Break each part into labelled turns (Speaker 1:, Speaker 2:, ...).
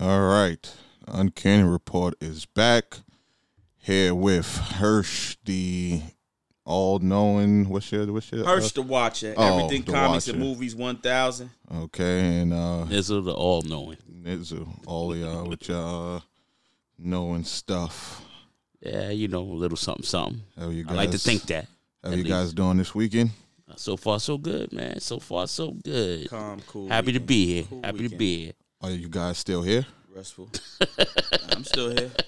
Speaker 1: right, Uncanny Report is back here with Hirsch, the all-knowing. What's your what's your uh,
Speaker 2: Hirsch the Watcher.
Speaker 1: Oh,
Speaker 2: Everything
Speaker 1: The
Speaker 2: comics and
Speaker 1: Watcher.
Speaker 2: movies one thousand.
Speaker 1: okay, and uh,
Speaker 3: Nizzle the all knowing.
Speaker 1: Nizu, all of y'all with y'all uh, knowing stuff.
Speaker 3: Yeah, you know, a little something, something.
Speaker 1: How you guys?
Speaker 3: I like to think that.
Speaker 1: How
Speaker 3: at
Speaker 1: you
Speaker 3: least.
Speaker 1: guys doing this weekend?
Speaker 3: So far, so good, man. So far, so good.
Speaker 2: Calm, cool.
Speaker 3: Happy to
Speaker 2: weekend.
Speaker 3: be here.
Speaker 2: Cool
Speaker 3: Happy to
Speaker 2: weekend.
Speaker 3: be here.
Speaker 1: Are you guys still here?
Speaker 2: Restful. I'm still here.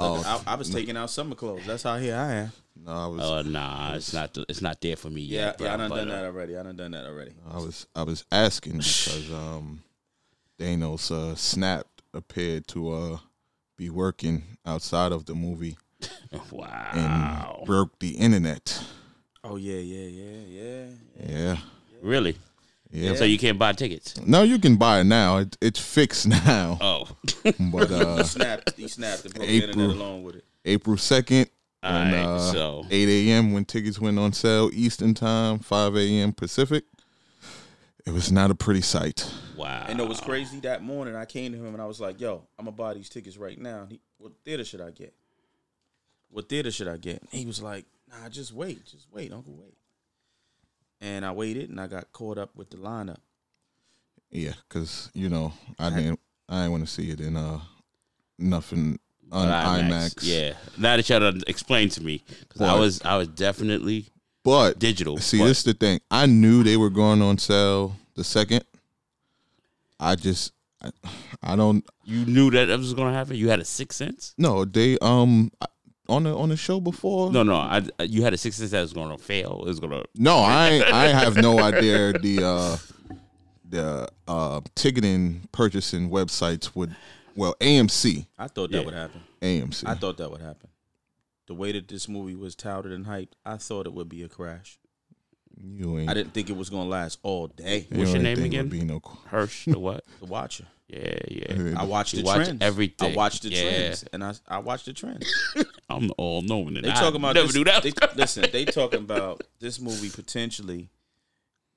Speaker 1: Oh,
Speaker 2: I, I was taking out summer clothes. That's how here I am.
Speaker 1: no, I was
Speaker 3: Oh nah, it's not. It's not there for me
Speaker 2: Yeah,
Speaker 3: yet.
Speaker 2: yeah. I
Speaker 3: bro,
Speaker 2: done
Speaker 3: but,
Speaker 2: done
Speaker 3: uh,
Speaker 2: that already. I done done that already.
Speaker 1: I was I was asking because um Thanos uh snapped appeared to uh be working outside of the movie and
Speaker 3: uh, Wow.
Speaker 1: broke the internet.
Speaker 2: Oh yeah, yeah, yeah, yeah.
Speaker 1: Yeah.
Speaker 3: Really?
Speaker 1: Yeah.
Speaker 3: So you can't buy tickets?
Speaker 1: No, you can buy it now. It, it's fixed now.
Speaker 3: Oh,
Speaker 1: But uh
Speaker 2: Snapped. He snapped and broke the
Speaker 1: April.
Speaker 2: internet along with it.
Speaker 1: April second and
Speaker 3: Alright,
Speaker 1: uh,
Speaker 3: so-
Speaker 1: eight AM when tickets went on sale Eastern time, five AM Pacific. It was not a pretty sight.
Speaker 3: wow.
Speaker 2: And it was crazy that morning. I came to him and I was like, "Yo, I'm gonna buy these tickets right now." And He, what theater should I get? What theater should I get? And he was like, "Nah, just wait, just wait, Uncle, wait." And I waited, and I got caught up with the lineup.
Speaker 1: Yeah, because you know I didn't I didn't want to see it in uh nothing on
Speaker 3: IMAX.
Speaker 1: IMAX.
Speaker 3: Yeah. Now that y'all done explained to me, because I
Speaker 1: But-
Speaker 3: was, I was definitely
Speaker 1: But
Speaker 3: digital.
Speaker 1: see,
Speaker 3: but
Speaker 1: this is the thing. I knew they were going on sale the second. I just I, I don't
Speaker 3: you knew that that was going to happen. You had a sixth sense.
Speaker 1: know they um on the on the show before.
Speaker 3: No, no, I, I- you had a sixth sense that was going to fail. It was going to.
Speaker 1: No, I I have no idea the uh the uh ticketing purchasing websites would well AMC
Speaker 2: I thought that
Speaker 3: Yeah.
Speaker 2: would happen.
Speaker 1: AMC.
Speaker 2: I thought that would happen. The way that this movie was touted and hyped, I thought it would be a crash.
Speaker 1: you ain't.
Speaker 2: I didn't think it was gonna last all day.
Speaker 1: you
Speaker 3: What's your
Speaker 1: ain't
Speaker 3: name
Speaker 1: think it
Speaker 3: again?
Speaker 1: would Be no, qu-
Speaker 3: Hirsch the what?
Speaker 2: The Watcher.
Speaker 3: Yeah, yeah.
Speaker 2: I watched
Speaker 3: You
Speaker 2: the
Speaker 3: watch
Speaker 2: trends.
Speaker 3: everything.
Speaker 2: I watched the
Speaker 3: Yeah.
Speaker 2: trends, and I I watched the trends.
Speaker 3: I'm all knowing.
Speaker 2: They talking about
Speaker 3: never
Speaker 2: this,
Speaker 3: do that.
Speaker 2: They, listen, they talking about this movie potentially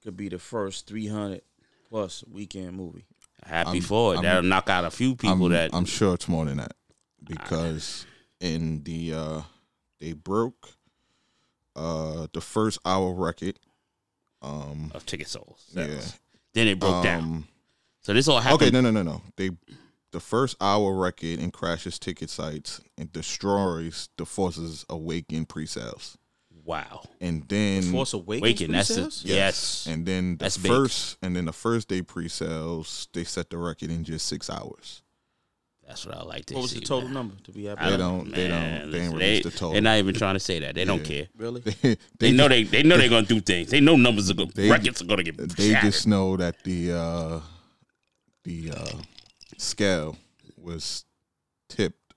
Speaker 2: could be the first 300 plus weekend movie.
Speaker 3: Happy for it.
Speaker 1: I'm-
Speaker 3: That'll knock out a few people
Speaker 1: I'm,
Speaker 3: that.
Speaker 1: I'm sure it's more than that because in the uh they broke uh the first hour record. Um
Speaker 3: of ticket sales.
Speaker 1: yeah.
Speaker 3: Then it broke down.
Speaker 1: Um
Speaker 3: So this all happened.
Speaker 1: okay, no no no no. They the first hour record and crashes ticket sites and destroys the forces awaken pre-sales.
Speaker 3: Wow.
Speaker 1: And then
Speaker 2: Force Awakens.
Speaker 3: Mm. Waking. That's it.
Speaker 2: pre-sales?
Speaker 3: Yes.
Speaker 1: and then the
Speaker 3: That's big.
Speaker 1: first and then the first day pre-sales, they set the record in just 6 hours.
Speaker 3: That's what I like to
Speaker 2: What was
Speaker 3: see.
Speaker 2: the total
Speaker 3: man.
Speaker 2: number to be happy?
Speaker 3: I
Speaker 1: They
Speaker 2: with?
Speaker 1: don't- they don't- they ain't released the total.
Speaker 3: They're not even trying to say that. They don't care.
Speaker 2: Really?
Speaker 1: they,
Speaker 3: They, know they. They know they're gonna do things. They know numbers are going.
Speaker 1: They-
Speaker 3: to Records are gonna get
Speaker 1: they
Speaker 3: shattered.
Speaker 1: just know that the uh the uh scale was tipped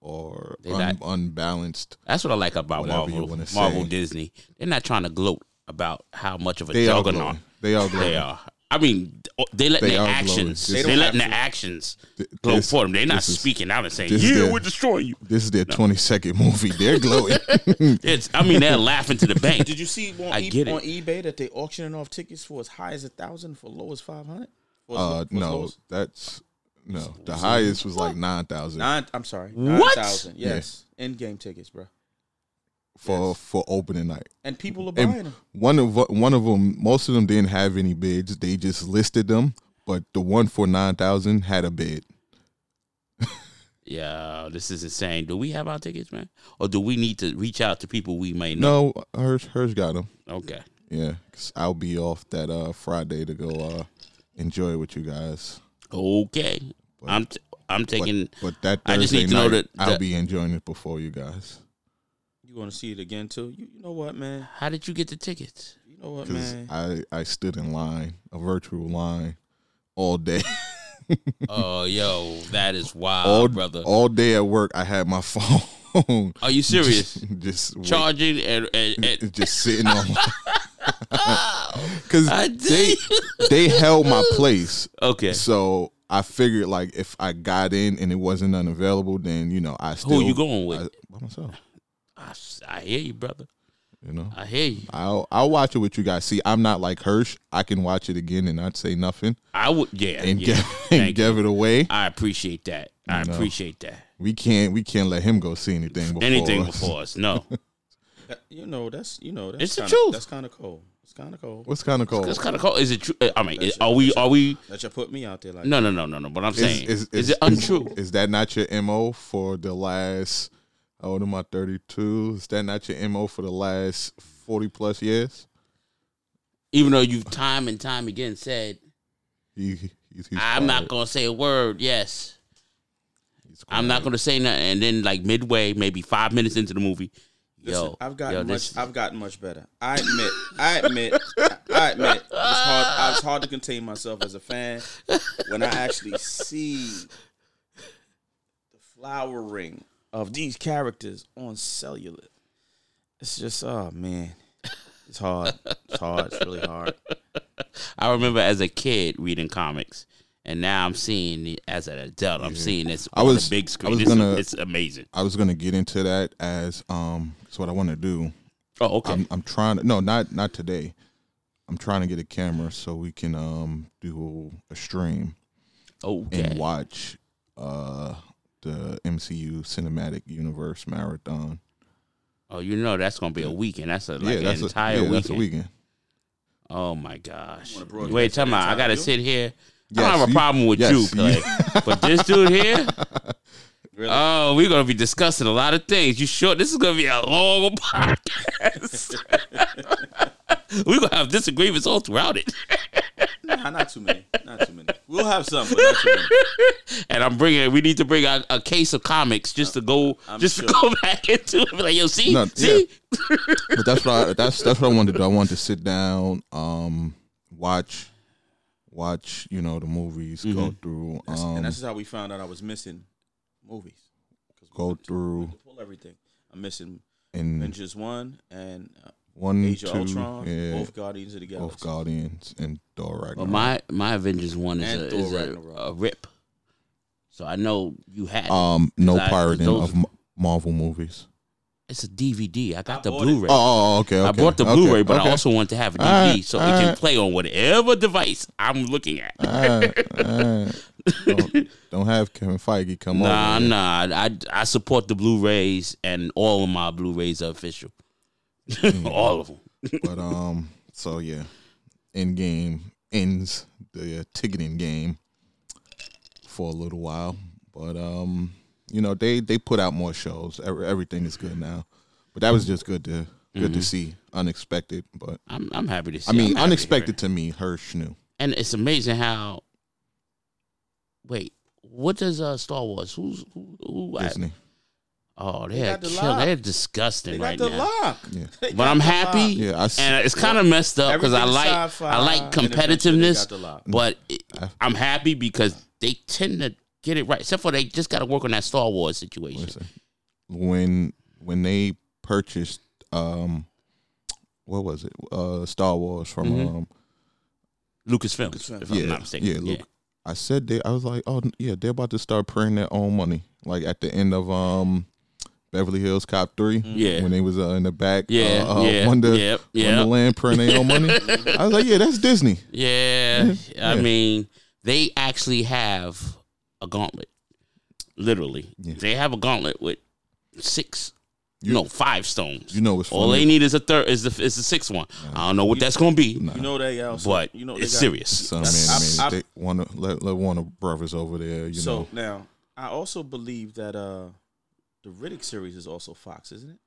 Speaker 1: or
Speaker 3: They
Speaker 1: un-
Speaker 3: not-
Speaker 1: unbalanced
Speaker 3: That's what I like about
Speaker 1: Whatever you
Speaker 3: Marvel.
Speaker 1: wanna say.
Speaker 3: Marvel Disney. They're not trying to gloat about how much of a
Speaker 1: they are
Speaker 3: juggernaut
Speaker 1: glowing. they are glowing.
Speaker 3: they are. I mean, they let
Speaker 1: They
Speaker 3: their
Speaker 1: are
Speaker 3: actions.
Speaker 1: glowing. They
Speaker 3: They,
Speaker 2: don't
Speaker 3: letting
Speaker 2: have
Speaker 3: their actions gloat
Speaker 1: this-
Speaker 3: for them. They're not
Speaker 1: this is-
Speaker 3: speaking out and saying,
Speaker 1: this is
Speaker 3: "Yeah,
Speaker 1: their-
Speaker 3: we'll destroy you."
Speaker 1: this is their 22nd movie they're glowing
Speaker 3: It's. I mean, they're laughing to the bank.
Speaker 2: Did you see on,
Speaker 3: I
Speaker 2: e-
Speaker 3: get it.
Speaker 2: on eBay that they auctioning off tickets for as high as a thousand for low as 500? For as low-
Speaker 1: uh
Speaker 2: for as low
Speaker 1: no
Speaker 2: as-
Speaker 1: that's no the highest was like 9000
Speaker 2: Nine, I'm sorry.
Speaker 3: What?
Speaker 2: 9,000. Yes. End game tickets, bro.
Speaker 1: for for opening night
Speaker 2: And people are buying
Speaker 1: and
Speaker 2: them.
Speaker 1: one of one of them most of them didn't have any bids they just listed them but the one for 9000 had a bid
Speaker 3: Yeah, this is insane. Do we have our tickets, man, or do we need to reach out to people we may know?
Speaker 1: no hers hers got them
Speaker 3: Okay.
Speaker 1: Yeah, cause I'll be off that uh Friday to go uh enjoy it with you guys.
Speaker 3: Okay. I'm. T- I'm
Speaker 1: But,
Speaker 3: taking.
Speaker 1: but that Thursday
Speaker 3: I just need to know
Speaker 1: night,
Speaker 3: that-
Speaker 1: I'll
Speaker 3: that-
Speaker 1: be enjoying it before you guys.
Speaker 2: You want to see it again, too? You, you know what, man?
Speaker 3: How did you get the tickets?
Speaker 2: You know what,
Speaker 1: Cause
Speaker 2: man?
Speaker 1: I I stood in line, a virtual line, all day,
Speaker 3: Oh, yo, that is wild,
Speaker 1: all
Speaker 3: Oh, brother.
Speaker 1: all day at work. I had my phone.
Speaker 3: Are you serious?
Speaker 1: just wait-
Speaker 3: Charging and, and, and
Speaker 1: just sitting on. Because
Speaker 3: I
Speaker 1: they
Speaker 3: did.
Speaker 1: they held my place,
Speaker 3: okay.
Speaker 1: so I figured like if I got in and it wasn't unavailable, then you know I still
Speaker 3: Who you going with?
Speaker 1: I- by myself.
Speaker 3: I, I hear you, brother.
Speaker 1: You know,
Speaker 3: I hear you.
Speaker 1: I'll I'll watch it with you guys. See, I'm not like Hirsch. I can watch it again and not say nothing
Speaker 3: I would, yeah,
Speaker 1: and
Speaker 3: yeah.
Speaker 1: give and
Speaker 3: Thank you.
Speaker 1: give it away.
Speaker 3: I appreciate that. I
Speaker 1: You know.
Speaker 3: appreciate that.
Speaker 1: We can't we can't let him go see anything before
Speaker 3: Anything
Speaker 1: us.
Speaker 3: before us? No,
Speaker 2: That- you know, that's you know, that's
Speaker 3: It's the
Speaker 2: kinda,
Speaker 3: truth.
Speaker 2: That's kind of cold. It's kind of cold.
Speaker 1: What's kind of cold?
Speaker 3: that's kind of cold. Is it true? I mean, are we? Are we?
Speaker 2: That you put me out there like
Speaker 3: No, no, no, no, no. But I'm
Speaker 1: Is-
Speaker 3: saying,
Speaker 1: is-
Speaker 3: is,
Speaker 1: is-
Speaker 3: it untrue?
Speaker 1: Is that not your mo for the last? Oh, am I 32? Is that not your mo for the last 40 plus years?
Speaker 3: Even though you've time and time again said,
Speaker 1: He, he- he's, he's
Speaker 3: "I'm not
Speaker 1: quiet.
Speaker 3: gonna say a word." Yes,
Speaker 1: He's
Speaker 3: I'm not
Speaker 1: quiet.
Speaker 3: gonna say nothing. And then, like midway, maybe five minutes into the movie,
Speaker 2: Listen,
Speaker 3: yo,
Speaker 2: I've gotten
Speaker 3: yo,
Speaker 2: much.
Speaker 3: this-
Speaker 2: I've gotten much better. I admit. I admit. I admit. It's hard. It's hard to contain myself as a fan when I actually see the flowering of these characters on cellular. It's just, oh man, it's hard. It's hard. It's really hard.
Speaker 3: I remember as a kid reading comics, and now I'm seeing it as an adult. I'm seeing this
Speaker 1: I
Speaker 3: on
Speaker 1: was-
Speaker 3: the big screen.
Speaker 1: I was
Speaker 3: This is-
Speaker 1: gonna-
Speaker 3: it's amazing.
Speaker 1: I was gonna get into that as um. It's what I want to do.
Speaker 3: Oh, okay.
Speaker 1: I'm I'm trying to no not not today. I'm trying to get a camera so we can um do a stream and
Speaker 3: okay.
Speaker 1: watch uh the MCU Cinematic Universe marathon.
Speaker 3: Oh, you know that's gonna be a weekend. That's a like
Speaker 1: yeah, that's
Speaker 3: an entire
Speaker 1: a, yeah,
Speaker 3: weekend.
Speaker 1: That's a weekend.
Speaker 3: Oh my gosh!
Speaker 2: wanna broadcast
Speaker 3: Wait, tell me,
Speaker 2: the
Speaker 3: I
Speaker 2: entire
Speaker 3: gotta
Speaker 2: deal?
Speaker 3: sit here. I
Speaker 1: Yes,
Speaker 3: don't have a
Speaker 1: you-
Speaker 3: problem with
Speaker 1: yes,
Speaker 3: you,
Speaker 1: you-
Speaker 3: Clay. but this dude here,
Speaker 2: Really.
Speaker 3: oh, we're gonna be discussing a lot of things. You sure this is gonna be a long podcast? we're gonna have disagreements all throughout it,
Speaker 2: nah, not too many. Not too many. We'll have some, but not too many.
Speaker 3: and I'm bringing. We need to bring a, a case of comics just to go,
Speaker 2: I'm
Speaker 3: just to
Speaker 2: sure.
Speaker 3: go back into it. Be like, yo, see,
Speaker 1: No,
Speaker 3: see,
Speaker 1: But that's what I, that's that's what I wanted to do. I wanted to sit down, um, watch, watch you know the movies,
Speaker 3: Mm-hmm.
Speaker 1: go through,
Speaker 2: That's-
Speaker 1: um,
Speaker 2: and that's just how we found out I was missing movies. 'Cause we
Speaker 1: Go
Speaker 2: went to-
Speaker 1: through.
Speaker 2: we went to pull everything. I'm missing
Speaker 1: and
Speaker 2: Avengers one and uh,
Speaker 1: one,
Speaker 2: Age
Speaker 1: two,
Speaker 2: of Ultron,
Speaker 1: yeah, both,
Speaker 2: both Guardians of the Galaxy.
Speaker 1: Guardians and Thor Ragnarok.
Speaker 3: Well, my my Avengers one is,
Speaker 2: And
Speaker 3: a,
Speaker 2: Thor
Speaker 3: is a,
Speaker 2: Ragnarok.
Speaker 3: a rip, so I know you had. it.
Speaker 1: um, no
Speaker 3: 'Cause I-
Speaker 1: pirating
Speaker 3: those-
Speaker 1: of Ma- Marvel movies.
Speaker 3: it's a DVD. I got
Speaker 2: I
Speaker 3: the
Speaker 2: bought it.
Speaker 3: Blu-ray.
Speaker 1: Oh, oh, okay, okay.
Speaker 3: I bought the
Speaker 1: okay,
Speaker 3: Blu-ray, but
Speaker 1: okay.
Speaker 3: I also want to have a
Speaker 1: All
Speaker 3: DVD
Speaker 1: right,
Speaker 3: so
Speaker 1: all
Speaker 3: it can
Speaker 1: right.
Speaker 3: play on whatever device I'm looking at.
Speaker 1: All right, all right. don't, don't have Kevin Feige come over.
Speaker 3: Nah,
Speaker 1: here.
Speaker 3: nah. I I support the Blu-rays, and all of my Blu-rays are official.
Speaker 1: Hmm.
Speaker 3: all of them.
Speaker 1: But um, so yeah, end game ends the uh, ticketing game for a little while. But um, you know they they put out more shows. Every, everything is good now. But that was just good to good to see, unexpected. But
Speaker 3: I'm I'm happy to Mm-hmm. see.
Speaker 1: I mean,
Speaker 3: I'm happy to hear
Speaker 1: unexpected
Speaker 3: it.
Speaker 1: to me, Hirsch knew.
Speaker 3: And it's amazing how. Wait, what does uh, Star Wars? Who's who? who I-
Speaker 1: Disney.
Speaker 3: oh, they're
Speaker 2: got the
Speaker 3: kill,
Speaker 2: lock.
Speaker 3: they're
Speaker 2: They
Speaker 3: disgusting
Speaker 2: got
Speaker 3: right
Speaker 2: the
Speaker 3: now.
Speaker 2: lock.
Speaker 1: Yeah.
Speaker 2: They
Speaker 3: but
Speaker 2: got
Speaker 3: I'm
Speaker 2: the
Speaker 3: happy,
Speaker 2: lock.
Speaker 1: Yeah, I see.
Speaker 3: and it's kind of messed up because I
Speaker 2: Everything
Speaker 3: like
Speaker 2: sci-fi
Speaker 3: I like
Speaker 2: and adventure, they got
Speaker 3: competitiveness,
Speaker 2: the lock.
Speaker 3: but it, I'm happy because they tend to get it right. Except for they just got to work on that Star Wars situation.
Speaker 1: Listen, when when they purchased um, what was it? Uh, Star Wars from
Speaker 3: Mm-hmm.
Speaker 1: um.
Speaker 3: Lucasfilm,
Speaker 2: Lucasfilm.
Speaker 3: if I'm not mistaken.
Speaker 1: Yeah, look. I said they I was like, oh yeah, they're about to start printing their own money. Like at the end of um Beverly Hills Cop Three.
Speaker 3: Mm-hmm. Yeah.
Speaker 1: When they was uh, in the back
Speaker 3: Yeah,
Speaker 1: uh, uh,
Speaker 3: yeah,
Speaker 1: Wonder
Speaker 3: yep, yep.
Speaker 1: Wonderland printing their own money. I was like, Yeah, that's Disney.
Speaker 3: yeah. Yeah, I
Speaker 1: Yeah.
Speaker 3: mean, they actually have a gauntlet. Literally,
Speaker 1: Yeah.
Speaker 3: they have a gauntlet with six,
Speaker 1: You-
Speaker 3: no, five stones.
Speaker 1: You know it's funny.
Speaker 3: All they need is a third. Is the is the sixth one? I don't know what that's gonna be,
Speaker 2: You know they also.
Speaker 3: but
Speaker 2: you know they
Speaker 3: it's
Speaker 2: got-
Speaker 3: serious.
Speaker 1: so, man,
Speaker 2: That's-
Speaker 1: I
Speaker 2: I-
Speaker 1: mean, they wanna let, let Warner Brothers over there, you
Speaker 2: so
Speaker 1: know.
Speaker 2: now I also believe that uh, the Riddick series is also Fox, isn't it?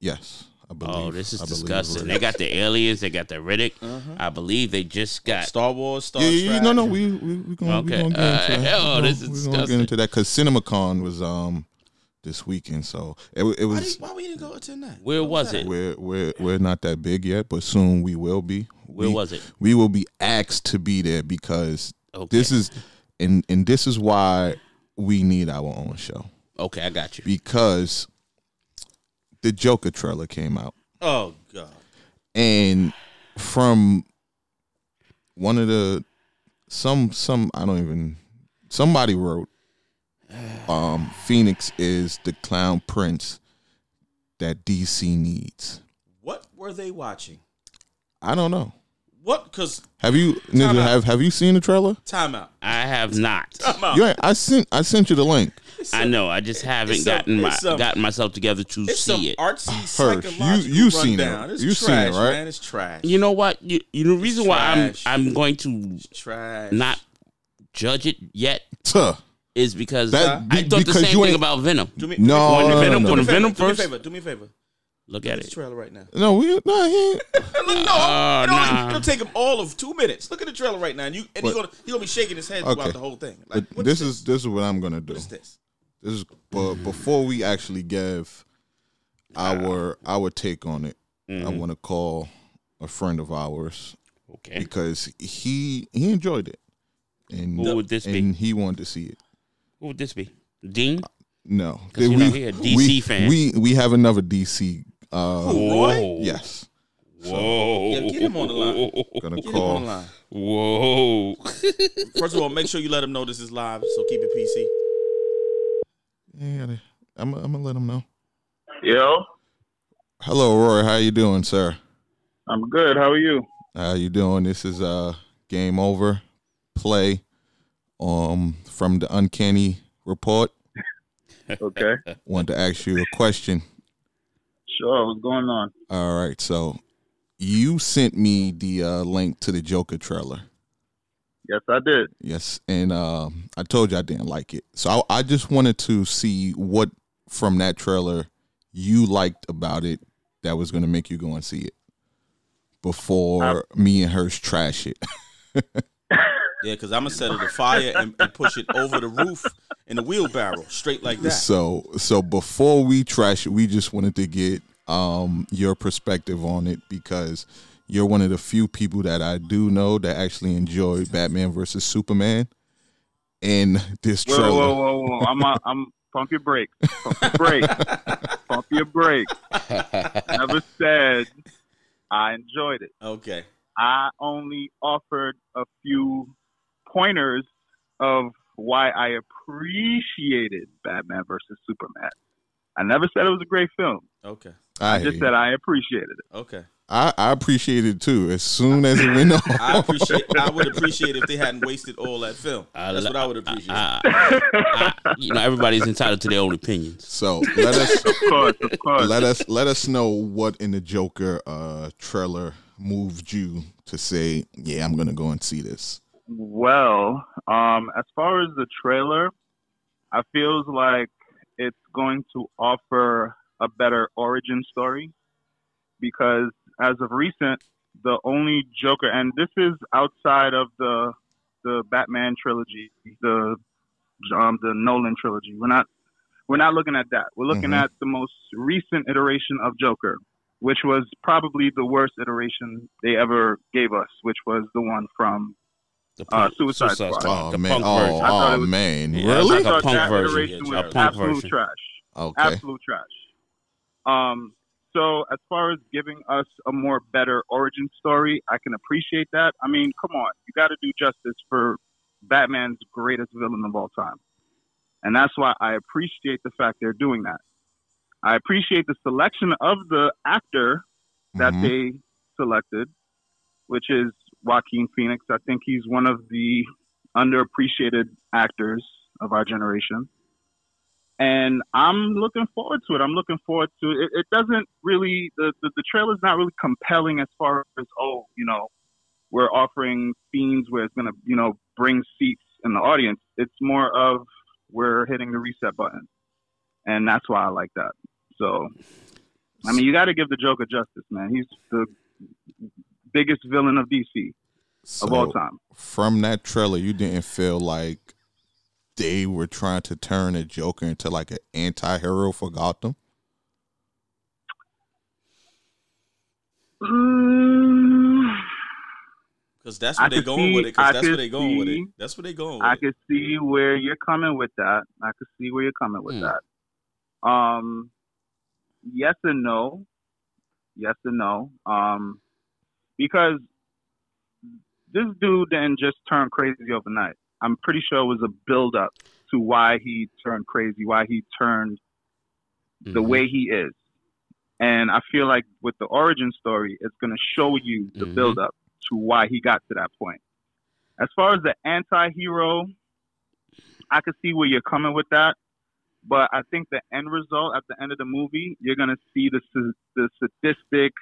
Speaker 1: Yes. I believe
Speaker 3: Oh, this is
Speaker 1: I believe
Speaker 3: disgusting.
Speaker 1: we're-
Speaker 3: They got the aliens. They got the Riddick.
Speaker 2: Uh-huh.
Speaker 3: I believe they just got.
Speaker 2: Star Wars, Star
Speaker 1: yeah, yeah, yeah,
Speaker 2: Trek.
Speaker 1: no, no, we we we gonna, we
Speaker 3: Okay.
Speaker 1: gonna get into
Speaker 3: Uh,
Speaker 1: that.
Speaker 3: hell,
Speaker 1: we gonna,
Speaker 3: this is
Speaker 1: we gonna get
Speaker 3: disgusting.
Speaker 1: into that because CinemaCon was um this weekend, so it, wa- it
Speaker 2: Why,
Speaker 1: was
Speaker 2: did, why we didn't go attend that?
Speaker 3: Where
Speaker 2: What
Speaker 3: was
Speaker 2: that?
Speaker 3: it?
Speaker 1: We're we're we're not that big yet, but soon we will be.
Speaker 3: Where
Speaker 1: we,
Speaker 3: was it?
Speaker 1: We will be asked to be there because
Speaker 3: Okay.
Speaker 1: this is and and this is why we need our own show
Speaker 3: Okay, I got you.
Speaker 1: because the Joker trailer came out
Speaker 2: Oh God!
Speaker 1: and from one of the some some I don't even somebody wrote um Phoenix is the clown prince that DC needs.
Speaker 2: What were they watching?
Speaker 1: I don't know.
Speaker 2: What? Because
Speaker 1: Have you Ninja,
Speaker 2: out.
Speaker 1: have have you seen the trailer?
Speaker 2: timeout.
Speaker 3: I have not.
Speaker 1: You ain't- I sent I sent you the link.
Speaker 3: I know. I just haven't
Speaker 2: it's some-
Speaker 3: gotten my
Speaker 2: it's some-
Speaker 3: gotten myself together to
Speaker 2: It's some
Speaker 3: see it.
Speaker 2: artsy
Speaker 1: Hirsch, you-
Speaker 2: psychological
Speaker 1: you seen it.
Speaker 2: rundown. It's
Speaker 1: You seen
Speaker 2: trash,
Speaker 1: it, right?
Speaker 2: man. It's trash.
Speaker 3: You know what? You, you know, the reason why I'm
Speaker 2: trash.
Speaker 3: I'm going to
Speaker 2: trash.
Speaker 3: not judge it yet
Speaker 1: Tuh.
Speaker 3: is because
Speaker 1: That-
Speaker 3: I thought the
Speaker 1: because
Speaker 3: same
Speaker 1: you
Speaker 3: thing
Speaker 1: ain't-
Speaker 3: about Venom.
Speaker 2: Do me,
Speaker 1: No,
Speaker 2: do me a
Speaker 1: no,
Speaker 2: favor,
Speaker 1: no, no.
Speaker 2: do me a favor,
Speaker 3: Venom
Speaker 2: do me a
Speaker 3: first?
Speaker 2: favor, Do me a favor.
Speaker 3: Look at
Speaker 2: This
Speaker 3: it.
Speaker 2: trailer right now.
Speaker 1: No, we no he ain't-
Speaker 2: No,
Speaker 3: Uh,
Speaker 2: it'll, only-
Speaker 3: nah.
Speaker 2: it'll take him all of two minutes. Look at the trailer right now, and you and he's
Speaker 1: But-
Speaker 2: gonna he gonna be shaking his head
Speaker 1: Okay.
Speaker 2: throughout the whole thing. Like,
Speaker 1: But
Speaker 2: what
Speaker 1: this is this is what I'm gonna do.
Speaker 2: is this?
Speaker 1: This is but before we actually give
Speaker 3: Ah.
Speaker 1: our our take on it, I
Speaker 3: Mm-hmm.
Speaker 1: want to call a friend of ours
Speaker 3: Okay.
Speaker 1: because he he enjoyed it, and
Speaker 3: Who would this be?
Speaker 1: and he wanted to see it.
Speaker 3: Who would this be? Dean?
Speaker 1: No,
Speaker 3: 'Cause you know he a DC
Speaker 1: we,
Speaker 3: fan.
Speaker 1: We we have another DC. Uh,
Speaker 2: Who, Roy?
Speaker 1: yes,
Speaker 3: Whoa.
Speaker 2: Yeah, get him on the line.
Speaker 1: gonna
Speaker 2: Get him
Speaker 1: call.
Speaker 2: online.
Speaker 3: Whoa.
Speaker 2: First of all, make sure you let him know this is live, so keep it PC.
Speaker 1: Yeah, I'm I'm gonna let him know.
Speaker 4: Yo,
Speaker 1: Hello, Roy. How you doing, sir?
Speaker 4: I'm good. How are you?
Speaker 1: How you doing? This is uh game over play um from the uncanny report.
Speaker 4: Okay.
Speaker 1: Wanted to ask you a question.
Speaker 4: sure. What's going on?
Speaker 1: All right, so you sent me the uh, link to the Joker trailer.
Speaker 4: Yes, I did.
Speaker 1: Yes, and um, I told you I didn't like it. So I, I just wanted to see what from that trailer you liked about it that was going to make you go and see it before me and hers trash it.
Speaker 2: Yeah, because I'm gonna set it afire and, and push it over the roof in the wheelbarrow, straight like that.
Speaker 1: So so before we trash it, we just wanted to get um your perspective on it because you're one of the few people that I do know that actually enjoyed Batman versus Superman and this
Speaker 4: Whoa,
Speaker 1: trailer.
Speaker 4: whoa, whoa, whoa! I'm, uh, I'm pump your brakes, pump your brakes, pump your brakes. Never said I enjoyed it.
Speaker 2: Okay.
Speaker 4: I only offered a few pointers of why I appreciated Batman versus Superman. I never said it was a great film.
Speaker 2: Okay.
Speaker 1: I,
Speaker 4: I just
Speaker 1: hate
Speaker 4: said
Speaker 1: it.
Speaker 4: I appreciated it.
Speaker 2: Okay.
Speaker 1: I, I appreciate it too. As soon as it went off,
Speaker 2: I appreciate. I would appreciate if they hadn't wasted all that film.
Speaker 3: I
Speaker 2: That's
Speaker 3: lo-
Speaker 2: what I would appreciate.
Speaker 3: I, I- Ah, you know, everybody's entitled to their own opinions.
Speaker 1: so let us
Speaker 4: Of course, of course.
Speaker 1: let us let us know what in the Joker uh trailer moved you to say, yeah, I'm gonna go and see this.
Speaker 4: Well, um, as far as the trailer, I feels like it's going to offer a better origin story because as of recent, the only Joker, and this is outside of the the Batman trilogy, the um, the Nolan trilogy. We're not we're not looking at that. We're looking
Speaker 1: Mhm.
Speaker 4: at the most recent iteration of Joker, which was probably the worst iteration they ever gave us, which was the one from
Speaker 3: The
Speaker 2: Ah,
Speaker 4: Uh, Suicide Squad.
Speaker 1: Oh
Speaker 3: the
Speaker 1: man!
Speaker 3: punk
Speaker 1: Oh,
Speaker 3: version.
Speaker 4: I thought
Speaker 1: oh
Speaker 4: it was-
Speaker 1: man!
Speaker 3: Yeah, I
Speaker 1: really?
Speaker 3: was like a
Speaker 4: thought
Speaker 3: punk
Speaker 4: that
Speaker 3: version.
Speaker 4: iteration
Speaker 3: A
Speaker 4: was
Speaker 3: punk
Speaker 4: absolute
Speaker 3: version.
Speaker 4: trash.
Speaker 1: Okay.
Speaker 4: Absolute trash. Um, so as far as giving us a more better origin story, I can appreciate that. I mean, come on, you got to do justice for Batman's greatest villain of all time, and that's why I appreciate the fact they're doing that. I appreciate the selection of the actor that
Speaker 1: Mhm.
Speaker 4: they selected, which is Joaquin Phoenix. I think he's one of the underappreciated actors of our generation. And I'm looking forward to it. I'm looking forward to it. It, it doesn't really, the, the, the trailer's not really compelling as far as, oh, you know, we're offering scenes where it's going to, you know, bring seats in the audience. It's more of we're hitting the reset button. And that's why I like that. So, I mean, you got to give the Joker justice, man. He's the biggest villain of DC of all
Speaker 1: So,
Speaker 4: time.
Speaker 1: From that trailer, you didn't feel like they were trying to turn a Joker into like an anti-hero for Gotham.
Speaker 2: Because that's
Speaker 4: I
Speaker 2: where they
Speaker 4: could
Speaker 2: going with it.
Speaker 4: see-
Speaker 2: Because
Speaker 4: I
Speaker 2: that's where
Speaker 4: could
Speaker 2: they going with it.
Speaker 4: see-
Speaker 2: That's where they going
Speaker 4: I
Speaker 2: with it.
Speaker 4: could see where you're coming with that. I could see where you're coming with
Speaker 3: Hmm.
Speaker 4: that. Um, yes and no. Yes and no. Um, because this dude didn't just turn crazy overnight. I'm pretty sure it was a build up to
Speaker 3: Mm, Mm-hmm.
Speaker 4: why he turned crazy, why he turned the way he is. And I feel like with the origin story, it's going to show you the
Speaker 3: Mhm.
Speaker 4: build up to why he got to that point. As far as the anti hero, I can see where you're coming with that. But I think the end result at the end of the movie, you're going to see the, s- the sadistic,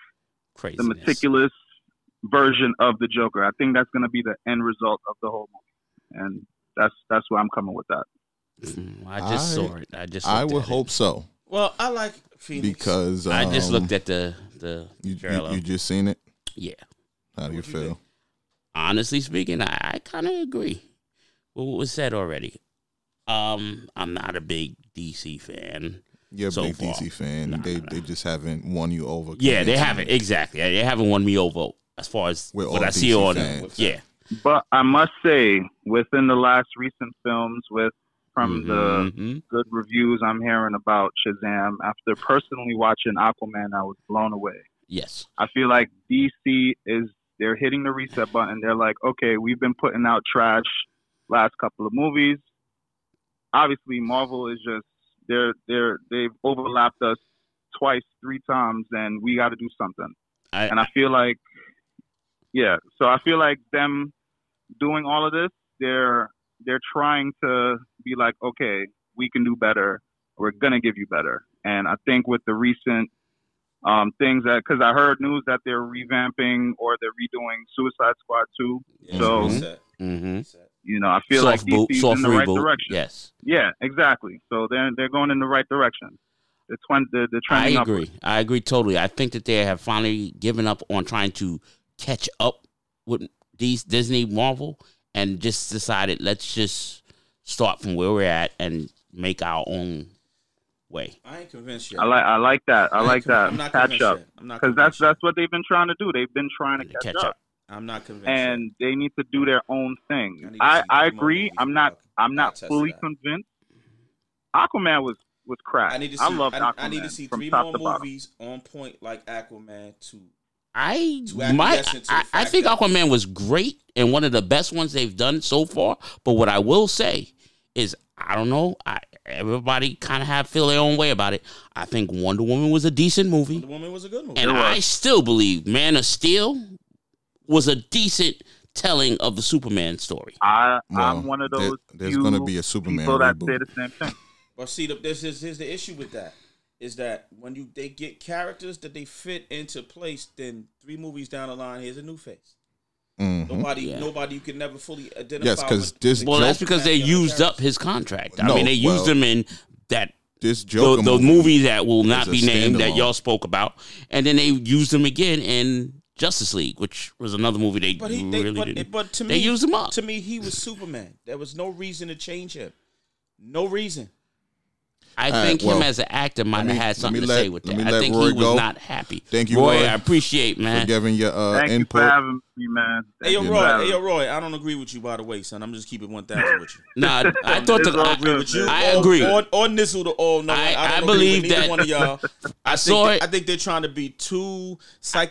Speaker 3: Crazy.
Speaker 4: the meticulous version of the Joker. I think that's going to be the end result of the whole movie. And that's that's where I'm coming with that.
Speaker 3: Mm, I just
Speaker 1: I-
Speaker 3: saw it. I just.
Speaker 1: I
Speaker 3: looked
Speaker 1: would
Speaker 3: at it.
Speaker 1: hope so
Speaker 2: Well, I like Phoenix.
Speaker 1: because um,
Speaker 3: I just looked at the the
Speaker 1: you, you.
Speaker 3: trailer.
Speaker 1: You just seen it.
Speaker 3: yeah.
Speaker 1: How do you
Speaker 2: What'd you
Speaker 1: feel?
Speaker 2: think?
Speaker 3: honestly speaking, I, I kind of agree with what was said already. Um, I'm not a big DC fan.
Speaker 1: You're a
Speaker 3: so
Speaker 1: big
Speaker 3: far.
Speaker 1: DC fan.
Speaker 3: Nah,
Speaker 1: they
Speaker 3: nah, nah.
Speaker 1: they just haven't won you over.
Speaker 3: Yeah, they
Speaker 1: convincingly.
Speaker 3: haven't exactly. They haven't won me over as far as
Speaker 1: We're
Speaker 3: what
Speaker 1: all
Speaker 3: I see
Speaker 1: DC
Speaker 3: on.
Speaker 1: fans.
Speaker 3: Yeah,
Speaker 4: But I must say, within the last recent films, with from the
Speaker 3: Mhm.
Speaker 4: good reviews I'm hearing about Shazam, after personally watching Aquaman, I was blown away.
Speaker 3: yes,
Speaker 4: I feel like DC is they're hitting the reset button. They're like, okay, we've been putting out trash last couple of movies. Obviously, Marvel is just they're they're they've overlapped us twice, three times, and we got to do something
Speaker 3: I,
Speaker 4: and I feel like, yeah. So I feel like them doing all of this, they're they're trying to be like, okay, we can do better. We're gonna give you better. And I think with the recent um, things that, because I heard news that they're revamping or they're redoing Suicide Squad 2.
Speaker 2: Yeah,
Speaker 4: So-
Speaker 2: reset,
Speaker 3: mhm.
Speaker 2: reset.
Speaker 4: You know, I feel like DC's in the right direction.
Speaker 3: Yes,
Speaker 4: Yeah, exactly. So they're they're going in the right direction. They're, twen- they're, they're
Speaker 3: I
Speaker 4: trending
Speaker 3: agree. I agree totally. I think that they have finally given up on trying to catch up with these Disney Marvel and just decided let's just start from where we're at and make our own way.
Speaker 2: I ain't convinced yet.
Speaker 4: up. I like I like that. I
Speaker 2: ain't
Speaker 4: like
Speaker 2: con- I'm
Speaker 4: that
Speaker 2: not
Speaker 4: catch
Speaker 2: convinced
Speaker 4: up
Speaker 2: yet. I'm not
Speaker 4: because that's
Speaker 2: convinced yet.
Speaker 4: that's what they've been trying to do. They've been trying to
Speaker 3: To
Speaker 4: catch,
Speaker 3: catch
Speaker 4: up.
Speaker 3: up.
Speaker 2: I'm not convinced. yet.
Speaker 4: and they need to do their own
Speaker 2: I
Speaker 4: thing.
Speaker 2: need to
Speaker 4: I,
Speaker 2: see
Speaker 4: I
Speaker 2: more
Speaker 4: agree.
Speaker 2: movies
Speaker 4: I'm
Speaker 2: from
Speaker 4: not
Speaker 2: Aquaman.
Speaker 4: I'm not
Speaker 2: Access
Speaker 4: fully
Speaker 2: that.
Speaker 4: convinced. Aquaman was was crap.
Speaker 2: I need to see.
Speaker 4: I loved
Speaker 2: I,
Speaker 4: Aquaman
Speaker 2: I need to see
Speaker 4: from
Speaker 2: three
Speaker 4: top
Speaker 2: more
Speaker 4: to bottom.
Speaker 2: movies on point like Aquaman to
Speaker 3: I
Speaker 2: To acquiesce
Speaker 3: my
Speaker 2: into the
Speaker 3: I, I
Speaker 2: fact
Speaker 3: think
Speaker 2: that-
Speaker 3: Aquaman was great and one of the best ones they've done so far. But what I will say is I don't know. I everybody kind of have feel their own way about it. I think Wonder Woman was a decent movie.
Speaker 2: Wonder Woman was a good movie.
Speaker 3: And
Speaker 4: It was.
Speaker 3: I still believe Man of Steel was a decent telling of the Superman story.
Speaker 4: I
Speaker 1: Well,
Speaker 4: I'm one of
Speaker 1: there-
Speaker 4: those
Speaker 1: there's
Speaker 4: few
Speaker 1: gonna be a Superman
Speaker 4: people that
Speaker 1: reboot.
Speaker 4: say the same thing.
Speaker 2: But see, the, this is here's the issue with that is that when you they get characters that they fit into place, then three movies down the line, here's a new face.
Speaker 1: Mhm.
Speaker 2: Nobody,
Speaker 3: Yeah.
Speaker 2: nobody you can never fully identify.
Speaker 1: Yes, 'cause
Speaker 2: with
Speaker 1: this
Speaker 2: the
Speaker 3: Well, that's
Speaker 2: character
Speaker 3: because they
Speaker 2: and the other
Speaker 3: used up
Speaker 2: characters.
Speaker 3: his contract. I
Speaker 1: No,
Speaker 3: mean, they used
Speaker 1: well,
Speaker 3: him in that
Speaker 1: This
Speaker 3: the,
Speaker 1: Joker
Speaker 3: the movie, that will not
Speaker 1: a
Speaker 3: be named that
Speaker 1: standalone.
Speaker 3: y'all spoke about, and then they used him again in Justice League, which was another movie they,
Speaker 2: But he, they,
Speaker 3: really
Speaker 2: but,
Speaker 3: didn't.
Speaker 2: but to me,
Speaker 3: They used him up.
Speaker 2: To me, he was Superman. There was no reason to change him. No reason.
Speaker 3: I
Speaker 1: All right,
Speaker 3: think
Speaker 1: well,
Speaker 3: him as an actor might
Speaker 1: me-
Speaker 3: have had
Speaker 1: let
Speaker 3: something
Speaker 1: me
Speaker 3: to
Speaker 1: let-
Speaker 3: say with
Speaker 1: let
Speaker 3: that.
Speaker 1: me
Speaker 3: I
Speaker 1: let
Speaker 3: think
Speaker 1: Roy
Speaker 3: he was
Speaker 1: go.
Speaker 3: not happy.
Speaker 1: Thank you, Roy.
Speaker 3: I appreciate man.
Speaker 1: for giving your uh,
Speaker 4: Thank you
Speaker 1: input.
Speaker 4: for having me, man.
Speaker 2: Hey,
Speaker 4: Thank
Speaker 2: yo,
Speaker 4: you for
Speaker 2: Roy.
Speaker 4: having
Speaker 2: Hey,
Speaker 4: me.
Speaker 2: yo, Roy. I don't agree with you, by the way, son. I'm just keeping one thousand with you.
Speaker 3: Nah, I thought
Speaker 4: It's
Speaker 3: the,
Speaker 4: all
Speaker 3: I,
Speaker 4: good,
Speaker 2: with you.
Speaker 3: I
Speaker 2: or,
Speaker 3: agree.
Speaker 2: Or, or Nizzle to all no.
Speaker 3: I-
Speaker 2: I,
Speaker 3: I
Speaker 2: don't agree
Speaker 3: believe
Speaker 2: with neither
Speaker 3: that-
Speaker 2: one of y'all.
Speaker 3: I
Speaker 2: think
Speaker 3: saw
Speaker 2: that-
Speaker 3: it.
Speaker 2: I think they're trying to be too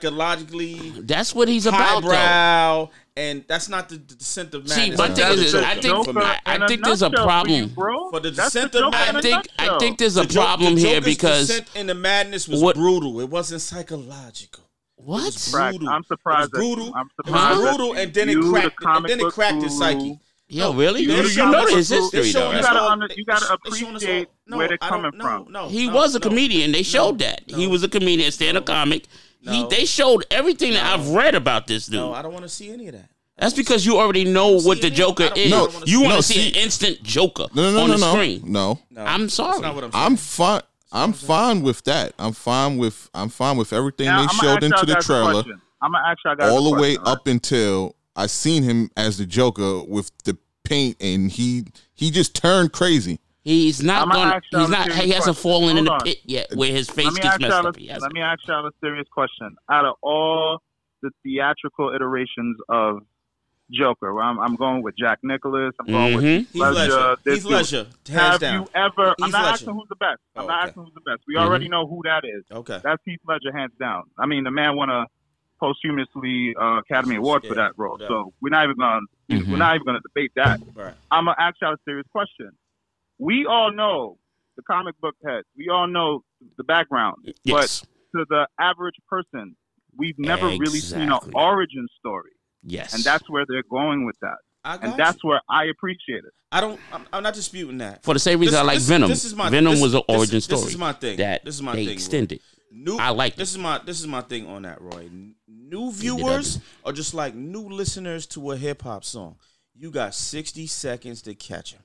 Speaker 2: psychologically
Speaker 3: that's what he's about. though.
Speaker 2: highbrow, and that's not the, the descent of man.
Speaker 3: See,
Speaker 2: That's
Speaker 3: my
Speaker 2: not
Speaker 3: thing
Speaker 2: the
Speaker 3: is,
Speaker 2: Joker.
Speaker 3: I think-
Speaker 2: for
Speaker 4: Joker
Speaker 2: me.
Speaker 3: I- I
Speaker 4: in a
Speaker 3: think there's a
Speaker 4: nutshell for
Speaker 3: problem.
Speaker 4: you, bro.
Speaker 2: For the
Speaker 4: That's
Speaker 2: descent
Speaker 4: Joker
Speaker 2: of man-
Speaker 4: in
Speaker 3: I
Speaker 4: a
Speaker 3: think I
Speaker 4: nutshell.
Speaker 3: think there's a
Speaker 2: The Jo-
Speaker 3: problem
Speaker 2: the
Speaker 3: here
Speaker 2: Joker's
Speaker 3: because
Speaker 2: descent and the madness was
Speaker 3: What-
Speaker 2: brutal. It wasn't psychological.
Speaker 3: what?
Speaker 2: brutal.
Speaker 4: Crack. I'm surprised.
Speaker 2: It was brutal.
Speaker 4: At you. I'm
Speaker 2: It
Speaker 4: surprised.
Speaker 2: was
Speaker 4: at
Speaker 2: brutal, and then it
Speaker 4: you, the
Speaker 2: cracked. And
Speaker 4: comic
Speaker 2: then it
Speaker 4: book
Speaker 2: cracked his
Speaker 4: guru.
Speaker 2: psyche.
Speaker 3: Yo, really?
Speaker 4: You-
Speaker 3: You,
Speaker 4: you
Speaker 3: know
Speaker 4: know
Speaker 3: his
Speaker 4: this-
Speaker 3: history,
Speaker 2: They're
Speaker 3: though.
Speaker 2: showing
Speaker 4: You
Speaker 3: right?
Speaker 2: us
Speaker 4: gotta
Speaker 2: all-
Speaker 4: under- you gotta
Speaker 2: they- they showing us all-
Speaker 4: appreciate
Speaker 2: no,
Speaker 4: where they're
Speaker 2: I don't-
Speaker 4: coming
Speaker 2: no,
Speaker 4: from.
Speaker 2: No,
Speaker 3: He
Speaker 2: no,
Speaker 3: was a
Speaker 2: no.
Speaker 3: comedian. They showed
Speaker 2: no,
Speaker 3: that he
Speaker 2: no,
Speaker 3: was a comedian, stand-up
Speaker 2: no,
Speaker 3: comic.
Speaker 2: no,
Speaker 3: he they showed everything that
Speaker 2: no.
Speaker 3: I've read about this dude.
Speaker 2: No, I don't want to see any of that.
Speaker 3: That's because you already know
Speaker 2: don't
Speaker 3: what
Speaker 2: see
Speaker 3: the
Speaker 2: it. I
Speaker 3: Joker
Speaker 2: don't-
Speaker 3: is.
Speaker 2: I don't wanna
Speaker 3: you
Speaker 2: see
Speaker 3: want
Speaker 2: it.
Speaker 3: to see an instant Joker
Speaker 1: No, no,
Speaker 3: on
Speaker 1: no,
Speaker 3: the
Speaker 1: no, no,
Speaker 3: screen.
Speaker 1: no.
Speaker 2: No,
Speaker 3: I'm sorry.
Speaker 2: That's not what I'm saying.
Speaker 1: I'm fine. I'm fine with that. I'm fine with I'm fine with everything
Speaker 4: Now,
Speaker 1: they
Speaker 4: I'ma
Speaker 1: showed
Speaker 4: ask y'all
Speaker 1: into the
Speaker 4: guys a
Speaker 1: trailer,
Speaker 4: question. I'ma ask y'all guys
Speaker 1: all the
Speaker 4: a
Speaker 1: way
Speaker 4: question, right?
Speaker 1: up until I seen him as the Joker with the paint, and he he just turned crazy.
Speaker 3: He's not
Speaker 4: I'ma
Speaker 3: gonna.
Speaker 4: ask y'all
Speaker 3: He's
Speaker 4: a
Speaker 3: not.
Speaker 4: serious
Speaker 3: He hasn't
Speaker 4: question.
Speaker 3: fallen in the
Speaker 4: Hold on.
Speaker 3: pit yet, where his face
Speaker 4: Let me,
Speaker 3: gets
Speaker 4: ask
Speaker 3: messed
Speaker 4: y'all, a-
Speaker 3: up. He hasn't.
Speaker 4: let me ask y'all a serious question. Out of all the theatrical iterations of Joker, where I'm, I'm going with Jack Nicholas, I'm going with
Speaker 3: Mhm.
Speaker 2: Heath
Speaker 4: Ledger,
Speaker 2: Ledger.
Speaker 4: this
Speaker 2: Heath
Speaker 4: dude.
Speaker 2: Ledger. Hands
Speaker 4: have
Speaker 2: down.
Speaker 4: you ever? I'm
Speaker 2: Heath
Speaker 4: not
Speaker 2: Ledger.
Speaker 4: asking who's the best. I'm
Speaker 2: Oh,
Speaker 4: not
Speaker 2: okay. Mm-hmm.
Speaker 4: asking who's the best. We already know who that is.
Speaker 2: Okay.
Speaker 4: That's Heath Ledger, hands down. I mean, the man won a posthumously uh, Academy Award for
Speaker 2: Yeah,
Speaker 4: that role.
Speaker 2: yeah.
Speaker 4: So we're not even going. to
Speaker 3: Mhm.
Speaker 4: We're not even going to debate that.
Speaker 2: Right.
Speaker 4: I'm gonna ask y'all a serious question. We all know the comic book heads. We all know the background.
Speaker 3: Yes.
Speaker 4: But to the average person. We've never really seen an
Speaker 3: Exactly.
Speaker 4: origin story,
Speaker 3: Yes.
Speaker 4: and that's where they're going with that.
Speaker 2: I
Speaker 4: And
Speaker 2: got
Speaker 4: that's
Speaker 2: you.
Speaker 4: where I appreciate it.
Speaker 2: I don't. I'm, I'm not disputing that.
Speaker 3: for the same reason
Speaker 2: This-
Speaker 3: I like
Speaker 2: this-
Speaker 3: Venom.
Speaker 2: this is my-
Speaker 3: Venom
Speaker 2: this-
Speaker 3: was an
Speaker 2: this-
Speaker 3: origin story.
Speaker 2: This is my thing.
Speaker 3: That
Speaker 2: this is my
Speaker 3: they
Speaker 2: thing.
Speaker 3: extended.
Speaker 2: New,
Speaker 3: I like
Speaker 2: This is my this is my thing on that, Roy. N- New
Speaker 3: did
Speaker 2: viewers are just like new listeners to a hip hop song. You got 60 seconds to catch them.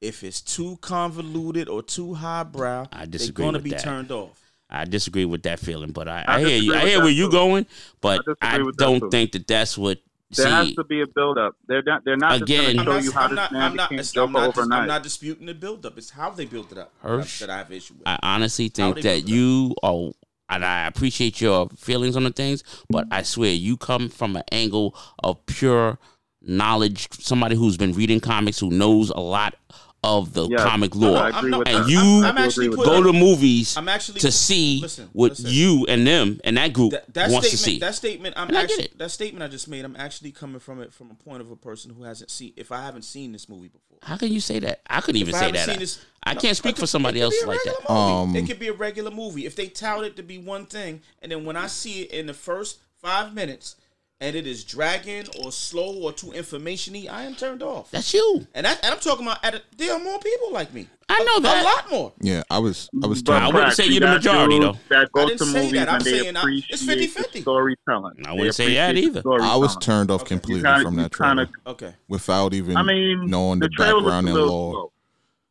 Speaker 2: If it's too convoluted or too highbrow,
Speaker 3: I
Speaker 2: they're
Speaker 3: disagree
Speaker 2: going to
Speaker 3: with
Speaker 2: be
Speaker 3: that.
Speaker 2: turned off.
Speaker 3: I disagree with that feeling, but I,
Speaker 4: I
Speaker 3: I, hear you.
Speaker 4: disagree
Speaker 3: I
Speaker 4: with
Speaker 3: hear
Speaker 4: that
Speaker 3: where you
Speaker 4: too.
Speaker 3: going, but
Speaker 4: I
Speaker 3: I,
Speaker 4: disagree with that
Speaker 3: don't
Speaker 4: too.
Speaker 3: think that that's what.
Speaker 4: There has
Speaker 3: see,
Speaker 4: to be a buildup. They're not. They're not
Speaker 3: Again-
Speaker 4: just
Speaker 2: I'm
Speaker 4: going to show
Speaker 2: not,
Speaker 4: you how
Speaker 2: I'm
Speaker 4: this
Speaker 2: not,
Speaker 4: man
Speaker 2: I'm not,
Speaker 4: became
Speaker 2: dis- I'm,
Speaker 4: Joker
Speaker 2: not dis-
Speaker 4: overnight.
Speaker 2: I'm not disputing the buildup. It's how they built it up
Speaker 3: Hirsch.
Speaker 2: that I have issue with.
Speaker 3: I honestly
Speaker 2: How
Speaker 3: think
Speaker 2: they
Speaker 3: that
Speaker 2: built it up.
Speaker 3: you are, and I appreciate your feelings on the things, but I swear you come from an angle of pure knowledge. Somebody who's been reading comics, who knows a lot of the
Speaker 4: Yes,
Speaker 3: comic
Speaker 4: No,
Speaker 3: lore.
Speaker 4: I agree
Speaker 2: I'm not-
Speaker 4: with
Speaker 3: and
Speaker 4: that.
Speaker 3: you
Speaker 4: I do
Speaker 2: I'm actually
Speaker 4: agree with
Speaker 2: putting-
Speaker 3: Go to movies
Speaker 2: I'm actually
Speaker 3: to see
Speaker 2: listen,
Speaker 3: what
Speaker 2: listen.
Speaker 3: you and them and that group
Speaker 2: that, that
Speaker 3: wants to see.
Speaker 2: statement, that statement, I'm
Speaker 3: And I get
Speaker 2: actually,
Speaker 3: it.
Speaker 2: that statement I just made, I'm actually coming from it from a point of a person who hasn't seen, if I haven't seen this movie before.
Speaker 3: How can you say that? I couldn't
Speaker 2: If
Speaker 3: even
Speaker 2: I
Speaker 3: say
Speaker 2: haven't
Speaker 3: that.
Speaker 2: seen
Speaker 3: I,
Speaker 2: this-
Speaker 3: I
Speaker 2: No,
Speaker 3: can't speak
Speaker 2: it could-
Speaker 3: for somebody
Speaker 2: it could be
Speaker 3: else
Speaker 2: a
Speaker 3: like that.
Speaker 2: regular
Speaker 1: Um,
Speaker 2: movie. it could be a regular movie. If they tout it to be one thing, and then when I see it in the first five minutes, and it is dragging or slow or too informationy, I am turned off.
Speaker 3: That's you.
Speaker 2: And, I, and I'm talking about at a, there are more people like me.
Speaker 3: I know
Speaker 2: A-
Speaker 3: that.
Speaker 2: A lot more.
Speaker 1: Yeah, I was I was
Speaker 4: But
Speaker 1: telling
Speaker 3: I wouldn't
Speaker 4: Crack,
Speaker 3: say
Speaker 4: you
Speaker 3: you're the
Speaker 4: got
Speaker 3: majority,
Speaker 4: dudes That go
Speaker 2: I didn't
Speaker 4: to
Speaker 2: say
Speaker 4: movies
Speaker 2: that. I'm
Speaker 4: and they
Speaker 2: saying I- it's
Speaker 4: appreciate the
Speaker 2: 50-50.
Speaker 4: storytelling.
Speaker 3: I wouldn't say that either.
Speaker 1: I was turned off completely from that trailer
Speaker 2: Okay.
Speaker 1: without even
Speaker 4: I mean,
Speaker 1: knowing the,
Speaker 4: trailer
Speaker 1: background
Speaker 4: was
Speaker 1: and
Speaker 4: a little
Speaker 1: lore.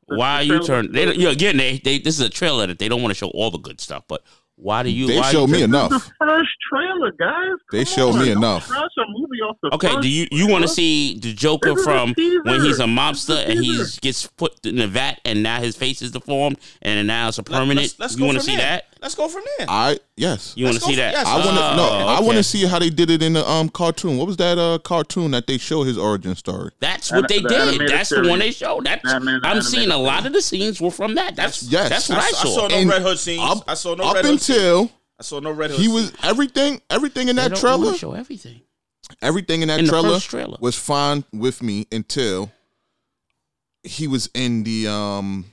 Speaker 4: slow.
Speaker 3: why are
Speaker 4: the
Speaker 3: you
Speaker 4: trailer
Speaker 3: turn?
Speaker 4: was
Speaker 3: They,
Speaker 4: good.
Speaker 3: you know, again, they, they this is a trailer that they don't want to show all the good stuff. But why do you?
Speaker 1: They
Speaker 3: why
Speaker 1: showed
Speaker 3: you,
Speaker 1: me
Speaker 4: The
Speaker 1: enough.
Speaker 4: first trailer, guys.
Speaker 1: They
Speaker 4: Come
Speaker 1: showed
Speaker 4: on.
Speaker 1: me
Speaker 4: Don't
Speaker 1: enough.
Speaker 4: trash a movie off the
Speaker 3: Okay,
Speaker 4: first
Speaker 3: do you you want to
Speaker 4: trailer.
Speaker 3: see the Joker
Speaker 4: This is a
Speaker 3: from
Speaker 4: teaser.
Speaker 3: when he's a
Speaker 4: This
Speaker 3: mobster
Speaker 4: is a
Speaker 3: and he
Speaker 4: teaser.
Speaker 3: gets put in the vat and now his face is deformed and now it's a
Speaker 2: Let-
Speaker 3: permanent?
Speaker 2: Let's, let's
Speaker 3: you
Speaker 2: go
Speaker 3: want to
Speaker 2: from
Speaker 3: see
Speaker 2: there.
Speaker 3: that?
Speaker 2: Let's go from there.
Speaker 1: I yes.
Speaker 3: You want to
Speaker 2: Let's
Speaker 3: see
Speaker 2: go for-
Speaker 3: that?
Speaker 2: yes.
Speaker 1: I want to
Speaker 3: Oh,
Speaker 1: no. I want
Speaker 3: okay.
Speaker 1: to see how they did it in the um cartoon. What was that uh cartoon that they show his origin story?
Speaker 3: That's what
Speaker 4: The
Speaker 3: they did.
Speaker 4: animated
Speaker 3: That's the
Speaker 4: series.
Speaker 3: one they showed. That's
Speaker 4: Batman, the
Speaker 3: I'm
Speaker 4: animated
Speaker 3: seeing a lot of the scenes were from that. That's
Speaker 1: Yes.
Speaker 3: that's
Speaker 1: I
Speaker 3: what I,
Speaker 2: saw- I
Speaker 3: saw.
Speaker 2: saw No Red Hood scenes.
Speaker 1: Up,
Speaker 2: I saw no
Speaker 1: up
Speaker 2: Red Hood
Speaker 1: until
Speaker 2: I saw no red hood.
Speaker 1: he was everything. Everything in
Speaker 3: They
Speaker 1: that
Speaker 3: don't
Speaker 1: trailer.
Speaker 3: wanna show everything.
Speaker 1: Everything in that
Speaker 3: In the
Speaker 1: trailer,
Speaker 3: first trailer.
Speaker 1: was fine with me until he was in the um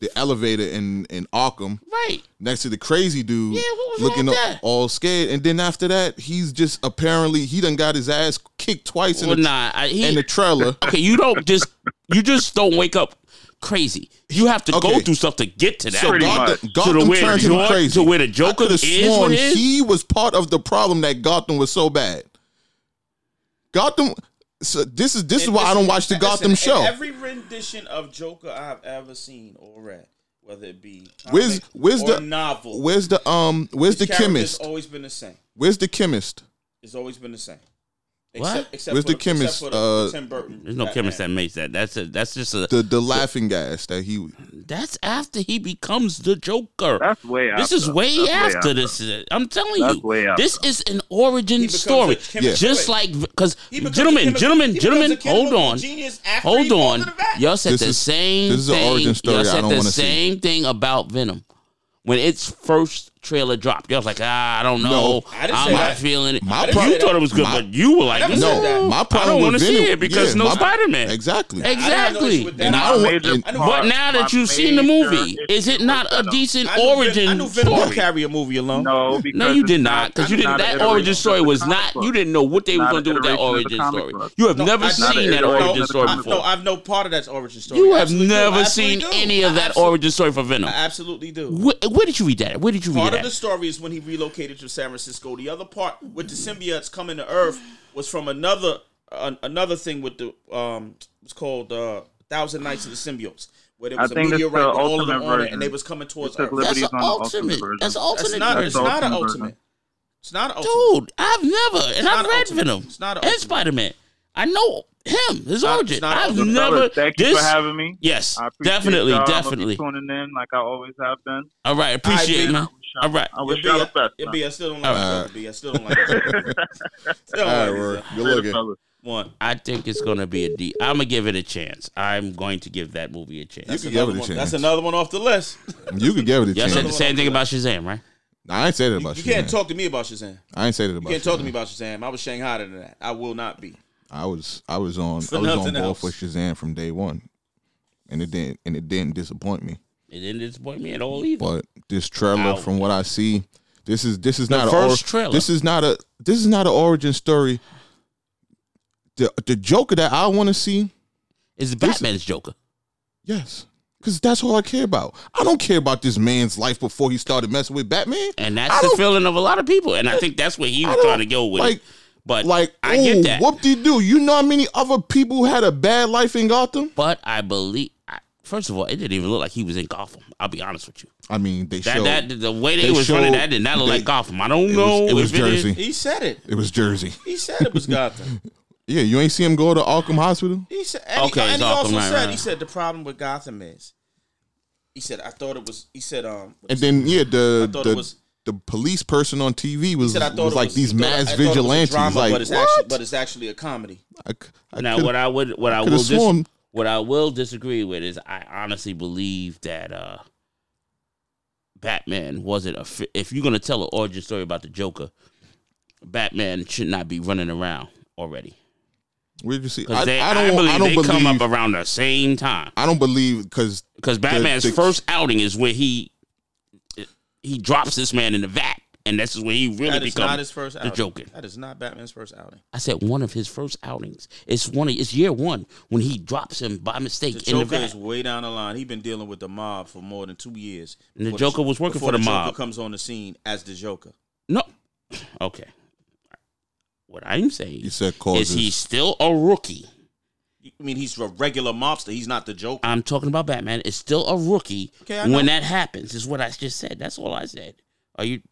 Speaker 1: the elevator in in Arkham
Speaker 3: Right.
Speaker 1: next to the crazy dude
Speaker 3: Yeah, what was
Speaker 1: looking
Speaker 3: wrong
Speaker 1: up
Speaker 3: with that?
Speaker 1: all scared and then after that he's just apparently he done got his ass kicked twice
Speaker 3: Well,
Speaker 1: in, the,
Speaker 3: nah. I, he,
Speaker 1: in the trailer
Speaker 3: okay, you don't just you just don't wake up crazy. You have to go
Speaker 1: Okay.
Speaker 3: through stuff to get to that.
Speaker 1: so
Speaker 4: Pretty
Speaker 1: Gotham,
Speaker 4: much.
Speaker 3: to the
Speaker 1: Gotham
Speaker 3: where
Speaker 1: turned him
Speaker 3: Jor-
Speaker 1: crazy
Speaker 3: to where the
Speaker 1: I
Speaker 3: Joker
Speaker 1: could have
Speaker 3: is
Speaker 1: sworn
Speaker 3: with his.
Speaker 1: he was part of the problem that Gotham was so bad Gotham so this is this is
Speaker 2: And
Speaker 1: why I
Speaker 2: listen,
Speaker 1: don't watch the
Speaker 2: and listen,
Speaker 1: Gotham
Speaker 2: and
Speaker 1: show
Speaker 2: Every rendition of Joker I've ever seen or read, whether it be
Speaker 1: Where's-
Speaker 2: comic
Speaker 1: where's
Speaker 2: or
Speaker 1: the-
Speaker 2: novel,
Speaker 1: Where's the um? Where's the
Speaker 2: his character's
Speaker 1: chemist?
Speaker 2: Always been the same.
Speaker 1: Where's the chemist?
Speaker 2: It's always been the same.
Speaker 3: What?
Speaker 2: Except, except
Speaker 1: Where's
Speaker 2: for
Speaker 1: the chemist,
Speaker 2: Except for the,
Speaker 1: uh,
Speaker 2: Tim Burton.
Speaker 3: There's no
Speaker 2: Batman.
Speaker 3: chemist that makes that. That's a, that's just a.
Speaker 1: The the laughing gas that he.
Speaker 3: That's after he becomes the Joker.
Speaker 4: That's way.
Speaker 3: this
Speaker 4: after.
Speaker 3: is way
Speaker 4: That's
Speaker 3: after, this. is- I'm telling
Speaker 4: That's
Speaker 3: you,
Speaker 4: way after.
Speaker 3: this is an origin
Speaker 2: becomes
Speaker 3: story.
Speaker 2: a chemical-
Speaker 3: Just
Speaker 2: Yeah.
Speaker 3: like because
Speaker 2: He becomes
Speaker 3: gentlemen,
Speaker 2: a chemi-
Speaker 3: gentlemen,
Speaker 2: he becomes
Speaker 3: gentlemen,
Speaker 2: a
Speaker 3: hold
Speaker 2: chemical
Speaker 3: on,
Speaker 2: Genius after he
Speaker 3: hold
Speaker 2: falls
Speaker 3: on.
Speaker 2: in the vat.
Speaker 3: Y'all said
Speaker 1: This
Speaker 3: the
Speaker 1: is-
Speaker 3: same.
Speaker 1: this is an
Speaker 3: thing.
Speaker 1: origin story
Speaker 3: Y'all
Speaker 1: I
Speaker 3: said
Speaker 1: don't
Speaker 3: the
Speaker 1: wanna see.
Speaker 3: same thing about Venom. When its first trailer dropped, y'all was like, ah, I don't know.
Speaker 2: I didn't
Speaker 3: I'm
Speaker 2: say
Speaker 3: not
Speaker 2: that.
Speaker 3: feeling it.
Speaker 1: My
Speaker 3: you
Speaker 1: pro-
Speaker 3: thought it was good,
Speaker 1: my-
Speaker 3: but you were like,
Speaker 2: I never
Speaker 1: No,
Speaker 2: said that.
Speaker 1: my problem.
Speaker 3: I don't
Speaker 1: want
Speaker 3: wanna
Speaker 1: to
Speaker 3: see it because no
Speaker 1: my,
Speaker 3: Spider-Man.
Speaker 1: Exactly.
Speaker 3: Exactly.
Speaker 2: with that.
Speaker 1: And I
Speaker 4: My
Speaker 1: don't.
Speaker 4: major
Speaker 1: and-
Speaker 2: part-
Speaker 3: But now that
Speaker 4: my
Speaker 3: you've seen the
Speaker 4: major
Speaker 3: movie, is
Speaker 4: issue
Speaker 3: it not
Speaker 4: with
Speaker 3: a
Speaker 4: Venom.
Speaker 3: decent
Speaker 2: I knew Ven-
Speaker 3: origin
Speaker 2: I knew Venom would
Speaker 3: story?
Speaker 2: carry a movie alone.
Speaker 4: No, because
Speaker 3: No, you
Speaker 4: it's
Speaker 3: did not, because you
Speaker 4: it's
Speaker 3: didn't.
Speaker 4: an
Speaker 3: That
Speaker 4: iteration
Speaker 3: origin
Speaker 4: of
Speaker 3: story
Speaker 4: the
Speaker 3: was
Speaker 4: comic
Speaker 3: not.
Speaker 4: book.
Speaker 3: You didn't know what they
Speaker 4: It's
Speaker 3: were
Speaker 4: not
Speaker 3: going
Speaker 4: an
Speaker 3: to do with that
Speaker 4: iteration of the
Speaker 3: origin
Speaker 4: comic
Speaker 3: story.
Speaker 4: book.
Speaker 3: You have
Speaker 2: No,
Speaker 3: never
Speaker 2: I- not an
Speaker 3: seen that
Speaker 4: iteration
Speaker 3: origin
Speaker 4: of the
Speaker 3: story
Speaker 4: comic
Speaker 2: No,
Speaker 3: before.
Speaker 4: book.
Speaker 2: I've no part of that origin story.
Speaker 3: You
Speaker 2: I
Speaker 3: have
Speaker 2: absolutely do. I
Speaker 3: never seen
Speaker 2: absolutely do.
Speaker 3: any of
Speaker 2: I
Speaker 3: that
Speaker 2: absolutely-
Speaker 3: origin story for Venom.
Speaker 2: I absolutely do.
Speaker 3: Where, where did you read that? Where did you read
Speaker 2: Part of the
Speaker 3: that?
Speaker 2: story is when he relocated to San Francisco. The other part with the symbiotes coming to Earth was from another an another thing with the um it's called uh Thousand Nights of the Symbiotes, where there was a
Speaker 4: I think that's
Speaker 2: meteorite with
Speaker 4: the
Speaker 2: all of them
Speaker 4: ultimate
Speaker 2: on it,
Speaker 4: version.
Speaker 2: and they was coming towards
Speaker 4: It
Speaker 2: Earth.
Speaker 4: took liberty-
Speaker 3: That's
Speaker 4: Liberty's
Speaker 3: an
Speaker 4: on the ultimate
Speaker 3: ultimate.
Speaker 4: version.
Speaker 3: That's an
Speaker 2: That's
Speaker 3: alternate.
Speaker 2: not it's
Speaker 3: version.
Speaker 2: not an
Speaker 4: ultimate
Speaker 2: ultimate.
Speaker 4: version.
Speaker 2: It's not an ultimate.
Speaker 3: Dude, I've never, and
Speaker 2: not
Speaker 3: I've read
Speaker 2: ultimate.
Speaker 3: Venom
Speaker 2: It's not
Speaker 3: and
Speaker 2: ultimate.
Speaker 3: Spider Man. I know him, his
Speaker 2: not-
Speaker 3: origin.
Speaker 2: it's not
Speaker 3: I've
Speaker 2: ultimate.
Speaker 3: never.
Speaker 4: Fellas, thank you
Speaker 3: this,
Speaker 4: for having me.
Speaker 3: Yes,
Speaker 4: I appreciate
Speaker 3: definitely,
Speaker 4: y'all. I'ma be
Speaker 3: definitely.
Speaker 4: tuning in like I always have been.
Speaker 3: All right, appreciate it,
Speaker 2: man.
Speaker 3: man. All right.
Speaker 4: I
Speaker 2: It
Speaker 4: wish
Speaker 2: be,
Speaker 4: y'all the
Speaker 2: a,
Speaker 4: best.
Speaker 2: it
Speaker 4: man.
Speaker 2: be, I still don't
Speaker 3: All
Speaker 2: like
Speaker 1: right.
Speaker 2: it. Be, I still don't like it. Still
Speaker 1: All right,
Speaker 2: don't
Speaker 1: Rory,
Speaker 2: like it.
Speaker 1: good
Speaker 4: Later,
Speaker 1: looking.
Speaker 4: fellas.
Speaker 2: One.
Speaker 3: I think it's gonna be a D. I'm gonna give it a chance. I'm going to give that movie a chance.
Speaker 1: You can give
Speaker 2: Another
Speaker 1: it a
Speaker 2: one-
Speaker 1: chance.
Speaker 2: That's another one off the list.
Speaker 1: You could give it a
Speaker 3: Y'all said the
Speaker 1: chance.
Speaker 3: same thing about Shazam, right?
Speaker 1: Nah, I ain't say that
Speaker 2: You,
Speaker 1: about
Speaker 2: you
Speaker 1: you.
Speaker 2: can't
Speaker 1: man.
Speaker 2: talk to me about Shazam.
Speaker 1: I ain't say that
Speaker 2: You
Speaker 1: about you.
Speaker 2: can't talk to
Speaker 1: man.
Speaker 2: me about Shazam. I was Shanghai than that. I will not be.
Speaker 1: I was I was on
Speaker 2: For
Speaker 1: I was on
Speaker 2: nothing
Speaker 1: ball
Speaker 2: else.
Speaker 1: for Shazam from day one, and it didn't and it didn't disappoint me.
Speaker 3: It didn't disappoint me at all either.
Speaker 1: But this trailer,
Speaker 3: Wow.
Speaker 1: from what I see, This is this is
Speaker 3: The
Speaker 1: not a
Speaker 3: first trailer.
Speaker 1: This is not a this is not an origin story. The the Joker that I want to see,
Speaker 3: It's Batman's Joker.
Speaker 1: yes, because that's all I care about. I don't care about this man's life before he started messing with Batman.
Speaker 3: And
Speaker 1: I
Speaker 3: that's the
Speaker 1: don't-
Speaker 3: feeling of a lot of people. And I think that's what he was
Speaker 1: don't-
Speaker 3: trying to go with.
Speaker 1: like-
Speaker 3: but
Speaker 1: Like
Speaker 3: I get that.
Speaker 1: Whoop de doo. You know how many other people had a bad life in Gotham?
Speaker 3: But I believe, I, first of all, it didn't even look like he was in Gotham. I'll be honest with you.
Speaker 1: I mean, they
Speaker 3: That
Speaker 1: showed
Speaker 3: that the way they,
Speaker 1: they
Speaker 3: was running
Speaker 1: showed-
Speaker 3: that did not look
Speaker 1: they-
Speaker 3: like Gotham. I don't
Speaker 1: it
Speaker 3: know.
Speaker 1: was, it was
Speaker 3: if is-
Speaker 1: Jersey.
Speaker 2: He said it.
Speaker 1: It was Jersey.
Speaker 2: He said it was Gotham.
Speaker 1: Yeah, you ain't see him go to Arkham Hospital.
Speaker 2: He said, and
Speaker 3: Okay,
Speaker 2: he, and he
Speaker 3: Gotham,
Speaker 2: also
Speaker 3: right,
Speaker 2: said,
Speaker 3: right.
Speaker 2: he said the problem with Gotham is, he said, I thought it was, he said, um,
Speaker 1: And then yeah, the
Speaker 2: I thought
Speaker 1: the,
Speaker 2: it was-
Speaker 1: the police person on TV was,
Speaker 2: he said, I thought
Speaker 1: was
Speaker 2: it
Speaker 1: like
Speaker 2: was,
Speaker 1: these
Speaker 2: he thought- I
Speaker 1: mass
Speaker 2: thought it was
Speaker 1: vigilantes.
Speaker 2: drama,
Speaker 1: like
Speaker 2: but it's
Speaker 1: what?
Speaker 2: actually, but it's actually a comedy.
Speaker 1: I, c- I
Speaker 3: now
Speaker 1: could've-
Speaker 3: what I would what I
Speaker 1: could've
Speaker 3: will dis-
Speaker 1: sworn-
Speaker 3: what I will disagree with is I honestly believe that uh Batman wasn't a fi- if you're gonna tell an origin story about the Joker, Batman should not be running around already
Speaker 1: where did you see? I,
Speaker 3: because they
Speaker 1: I
Speaker 3: I,
Speaker 1: don't.
Speaker 3: believe
Speaker 1: I don't
Speaker 3: they
Speaker 1: believe.
Speaker 3: come up around the same time
Speaker 1: I don't believe because
Speaker 3: because Batman's
Speaker 1: the-
Speaker 3: first outing is when he he drops this man in the vat and this is when he really
Speaker 2: That is not his
Speaker 3: becomes.
Speaker 2: first outing.
Speaker 3: Joker.
Speaker 2: That is not Batman's first outing.
Speaker 3: I said one of his first outings. It's one. Of, it's year one when he drops him by mistake
Speaker 2: The
Speaker 3: in the
Speaker 2: Joker
Speaker 3: vat.
Speaker 2: is way down the line. He's been dealing with the mob for more than two years.
Speaker 3: And the
Speaker 2: Before
Speaker 3: Joker was working
Speaker 2: before
Speaker 3: for the
Speaker 2: Joker
Speaker 3: mob.
Speaker 2: comes on the scene as the Joker.
Speaker 3: No. Okay. What I'm saying
Speaker 1: you said
Speaker 3: is
Speaker 1: causes.
Speaker 3: he's still a rookie.
Speaker 2: I mean, he's a regular mobster. He's not the Joker.
Speaker 3: I'm talking about Batman. Is still a rookie
Speaker 2: Okay, I
Speaker 3: when
Speaker 2: know.
Speaker 3: that happens. Is what I just said. That's all I said. Are you?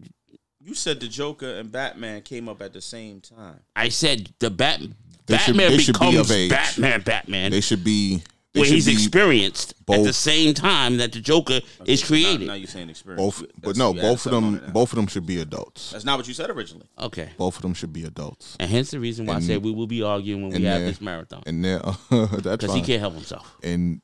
Speaker 2: You said the Joker and Batman came up at the same time.
Speaker 3: I said the Bat.
Speaker 1: They should-
Speaker 3: Batman
Speaker 1: they should be
Speaker 3: becomes
Speaker 1: of age.
Speaker 3: Batman. Batman.
Speaker 1: they should be. They
Speaker 3: when
Speaker 1: should
Speaker 3: he's
Speaker 1: be
Speaker 3: experienced at the
Speaker 1: both.
Speaker 3: same time that the Joker is created.
Speaker 2: Now, now you're saying experience.
Speaker 1: both, but
Speaker 2: That's-
Speaker 1: no,
Speaker 2: you added
Speaker 1: both of
Speaker 2: something on
Speaker 1: them.
Speaker 2: it now.
Speaker 1: Both of them should be adults.
Speaker 2: That's not what you said originally.
Speaker 3: okay.
Speaker 1: Both of them should be adults.
Speaker 3: And hence the reason why I
Speaker 1: And-
Speaker 3: said we will be arguing when we
Speaker 1: and
Speaker 3: have
Speaker 1: there-
Speaker 3: this marathon
Speaker 1: And they're that's
Speaker 3: because he
Speaker 1: fine.
Speaker 3: can't help himself.
Speaker 1: and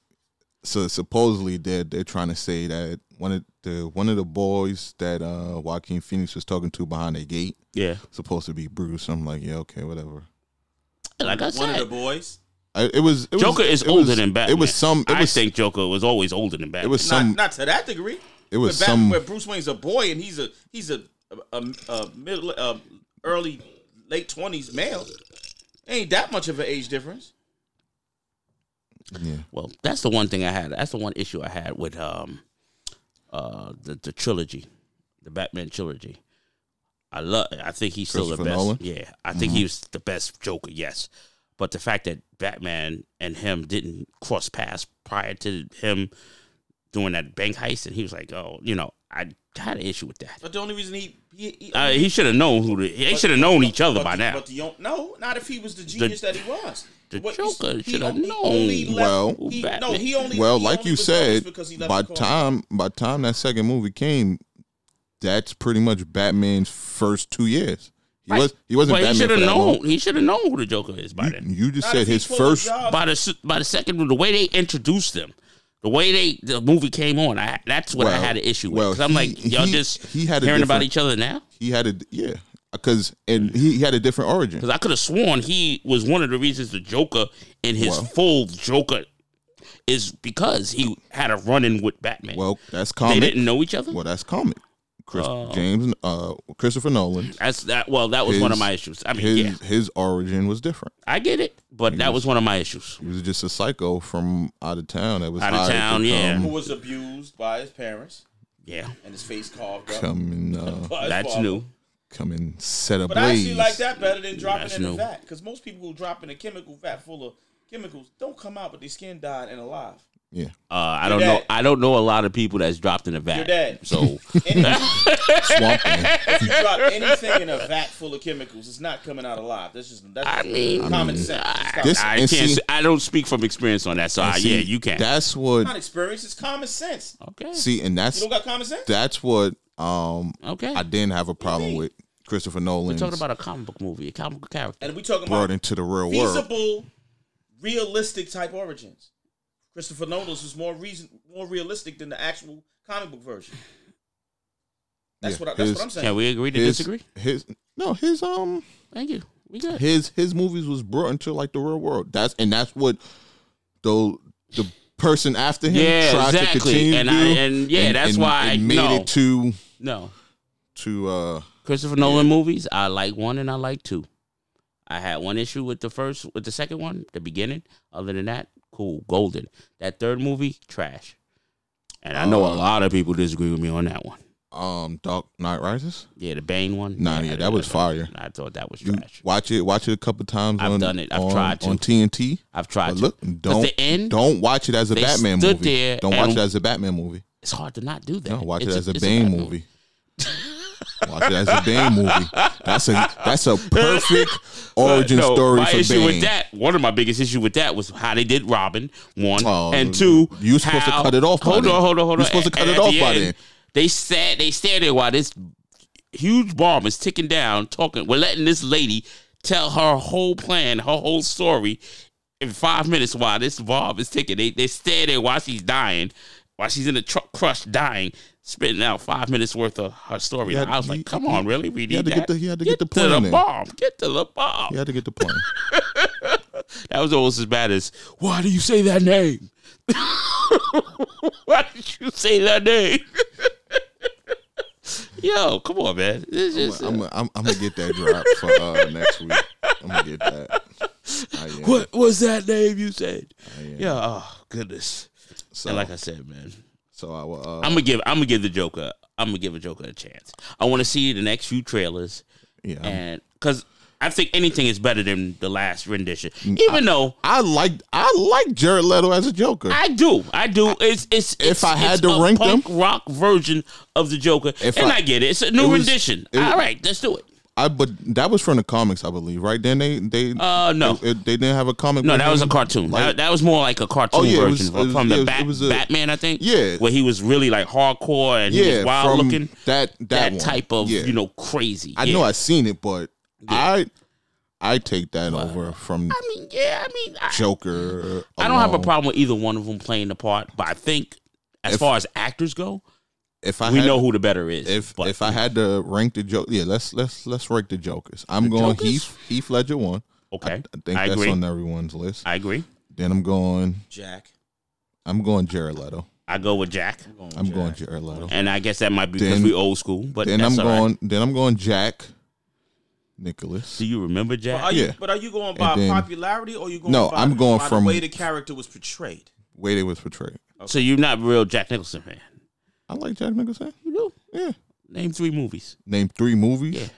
Speaker 1: so supposedly they're they're trying to say that one of the one of the boys that uh Joaquin Phoenix was talking to behind the gate
Speaker 3: Yeah.
Speaker 1: supposed to be Bruce. I'm like, yeah, okay, whatever.
Speaker 3: Like I
Speaker 2: One of the
Speaker 3: said,
Speaker 2: boys.
Speaker 1: I, it was it
Speaker 3: Joker
Speaker 1: was,
Speaker 3: is
Speaker 1: it
Speaker 3: older
Speaker 1: was-
Speaker 3: than Batman.
Speaker 1: It was some. It
Speaker 3: I
Speaker 1: was
Speaker 3: think Joker was always older than Batman.
Speaker 1: it was some.
Speaker 2: not, not to that degree.
Speaker 1: it was
Speaker 2: where, Bat-
Speaker 1: some.
Speaker 2: where Bruce Wayne's a boy and he's a he's a a, a, a middle a early late twenties male. Ain't that much of an age difference?
Speaker 1: yeah.
Speaker 3: Well, that's the one thing I had. That's the one issue I had with um uh the, the trilogy, the Batman trilogy. I love. I think he's still the
Speaker 1: Christopher
Speaker 3: best.
Speaker 1: Nolan? Mm-hmm.
Speaker 3: Yeah, I think he was the best Joker. Yes, but the fact that Batman and him didn't cross paths prior to him doing that bank heist, and he was like, "Oh, you know, I had an issue with that."
Speaker 2: But the only reason he he, he,
Speaker 3: Uh, he should have known who. The, they
Speaker 2: but-
Speaker 3: should have known each other
Speaker 2: but the,
Speaker 3: by now.
Speaker 2: But the, on- no, not if he was the genius that he was.
Speaker 3: the
Speaker 2: What-
Speaker 3: Joker
Speaker 2: he
Speaker 3: shoulda
Speaker 2: only-
Speaker 3: known.
Speaker 2: only left-
Speaker 1: Well-
Speaker 2: he, no,
Speaker 3: Batman.
Speaker 2: he only
Speaker 1: Well,
Speaker 2: he
Speaker 1: like
Speaker 2: only
Speaker 1: you
Speaker 2: was famous
Speaker 1: said,
Speaker 2: because he left
Speaker 1: by
Speaker 2: the car.
Speaker 1: time by time that second movie came, that's pretty much Batman's first two years. He
Speaker 3: Right.
Speaker 1: was he wasn't
Speaker 3: But he
Speaker 1: Batman
Speaker 3: should
Speaker 1: for
Speaker 3: have
Speaker 1: that
Speaker 3: known.
Speaker 1: long.
Speaker 3: He should have known who the Joker is by
Speaker 1: You,
Speaker 3: then.
Speaker 1: you just
Speaker 2: Not
Speaker 1: said
Speaker 2: if he
Speaker 1: his
Speaker 2: pulled a
Speaker 1: first.
Speaker 2: job.
Speaker 3: by the s- by the second one, the way they introduced them, the way they the movie came on, I that's what I
Speaker 1: Well,
Speaker 3: had an issue with.
Speaker 1: well,
Speaker 3: 'Cause I'm
Speaker 1: he-
Speaker 3: like, y'all
Speaker 1: he-
Speaker 3: just
Speaker 1: he had a
Speaker 3: hearing about
Speaker 1: different-
Speaker 3: each other now.
Speaker 1: He had a yeah, because and he, he had a different origin.
Speaker 3: Because I could have sworn he was one of the reasons the Joker in his
Speaker 1: Well.
Speaker 3: full Joker is because he had a run in with Batman.
Speaker 1: Well, that's
Speaker 3: they
Speaker 1: comic.
Speaker 3: didn't know each other.
Speaker 1: Well, that's comic. Chris,
Speaker 3: Oh.
Speaker 1: James uh Christopher Nolan.
Speaker 3: That's that. Well, that was one of
Speaker 1: His-
Speaker 3: my issues. I mean,
Speaker 1: His
Speaker 3: yeah,
Speaker 1: his origin was different.
Speaker 3: I get it, but that was one of my issues.
Speaker 1: He was just a psycho from out of town that was
Speaker 3: Out of
Speaker 1: hired to
Speaker 3: town, yeah.
Speaker 2: who
Speaker 1: come-
Speaker 2: was abused by his parents
Speaker 3: Yeah,
Speaker 2: and his face carved up.
Speaker 1: Come and uh,
Speaker 2: by his
Speaker 3: that's
Speaker 2: father.
Speaker 3: new.
Speaker 1: come and set a
Speaker 2: But I actually
Speaker 1: blaze.
Speaker 2: like that better than dropping
Speaker 3: That's
Speaker 2: it in
Speaker 3: new.
Speaker 2: a vat because most people who drop in a chemical vat full of chemicals don't come out with their skin dyed and alive.
Speaker 1: Yeah.
Speaker 3: Uh, I
Speaker 2: Your
Speaker 3: don't know.
Speaker 2: dad.
Speaker 3: I don't know a lot of people that's dropped in a vat.
Speaker 2: Your dad.
Speaker 3: So
Speaker 2: Anything,
Speaker 1: Swamp Man.
Speaker 2: if you drop anything in a vat full of chemicals, it's not coming out alive. That's just that's
Speaker 3: I
Speaker 2: just
Speaker 3: mean,
Speaker 2: common sense. It's common-
Speaker 1: this-
Speaker 3: I
Speaker 1: and
Speaker 3: can't.
Speaker 1: see-
Speaker 3: s- I don't speak from experience on that. So I,
Speaker 1: See,
Speaker 3: Ah, yeah, you can.
Speaker 1: That's
Speaker 2: it's not
Speaker 1: what
Speaker 2: experience. It's common sense.
Speaker 3: okay.
Speaker 1: see, and
Speaker 2: You
Speaker 1: that's
Speaker 2: don't got common sense.
Speaker 1: that's what um
Speaker 3: okay.
Speaker 1: I didn't have a problem
Speaker 2: mean?
Speaker 1: with Christopher
Speaker 3: We're
Speaker 1: Nolan
Speaker 3: talking about a comic book movie, a comic book character.
Speaker 2: And we talking
Speaker 1: brought
Speaker 2: about
Speaker 1: into the real world.
Speaker 2: feasible, realistic type origins. Christopher Nolan's was more reason more realistic than the actual comic book version. That's
Speaker 1: Yeah,
Speaker 2: what I, that's
Speaker 1: his-
Speaker 2: what I'm saying.
Speaker 3: Can we agree to
Speaker 1: His,
Speaker 3: disagree?
Speaker 1: his no, his um
Speaker 3: Thank you. We good.
Speaker 1: his his movies was brought into like the real world. That's and that's what the the person after him
Speaker 3: Yeah,
Speaker 1: tried to
Speaker 3: exactly.
Speaker 1: continue
Speaker 3: And
Speaker 1: to
Speaker 3: I-
Speaker 1: do,
Speaker 3: and yeah, that's why I-
Speaker 1: made
Speaker 3: no.
Speaker 1: it to
Speaker 3: no.
Speaker 1: to uh
Speaker 3: Christopher Nolan movies, I like one and I like two. I had one issue with the first, with the second one, the beginning. Other than that, cool, golden. That third movie, trash. And I know a
Speaker 1: Uh,
Speaker 3: lot of people disagree with me on that one.
Speaker 1: um Dark Knight Rises.
Speaker 3: Yeah, the Bane one.
Speaker 1: Nah, yeah, that was fire.
Speaker 3: I thought that was
Speaker 1: You
Speaker 3: trash.
Speaker 1: watch it, watch it a couple times.
Speaker 3: I've
Speaker 1: on,
Speaker 3: done it. I've
Speaker 1: on-
Speaker 3: tried to.
Speaker 1: on TNT.
Speaker 3: I've tried.
Speaker 1: But
Speaker 3: to.
Speaker 1: look, don't
Speaker 3: the end,
Speaker 1: don't watch it as a
Speaker 3: they
Speaker 1: Batman
Speaker 3: stood
Speaker 1: movie.
Speaker 3: there
Speaker 1: don't watch
Speaker 3: and-
Speaker 1: it as a Batman movie.
Speaker 3: It's hard to not do that.
Speaker 1: No, watch
Speaker 3: It's
Speaker 1: it as a
Speaker 3: it's
Speaker 1: Bane
Speaker 3: bad
Speaker 1: movie. watch it as a Bane movie. That's a that's a perfect origin
Speaker 3: But no,
Speaker 1: story
Speaker 3: my
Speaker 1: for
Speaker 3: issue
Speaker 1: Bane.
Speaker 3: with that, one of my biggest issue with that was how they did Robin. One
Speaker 1: Oh,
Speaker 3: and two,
Speaker 1: you were supposed to
Speaker 3: how-
Speaker 1: cut it off by
Speaker 3: Hold
Speaker 1: then.
Speaker 3: on, hold on, hold on.
Speaker 1: You were supposed to cut
Speaker 3: And
Speaker 1: it
Speaker 3: at
Speaker 1: off
Speaker 3: the
Speaker 1: by
Speaker 3: end,
Speaker 1: then.
Speaker 3: They sat, they stand there while this huge bomb is ticking down, talking. We're letting this lady tell her whole plan, her whole story in five minutes while this bomb is ticking. They they stare there while she's dying, while she's in the truck crushed, dying, spitting out five minutes worth of her story.
Speaker 1: You had-
Speaker 3: I was
Speaker 1: you-
Speaker 3: like, come
Speaker 1: you-
Speaker 3: on, really? We
Speaker 1: you had to
Speaker 3: need
Speaker 1: get
Speaker 3: that?
Speaker 1: the- you had to get the
Speaker 3: to
Speaker 1: plan
Speaker 3: the
Speaker 1: in.
Speaker 3: bomb. Get to the bomb.
Speaker 1: You had to get the point.
Speaker 3: That was almost as bad as why do you say that name? why did you say that name? Yo, come on, man. uh, This is
Speaker 1: I'm gonna I'm, I'm gonna get that drop for uh, next week. I'm gonna get that. I am.
Speaker 3: what was that name you said?
Speaker 1: I am.
Speaker 3: Yeah, oh goodness.
Speaker 1: So,
Speaker 3: And like I said, man,
Speaker 1: so I will. Uh,
Speaker 3: I'm gonna give I'm gonna give the Joker I'm gonna give a Joker a chance. I want to see the next few trailers.
Speaker 1: yeah. I'm-
Speaker 3: and because I think anything is better than the last rendition. Even though
Speaker 1: I like I like Jared Leto as a Joker.
Speaker 3: I do, I do. It's it's
Speaker 1: If
Speaker 3: it's-
Speaker 1: I had
Speaker 3: it's
Speaker 1: to
Speaker 3: a
Speaker 1: rank
Speaker 3: punk rock version of the Joker,
Speaker 1: If
Speaker 3: and I,
Speaker 1: I-
Speaker 3: get it. It's a new
Speaker 1: it was-
Speaker 3: rendition.
Speaker 1: it-
Speaker 3: All right, let's do it.
Speaker 1: I but that was from the comics, I believe, right? Then they they
Speaker 3: Uh, no,
Speaker 1: it- they didn't have a comic.
Speaker 3: no,
Speaker 1: book
Speaker 3: that was a
Speaker 1: movie?
Speaker 3: cartoon.
Speaker 1: Like-
Speaker 3: that, that was more like a cartoon
Speaker 1: Oh, yeah, it
Speaker 3: version
Speaker 1: was- it was-
Speaker 3: from
Speaker 1: yeah, it
Speaker 3: the
Speaker 1: was-
Speaker 3: Bat,
Speaker 1: it was a-
Speaker 3: Batman, I think.
Speaker 1: Yeah.
Speaker 3: where he was really like hardcore and he was wild
Speaker 1: from
Speaker 3: looking.
Speaker 1: That that,
Speaker 3: That,
Speaker 1: one.
Speaker 3: type of
Speaker 1: Yeah.
Speaker 3: you know crazy.
Speaker 1: I
Speaker 3: Yeah.
Speaker 1: know I seen it, but I I take that over from
Speaker 3: I mean, yeah, I mean, I,
Speaker 1: Joker.
Speaker 3: I don't have a
Speaker 1: alone.
Speaker 3: problem with either one of them playing the part, but I think as
Speaker 1: If-
Speaker 3: far as actors go,
Speaker 1: If I
Speaker 3: we
Speaker 1: had,
Speaker 3: know who the better is.
Speaker 1: if
Speaker 3: but,
Speaker 1: if I had to rank the joke, yeah, let's let's let's rank the Jokers. I'm going
Speaker 3: Jokers?
Speaker 1: Heath Heath Ledger one. I,
Speaker 3: okay,
Speaker 1: I
Speaker 3: I,
Speaker 1: think that's
Speaker 3: agree.
Speaker 1: on everyone's list.
Speaker 3: I agree.
Speaker 1: then I'm going
Speaker 2: Jack.
Speaker 1: I'm going Jared Leto.
Speaker 3: I go with Jack,
Speaker 2: I'm going.
Speaker 1: I'm
Speaker 2: Jack.
Speaker 1: going Jared Leto.
Speaker 3: and I guess that might be because
Speaker 1: Then-
Speaker 3: we old school. But
Speaker 1: Then
Speaker 3: that's
Speaker 1: I'm
Speaker 3: all right.
Speaker 1: going then I'm going Jack Nicholas.
Speaker 3: Do you remember
Speaker 2: But
Speaker 3: Jack?
Speaker 2: are, you,
Speaker 1: Yeah.
Speaker 2: but are you going by
Speaker 1: then-
Speaker 2: popularity or you going?
Speaker 1: No,
Speaker 2: by,
Speaker 1: I'm going
Speaker 2: by
Speaker 1: from-
Speaker 2: the way the character was portrayed.
Speaker 1: Way they was portrayed.
Speaker 3: So you're not a real Jack Nicholson fan.
Speaker 1: I like Jack Nicholson.
Speaker 3: You do.
Speaker 1: Yeah.
Speaker 3: Name three movies.
Speaker 1: Name three movies.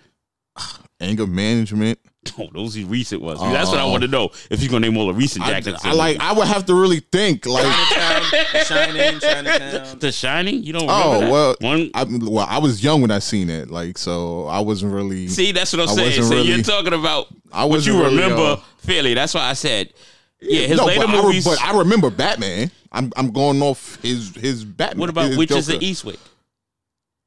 Speaker 1: Ah,
Speaker 3: Yeah.
Speaker 1: Anger management.
Speaker 3: Oh, those are recent ones. that's what I
Speaker 1: Uh,
Speaker 3: want to know. If you're gonna name all the recent
Speaker 1: I,
Speaker 3: Jack Nicholson,
Speaker 1: I like. I would have to really think. Like,
Speaker 2: Chinatown, Shining, Chinatown.
Speaker 3: The Shining. You don't.
Speaker 1: Oh,
Speaker 3: Remember that?
Speaker 1: well,
Speaker 3: One.
Speaker 1: I, well, I was young when I seen it. Like, so I wasn't really.
Speaker 3: See, that's what I'm
Speaker 1: I
Speaker 3: saying.
Speaker 1: wasn't
Speaker 3: So
Speaker 1: really-
Speaker 3: you're talking about
Speaker 1: I
Speaker 3: what
Speaker 1: wasn't
Speaker 3: you
Speaker 1: really,
Speaker 3: remember
Speaker 1: uh,
Speaker 3: fairly. That's why I said, yeah, his
Speaker 1: no,
Speaker 3: later
Speaker 1: but I, re-
Speaker 3: movies.
Speaker 1: but I remember Batman. I'm I'm going off his his Batman.
Speaker 3: what about
Speaker 1: his
Speaker 3: Witches E-
Speaker 1: Joker.
Speaker 3: of Eastwick?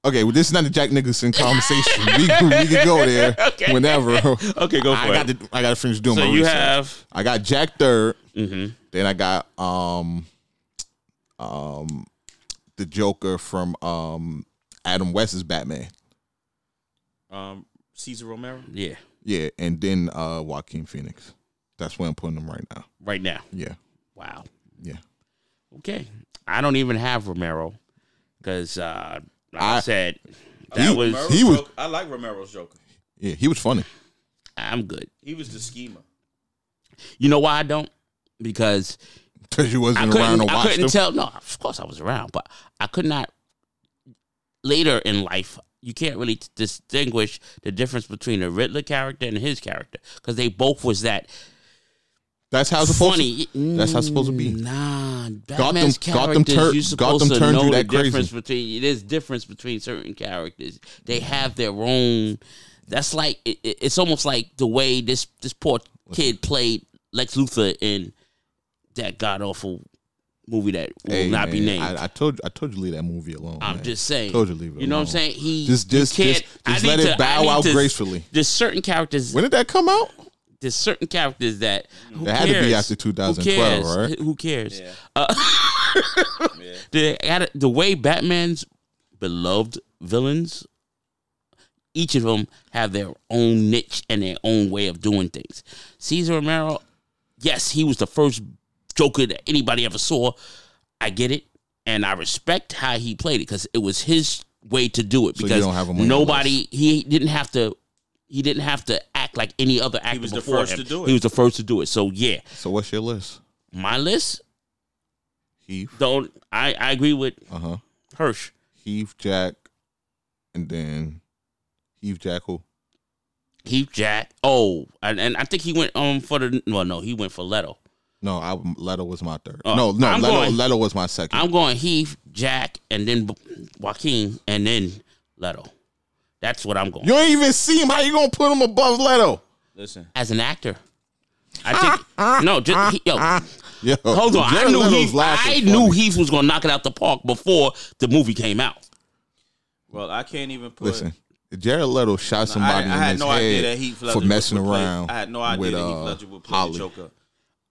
Speaker 1: Okay, well, this is not a Jack Nicholson conversation. we, can- we can go there
Speaker 3: Okay.
Speaker 1: whenever.
Speaker 3: Okay, go for
Speaker 1: I
Speaker 3: it.
Speaker 1: got to I got to finish doing
Speaker 3: So
Speaker 1: my
Speaker 3: you
Speaker 1: research.
Speaker 3: have.
Speaker 1: I got Jack third.
Speaker 3: hmm
Speaker 1: Then I got um um the Joker from um Adam West's Batman.
Speaker 2: Um, Caesar Romero.
Speaker 3: Yeah.
Speaker 1: Yeah, and then uh Joaquin Phoenix. That's where I'm putting them right now.
Speaker 3: Right now.
Speaker 1: Yeah,
Speaker 3: Wow.
Speaker 1: yeah.
Speaker 3: Okay. I don't even have Romero because, uh, like I,
Speaker 1: I-
Speaker 3: said,
Speaker 1: You-
Speaker 3: that was
Speaker 2: Romero's
Speaker 1: he was-
Speaker 2: Joker- I like Romero's Joker.
Speaker 1: Yeah, he was funny.
Speaker 3: I'm good.
Speaker 2: He was the schemer.
Speaker 3: You know why I don't? Because
Speaker 1: Because you
Speaker 3: I
Speaker 1: wasn't around to
Speaker 3: couldn't. I
Speaker 1: watch
Speaker 3: couldn't
Speaker 1: them.
Speaker 3: tell. No, of course I was around, but I could not. Later in life, you can't really t- distinguish the difference between the Riddler character and his character because they both was that
Speaker 1: That's how it's supposed to
Speaker 3: funny. Mm,
Speaker 1: that's how it's supposed to be.
Speaker 3: Nah,
Speaker 1: Gotham-
Speaker 3: Batman's
Speaker 1: Gotham
Speaker 3: characters.
Speaker 1: tur-
Speaker 3: you supposed
Speaker 1: Gotham
Speaker 3: to
Speaker 1: turned
Speaker 3: know
Speaker 1: you
Speaker 3: the
Speaker 1: that crazy.
Speaker 3: difference between. There's difference between certain characters. They have their own. That's like it, it- it's almost like the way this this poor kid played Lex Luthor in that god awful movie that will
Speaker 1: Hey,
Speaker 3: not be
Speaker 1: man,
Speaker 3: named.
Speaker 1: I, I told you, I told you to leave that movie alone.
Speaker 3: I'm
Speaker 1: man.
Speaker 3: just saying.
Speaker 1: Told you to leave it
Speaker 3: You know what I'm
Speaker 1: alone.
Speaker 3: saying? He
Speaker 1: Just-
Speaker 3: you
Speaker 1: just-
Speaker 3: can't,
Speaker 1: just-
Speaker 3: I
Speaker 1: just
Speaker 3: need
Speaker 1: let it
Speaker 3: to- I
Speaker 1: bow
Speaker 3: need
Speaker 1: out
Speaker 3: to-
Speaker 1: gracefully.
Speaker 3: There's certain characters.
Speaker 1: When did that come out?
Speaker 3: There's certain characters that who
Speaker 1: That had to be
Speaker 3: cares?
Speaker 1: after
Speaker 3: Who
Speaker 1: 2012,
Speaker 3: cares?
Speaker 1: right?
Speaker 3: Who cares?
Speaker 2: Mm-hmm.
Speaker 3: Uh,
Speaker 2: Yeah. yeah.
Speaker 3: They had- the way Batman's beloved villains, each of them have their own niche and their own way of doing things. Caesar Romero, yes, he was the first Joker that anybody ever saw. I get it, and I respect how he played it because it was his way to do it
Speaker 1: So you
Speaker 3: because
Speaker 1: don't have him on your
Speaker 3: nobody he didn't have to he didn't have to act like any other actor
Speaker 2: was the
Speaker 3: before
Speaker 2: first
Speaker 3: him.
Speaker 2: to do it.
Speaker 3: He was the first to do it. So yeah,
Speaker 1: So what's your list?
Speaker 3: my list
Speaker 1: Heath,
Speaker 3: don't I, I agree with
Speaker 1: uh huh.
Speaker 3: Hirsch.
Speaker 1: Heath Jack, and then Heath Jackal.
Speaker 3: He Jack. Oh, and, and I think he went um for the well no, he went for Leto.
Speaker 1: No, I, Leto was my third.
Speaker 3: Oh,
Speaker 1: no, no,
Speaker 3: I'm
Speaker 1: Leto,
Speaker 3: going-
Speaker 1: Leto was my 2nd
Speaker 3: I'm going Heath, Jack, and then B- Joaquin, and then Leto. That's what I'm going.
Speaker 1: you ain't even see him. How you gonna put him above Leto?
Speaker 2: Listen,
Speaker 3: As an actor,
Speaker 1: Ah,
Speaker 3: I think no. Just he, yo,
Speaker 1: Yo,
Speaker 3: hold on. I
Speaker 1: ah, Jared
Speaker 3: knew
Speaker 1: Leto's
Speaker 3: Heath,
Speaker 1: laugh
Speaker 3: I
Speaker 1: is
Speaker 3: knew
Speaker 1: funny.
Speaker 3: Heath was going to knock it out the park before the movie came out.
Speaker 2: well, I can't even put.
Speaker 1: Listen, Jared Leto shot
Speaker 2: I, I
Speaker 1: somebody in
Speaker 2: had
Speaker 1: his
Speaker 2: no
Speaker 1: head
Speaker 2: idea that Heath Ledger
Speaker 1: for messing
Speaker 2: would play,
Speaker 1: around.
Speaker 2: I had no idea
Speaker 1: with,
Speaker 2: that Heath
Speaker 1: uh,
Speaker 2: Ledger would play
Speaker 1: Holly.
Speaker 2: the Joker.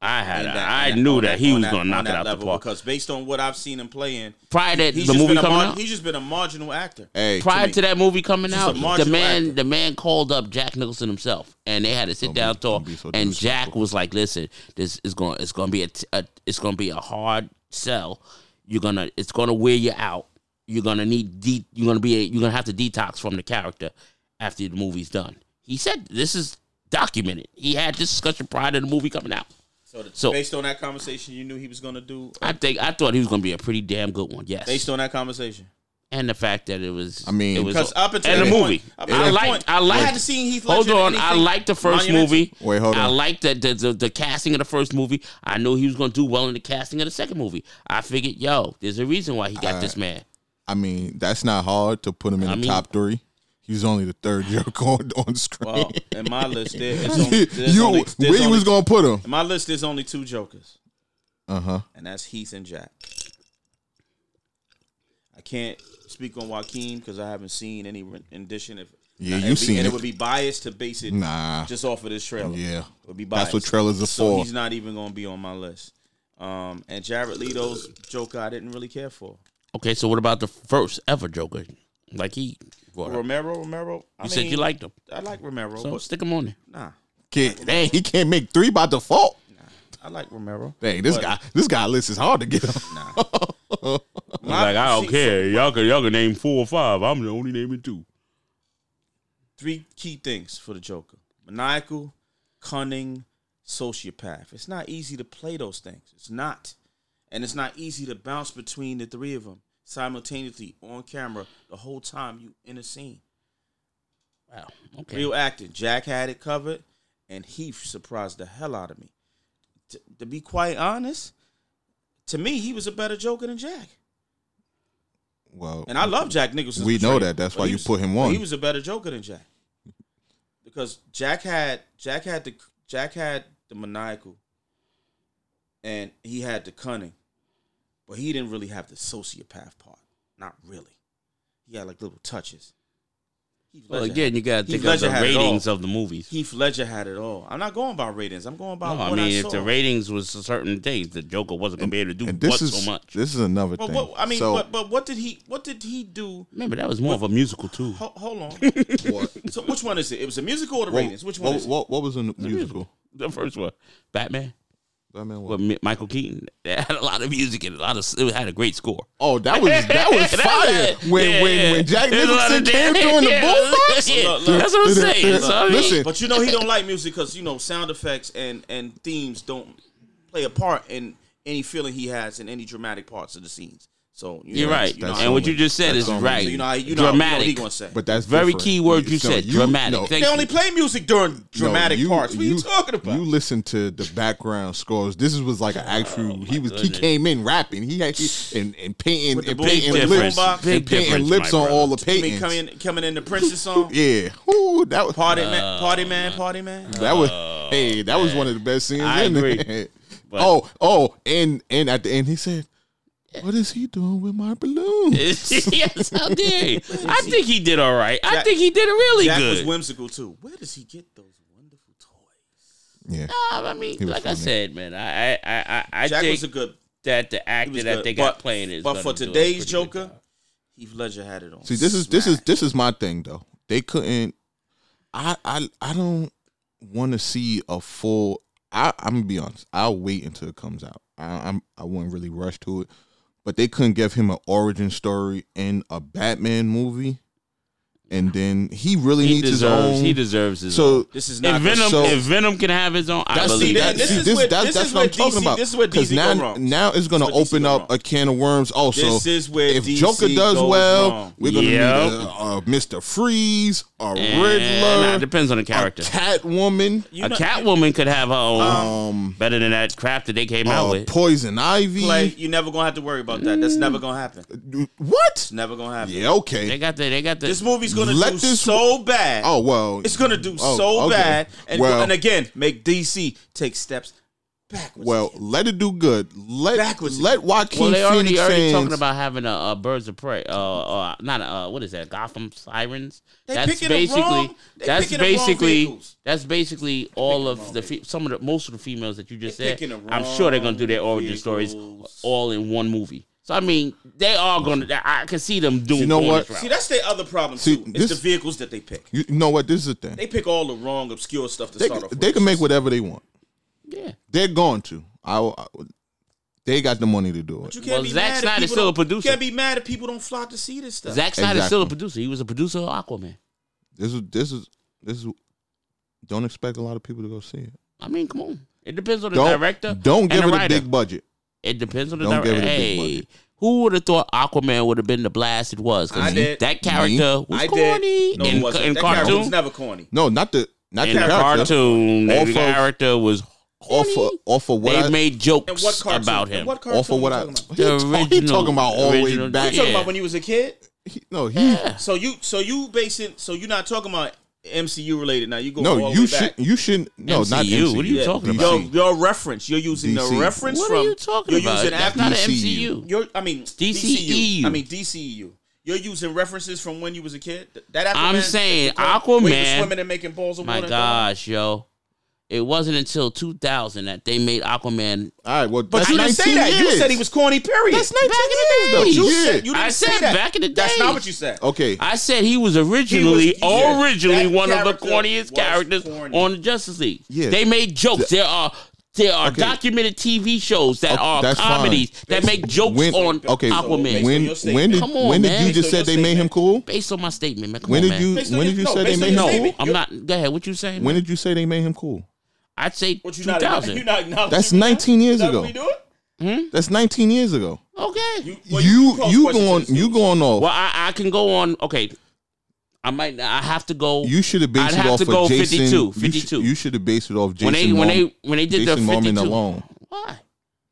Speaker 3: I had,
Speaker 2: in
Speaker 3: uh, I
Speaker 2: in
Speaker 3: knew
Speaker 2: on
Speaker 3: that, he
Speaker 2: on
Speaker 3: was going to knock
Speaker 2: on
Speaker 3: it
Speaker 2: that
Speaker 3: out the
Speaker 2: level,
Speaker 3: park.
Speaker 2: because based on what I've seen him playing,
Speaker 3: Prior to
Speaker 2: he's
Speaker 3: the
Speaker 2: just
Speaker 3: movie
Speaker 2: been a
Speaker 3: coming
Speaker 2: mar-
Speaker 3: out,
Speaker 2: he's just been a marginal actor.
Speaker 1: Hey,
Speaker 3: prior
Speaker 2: me.
Speaker 3: to that movie coming
Speaker 2: Just a
Speaker 3: out, the
Speaker 2: marginal
Speaker 3: man
Speaker 2: actor.
Speaker 3: the man called up Jack Nicholson himself, and they had a sit down
Speaker 1: be-
Speaker 3: talk.
Speaker 1: don't be so
Speaker 3: and Jack
Speaker 1: disrespectful.
Speaker 3: was like, "Listen, this is going it's going to be a, t- a- it's going to be a hard sell. You're gonna it's going to wear you out. You're gonna need de- you're gonna be a, you're gonna have to detox from the character after the movie's done." He said, "This is documented. He had this discussion prior to the movie coming out."
Speaker 2: So, the,
Speaker 3: So-
Speaker 2: based on that conversation, you knew he was going to do. uh,
Speaker 3: I think I thought he was going to be a pretty damn good one. Yes,
Speaker 2: Based on that conversation,
Speaker 3: and the fact that it was
Speaker 1: I mean-
Speaker 3: it was
Speaker 2: because up until
Speaker 3: and
Speaker 2: that
Speaker 3: the movie.
Speaker 2: point, up until
Speaker 3: I
Speaker 2: that
Speaker 3: liked
Speaker 2: point,
Speaker 3: I liked
Speaker 2: I hadn't seen Heath
Speaker 3: Hold
Speaker 2: Ledger.
Speaker 3: on,
Speaker 2: in
Speaker 3: I
Speaker 2: anything
Speaker 3: liked the first
Speaker 2: monumental.
Speaker 3: movie.
Speaker 1: Wait, hold
Speaker 3: I
Speaker 1: on.
Speaker 3: liked the the, the the casting of the first movie. I knew he was going to do well in the casting of the second movie. I figured, yo, there's a reason why he got this man.
Speaker 1: I mean, that's not hard to put him in
Speaker 3: I
Speaker 1: the
Speaker 3: mean-
Speaker 1: top three. He's only the third joke on, on screen.
Speaker 2: Well, in my list, there, it's only, there's
Speaker 1: you,
Speaker 2: only,
Speaker 1: where
Speaker 2: there's
Speaker 1: you
Speaker 2: only-
Speaker 1: was gonna put him?
Speaker 2: in my list, there's only two jokers,
Speaker 1: Uh
Speaker 3: Uh-huh.
Speaker 1: huh.
Speaker 2: and that's Heath and Jack. I can't speak on Joaquin because I haven't seen any rendition. If
Speaker 1: Yeah,
Speaker 2: and
Speaker 1: you
Speaker 2: it'd be-
Speaker 1: seen
Speaker 2: and
Speaker 1: it.
Speaker 2: it would be biased to base it
Speaker 1: Nah.
Speaker 2: just off of this trailer.
Speaker 1: Yeah.
Speaker 2: It would be biased.
Speaker 1: That's what trailers are
Speaker 2: so
Speaker 1: for.
Speaker 2: he's not even going to be on my list. Um, and Jared Leto's Joker, I didn't really care for.
Speaker 3: Okay, so what about the first ever Joker? Like he, brought up. you
Speaker 2: Romero, Romero. I
Speaker 3: said
Speaker 2: mean,
Speaker 3: you liked him,
Speaker 2: I like Romero,
Speaker 3: so
Speaker 2: but
Speaker 3: stick him on there.
Speaker 2: nah,
Speaker 1: Can't, dang, he can't make three by default.
Speaker 2: I like Romero.
Speaker 1: Dang, this
Speaker 2: But-
Speaker 1: guy, this guy list is hard to get him.
Speaker 2: Nah.
Speaker 3: like I don't
Speaker 2: see,
Speaker 3: care. Y'all can y'all can name four or five. I'm the only naming two.
Speaker 2: Three key things for the Joker: maniacal, cunning, sociopath. It's not easy to play those things. It's not, and it's not easy to bounce between the three of them simultaneously on camera the whole time you in a scene.
Speaker 3: Wow. Okay.
Speaker 2: Real acting. Jack had it covered, and he surprised the hell out of me. T- to be quite honest, to me, he was a better Joker than Jack.
Speaker 1: Well,
Speaker 2: And I love Jack Nicholson.
Speaker 1: We know that. That's why you put him on.
Speaker 2: He was a better Joker than Jack because Jack had Jack had the Jack had the maniacal, and he had the cunning, but he didn't really have the sociopath part. Not really. He had like little touches. Heath
Speaker 3: well,
Speaker 2: Ledger
Speaker 3: again, you got to
Speaker 2: Heath
Speaker 3: think of
Speaker 2: Ledger
Speaker 3: the
Speaker 2: had it all.
Speaker 3: ratings of the movies.
Speaker 2: Heath Ledger had it all. I'm not going by ratings. I'm going by
Speaker 3: No,
Speaker 2: what
Speaker 3: I mean, if
Speaker 2: saw.
Speaker 3: the ratings was a certain things, the Joker wasn't going to be able to do
Speaker 1: and this
Speaker 3: what
Speaker 1: is
Speaker 3: so much.
Speaker 1: this is another
Speaker 2: But
Speaker 1: thing.
Speaker 2: what I mean,
Speaker 1: so,
Speaker 2: but, but what did he what did he do?
Speaker 3: Remember, that was more of a musical too.
Speaker 2: Ho- hold on.
Speaker 1: what,
Speaker 2: so which one is it? It was a musical or the ratings? Which one
Speaker 1: what,
Speaker 2: is it?
Speaker 1: what, what was in the musical?
Speaker 3: The first one, Batman
Speaker 1: I mean, what-
Speaker 3: with Mi- Michael Keaton, that had a lot of music and a lot of it had a great score.
Speaker 1: Oh, that was that was fire
Speaker 3: it.
Speaker 1: when
Speaker 3: Yeah,
Speaker 1: when
Speaker 3: yeah.
Speaker 1: when Jack
Speaker 3: There's a lot
Speaker 1: Nicholson
Speaker 3: of
Speaker 1: came
Speaker 3: damn-
Speaker 1: through in the
Speaker 3: yeah,
Speaker 1: bullfight.
Speaker 3: yeah,
Speaker 2: Look, look,
Speaker 3: That's what I'm saying. That's what I mean.
Speaker 1: Listen.
Speaker 2: But you know he don't like music because you know sound effects and and themes don't play a part in any feeling he has in any dramatic parts of the scenes. So you
Speaker 3: you're
Speaker 2: know,
Speaker 3: right.
Speaker 2: You know,
Speaker 1: that's
Speaker 3: and what
Speaker 1: only-
Speaker 3: you just said
Speaker 1: that's
Speaker 3: is
Speaker 1: only-
Speaker 3: right.
Speaker 2: so you know how, you know how- you know what he
Speaker 3: dramatic.
Speaker 2: gonna say.
Speaker 1: But that's
Speaker 3: Very
Speaker 1: different.
Speaker 3: key word you
Speaker 1: so
Speaker 3: said, dramatic.
Speaker 1: no,
Speaker 3: Thank
Speaker 2: they only play music during
Speaker 1: no,
Speaker 2: dramatic
Speaker 1: you-
Speaker 2: parts. What are you talking about?
Speaker 1: You listen to the background scores. This is- was like an actual. he was he
Speaker 3: Oh goodness.
Speaker 1: came in rapping. He had he, and and painting
Speaker 2: With the
Speaker 1: and
Speaker 2: big
Speaker 1: painting
Speaker 2: difference.
Speaker 1: lips
Speaker 2: Big
Speaker 1: and painting
Speaker 3: difference,
Speaker 1: lips
Speaker 3: my
Speaker 1: on all the
Speaker 3: brother.
Speaker 2: I mean,
Speaker 1: paintings.
Speaker 2: coming coming in the Prince's song,
Speaker 1: Yeah, Ooh, that was
Speaker 2: party
Speaker 3: Uh,
Speaker 2: man, party man, party man.
Speaker 1: that was hey that was one of the best scenes.
Speaker 3: Oh, I
Speaker 1: in
Speaker 3: agree.
Speaker 1: There.
Speaker 3: But-
Speaker 1: oh oh and and at the end he said, "What is he doing with my balloon?"
Speaker 3: yes, how dare he? I think he did all right. I think he did really
Speaker 2: Jack was
Speaker 3: good.
Speaker 2: whimsical too. Where does he get those wonderful toys?
Speaker 1: yeah.
Speaker 3: Uh, I mean,
Speaker 1: He was
Speaker 3: like I
Speaker 1: funny.
Speaker 3: said, man, I I I, I, I
Speaker 2: Jack
Speaker 3: think
Speaker 2: was a good
Speaker 3: that the actor
Speaker 2: was
Speaker 3: that
Speaker 2: good,
Speaker 3: they got
Speaker 2: but-
Speaker 3: playing is.
Speaker 2: But
Speaker 3: gonna
Speaker 2: for
Speaker 3: do a
Speaker 2: today's
Speaker 3: pretty good
Speaker 2: Joker,
Speaker 3: job.
Speaker 2: Heath Ledger had it on.
Speaker 1: See, this is this is this is my thing though. They couldn't. I I I don't want to see a full. I I'm gonna be honest. I'll wait until it comes out. I, I'm I wouldn't really rush to it but they couldn't give him an origin story in a Batman movie. And then he really
Speaker 3: He
Speaker 1: needs his
Speaker 3: deserves.
Speaker 1: own.
Speaker 3: He deserves his. own.
Speaker 1: so
Speaker 2: This is not
Speaker 3: if Venom,
Speaker 1: so-
Speaker 3: if Venom can have his own, I
Speaker 2: That's-
Speaker 3: believe
Speaker 2: see, that-
Speaker 3: that.
Speaker 2: this is where- this is where DC this is where DC
Speaker 1: now,
Speaker 2: go wrong.
Speaker 1: now it's going to
Speaker 2: This is where
Speaker 1: open
Speaker 2: DC go
Speaker 1: up
Speaker 2: wrong.
Speaker 1: a can of worms. Also,
Speaker 2: This is where
Speaker 1: if
Speaker 2: DC
Speaker 1: Joker does
Speaker 2: goes
Speaker 1: well,
Speaker 2: wrong.
Speaker 1: we're going to
Speaker 3: Yep.
Speaker 1: need a, a Mr. Freeze, a
Speaker 3: Eh, nah, it
Speaker 1: Riddler,
Speaker 3: depends on the
Speaker 1: a
Speaker 3: character.
Speaker 1: Catwoman,
Speaker 2: You
Speaker 3: A
Speaker 2: know-
Speaker 3: Catwoman could have her own.
Speaker 1: um,
Speaker 3: better than that crap that they came
Speaker 2: oh,
Speaker 3: out
Speaker 1: uh,
Speaker 3: with.
Speaker 1: Poison Ivy.
Speaker 2: Play, you're never gonna have to worry about that. That's never gonna happen.
Speaker 1: What?
Speaker 2: It's never gonna happen.
Speaker 1: Mm. Yeah, okay.
Speaker 3: They got the. They got the.
Speaker 2: This movie's gonna
Speaker 1: Let
Speaker 2: do
Speaker 1: this-
Speaker 2: so bad.
Speaker 1: oh well,
Speaker 2: It's gonna do
Speaker 1: Oh,
Speaker 2: so
Speaker 1: okay.
Speaker 2: bad, and
Speaker 1: Well-
Speaker 2: and again, make DC take steps backwards.
Speaker 1: well, let it do good. Let
Speaker 2: Backwards.
Speaker 1: let Joaquin
Speaker 3: well, they already
Speaker 1: Phoenix
Speaker 3: already
Speaker 1: fans-
Speaker 3: talking about having a, uh Birds of Prey. Uh, uh not a, uh, what is that? Gotham Sirens.
Speaker 2: They
Speaker 3: that's
Speaker 2: picking the
Speaker 3: basically.
Speaker 2: wrong- they
Speaker 3: that's
Speaker 2: picking the wrong
Speaker 3: basically.
Speaker 2: vehicles.
Speaker 3: That's basically all of the fe- some of the most of the females that you just
Speaker 2: They
Speaker 3: said.
Speaker 2: picking the
Speaker 3: I'm sure they're gonna do their
Speaker 2: wrong
Speaker 3: origin stories
Speaker 2: vehicles.
Speaker 3: all in one movie. So I mean, they are gonna. I can see them doing.
Speaker 1: You know
Speaker 3: going
Speaker 1: what?
Speaker 3: this route.
Speaker 2: see, that's their other problem
Speaker 1: See,
Speaker 2: too.
Speaker 1: this-
Speaker 2: it's the vehicles that they pick.
Speaker 1: You know what? This is the thing.
Speaker 2: They pick all the wrong obscure stuff to
Speaker 1: They,
Speaker 2: start off.
Speaker 1: they
Speaker 2: with.
Speaker 1: can make whatever they want.
Speaker 3: yeah.
Speaker 1: They're going to. I, I they got the money to do it.
Speaker 2: You can't
Speaker 3: Well,
Speaker 2: be
Speaker 3: Zack
Speaker 2: mad if
Speaker 3: Snyder's
Speaker 2: people
Speaker 3: still a
Speaker 2: don't-
Speaker 3: producer.
Speaker 2: You can't be mad if people don't flock to see this stuff.
Speaker 3: Zack Snyder's still a
Speaker 1: Exactly.
Speaker 3: producer. He was a producer of Aquaman.
Speaker 1: This is this is this is. Don't expect a lot of people to go see it.
Speaker 3: I mean, come on. It depends on the
Speaker 1: Don't
Speaker 3: director.
Speaker 1: don't
Speaker 3: and
Speaker 1: give
Speaker 3: the
Speaker 1: it a
Speaker 3: writer.
Speaker 1: big budget.
Speaker 3: It depends on the
Speaker 1: Don't give it
Speaker 3: director.
Speaker 1: a big
Speaker 3: Hey,
Speaker 1: budget.
Speaker 3: who would have thought Aquaman would have been the blast it was?
Speaker 2: I
Speaker 3: Because
Speaker 2: did.
Speaker 3: that character was
Speaker 2: I
Speaker 3: corny
Speaker 2: did. No, it
Speaker 3: in,
Speaker 2: wasn't.
Speaker 3: in
Speaker 2: that character was
Speaker 3: cartoon.
Speaker 2: never corny.
Speaker 1: No, not the not
Speaker 3: In
Speaker 1: the
Speaker 3: the
Speaker 1: character.
Speaker 3: cartoon,
Speaker 1: Off
Speaker 3: the
Speaker 1: of-
Speaker 3: character was
Speaker 1: Off
Speaker 3: corny.
Speaker 1: of off of what
Speaker 3: They
Speaker 1: I
Speaker 3: made
Speaker 2: And
Speaker 3: jokes
Speaker 2: what cartoon?
Speaker 3: about him.
Speaker 2: What cartoon?
Speaker 1: off of what
Speaker 2: you
Speaker 1: I.
Speaker 2: talking about?
Speaker 1: He, ta-
Speaker 3: The
Speaker 1: he
Speaker 3: original-
Speaker 1: talking about all the way
Speaker 3: original-
Speaker 1: back.
Speaker 2: You talking
Speaker 3: Yeah.
Speaker 2: about when you was a kid?
Speaker 1: He- no, he
Speaker 3: Yeah.
Speaker 2: So you, so you basing, so you're not talking about MCU related now. You go
Speaker 1: no.
Speaker 2: all
Speaker 1: You
Speaker 2: the way
Speaker 1: should
Speaker 2: back.
Speaker 1: you shouldn't. No, not
Speaker 3: MCU.
Speaker 1: MCU.
Speaker 3: What are you
Speaker 1: Yeah.
Speaker 3: talking
Speaker 1: DC.
Speaker 2: Your, your reference. You're using the
Speaker 1: DC.
Speaker 2: reference
Speaker 3: What
Speaker 2: from.
Speaker 3: are you talking
Speaker 2: you're
Speaker 3: about? E
Speaker 2: Using
Speaker 3: That's
Speaker 2: after,
Speaker 3: not an
Speaker 1: DCU.
Speaker 3: MCU.
Speaker 2: you're, I mean
Speaker 3: DCEU.
Speaker 2: DCU. I mean DCEU. You're using references from when you was a kid. Th- That Aquaman,
Speaker 3: I'm saying
Speaker 2: when you was
Speaker 3: Aquaman-
Speaker 2: swimming and making balls of
Speaker 3: My
Speaker 2: water. and throwing-
Speaker 3: gosh, yo. It wasn't until 2000 that they made Aquaman.
Speaker 1: All right. Well, but
Speaker 2: But
Speaker 1: that's
Speaker 2: you didn't say that. You said he was corny. Period.
Speaker 1: That's 19
Speaker 3: in
Speaker 1: years
Speaker 3: the
Speaker 1: though.
Speaker 2: you
Speaker 1: Yeah.
Speaker 2: said you didn't
Speaker 3: I
Speaker 2: say
Speaker 3: said
Speaker 2: that.
Speaker 3: back in the
Speaker 2: That's not
Speaker 3: days.
Speaker 2: what you said.
Speaker 1: Okay.
Speaker 3: I said he was
Speaker 2: He
Speaker 3: originally,
Speaker 2: was- yeah.
Speaker 3: originally
Speaker 2: That
Speaker 3: one of the
Speaker 2: character
Speaker 3: corniest
Speaker 2: was
Speaker 3: characters
Speaker 2: corny.
Speaker 3: on the Justice League.
Speaker 1: Yeah.
Speaker 3: They made jokes. there are there are
Speaker 1: Okay.
Speaker 3: documented TV shows that
Speaker 1: Okay,
Speaker 3: are
Speaker 1: that's fine.
Speaker 3: comedies that make jokes
Speaker 1: when
Speaker 3: on
Speaker 1: okay when
Speaker 2: Based on
Speaker 3: Aquaman.
Speaker 2: your
Speaker 1: when did
Speaker 3: statement. Come on,
Speaker 1: when did
Speaker 3: man.
Speaker 1: you just
Speaker 2: Based on
Speaker 1: said they
Speaker 2: your
Speaker 1: made him
Speaker 2: statement.
Speaker 1: cool?
Speaker 3: based on my statement, man. Come
Speaker 1: When
Speaker 3: on,
Speaker 1: did
Speaker 3: man.
Speaker 1: you
Speaker 2: Based on
Speaker 1: when
Speaker 2: your-
Speaker 1: did you
Speaker 2: no,
Speaker 1: say they
Speaker 2: based on
Speaker 1: made
Speaker 2: your
Speaker 1: him
Speaker 3: No,
Speaker 1: cool?
Speaker 2: statement.
Speaker 3: I'm not. Go ahead. What you saying?
Speaker 1: When
Speaker 3: man?
Speaker 1: did you say they made him cool?
Speaker 3: I'd say
Speaker 2: What you not? You
Speaker 3: 2000.
Speaker 2: not acknowledging
Speaker 1: That's
Speaker 2: me now?
Speaker 1: 19 years
Speaker 2: Is that
Speaker 1: ago.
Speaker 2: what we doing?
Speaker 1: That's 19 years ago.
Speaker 3: Okay.
Speaker 2: Well,
Speaker 1: you
Speaker 2: pose
Speaker 1: you
Speaker 2: questions to
Speaker 1: going
Speaker 2: the
Speaker 1: you
Speaker 2: students.
Speaker 1: going off.
Speaker 3: Well, I, I can go on. Okay. I might. I have to go.
Speaker 1: you should have based
Speaker 3: I'd
Speaker 1: it
Speaker 3: have
Speaker 1: off
Speaker 3: to
Speaker 1: of
Speaker 3: go
Speaker 1: Jason.
Speaker 3: 52,
Speaker 1: you should-
Speaker 3: 52.
Speaker 1: You should have based it off Jason.
Speaker 3: when they when
Speaker 1: Norm-
Speaker 3: they when they did
Speaker 1: Jason
Speaker 3: the 52.
Speaker 1: Norman alone.
Speaker 3: Why?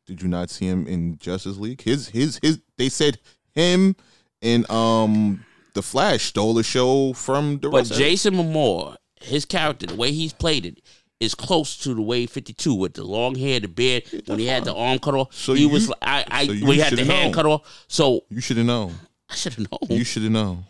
Speaker 1: Did you not see him in Justice League? His his his. They said him and um the Flash stole the show from the
Speaker 3: But
Speaker 1: rest. of-
Speaker 3: Jason Momoa, his character, the way he's played it, is close to the way 52 with the long hair, the beard, when he had the arm cut off.
Speaker 1: So
Speaker 3: he
Speaker 1: you-
Speaker 3: was, like- I, I,
Speaker 1: so you
Speaker 3: when he had the
Speaker 1: should
Speaker 3: hand
Speaker 1: know.
Speaker 3: cut off. So
Speaker 1: you should have known.
Speaker 3: I should have known.
Speaker 1: You should have known.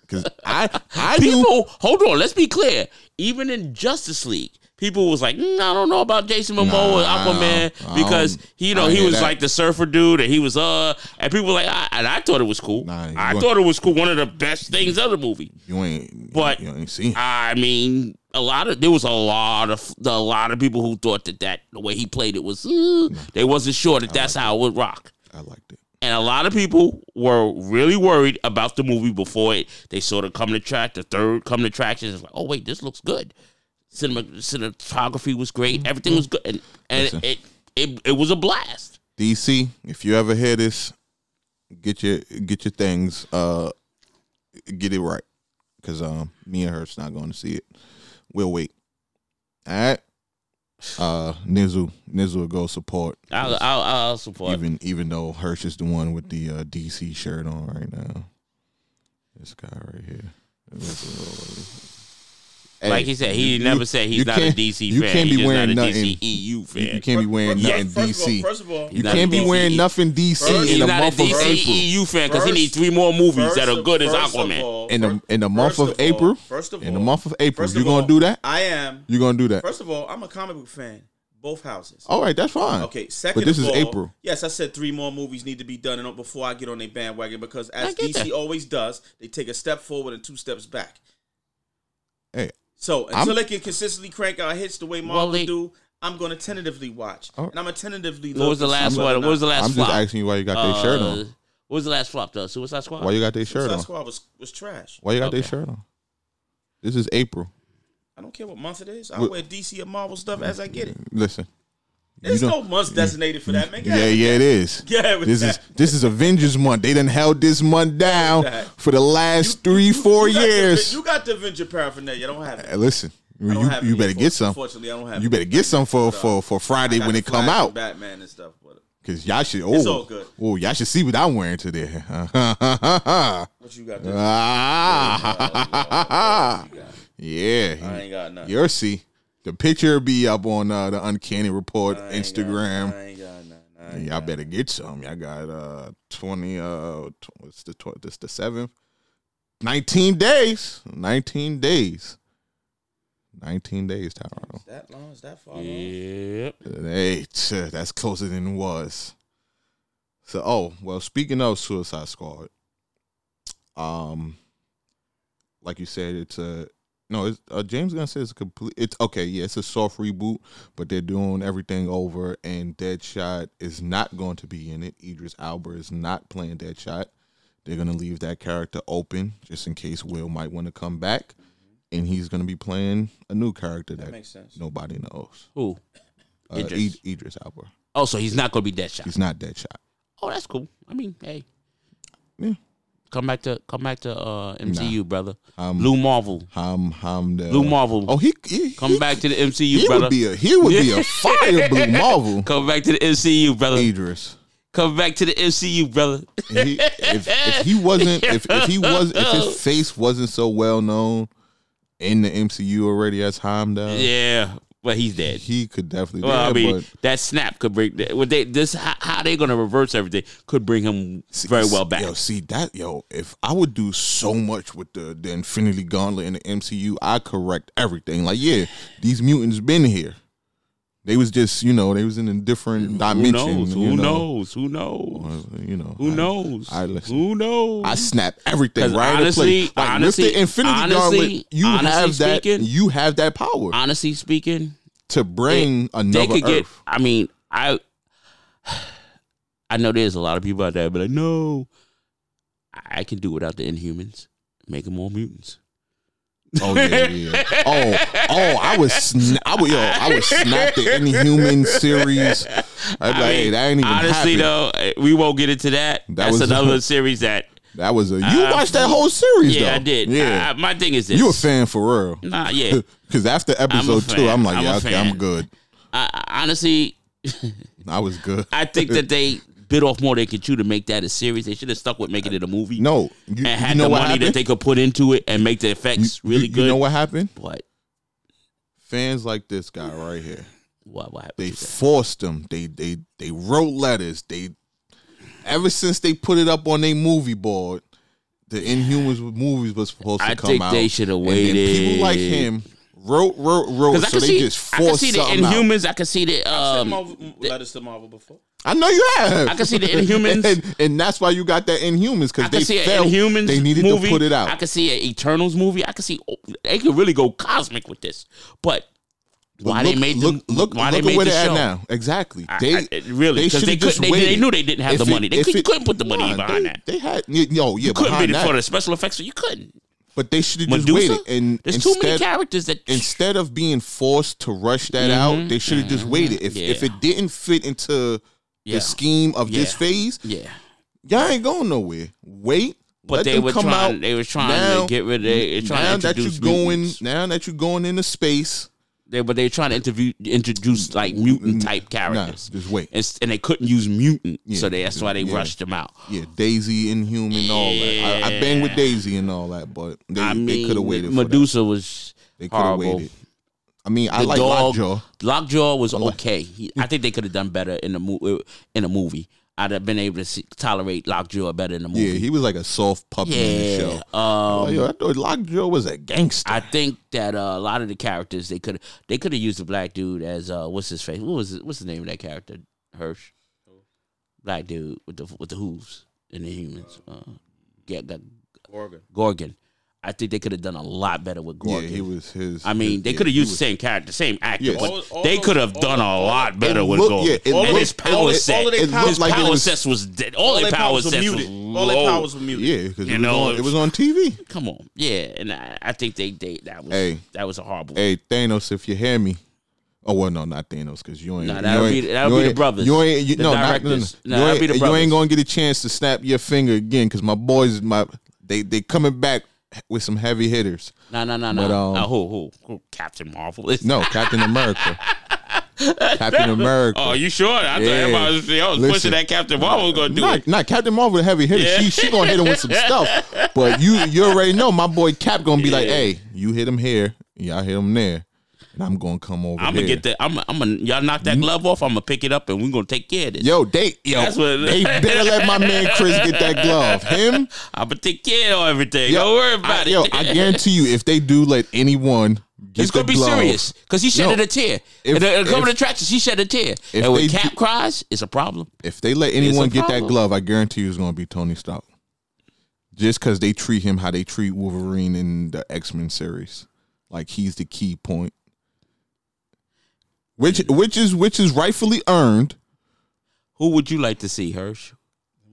Speaker 1: Because I I knew
Speaker 3: people, hold on, let's be clear. Even in Justice League, people was like, mm, I don't know about Jason Momoa
Speaker 1: Nah,
Speaker 3: and
Speaker 1: I
Speaker 3: Aquaman because
Speaker 1: don't-
Speaker 3: you
Speaker 1: I
Speaker 3: know
Speaker 1: don't
Speaker 3: he
Speaker 1: hear
Speaker 3: was
Speaker 1: that.
Speaker 3: like the surfer dude and he was uh and people were like I, and I thought it was cool.
Speaker 1: Nah, you
Speaker 3: I
Speaker 1: want-
Speaker 3: thought it was cool. One of the best things of the movie.
Speaker 1: you ain't.
Speaker 3: But-
Speaker 1: you ain't seen.
Speaker 3: I mean, a lot of there was a lot of a lot of people who thought that that the way he played it was uh, they wasn't sure that that's how it would rock.
Speaker 1: I liked it.
Speaker 3: And a lot of people were really worried about the movie before it. They sort of come to track the third come to traction. It's like, oh wait, this looks good. Cinema cinematography was
Speaker 1: Mm-hmm.
Speaker 3: great. Everything was good, and, and
Speaker 1: Listen.
Speaker 3: it, it it was a blast.
Speaker 1: DC, if you ever hear this, get your get your things, uh, get it right, because um, me and her's not going to see it. We'll wait. All right. Uh, Nizu, Nizu will go support.
Speaker 3: I'll I'll, I'll support.
Speaker 1: even even though Hirsch is the one with the uh, DC shirt on right now. This guy right here. Hey,
Speaker 3: like he said, he
Speaker 1: you-
Speaker 3: never
Speaker 1: you-
Speaker 3: said
Speaker 1: you
Speaker 3: he's not a
Speaker 1: can't-
Speaker 3: DC
Speaker 1: you
Speaker 3: fan.
Speaker 1: can't
Speaker 3: He's
Speaker 1: be
Speaker 3: just
Speaker 1: wearing
Speaker 3: not a
Speaker 1: nothing.
Speaker 3: DCEU fan.
Speaker 1: You, you can't be wearing
Speaker 2: First-
Speaker 1: nothing
Speaker 2: first of all-
Speaker 1: DC.
Speaker 2: First of all,
Speaker 1: you
Speaker 3: not
Speaker 1: can't
Speaker 3: a
Speaker 1: be
Speaker 3: DC.
Speaker 1: wearing nothing DC
Speaker 2: E. First-
Speaker 1: in
Speaker 3: He's
Speaker 1: the
Speaker 3: not
Speaker 1: month
Speaker 3: a
Speaker 1: of April.
Speaker 2: E.
Speaker 3: DCEU fan because he
Speaker 2: First-
Speaker 3: needs three more movies that
Speaker 2: First
Speaker 3: are
Speaker 2: of-
Speaker 3: good as
Speaker 2: first of
Speaker 3: Aquaman.
Speaker 2: all-
Speaker 1: In the- in the
Speaker 2: first
Speaker 1: month of
Speaker 2: all-
Speaker 1: April?
Speaker 2: first of all,
Speaker 1: In the month of April,
Speaker 2: first
Speaker 1: you
Speaker 2: of
Speaker 1: gonna
Speaker 2: all,
Speaker 1: do that?
Speaker 2: I am.
Speaker 1: You're gonna do that.
Speaker 2: First of all, I'm a comic book fan. Both houses.
Speaker 1: All right, that's fine.
Speaker 2: Okay.
Speaker 1: Oh,
Speaker 2: Second,
Speaker 1: but this
Speaker 2: of
Speaker 1: is
Speaker 2: all,
Speaker 1: April.
Speaker 2: Yes, I said three more movies need to be done, and before I get on their bandwagon, because as
Speaker 3: I get
Speaker 2: DC
Speaker 3: that.
Speaker 2: always does, they take a step forward and two steps back.
Speaker 1: Hey,
Speaker 2: So
Speaker 1: I'm-
Speaker 2: until they can consistently crank out hits the way Marvel
Speaker 3: Well, they-
Speaker 2: do, I'm going to tentatively watch,
Speaker 1: Oh.
Speaker 2: and I'm going to tentatively.
Speaker 3: What was the last one? What was the last
Speaker 1: I'm
Speaker 3: flop?
Speaker 1: just asking you why you got their shirt
Speaker 3: Uh,
Speaker 1: on.
Speaker 3: What was the last flop? The Suicide
Speaker 2: Uh,
Speaker 3: Squad.
Speaker 1: Why you got their
Speaker 2: Suicide
Speaker 1: shirt on?
Speaker 2: Squad was was trash.
Speaker 1: Why you got their
Speaker 3: Okay.
Speaker 1: shirt on? This is April.
Speaker 2: I don't care what month it is. I
Speaker 1: What-
Speaker 2: wear DC and Marvel stuff as I get it.
Speaker 1: Listen. you
Speaker 2: There's
Speaker 1: don't-
Speaker 2: no months designated for that, man.
Speaker 1: Yeah, yeah, it is.
Speaker 2: yeah. With
Speaker 1: This
Speaker 2: that.
Speaker 1: is this is Avengers month. They done held this month down
Speaker 2: that.
Speaker 1: for the last three, four
Speaker 2: You got the-
Speaker 1: years.
Speaker 2: you got the Avenger paraphernalia. I don't have
Speaker 1: Hey,
Speaker 2: it.
Speaker 1: Listen,
Speaker 2: I
Speaker 1: you,
Speaker 2: don't have it
Speaker 1: you
Speaker 2: yet,
Speaker 1: better get some.
Speaker 2: Unfortunately, I don't have
Speaker 1: You
Speaker 2: it.
Speaker 1: better get some for
Speaker 2: uh,
Speaker 1: for for Friday
Speaker 2: I got
Speaker 1: when
Speaker 2: the
Speaker 1: it come
Speaker 2: Flash and
Speaker 1: out,
Speaker 2: Batman and stuff. But uh,
Speaker 1: cause y'all should.
Speaker 2: It's all
Speaker 1: Oh,
Speaker 2: good.
Speaker 1: oh, y'all should see what I'm wearing today. ah,
Speaker 2: what you got? There?
Speaker 1: yeah,
Speaker 2: I ain't got nothing.
Speaker 1: you'll see. The picture be up on uh, the Uncanny Report
Speaker 2: I ain't got-
Speaker 1: Instagram.
Speaker 2: I ain't got nothing. I ain't
Speaker 1: Y'all
Speaker 2: got
Speaker 1: better get some. Y'all got uh twenty uh tw- what's the tw- this the seventh? Nineteen days. Nineteen days. Nineteen days, Tyrone.
Speaker 2: nothing. That long? Is that far? along?
Speaker 3: Yep.
Speaker 1: Hey, tch, that's closer than it was. So, oh well. Speaking of Suicide Squad, um, like you said, it's a no. It's, uh, James Gunn says it's a complete. It's okay. Yeah, it's a soft reboot, but they're doing everything over. And Deadshot is not going to be in it. Idris Alba is not playing Deadshot. They're gonna leave that character open just in case Will might want to come back, and he's gonna be playing a new character
Speaker 2: That
Speaker 1: that,
Speaker 2: makes sense.
Speaker 1: nobody knows.
Speaker 3: Who?
Speaker 1: Uh,
Speaker 3: Idris.
Speaker 1: Idris. Idris Elba.
Speaker 3: Oh, so he's not going to be Deadshot.
Speaker 1: He's not Deadshot.
Speaker 3: oh, that's cool. I mean, hey,
Speaker 1: Yeah.
Speaker 3: come back to come back to uh, MCU, brother.
Speaker 1: Um,
Speaker 3: Blue Marvel.
Speaker 1: Hum, hum, the,
Speaker 3: Blue Marvel.
Speaker 1: Oh, he, he
Speaker 3: Come
Speaker 1: he-
Speaker 3: back to the MCU,
Speaker 1: He
Speaker 3: brother.
Speaker 1: would be a he would be
Speaker 3: Yeah.
Speaker 1: a fire blue Marvel.
Speaker 3: come back to the MCU, brother.
Speaker 1: Idris.
Speaker 3: Come back to the MCU, brother.
Speaker 1: He, if, if he wasn't, if, if he was, if his face wasn't so well known in the MCU already as Hamda,
Speaker 3: yeah, but he's dead.
Speaker 1: he could definitely.
Speaker 3: Well, I
Speaker 1: yeah,
Speaker 3: mean,
Speaker 1: but
Speaker 3: that snap could bring that- what they this how, how they going to reverse everything could bring him very well back.
Speaker 1: Yo, see that, yo. If I would do so much with the the Infinity Gauntlet in the MCU, I correct everything. Like, yeah, these mutants been here. They was just, you know, they was in a different
Speaker 3: Who
Speaker 1: dimension.
Speaker 3: knows?
Speaker 1: you
Speaker 3: Who
Speaker 1: know.
Speaker 3: knows? Who knows?
Speaker 1: Uh, You know.
Speaker 3: Who
Speaker 1: I-
Speaker 3: knows?
Speaker 1: I listen.
Speaker 3: Who knows?
Speaker 1: I snap everything
Speaker 3: 'Cause
Speaker 1: right into
Speaker 3: honestly-
Speaker 1: place. Like with
Speaker 3: honestly-
Speaker 1: the Infinity
Speaker 3: honestly-
Speaker 1: Gauntlet, you
Speaker 3: honestly
Speaker 1: have that.
Speaker 3: speaking-
Speaker 1: you have that power
Speaker 3: Honestly speaking,
Speaker 1: to bring
Speaker 3: they
Speaker 1: another
Speaker 3: could get.
Speaker 1: Earth.
Speaker 3: I mean, I I know there's a lot of people out there, but like, no, I can do without the Inhumans. Make them all mutants.
Speaker 1: Oh yeah, yeah. Oh, oh, I would, sna- I would, yo, I would snap the Inhuman series. I'd be like,
Speaker 3: I
Speaker 1: hey,
Speaker 3: mean,
Speaker 1: that ain't even
Speaker 3: honestly
Speaker 1: happen.
Speaker 3: though, eh, we won't get into that.
Speaker 1: That
Speaker 3: That's
Speaker 1: was-
Speaker 3: another series that.
Speaker 1: That was a you
Speaker 3: I-
Speaker 1: watched that whole series.
Speaker 3: Yeah,
Speaker 1: though.
Speaker 3: I did.
Speaker 1: Yeah,
Speaker 3: I- I- my thing is this.
Speaker 1: you a fan for real?
Speaker 3: Nah, yeah.
Speaker 1: Because after episode two,
Speaker 3: fan.
Speaker 1: I'm like,
Speaker 3: I'm
Speaker 1: yeah,
Speaker 3: a
Speaker 1: okay,
Speaker 3: fan.
Speaker 1: I'm good.
Speaker 3: I, I- honestly,
Speaker 1: I was good.
Speaker 3: I think that they bit off more they could chew to make that a series. They should have stuck with making it a movie.
Speaker 1: no, you,
Speaker 3: and
Speaker 1: you
Speaker 3: had
Speaker 1: know
Speaker 3: the
Speaker 1: what
Speaker 3: money that
Speaker 1: happened?
Speaker 3: they could put into it and make the effects
Speaker 1: You-
Speaker 3: really
Speaker 1: you,
Speaker 3: good.
Speaker 1: You know what happened?
Speaker 3: But
Speaker 1: Fans like this guy right here.
Speaker 3: what? What?
Speaker 1: They
Speaker 3: happened to that?
Speaker 1: forced them. They they they wrote letters. They ever since they put it up on their movie board, the Inhumans movies was supposed to
Speaker 3: I
Speaker 1: come
Speaker 3: think
Speaker 1: out.
Speaker 3: they should have
Speaker 1: And then
Speaker 3: waited.
Speaker 1: people like him wrote wrote wrote.
Speaker 3: Because I
Speaker 1: So
Speaker 3: can
Speaker 1: they
Speaker 3: see,
Speaker 1: just
Speaker 3: I can
Speaker 1: forced
Speaker 3: see the
Speaker 1: something out.
Speaker 3: Inhumans. I can see the
Speaker 2: Send
Speaker 3: um,
Speaker 2: Marvel, m- letters to Marvel before.
Speaker 1: I know you have.
Speaker 3: I can see the Inhumans.
Speaker 1: and, and that's why you got that Inhumans because
Speaker 3: I can
Speaker 1: they
Speaker 3: see
Speaker 1: felt
Speaker 3: an Inhumans
Speaker 1: they needed
Speaker 3: movie.
Speaker 1: to put it out.
Speaker 3: I can see an Eternals movie. I can see they could really go cosmic with this. But
Speaker 1: But
Speaker 3: why
Speaker 1: look,
Speaker 3: they made the,
Speaker 1: look look
Speaker 3: why
Speaker 1: look
Speaker 3: they
Speaker 1: at
Speaker 3: made
Speaker 1: where
Speaker 3: the
Speaker 1: they're
Speaker 3: show?
Speaker 1: at now? Exactly.
Speaker 3: I-
Speaker 1: They
Speaker 3: I- it really, 'cause
Speaker 1: should
Speaker 3: they
Speaker 1: have just
Speaker 3: couldn't- they- they
Speaker 1: waited.
Speaker 3: knew they didn't have
Speaker 1: If
Speaker 3: the
Speaker 1: it-
Speaker 3: money. They
Speaker 1: if
Speaker 3: couldn't-
Speaker 1: it-
Speaker 3: couldn't put the money
Speaker 1: nah,
Speaker 3: behind
Speaker 1: they-
Speaker 3: that.
Speaker 1: They had yo yeah
Speaker 3: couldn't
Speaker 1: behind
Speaker 3: be
Speaker 1: that.
Speaker 3: for the special effects. You couldn't.
Speaker 1: But they should have just
Speaker 3: Medusa.
Speaker 1: waited. And
Speaker 3: There's
Speaker 1: instead,
Speaker 3: too many characters that.
Speaker 1: instead of being forced to rush that out, they should have just waited. If if
Speaker 3: Mm-hmm. Yeah.
Speaker 1: it didn't fit into
Speaker 3: Yeah.
Speaker 1: the scheme of this
Speaker 3: Yeah.
Speaker 1: phase,
Speaker 3: yeah,
Speaker 1: y'all ain't going nowhere. Wait.
Speaker 3: but
Speaker 1: let
Speaker 3: they
Speaker 1: them
Speaker 3: were
Speaker 1: come
Speaker 3: trying.
Speaker 1: out.
Speaker 3: they were trying
Speaker 1: now-
Speaker 3: to get rid of. They were trying
Speaker 1: now
Speaker 3: to
Speaker 1: that you're
Speaker 3: introduce
Speaker 1: going,
Speaker 3: mutants.
Speaker 1: now that you're going into space,
Speaker 3: They, but they were trying to interview, introduce like mutant type
Speaker 1: nah,
Speaker 3: characters,
Speaker 1: just wait.
Speaker 3: and, and they couldn't use mutant,
Speaker 1: Yeah,
Speaker 3: so they, that's why they
Speaker 1: yeah.
Speaker 3: rushed them out.
Speaker 1: Yeah, Daisy, Inhuman, all that. I, I bang with Daisy and all that, but they,
Speaker 3: I mean,
Speaker 1: they could have waited. for that.
Speaker 3: Medusa was
Speaker 1: They could have
Speaker 3: horrible.
Speaker 1: waited. I mean, I
Speaker 3: The
Speaker 1: like
Speaker 3: dog-
Speaker 1: Lockjaw.
Speaker 3: Lockjaw was okay. He, I think they could have done better in the mo- uh, in a movie. I'd have been able to see, tolerate Lockjaw better in the
Speaker 1: Yeah,
Speaker 3: movie.
Speaker 1: he was like a soft puppy in the show. Oh,
Speaker 3: Um,
Speaker 1: yo, I thought Lockjaw was a gangster.
Speaker 3: I think that uh, a lot of the characters they could they could have used the black dude as uh, what's his face? What was it? what's the name of that character? Hirsch, black dude with the with the hooves and the humans. Uh, yeah, the
Speaker 2: Gorgon.
Speaker 3: Gorgon. I think they could have done a lot better with
Speaker 1: Yeah,
Speaker 3: Gorgon.
Speaker 1: he was his.
Speaker 3: I mean, they
Speaker 1: yeah,
Speaker 3: could have
Speaker 1: he
Speaker 3: used the
Speaker 1: was-
Speaker 3: same character, same actor,
Speaker 1: Yes.
Speaker 3: but
Speaker 2: All- all
Speaker 3: they
Speaker 2: those-
Speaker 3: could have
Speaker 2: all
Speaker 3: done a
Speaker 2: those-
Speaker 3: lot better
Speaker 1: it
Speaker 3: with
Speaker 1: looked-
Speaker 3: Gorgon.
Speaker 1: yeah, it
Speaker 3: all of
Speaker 1: looked-
Speaker 3: his
Speaker 2: all
Speaker 3: power
Speaker 2: of-
Speaker 3: set,
Speaker 2: all of their
Speaker 3: his
Speaker 1: powers-
Speaker 3: power
Speaker 1: like it was-
Speaker 3: sets was dead. All,
Speaker 2: All
Speaker 3: their
Speaker 2: their
Speaker 3: power
Speaker 2: powers were
Speaker 3: sets was
Speaker 2: muted. All
Speaker 3: low.
Speaker 2: their powers were muted.
Speaker 1: Yeah, because
Speaker 3: You
Speaker 1: it, was
Speaker 3: know,
Speaker 1: on- it was on TV.
Speaker 3: Come on, yeah, and I, I think they they that was
Speaker 1: Hey.
Speaker 3: that was a horrible.
Speaker 1: Hey Thanos, if you hear me. Oh well, no, not Thanos, because you ain't.
Speaker 3: Nah, that'll
Speaker 1: you
Speaker 3: be-
Speaker 1: ain't-
Speaker 3: that'll
Speaker 1: you
Speaker 3: be the
Speaker 1: ain't-
Speaker 3: brothers.
Speaker 1: You ain't. You,
Speaker 3: The
Speaker 1: no, not, no, no,
Speaker 3: directors. Nah,
Speaker 1: you,
Speaker 3: that'll
Speaker 1: ain't,
Speaker 3: be the
Speaker 1: you ain't
Speaker 3: brothers.
Speaker 1: gonna get a chance to snap your finger again, because my boys, my they they coming back with some heavy hitters.
Speaker 3: No, no, no,
Speaker 1: But,
Speaker 3: no.
Speaker 1: um,
Speaker 3: Uh, who, who, who? Captain Marvel. It's-
Speaker 1: No, Captain America. Captain America.
Speaker 3: Oh, you sure? I thought
Speaker 1: Yeah.
Speaker 3: everybody was, I was pushing
Speaker 1: Listen.
Speaker 3: that Captain Marvel was gonna do
Speaker 1: not,
Speaker 3: it.
Speaker 1: not Captain Marvel, the heavy hitter.
Speaker 3: Yeah.
Speaker 1: She she gonna hit him with some stuff. But you you already know my boy Cap gonna be like,
Speaker 3: Yeah.
Speaker 1: hey, you hit him here, y'all hit him there, and I'm gonna come over.
Speaker 3: I'm
Speaker 1: here.
Speaker 3: gonna get that. I'm. I'm gonna y'all knock that glove off. I'm gonna pick it up and we're gonna take care of this.
Speaker 1: Yo, they yo,
Speaker 3: That's what-
Speaker 1: they better let my man Chris get that glove. Him,
Speaker 3: I'm gonna take care of everything.
Speaker 1: yo,
Speaker 3: Don't worry about
Speaker 1: I,
Speaker 3: it.
Speaker 1: yo, I guarantee you, if they do let anyone get
Speaker 3: it's gonna
Speaker 1: the
Speaker 3: be
Speaker 1: glove,
Speaker 3: serious because he shedded a tear. uh,
Speaker 1: if-
Speaker 3: In the- in a couple
Speaker 1: if-
Speaker 3: of attractions, he shed a tear.
Speaker 1: if
Speaker 3: And when
Speaker 1: they
Speaker 3: Cap
Speaker 1: do-
Speaker 3: cries, it's a problem.
Speaker 1: if they let anyone
Speaker 3: It's a
Speaker 1: get that
Speaker 3: problem.
Speaker 1: glove, I guarantee you, it's gonna be Tony Stark. Just because they treat him how they treat Wolverine in the X Men series, like he's the key point, which which is which is rightfully earned.
Speaker 3: Who would you like to see, Hirsch?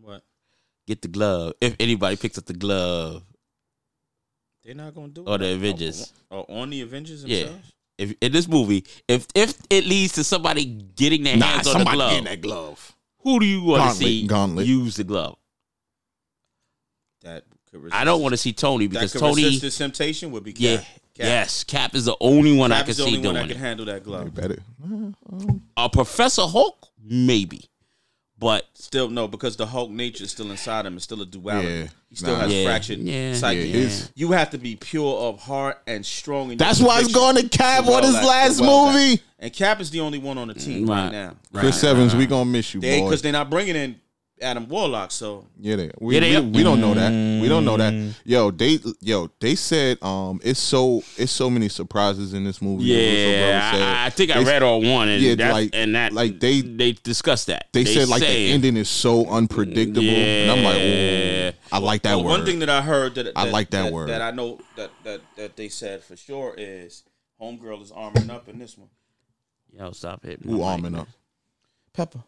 Speaker 2: What?
Speaker 3: Get the glove. If anybody picks up the glove,
Speaker 2: They're not gonna do it.
Speaker 3: Or the Avengers.
Speaker 2: Or Oh, on the Avengers
Speaker 3: Yeah.
Speaker 2: themselves.
Speaker 3: if in this movie, if if it leads to somebody getting their
Speaker 1: Nah,
Speaker 3: hands on the
Speaker 1: somebody
Speaker 3: glove,
Speaker 1: getting that glove.
Speaker 3: who do you want to
Speaker 1: Gauntlet,
Speaker 3: see
Speaker 1: gauntlet.
Speaker 3: use the glove?
Speaker 2: That could resist.
Speaker 3: I don't want to see Tony because
Speaker 2: that could
Speaker 3: Tony.
Speaker 2: resist this temptation would be Cap.
Speaker 3: Yeah.
Speaker 2: Cap.
Speaker 3: Yes, Cap is the only one I
Speaker 2: Cap
Speaker 3: can
Speaker 2: is the
Speaker 3: see
Speaker 2: only
Speaker 3: doing
Speaker 2: one that can
Speaker 3: it.
Speaker 2: handle that
Speaker 1: They
Speaker 2: glove.
Speaker 1: better.
Speaker 3: A Professor Hulk, maybe, but
Speaker 2: Still no, because the Hulk nature is still inside him. It's still a duality.
Speaker 1: Yeah.
Speaker 2: He still
Speaker 1: Nah.
Speaker 2: has
Speaker 3: Yeah.
Speaker 2: fractured
Speaker 3: Yeah.
Speaker 2: psyche.
Speaker 1: Yeah, it's-
Speaker 2: You have to be pure of heart and strong. In
Speaker 1: That's
Speaker 2: your
Speaker 1: why it's
Speaker 2: conviction
Speaker 1: going to Cap
Speaker 2: to
Speaker 1: on his
Speaker 2: well that-
Speaker 1: last
Speaker 2: to well that.
Speaker 1: movie.
Speaker 2: And Cap is the only one on the team right,
Speaker 3: Right.
Speaker 2: now.
Speaker 1: Chris Evans, we gonna miss you,
Speaker 2: They
Speaker 1: boy.
Speaker 2: because they're not bringing in Adam Warlock. So
Speaker 1: Yeah, they. We,
Speaker 3: Yeah, they-
Speaker 1: we,
Speaker 3: Mm.
Speaker 1: we don't know that. We don't know that. Yo, they yo they said um it's so it's so many surprises in this movie.
Speaker 3: yeah,
Speaker 1: Russell Brother
Speaker 3: I, I think I
Speaker 1: They-
Speaker 3: read all one and
Speaker 1: Yeah,
Speaker 3: that
Speaker 1: like-
Speaker 3: and that
Speaker 1: like, they-
Speaker 3: they discussed that.
Speaker 1: They, said like
Speaker 3: say-
Speaker 1: the ending is so unpredictable, and I'm like,
Speaker 3: Yeah.
Speaker 1: oh, I like that
Speaker 2: Well,
Speaker 1: word.
Speaker 2: One thing that I heard that,
Speaker 1: I
Speaker 2: that-
Speaker 1: like that
Speaker 2: that
Speaker 1: word.
Speaker 2: that I know that that that they said for sure is Homegirl is arming up in this one.
Speaker 3: Yo, stop it.
Speaker 1: Ooh,
Speaker 3: my mic.
Speaker 1: almond up.
Speaker 2: Pepper,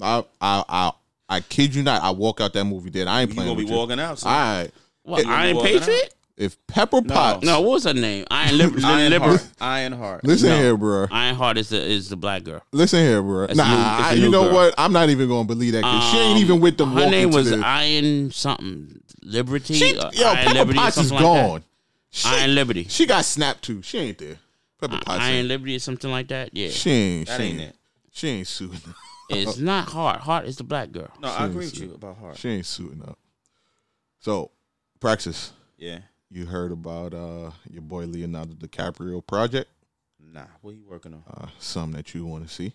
Speaker 1: I I I I kid you not. I walk out that movie dead. I ain't
Speaker 2: you
Speaker 1: playing
Speaker 2: gonna be
Speaker 1: with you.
Speaker 2: walking out? So.
Speaker 1: All right.
Speaker 3: What, Iron
Speaker 2: walking out.
Speaker 3: Patriot?
Speaker 1: If Pepper Potts,
Speaker 3: No, what was her name? Iron Lib- Iron
Speaker 2: Ironheart.
Speaker 3: Liber-
Speaker 2: Ironheart.
Speaker 1: listen
Speaker 3: no.
Speaker 1: here, bro.
Speaker 3: Ironheart is the is the black girl.
Speaker 1: Listen here, bro.
Speaker 3: That's
Speaker 1: Nah,
Speaker 3: a new- that's a
Speaker 1: I- you
Speaker 3: new
Speaker 1: know
Speaker 3: girl.
Speaker 1: what? I'm not even gonna believe that 'cause she ain't even with them.
Speaker 3: Um, Her
Speaker 1: walking
Speaker 3: name
Speaker 1: to
Speaker 3: was
Speaker 1: the-
Speaker 3: Iron something Liberty.
Speaker 1: She,
Speaker 3: or
Speaker 1: yo,
Speaker 3: Iron
Speaker 1: Pepper
Speaker 3: Liberty or
Speaker 1: Potts is
Speaker 3: something like that.
Speaker 1: gone. she,
Speaker 3: Iron Liberty.
Speaker 1: she got snapped too. She ain't there. Pepper Potts.
Speaker 3: Iron
Speaker 1: ain't-
Speaker 3: Liberty or something like that. Yeah,
Speaker 1: She ain't.
Speaker 2: That
Speaker 1: she
Speaker 2: ain't it.
Speaker 1: She ain't suiting. Up.
Speaker 3: it's not Hart. Hart is the black girl.
Speaker 2: No, I agree with you about Hart.
Speaker 1: She ain't suiting up. So, Praxis,
Speaker 2: Yeah.
Speaker 1: you heard about uh your boy Leonardo DiCaprio project?
Speaker 2: Nah, what he working on?
Speaker 1: Uh, some that you want to see.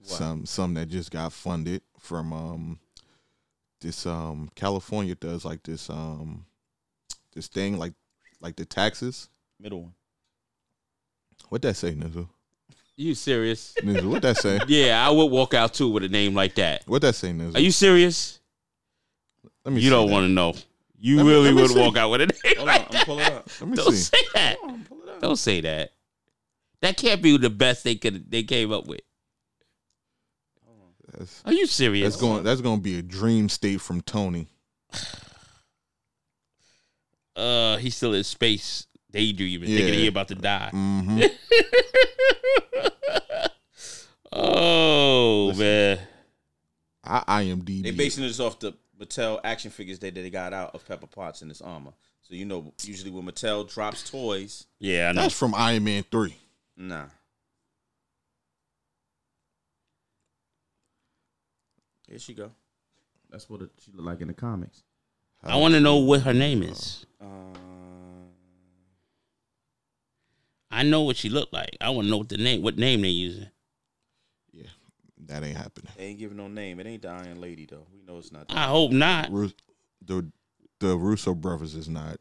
Speaker 2: What?
Speaker 1: Some some that just got funded from um this um California does like this um this thing like like the taxes.
Speaker 2: Middle one.
Speaker 1: What that say, Nizzle?
Speaker 3: You serious?
Speaker 1: Nizzle, what that say?
Speaker 3: yeah, I would walk out too with a name like that.
Speaker 1: What that say, Nizzle?
Speaker 3: Are you serious?
Speaker 1: Let
Speaker 3: You
Speaker 1: see
Speaker 3: don't
Speaker 1: that.
Speaker 3: want to know. You
Speaker 1: Let me-
Speaker 3: really
Speaker 1: let me
Speaker 3: would
Speaker 1: see.
Speaker 3: walk out with a name
Speaker 2: Hold on,
Speaker 3: like
Speaker 2: I'm
Speaker 3: that.
Speaker 2: pulling up.
Speaker 1: Let me
Speaker 3: Don't
Speaker 1: see.
Speaker 3: say that.
Speaker 2: Hold on, I'm pulling up.
Speaker 3: Don't say that. That can't be the best they could they came up with.
Speaker 1: That's,
Speaker 3: Are you serious?
Speaker 1: that's going. That's going to be a dream state from Tony.
Speaker 3: uh, he's still in space daydreaming, thinking
Speaker 1: Yeah.
Speaker 3: he about to die.
Speaker 1: hmm
Speaker 3: Oh man,
Speaker 1: I IMDb.
Speaker 2: They basing this off the Mattel action figures they that they got out of Pepper Potts in his armor. So you know, usually when Mattel drops toys,
Speaker 3: yeah, I know.
Speaker 1: That's from Iron Man three.
Speaker 2: nah. Here she go. That's what it, she look like in the comics.
Speaker 3: I want to know what her name is.
Speaker 2: Uh,
Speaker 3: I know what she looked like. I want to know what the name, what name they using.
Speaker 1: Yeah, that ain't happening.
Speaker 2: they ain't giving no name. It ain't the Iron Lady though. We know it's not. That.
Speaker 3: I hope not.
Speaker 1: Rus- the the Russo brothers is not.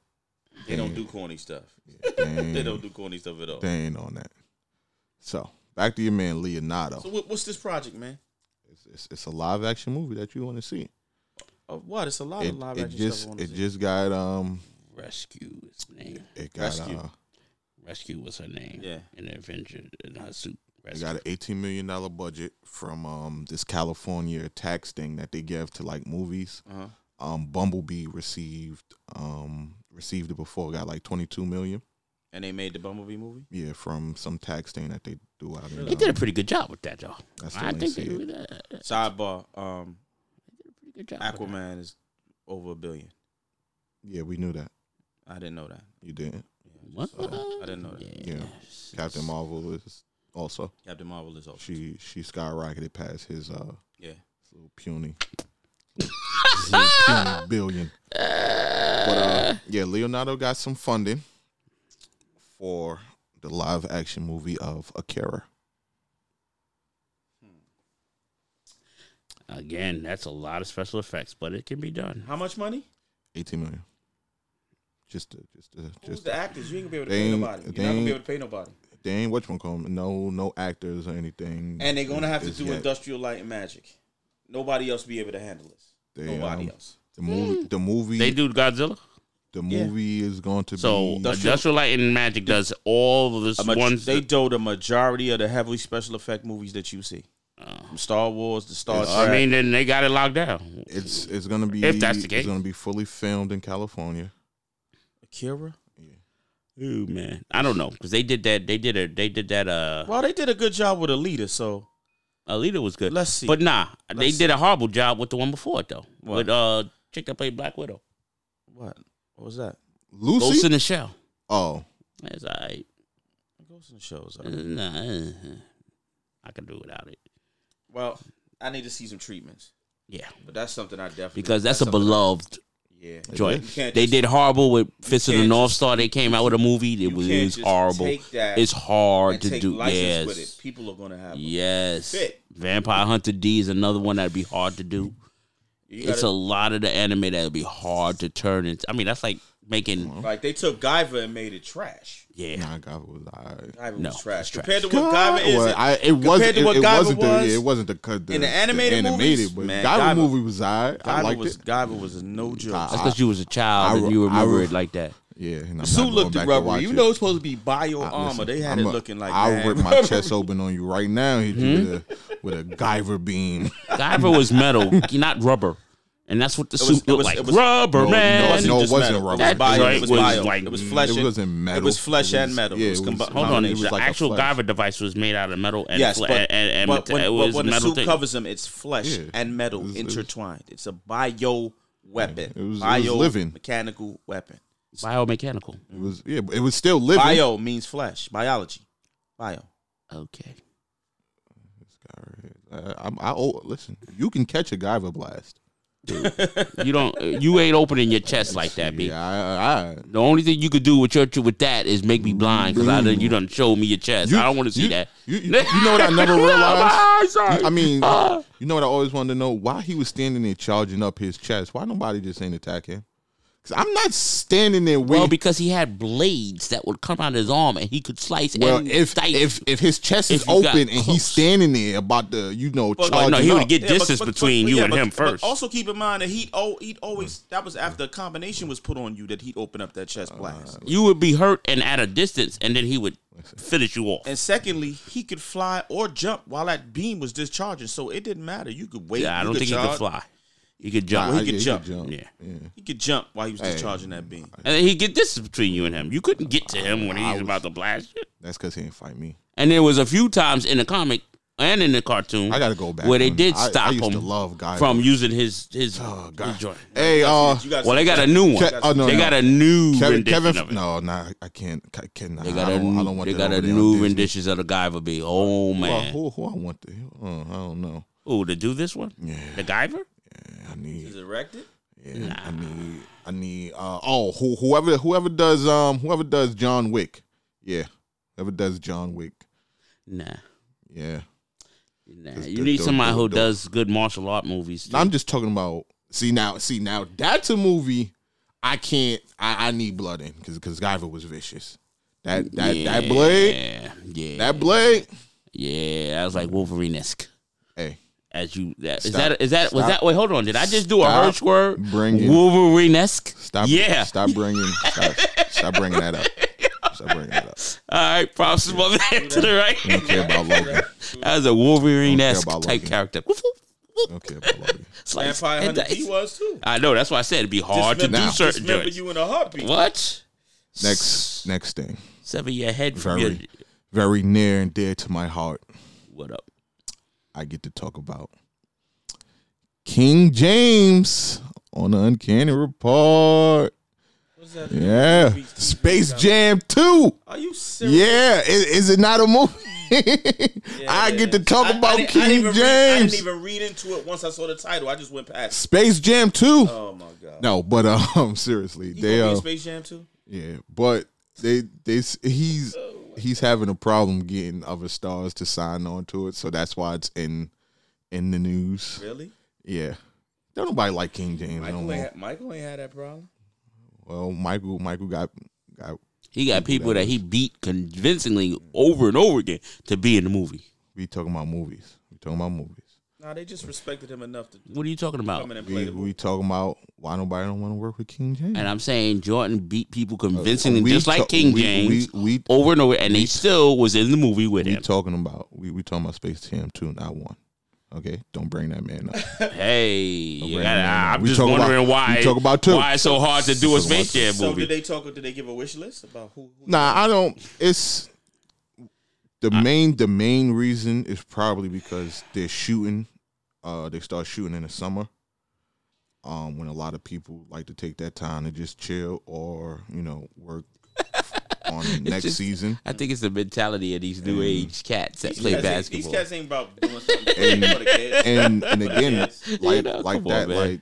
Speaker 2: They don't do corny stuff.
Speaker 1: They ain't,
Speaker 2: They don't do corny stuff at all.
Speaker 1: they ain't on that. So back to your man Leonardo.
Speaker 2: So what, what's this project, man?
Speaker 1: It's, it's, it's a live action movie that you want to see.
Speaker 2: Of Uh, what? It's a lot
Speaker 1: It,
Speaker 2: of live
Speaker 1: it
Speaker 2: action
Speaker 1: just
Speaker 2: stuff. I wanna
Speaker 1: it
Speaker 2: see.
Speaker 1: just got um
Speaker 3: Rescue is the name.
Speaker 1: It got
Speaker 2: Rescue.
Speaker 1: uh,
Speaker 3: Rescue was her name.
Speaker 2: Yeah.
Speaker 3: In the Avenger in her suit.
Speaker 1: it
Speaker 3: Rescue.
Speaker 1: got an eighteen million dollar budget from um this California tax thing that they give to like movies.
Speaker 2: Uh huh.
Speaker 1: Um, Bumblebee received um received it before got like twenty two million.
Speaker 2: And they made the Bumblebee movie.
Speaker 1: Yeah, from some tax thing that they do out in.
Speaker 3: They
Speaker 1: um,
Speaker 3: did a pretty good job with that, y'all.
Speaker 1: That's the
Speaker 3: I
Speaker 1: way I
Speaker 3: think
Speaker 1: see
Speaker 3: they,
Speaker 1: it.
Speaker 3: did a they did
Speaker 2: Sidebar: um,
Speaker 3: a pretty good job. with that.
Speaker 2: Aquaman is over a billion.
Speaker 1: Yeah, we knew that.
Speaker 2: I didn't know that.
Speaker 1: You didn't.
Speaker 2: Yeah, I
Speaker 3: What?
Speaker 2: just saw that. I didn't know that.
Speaker 1: Yeah.
Speaker 3: Yes.
Speaker 1: Captain Marvel is also
Speaker 2: Captain Marvel is over.
Speaker 1: she she skyrocketed past his uh
Speaker 2: Yeah.
Speaker 1: little puny, his little puny billion. But uh, yeah, Leonardo got some funding for the live action movie of Akira.
Speaker 3: Again, that's a lot of special effects, but it can be done.
Speaker 2: How much money?
Speaker 1: Eighteen million. Just to, just to,
Speaker 2: Who's
Speaker 1: just
Speaker 2: the actors? You ain't gonna be able to
Speaker 1: They
Speaker 2: pay
Speaker 1: ain't-
Speaker 2: nobody. You're
Speaker 1: they
Speaker 2: not gonna
Speaker 1: ain't- Mm,
Speaker 2: be able to pay nobody.
Speaker 1: they ain't what you call no no actors or anything.
Speaker 2: And they're gonna have to
Speaker 1: It's
Speaker 2: do
Speaker 1: yet.
Speaker 2: industrial light and magic. Nobody else be able to handle this.
Speaker 1: They,
Speaker 2: nobody
Speaker 1: um,
Speaker 2: else.
Speaker 1: The movie the movie
Speaker 3: Mm. They do Godzilla.
Speaker 1: the
Speaker 2: yeah.
Speaker 1: movie is going to be
Speaker 3: So Industrial, Light and Magic does all of this
Speaker 2: A ma-
Speaker 3: ones.
Speaker 2: they do the majority of the heavily special effect movies that you see. From Star Wars to Star
Speaker 1: It's-
Speaker 2: Trek.
Speaker 1: All
Speaker 3: uh, I mean, then they got it locked down.
Speaker 1: it's it's gonna be
Speaker 3: If that's the case.
Speaker 1: it's gonna be fully filmed in California.
Speaker 2: Akira.
Speaker 3: Ooh man, I don't know because they did that. They did a. They did that. Uh,
Speaker 2: Well, they did a good job with Alita, so
Speaker 3: Alita was good.
Speaker 2: let's see.
Speaker 3: But nah, they
Speaker 2: Let's
Speaker 3: did a horrible job with the one before it though.
Speaker 2: What?
Speaker 3: With uh, chick that played Black Widow,
Speaker 2: what? What was that?
Speaker 1: Lucy.
Speaker 3: Ghost in the Shell.
Speaker 1: Oh,
Speaker 3: That's alright.
Speaker 2: Ghost in the Shell. was all right.
Speaker 3: Nah, uh, I can do without it.
Speaker 2: Well, I need to see some treatments,
Speaker 3: Yeah,
Speaker 2: but that's something I definitely
Speaker 3: because that's, a
Speaker 2: something-
Speaker 3: beloved
Speaker 2: Yeah,
Speaker 3: joint.
Speaker 2: You can't
Speaker 3: They
Speaker 2: just-
Speaker 3: did horrible with Fist of the
Speaker 2: can't
Speaker 3: North
Speaker 2: just-
Speaker 3: Star. They came out with a movie. It
Speaker 2: you
Speaker 3: was
Speaker 2: can't
Speaker 3: it was
Speaker 2: just
Speaker 3: horrible.
Speaker 2: Take that
Speaker 3: It's hard
Speaker 2: and
Speaker 3: to
Speaker 2: take
Speaker 3: do.
Speaker 2: license
Speaker 3: Yes.
Speaker 2: with it. People are gonna have. them.
Speaker 3: Yes.
Speaker 2: Fit.
Speaker 3: Vampire Hunter D is another one that'd be hard to do.
Speaker 2: You
Speaker 3: it's
Speaker 2: gotta-
Speaker 3: a lot of the anime that'd be hard to turn into. I mean, that's like making
Speaker 2: Like they took Guyver and made it trash.
Speaker 3: yeah.
Speaker 1: nah, God was alright.
Speaker 2: Guyver
Speaker 3: No,
Speaker 2: was trash.
Speaker 3: it's trash.
Speaker 2: Compared to what Guyver is,
Speaker 1: Well,
Speaker 2: it-
Speaker 1: I, it wasn't.
Speaker 2: to
Speaker 1: It,
Speaker 2: what
Speaker 1: it
Speaker 2: Guyver
Speaker 1: wasn't the.
Speaker 2: was,
Speaker 1: yeah, it wasn't the cut. The,
Speaker 2: in the animated movies,
Speaker 1: but
Speaker 2: man,
Speaker 1: Guyver
Speaker 2: Guyver-
Speaker 1: movie was alright. I
Speaker 2: Guyver
Speaker 1: liked
Speaker 2: was
Speaker 1: it.
Speaker 2: Guyver was a no joke.
Speaker 1: Nah,
Speaker 3: That's because you was a child
Speaker 1: I-
Speaker 3: and you
Speaker 1: I-
Speaker 3: remember it like that.
Speaker 1: yeah, and I'm
Speaker 2: The
Speaker 1: not
Speaker 2: suit
Speaker 1: going
Speaker 2: looked
Speaker 1: back to
Speaker 2: rubbery.
Speaker 1: watch
Speaker 2: You
Speaker 1: it.
Speaker 2: know it's supposed to be bio
Speaker 1: I-
Speaker 2: armor.
Speaker 1: listen,
Speaker 2: They had
Speaker 1: I'm
Speaker 2: it
Speaker 1: a-
Speaker 2: looking like Hmm?
Speaker 1: I'll
Speaker 2: man,
Speaker 1: rip my chest open on you right now. Hit you with a with a Guyver beam.
Speaker 3: Guyver was metal, not rubber, and that's what the
Speaker 2: was-
Speaker 3: suit
Speaker 2: it
Speaker 3: looked
Speaker 2: was-
Speaker 3: like.
Speaker 2: it was-
Speaker 3: rubber
Speaker 1: No,
Speaker 3: man.
Speaker 1: no, it
Speaker 2: just
Speaker 1: wasn't
Speaker 2: metal.
Speaker 1: rubber.
Speaker 2: It was bio.
Speaker 3: That
Speaker 2: It was
Speaker 3: joint
Speaker 2: bio.
Speaker 3: was like-
Speaker 2: it was flesh.
Speaker 1: Mm, it
Speaker 2: and-
Speaker 1: wasn't metal.
Speaker 2: It was flesh and metal.
Speaker 1: Yeah,
Speaker 2: it was, combi-
Speaker 3: Hold
Speaker 1: no,
Speaker 3: on,
Speaker 1: it was
Speaker 3: the
Speaker 1: like a
Speaker 3: actual
Speaker 1: flesh.
Speaker 3: Guyver device was made out of metal and
Speaker 2: Yes,
Speaker 3: fla-
Speaker 2: but,
Speaker 3: and, and, and
Speaker 2: but when,
Speaker 3: it
Speaker 2: but
Speaker 3: was
Speaker 2: when the
Speaker 3: metal
Speaker 2: suit
Speaker 3: thing.
Speaker 2: covers them, it's flesh
Speaker 1: Yeah.
Speaker 2: and metal
Speaker 1: It was- it was-
Speaker 2: intertwined. It's a bio weapon.
Speaker 1: It was- it was
Speaker 2: bio
Speaker 1: living.
Speaker 2: mechanical weapon.
Speaker 3: biomechanical.
Speaker 1: It was yeah, but it was still living.
Speaker 2: Bio means flesh. Biology. Bio.
Speaker 3: Okay,
Speaker 1: I, I'm, I oh, listen. You can catch a Guyver blast.
Speaker 3: you don't. You ain't opening your chest like that, B.
Speaker 1: Yeah, I, I,
Speaker 3: The only thing you could do with your with that is make me blind because I done, you done showed me your chest. I don't want to see
Speaker 1: you-
Speaker 3: that.
Speaker 1: You, you- you know what I never
Speaker 3: No,
Speaker 1: realized?
Speaker 3: I'm sorry.
Speaker 1: I mean,
Speaker 3: Ah.
Speaker 1: you know what I always wanted to know? Why he was standing there charging up his chest? Why nobody just ain't attack him? Because I'm not standing there
Speaker 3: well,
Speaker 1: waiting.
Speaker 3: because he had blades that would come out of his arm and he could slice
Speaker 1: Well,
Speaker 3: and
Speaker 1: if,
Speaker 3: dice.
Speaker 1: if if his chest
Speaker 3: If
Speaker 1: is
Speaker 3: you got
Speaker 1: open and he's
Speaker 3: close.
Speaker 1: standing there about the you know
Speaker 2: But-
Speaker 1: charging
Speaker 3: no, he would
Speaker 1: up,
Speaker 3: get
Speaker 2: Yeah, but-
Speaker 3: distance
Speaker 2: but- but-
Speaker 3: between
Speaker 2: but
Speaker 3: you
Speaker 2: yeah,
Speaker 3: and
Speaker 2: but-
Speaker 3: him
Speaker 2: but
Speaker 3: first.
Speaker 2: also keep in mind that he oh he'd
Speaker 1: Hmm.
Speaker 2: always that was after a combination was put on you that he'd open up that
Speaker 1: Uh,
Speaker 2: chest blast.
Speaker 3: you would be hurt and at a distance, and then he would finish you off.
Speaker 2: and secondly, he could fly or jump while that beam was discharging, so it didn't matter. You could wait.
Speaker 3: Yeah, I
Speaker 2: you
Speaker 3: don't think he could
Speaker 2: charge.
Speaker 3: fly. He could
Speaker 1: Nah,
Speaker 3: jump.
Speaker 2: he could jump.
Speaker 3: Yeah.
Speaker 2: He could jump while he was discharging that beam.
Speaker 3: and then he'd get distance between you and him. You couldn't get to him when he was about to blast you.
Speaker 1: That's because he didn't fight me.
Speaker 3: And there was a few times in the comic and in the cartoon
Speaker 1: I gotta go back.
Speaker 3: where they
Speaker 1: man.
Speaker 3: did
Speaker 1: I- I
Speaker 3: stop
Speaker 1: used
Speaker 3: him
Speaker 1: to love Guyver.
Speaker 3: from using his his,
Speaker 1: Oh,
Speaker 3: his
Speaker 1: God.
Speaker 3: joint.
Speaker 1: Hey, uh,
Speaker 2: You got
Speaker 3: Well, they got a new one.
Speaker 1: Ke- oh, no,
Speaker 3: they
Speaker 1: no.
Speaker 3: got a new
Speaker 1: Kevin,
Speaker 3: rendition
Speaker 1: Kevin,
Speaker 3: of it.
Speaker 1: no, nah, I can't, I cannot.
Speaker 3: They got
Speaker 1: I
Speaker 3: a
Speaker 1: don't, I
Speaker 3: new,
Speaker 1: don't want
Speaker 3: they
Speaker 1: that
Speaker 3: got
Speaker 1: over
Speaker 3: a
Speaker 1: there on
Speaker 3: new
Speaker 1: Disney.
Speaker 3: renditions of the Guy would be. Oh
Speaker 1: Well,
Speaker 3: man,
Speaker 1: who, who I want to? Uh, I don't know.
Speaker 3: oh to do this one,
Speaker 1: Yeah,
Speaker 3: the Guyver.
Speaker 1: I need.
Speaker 2: Is erected?
Speaker 1: Yeah, I need. I need. Uh, oh, who, whoever whoever does um whoever does John Wick. Yeah, whoever does John Wick.
Speaker 3: Nah,
Speaker 1: Yeah,
Speaker 3: nah.
Speaker 1: Just
Speaker 3: You
Speaker 1: the-
Speaker 3: need
Speaker 1: the-
Speaker 3: somebody
Speaker 1: the-
Speaker 3: who
Speaker 1: the-
Speaker 3: does good martial art movies. too.
Speaker 1: I'm just talking about. See now, see now, that's a movie. I can't. I, I need blood in because because Guyver was vicious. That that that blade.
Speaker 3: Yeah, yeah,
Speaker 1: That blade.
Speaker 3: yeah. I was like Wolverine esque.
Speaker 1: Hey,
Speaker 3: As you that is
Speaker 1: Stop.
Speaker 3: that is that was
Speaker 1: Stop.
Speaker 3: that wait hold on did I just do
Speaker 1: Stop
Speaker 3: a Hirsch word
Speaker 1: bringing-
Speaker 3: Wolverine esque
Speaker 1: Stop.
Speaker 3: yeah
Speaker 1: Stop bringing. stop, stop bringing that up. Stop bringing that up.
Speaker 3: all right props to my man to the
Speaker 1: I
Speaker 3: right
Speaker 1: don't care about Logan.
Speaker 3: that was a Wolverine esque
Speaker 1: Don't care about
Speaker 3: type
Speaker 1: Logan.
Speaker 3: character
Speaker 1: I don't care about Logan.
Speaker 3: Slice.
Speaker 2: Vampire
Speaker 3: And
Speaker 2: Hunter
Speaker 3: that-
Speaker 2: D was too.
Speaker 3: I know that's why I said it'd be hard to
Speaker 2: Dismember-
Speaker 3: do
Speaker 1: Now.
Speaker 3: certain
Speaker 2: dismember
Speaker 3: joints
Speaker 2: you in a heartbeat.
Speaker 3: what
Speaker 1: Next, next thing.
Speaker 3: sever your head from your
Speaker 1: Very, very near and dear to my heart.
Speaker 3: what up
Speaker 1: I get to talk about King James on the Uncanny Report.
Speaker 2: What's that?
Speaker 1: Yeah,
Speaker 2: Beach TV
Speaker 1: Space
Speaker 2: guy.
Speaker 1: Jam Two.
Speaker 2: Are you serious?
Speaker 1: Yeah, is, is it not a movie? I get to talk
Speaker 2: I- I
Speaker 1: about
Speaker 2: didn't- I didn't
Speaker 1: King
Speaker 2: even read- I
Speaker 1: James.
Speaker 2: didn't even read into it once I saw the title. I just went past.
Speaker 1: Space Jam Two.
Speaker 2: Oh my god.
Speaker 1: No, but um, seriously,
Speaker 2: He
Speaker 1: they
Speaker 2: gonna be
Speaker 1: uh,
Speaker 2: in Space Jam too.
Speaker 1: yeah, but they they s- he's
Speaker 2: Oh,
Speaker 1: he's having a problem getting other stars to sign on to it, so that's why it's in in the news.
Speaker 2: Really?
Speaker 1: Yeah, don't nobody like King James no
Speaker 2: Michael
Speaker 1: more.
Speaker 2: ain't, had- Michael ain't had that problem.
Speaker 1: Well, Michael, Michael got got
Speaker 3: He got people that he beat convincingly over and over again to be in the movie.
Speaker 1: we talking about movies. We talking about movies.
Speaker 2: Nah, they just respected him enough to
Speaker 3: What are you talking about?
Speaker 2: come in and play
Speaker 1: We,
Speaker 2: the
Speaker 1: we talking about why nobody don't want to work with King James.
Speaker 3: And I'm saying Jordan beat people convincingly,
Speaker 1: Uh, We
Speaker 3: just like
Speaker 1: ta-
Speaker 3: King
Speaker 1: we-
Speaker 3: James,
Speaker 1: we- we-
Speaker 3: over and over, and they still was in the movie with
Speaker 1: We
Speaker 3: him.
Speaker 1: talking about we we talking about Space Jam two, not one. Okay, don't bring that man up.
Speaker 3: Hey, you
Speaker 1: Right,
Speaker 3: gotta-
Speaker 1: right, right.
Speaker 3: I'm
Speaker 1: We
Speaker 3: just
Speaker 1: talk about-
Speaker 3: wondering why
Speaker 1: we talk about two.
Speaker 3: why it's so hard to do
Speaker 1: Talk
Speaker 3: a
Speaker 1: about
Speaker 3: Space
Speaker 1: two.
Speaker 3: Jam
Speaker 2: So
Speaker 3: movie.
Speaker 2: did they talk? Did they give a wish list about who? who
Speaker 1: nah, I don't. It's the main the main reason is probably because they're shooting. Uh, they start shooting in the summer. Um, when a lot of people like to take that time to just chill or you know work on next
Speaker 3: just-
Speaker 1: season.
Speaker 3: I think it's the mentality of these new age cats that
Speaker 2: Mm. These
Speaker 3: play
Speaker 2: cats ain't-
Speaker 3: basketball.
Speaker 2: These cats ain't about doing something for the kids.
Speaker 1: and and again,
Speaker 2: Yes.
Speaker 1: like
Speaker 3: You know,
Speaker 1: like
Speaker 3: come on,
Speaker 1: that,
Speaker 3: man.
Speaker 1: like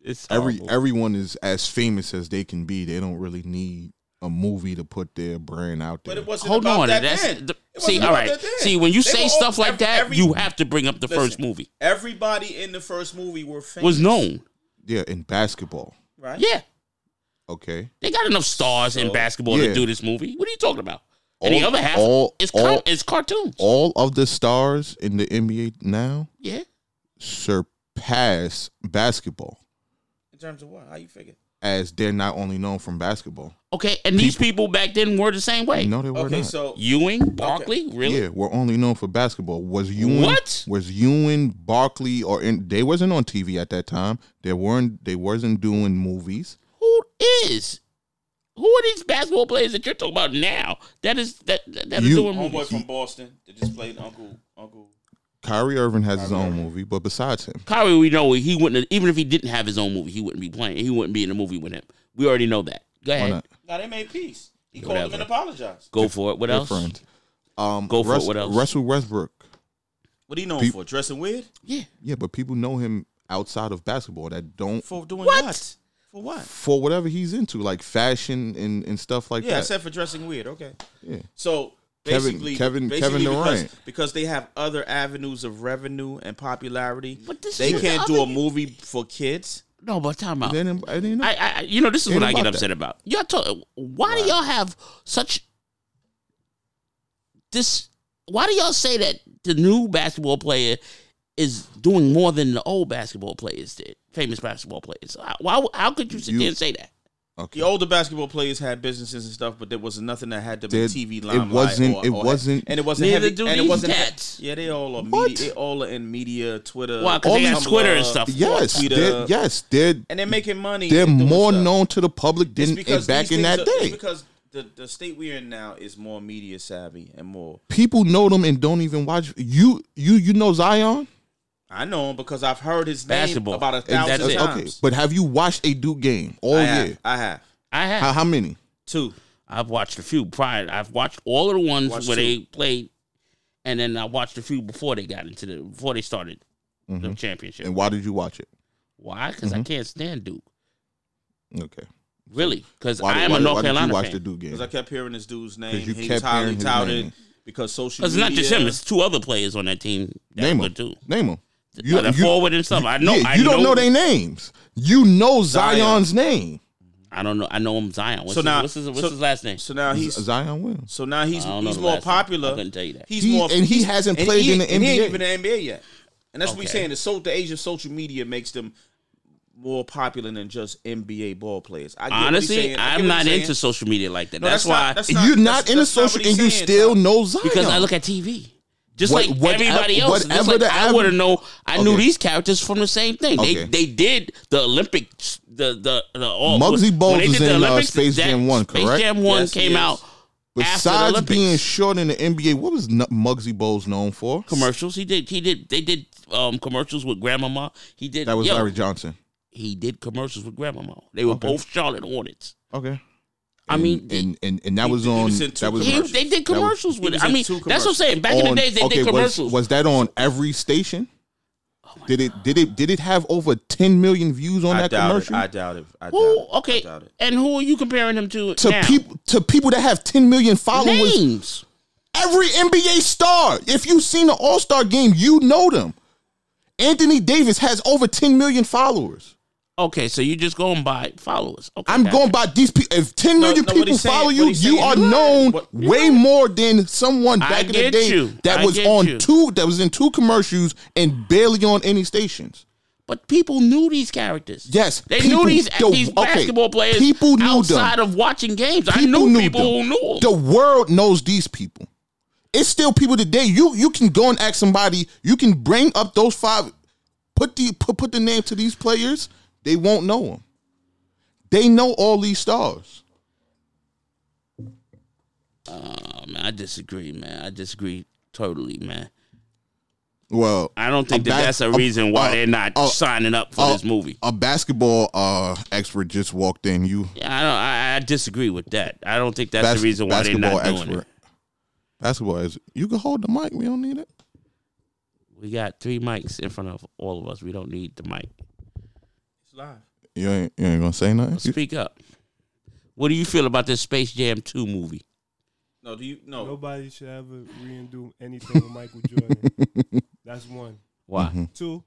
Speaker 3: it's
Speaker 1: every
Speaker 3: horrible.
Speaker 1: everyone is as famous as they can be. They don't really need a movie to put their brand out there.
Speaker 2: But it wasn't
Speaker 3: Hold
Speaker 2: about
Speaker 3: on,
Speaker 2: that
Speaker 3: that's
Speaker 2: then.
Speaker 3: the-
Speaker 2: It wasn't
Speaker 3: see.
Speaker 2: about
Speaker 3: All right,
Speaker 2: that then.
Speaker 3: see when you
Speaker 2: They
Speaker 3: say
Speaker 2: were
Speaker 3: stuff
Speaker 2: all-
Speaker 3: like that,
Speaker 2: every-
Speaker 3: you have to bring up the
Speaker 2: listen,
Speaker 3: first movie
Speaker 2: Everybody in the first movie were famous.
Speaker 3: was known.
Speaker 1: yeah, in basketball,
Speaker 2: right?
Speaker 3: Yeah,
Speaker 1: okay.
Speaker 3: They got enough stars in
Speaker 2: So-
Speaker 3: basketball
Speaker 1: Yeah.
Speaker 3: to do this movie. What are you talking about? and the
Speaker 1: All-
Speaker 3: other half
Speaker 1: all-
Speaker 3: is com-
Speaker 1: all-
Speaker 3: is cartoons.
Speaker 1: All of the stars in the NBA now
Speaker 3: yeah.
Speaker 1: surpass basketball,
Speaker 2: In terms of what? How you figure?
Speaker 1: as they're not only known from basketball.
Speaker 3: Okay, and these people back then were the same way.
Speaker 1: No, they were
Speaker 2: Okay,
Speaker 1: not.
Speaker 2: so
Speaker 3: Ewing, Barkley, really?
Speaker 1: Yeah, we're only known for basketball. Was Ewan
Speaker 3: What?
Speaker 1: was Ewan Barkley or in, they wasn't on TV at that time. They weren't they wasn't doing movies.
Speaker 3: Who is? Who are these basketball players that you're talking about now? That is that that, that are
Speaker 1: You-
Speaker 3: doing
Speaker 2: homeboy
Speaker 3: movies.
Speaker 2: from Boston that just played Uncle Uncle.
Speaker 1: Kyrie Irving has his own movie, but besides him,
Speaker 3: Kyrie, we know he wouldn't even if he didn't have his own movie, he wouldn't be playing. He wouldn't be in a movie with him. We already know that. Go
Speaker 1: why
Speaker 3: ahead,
Speaker 1: not?
Speaker 2: Now they made peace. He
Speaker 3: Yeah,
Speaker 2: called him
Speaker 3: whatever.
Speaker 2: and apologized.
Speaker 3: go for it. What
Speaker 1: They're
Speaker 3: else?
Speaker 1: friends. Um,
Speaker 3: Go for it,
Speaker 1: Rus-
Speaker 3: what else?
Speaker 1: Russell Westbrook.
Speaker 2: What he known
Speaker 1: Pe-
Speaker 2: for? Dressing weird?
Speaker 3: Yeah,
Speaker 1: Yeah, but people know him outside of basketball that don't
Speaker 2: For doing
Speaker 3: What?
Speaker 2: what? For what?
Speaker 1: for whatever he's into, like fashion and, and stuff like
Speaker 2: Yeah,
Speaker 1: that.
Speaker 2: I said for dressing weird. Okay.
Speaker 1: yeah.
Speaker 2: So
Speaker 1: Kevin-
Speaker 2: basically,
Speaker 1: Kevin-
Speaker 2: basically
Speaker 1: Kevin
Speaker 2: because,
Speaker 1: Durant.
Speaker 2: because they have other avenues of revenue and popularity.
Speaker 3: But this
Speaker 2: they
Speaker 3: is
Speaker 2: can't
Speaker 3: the
Speaker 2: do a
Speaker 3: other-
Speaker 2: movie for kids.
Speaker 3: no, but time out.
Speaker 1: They didn't- I didn't know.
Speaker 3: I, I, you know, this is
Speaker 1: Ain't
Speaker 3: what I get
Speaker 1: about
Speaker 3: upset about. Y'all talk. Why do y'all have such this? Why do y'all say that the new basketball player is doing more than the old basketball players did? Famous basketball players. How- Why? How could you sit
Speaker 1: You-
Speaker 3: there and say that?
Speaker 1: okay.
Speaker 2: The older basketball players had businesses and stuff, but there was nothing that had to be
Speaker 1: There-
Speaker 2: TV
Speaker 1: it
Speaker 2: limelight.
Speaker 1: wasn't-
Speaker 2: or-
Speaker 1: it
Speaker 2: or-
Speaker 1: wasn't-
Speaker 2: and it wasn't
Speaker 3: Neither
Speaker 2: heavy.
Speaker 3: do
Speaker 2: and
Speaker 3: these
Speaker 2: it wasn't
Speaker 3: cats.
Speaker 2: Yeah, they all are
Speaker 1: What?
Speaker 2: media. They all are in media, Twitter.
Speaker 3: Why? Because they
Speaker 2: Tumblr,
Speaker 3: got Twitter and stuff.
Speaker 1: yes,
Speaker 2: Twitter.
Speaker 1: they're, yes, they're
Speaker 2: uh, and they're making money.
Speaker 1: they're
Speaker 2: doing
Speaker 1: more
Speaker 2: stuff.
Speaker 1: known to the public
Speaker 2: It's
Speaker 1: than
Speaker 2: because
Speaker 1: back
Speaker 2: these
Speaker 1: in
Speaker 2: things
Speaker 1: that
Speaker 2: are- it's
Speaker 1: day.
Speaker 2: because the, the state we're in now is more media savvy and more.
Speaker 1: People know them and don't even watch you. You you know Zion?
Speaker 2: I know him because I've heard his
Speaker 3: Basketball.
Speaker 2: name about a
Speaker 3: That's
Speaker 2: thousand
Speaker 3: it.
Speaker 2: times.
Speaker 1: Okay, oh, but have you watched a Duke game all
Speaker 2: I
Speaker 1: year?
Speaker 2: have, I have
Speaker 3: I have.
Speaker 1: How, how many?
Speaker 2: two.
Speaker 3: I've watched a few prior. I've watched all of the ones
Speaker 2: Watched
Speaker 3: where
Speaker 2: two.
Speaker 3: they played, and then I watched a few before they got into the before they started the
Speaker 1: Mm-hmm.
Speaker 3: championship.
Speaker 1: And Mm-hmm. why did you watch it?
Speaker 3: Why? Because I can't stand Duke.
Speaker 1: Okay,
Speaker 3: Really? Because
Speaker 1: why,
Speaker 3: I
Speaker 1: did-
Speaker 3: am
Speaker 1: why
Speaker 3: a
Speaker 1: did-
Speaker 3: North
Speaker 1: why did
Speaker 3: Carolina
Speaker 1: you watch
Speaker 3: fan.
Speaker 1: the Duke
Speaker 2: Because
Speaker 1: game?
Speaker 2: I kept hearing this dude's name.
Speaker 1: 'Cause you
Speaker 2: He was
Speaker 1: kept
Speaker 2: highly
Speaker 1: hearing his
Speaker 2: touted
Speaker 1: name.
Speaker 2: because social
Speaker 3: Because
Speaker 2: media.
Speaker 3: it's not just him. It's two other players on that team. That
Speaker 1: Name
Speaker 3: were
Speaker 1: them.
Speaker 3: too.
Speaker 1: Name them.
Speaker 3: You, forward and stuff. I know.
Speaker 1: yeah,
Speaker 3: I
Speaker 1: you don't know their names. You know
Speaker 2: Zion.
Speaker 1: Zion's name.
Speaker 3: I don't know. I know him Zion. What's,
Speaker 2: So
Speaker 3: his,
Speaker 2: now-
Speaker 3: what's, his, what's
Speaker 2: so-
Speaker 3: his last name?
Speaker 2: so now Uh, he's
Speaker 1: Zion Williams.
Speaker 2: so now he's
Speaker 3: I don't know
Speaker 2: he's
Speaker 3: the
Speaker 2: more
Speaker 3: last name. I
Speaker 2: popular.
Speaker 3: couldn't tell you that.
Speaker 2: He's
Speaker 1: He-
Speaker 2: more
Speaker 1: and he hasn't
Speaker 2: and
Speaker 1: played in the
Speaker 2: and He ain't
Speaker 1: NBA.
Speaker 2: even in the NBA yet. And that's what we're
Speaker 3: Okay.
Speaker 2: saying. The, so, the age of social media makes them more popular than just NBA ball players. I get what he's
Speaker 3: Honestly,
Speaker 2: saying. I get
Speaker 3: I'm
Speaker 2: what
Speaker 3: not
Speaker 2: he's
Speaker 3: into
Speaker 2: saying.
Speaker 3: social media like that.
Speaker 2: No,
Speaker 3: that's,
Speaker 2: not-
Speaker 3: why
Speaker 2: that's
Speaker 1: You're not
Speaker 2: that's-
Speaker 1: in a
Speaker 2: that's not
Speaker 1: social
Speaker 2: what he's
Speaker 1: and you
Speaker 2: saying,
Speaker 1: still
Speaker 2: Tom.
Speaker 1: know Zion.
Speaker 3: because I look at TV. Just
Speaker 1: What-
Speaker 3: like
Speaker 1: what- uh,
Speaker 3: everybody else, just
Speaker 1: whatever
Speaker 3: like
Speaker 1: the
Speaker 3: I want to
Speaker 1: average-
Speaker 3: know. I knew
Speaker 1: Okay.
Speaker 3: these characters from the same thing.
Speaker 1: Okay.
Speaker 3: They they did the Olympics, the the the all.
Speaker 1: Muggsy
Speaker 3: when
Speaker 1: Bogues
Speaker 3: they
Speaker 1: is
Speaker 3: did the
Speaker 1: in, uh,
Speaker 3: Olympics,
Speaker 1: Space
Speaker 3: that-
Speaker 1: Jam 1,
Speaker 3: Space
Speaker 1: correct?
Speaker 3: Jam One
Speaker 2: Yes, he
Speaker 3: came
Speaker 2: is.
Speaker 3: out after the
Speaker 1: Besides
Speaker 3: Olympics.
Speaker 1: being short in the NBA, what was N- Muggsy Bowles known for?
Speaker 3: commercials. He did he did they did um commercials with Grandmama. He did
Speaker 1: That was
Speaker 3: yo,
Speaker 1: Larry Johnson.
Speaker 3: He did commercials with Grandmama. They were
Speaker 1: Okay.
Speaker 3: both Charlotte Hornets.
Speaker 1: Okay.
Speaker 3: I mean,
Speaker 1: and and, and, and that
Speaker 2: he-
Speaker 1: was
Speaker 2: he
Speaker 1: on.
Speaker 2: was in two
Speaker 1: that was
Speaker 3: he,
Speaker 2: commercials.
Speaker 3: they did
Speaker 1: was-
Speaker 3: commercials with
Speaker 2: he
Speaker 3: it.
Speaker 2: was
Speaker 3: I
Speaker 2: in
Speaker 3: mean,
Speaker 2: two
Speaker 3: that's what I'm
Speaker 2: commercials.
Speaker 3: saying. Back in
Speaker 1: on-
Speaker 3: the days, they
Speaker 1: okay,
Speaker 3: did
Speaker 1: was-
Speaker 3: commercials. Oh
Speaker 1: Was, that on every station? did it? Did it? Did it have over ten million views on
Speaker 2: I
Speaker 1: that
Speaker 2: doubt
Speaker 1: commercial?
Speaker 2: it. I doubt it. I doubt
Speaker 3: Who?
Speaker 2: it. I
Speaker 3: Okay.
Speaker 2: doubt it.
Speaker 3: And who are you comparing him to?
Speaker 1: to
Speaker 3: now?
Speaker 1: people, to people that have ten million followers,
Speaker 3: names.
Speaker 1: every NBA star. If you've seen the All Star game, you know them. Anthony Davis has over ten million followers.
Speaker 3: Okay, so you just going by followers. Okay,
Speaker 1: I'm
Speaker 3: got
Speaker 1: going
Speaker 3: you.
Speaker 1: by these people. If 10
Speaker 2: No,
Speaker 1: million
Speaker 2: no, what
Speaker 1: people
Speaker 2: he's saying-
Speaker 1: follow
Speaker 2: what
Speaker 1: you,
Speaker 2: he's
Speaker 1: you
Speaker 2: saying-
Speaker 1: are
Speaker 2: You're
Speaker 1: known
Speaker 2: right. What-
Speaker 1: way more than someone back in the
Speaker 3: get
Speaker 1: day
Speaker 3: you.
Speaker 1: that
Speaker 3: I
Speaker 1: was
Speaker 3: get
Speaker 1: on
Speaker 3: you.
Speaker 1: two that was in two commercials and barely on any stations.
Speaker 3: But people knew these characters.
Speaker 1: Yes,
Speaker 3: they
Speaker 1: people-
Speaker 3: knew these
Speaker 1: the-
Speaker 3: these
Speaker 1: okay,
Speaker 3: basketball players.
Speaker 1: people knew
Speaker 3: outside
Speaker 1: them.
Speaker 3: of watching games. I
Speaker 1: People
Speaker 3: knew,
Speaker 1: knew
Speaker 3: people
Speaker 1: them.
Speaker 3: who knew them.
Speaker 1: The world knows these people. It's still people today. You you can go and ask somebody. You can bring up those five. Put the put, put the name to these players. They won't know them. They know all these stars.
Speaker 3: oh, man, I disagree, man. I disagree totally, man.
Speaker 1: Well,
Speaker 3: I don't think
Speaker 1: A
Speaker 3: that
Speaker 1: bas-
Speaker 3: that's a
Speaker 1: a-
Speaker 3: reason why
Speaker 1: uh,
Speaker 3: they're not
Speaker 1: uh,
Speaker 3: signing up for
Speaker 1: uh,
Speaker 3: this movie.
Speaker 1: a basketball uh, expert just walked in. You
Speaker 3: Yeah, I don't. I, I disagree with that. I don't think that's
Speaker 1: Bas-
Speaker 3: the reason why they're
Speaker 1: basketball
Speaker 3: not doing it.
Speaker 1: Basketball is you can hold the mic. We don't need it.
Speaker 3: We got three mics in front of all of us. We don't need the mic.
Speaker 2: It's live.
Speaker 1: You ain't you ain't gonna say nothing. You-
Speaker 3: Speak up. What do you feel about this Space Jam Two movie?
Speaker 2: No, do you no?
Speaker 5: Nobody should ever redo anything with Michael Jordan. That's one.
Speaker 3: Why?
Speaker 1: Mm-hmm.
Speaker 5: Two.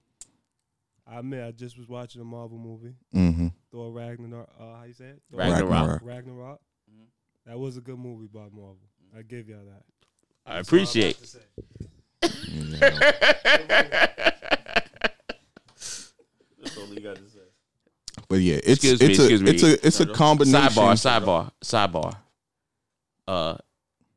Speaker 5: I admit, I just was watching a Marvel movie,
Speaker 1: Mhm.
Speaker 5: Thor Ragnarok. Uh, how you say it? Thor
Speaker 3: Ragnarok.
Speaker 1: Ragnarok.
Speaker 5: Ragnarok.
Speaker 1: Mm-hmm.
Speaker 5: That was a good movie by Marvel. I give y'all that.
Speaker 3: I appreciate.
Speaker 2: That's all you got to say.
Speaker 1: But yeah, it's
Speaker 3: Excuse me,
Speaker 1: it's a
Speaker 3: excuse me.
Speaker 1: it's a it's a
Speaker 2: No, no.
Speaker 1: combination.
Speaker 3: Sidebar, sidebar, sidebar. Uh,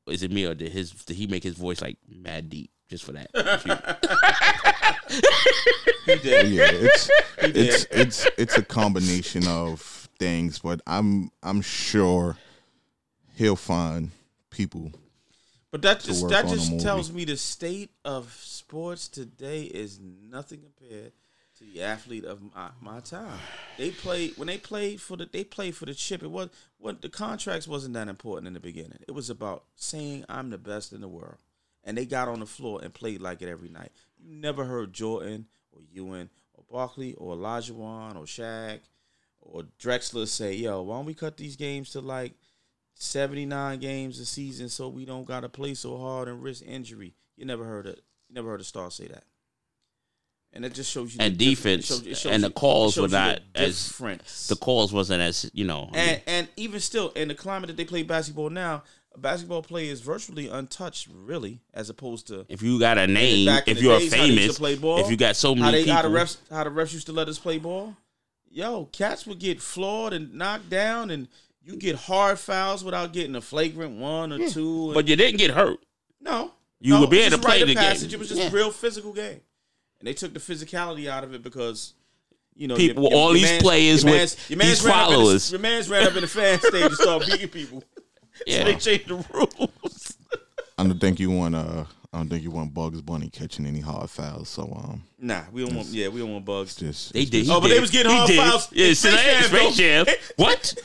Speaker 3: is it me or did his did he make his voice like mad deep just for that?
Speaker 2: He
Speaker 1: But
Speaker 2: did.
Speaker 1: Yeah, it's it's it's it's a combination of things. But I'm I'm sure he'll find people.
Speaker 2: But that
Speaker 1: to
Speaker 2: just
Speaker 1: work
Speaker 2: that
Speaker 1: on a
Speaker 2: just
Speaker 1: movie.
Speaker 2: tells me the state of sports today is nothing compared to the athlete of my, my time. They played when they played for the they played for the chip. It was what the contracts wasn't that important in the beginning. It was about saying I'm the best in the world, and they got on the floor and played like it every night. You never heard Jordan or Ewan or Barkley or Olajuwon or Shaq or Drexler say, "Yo, why don't we cut these games to like 79 games a season so we don't gotta play so hard and risk injury. You never heard a you never heard a star say that. And it just shows you
Speaker 3: And
Speaker 2: diff- it
Speaker 3: defense,
Speaker 2: shows- it shows
Speaker 3: and the
Speaker 2: you- it
Speaker 3: calls
Speaker 2: shows
Speaker 3: were
Speaker 2: you the
Speaker 3: not as-
Speaker 2: difference.
Speaker 3: the calls wasn't as you know. I mean,
Speaker 2: and and even still in the climate that they play basketball now, a basketball player is virtually untouched really as opposed to
Speaker 3: if you got a name,
Speaker 2: back in
Speaker 3: if
Speaker 2: the
Speaker 3: you're
Speaker 2: days, how they used to
Speaker 3: famous,
Speaker 2: play ball,
Speaker 3: if you got so
Speaker 2: how they
Speaker 3: many people,
Speaker 2: how the refs how the refs used to let us play ball. Yo, cats would get floored and knocked down and you get hard fouls without getting a flagrant one or two. and-
Speaker 3: but you didn't get hurt.
Speaker 2: No,
Speaker 3: You
Speaker 2: no,
Speaker 3: would be
Speaker 2: it was
Speaker 3: able
Speaker 2: just
Speaker 3: to play
Speaker 2: rite of
Speaker 3: the game.
Speaker 2: passage. It was just
Speaker 3: Yeah.
Speaker 2: real physical game, and they took the physicality out of it because you know
Speaker 3: People- all these players
Speaker 2: your
Speaker 3: with
Speaker 2: man's, your
Speaker 3: these
Speaker 2: man's ran up in the-
Speaker 3: followers.
Speaker 2: your man's ran up in the fan stage and started beating people.
Speaker 3: Yeah.
Speaker 2: So they changed the rules.
Speaker 1: I don't think you want uh I don't think you want Bugs Bunny catching any hard fouls. So um,
Speaker 2: Nah, we don't want. Yeah, we don't want bugs.
Speaker 1: it's just
Speaker 3: They did. He
Speaker 2: Oh, but
Speaker 3: did.
Speaker 2: they was getting
Speaker 3: He
Speaker 2: hard
Speaker 3: did.
Speaker 2: fouls.
Speaker 3: Yeah,
Speaker 2: It's
Speaker 3: Space
Speaker 2: Space Jam,
Speaker 3: Jam. Space Jam.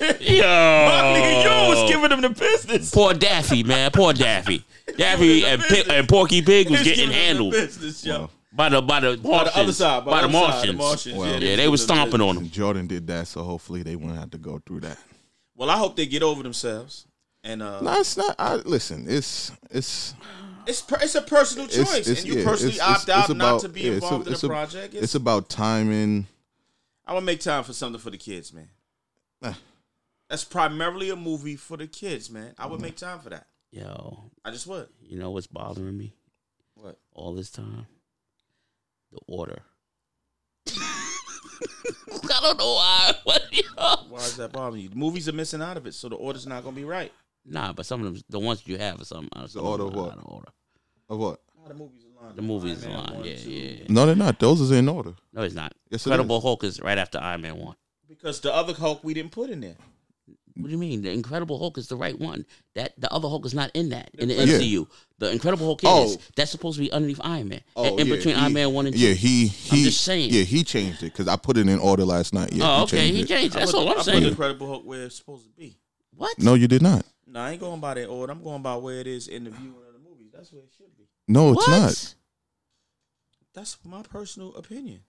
Speaker 3: What? Yo,
Speaker 2: Nigga, you was giving them the business.
Speaker 3: poor Daffy, man. Poor Daffy. Daffy and, Pi- and Porky Pig was
Speaker 2: They
Speaker 3: getting
Speaker 2: giving them the
Speaker 3: handled
Speaker 2: business, yo.
Speaker 1: Well,
Speaker 3: by the by the
Speaker 2: By
Speaker 3: Martians,
Speaker 2: the other side, by, the, other side, the
Speaker 3: Martians.
Speaker 2: Martians.
Speaker 1: Well,
Speaker 3: Yeah, they was
Speaker 2: giving them the
Speaker 3: stomping on him.
Speaker 1: Jordan did that, so hopefully they wouldn't have to go through that.
Speaker 2: business. Well, I hope they get over themselves. And uh,
Speaker 1: No, it's not. I listen. It's it's
Speaker 2: It's per, it's a personal
Speaker 1: it's,
Speaker 2: choice,
Speaker 1: it's-
Speaker 2: and you
Speaker 1: yeah,
Speaker 2: personally
Speaker 1: it's-
Speaker 2: opt
Speaker 1: it's-
Speaker 2: out
Speaker 1: it's
Speaker 2: not
Speaker 1: about-
Speaker 2: to be
Speaker 1: yeah, it's a-
Speaker 2: involved in
Speaker 1: it's
Speaker 2: the
Speaker 1: a-
Speaker 2: project.
Speaker 1: It's about timing.
Speaker 2: I want to make time for something for the kids, man.
Speaker 1: Eh.
Speaker 2: That's primarily a movie for the kids, man. I would
Speaker 1: Mm-hmm.
Speaker 2: make time for that.
Speaker 3: Yo,
Speaker 2: I just would.
Speaker 3: you know what's bothering me
Speaker 2: What?
Speaker 3: all this time? The Order. I don't know why. What, yo?
Speaker 2: Why is that bothering you? Movies are missing out of it, so the order's not gonna be right.
Speaker 3: Nah, but some of them, the ones you have, or something. The
Speaker 1: order of what?
Speaker 3: order.
Speaker 1: Of what?
Speaker 2: Nah, the movies are lying.
Speaker 3: The movies
Speaker 2: Iron
Speaker 3: line,
Speaker 2: Man one,
Speaker 3: yeah,
Speaker 2: two.
Speaker 3: yeah, yeah.
Speaker 1: No, they're not. Those is in order.
Speaker 3: No, it's not.
Speaker 1: Yes, it
Speaker 3: Incredible Hulk is right after Iron Man one.
Speaker 2: Because the other Hulk we didn't put in there.
Speaker 3: What do you mean? The Incredible Hulk is the right one. That the other Hulk is not in that in the
Speaker 1: Yeah.
Speaker 3: MCU. The Incredible Hulk
Speaker 1: Oh.
Speaker 3: is that's supposed to be underneath Iron Man.
Speaker 1: Oh,
Speaker 3: in in
Speaker 1: yeah,
Speaker 3: between
Speaker 1: he-
Speaker 3: Iron Man one and two.
Speaker 1: Yeah, he he.
Speaker 3: just saying.
Speaker 1: Yeah, he changed it because I put it in order last night. Yeah,
Speaker 3: oh,
Speaker 1: he
Speaker 3: okay.
Speaker 1: changed
Speaker 3: He
Speaker 1: it.
Speaker 3: changed.
Speaker 2: I
Speaker 3: That's
Speaker 2: put,
Speaker 3: all
Speaker 2: I
Speaker 3: I'm
Speaker 2: put
Speaker 3: saying.
Speaker 2: Incredible Hulk where it's supposed to be.
Speaker 3: What?
Speaker 1: No, you did not.
Speaker 2: No, I ain't going by that order. I'm going by where it is in the viewing of the movies. That's where it should be.
Speaker 1: No, Oh, it's
Speaker 3: what?
Speaker 1: not.
Speaker 2: That's my personal opinion.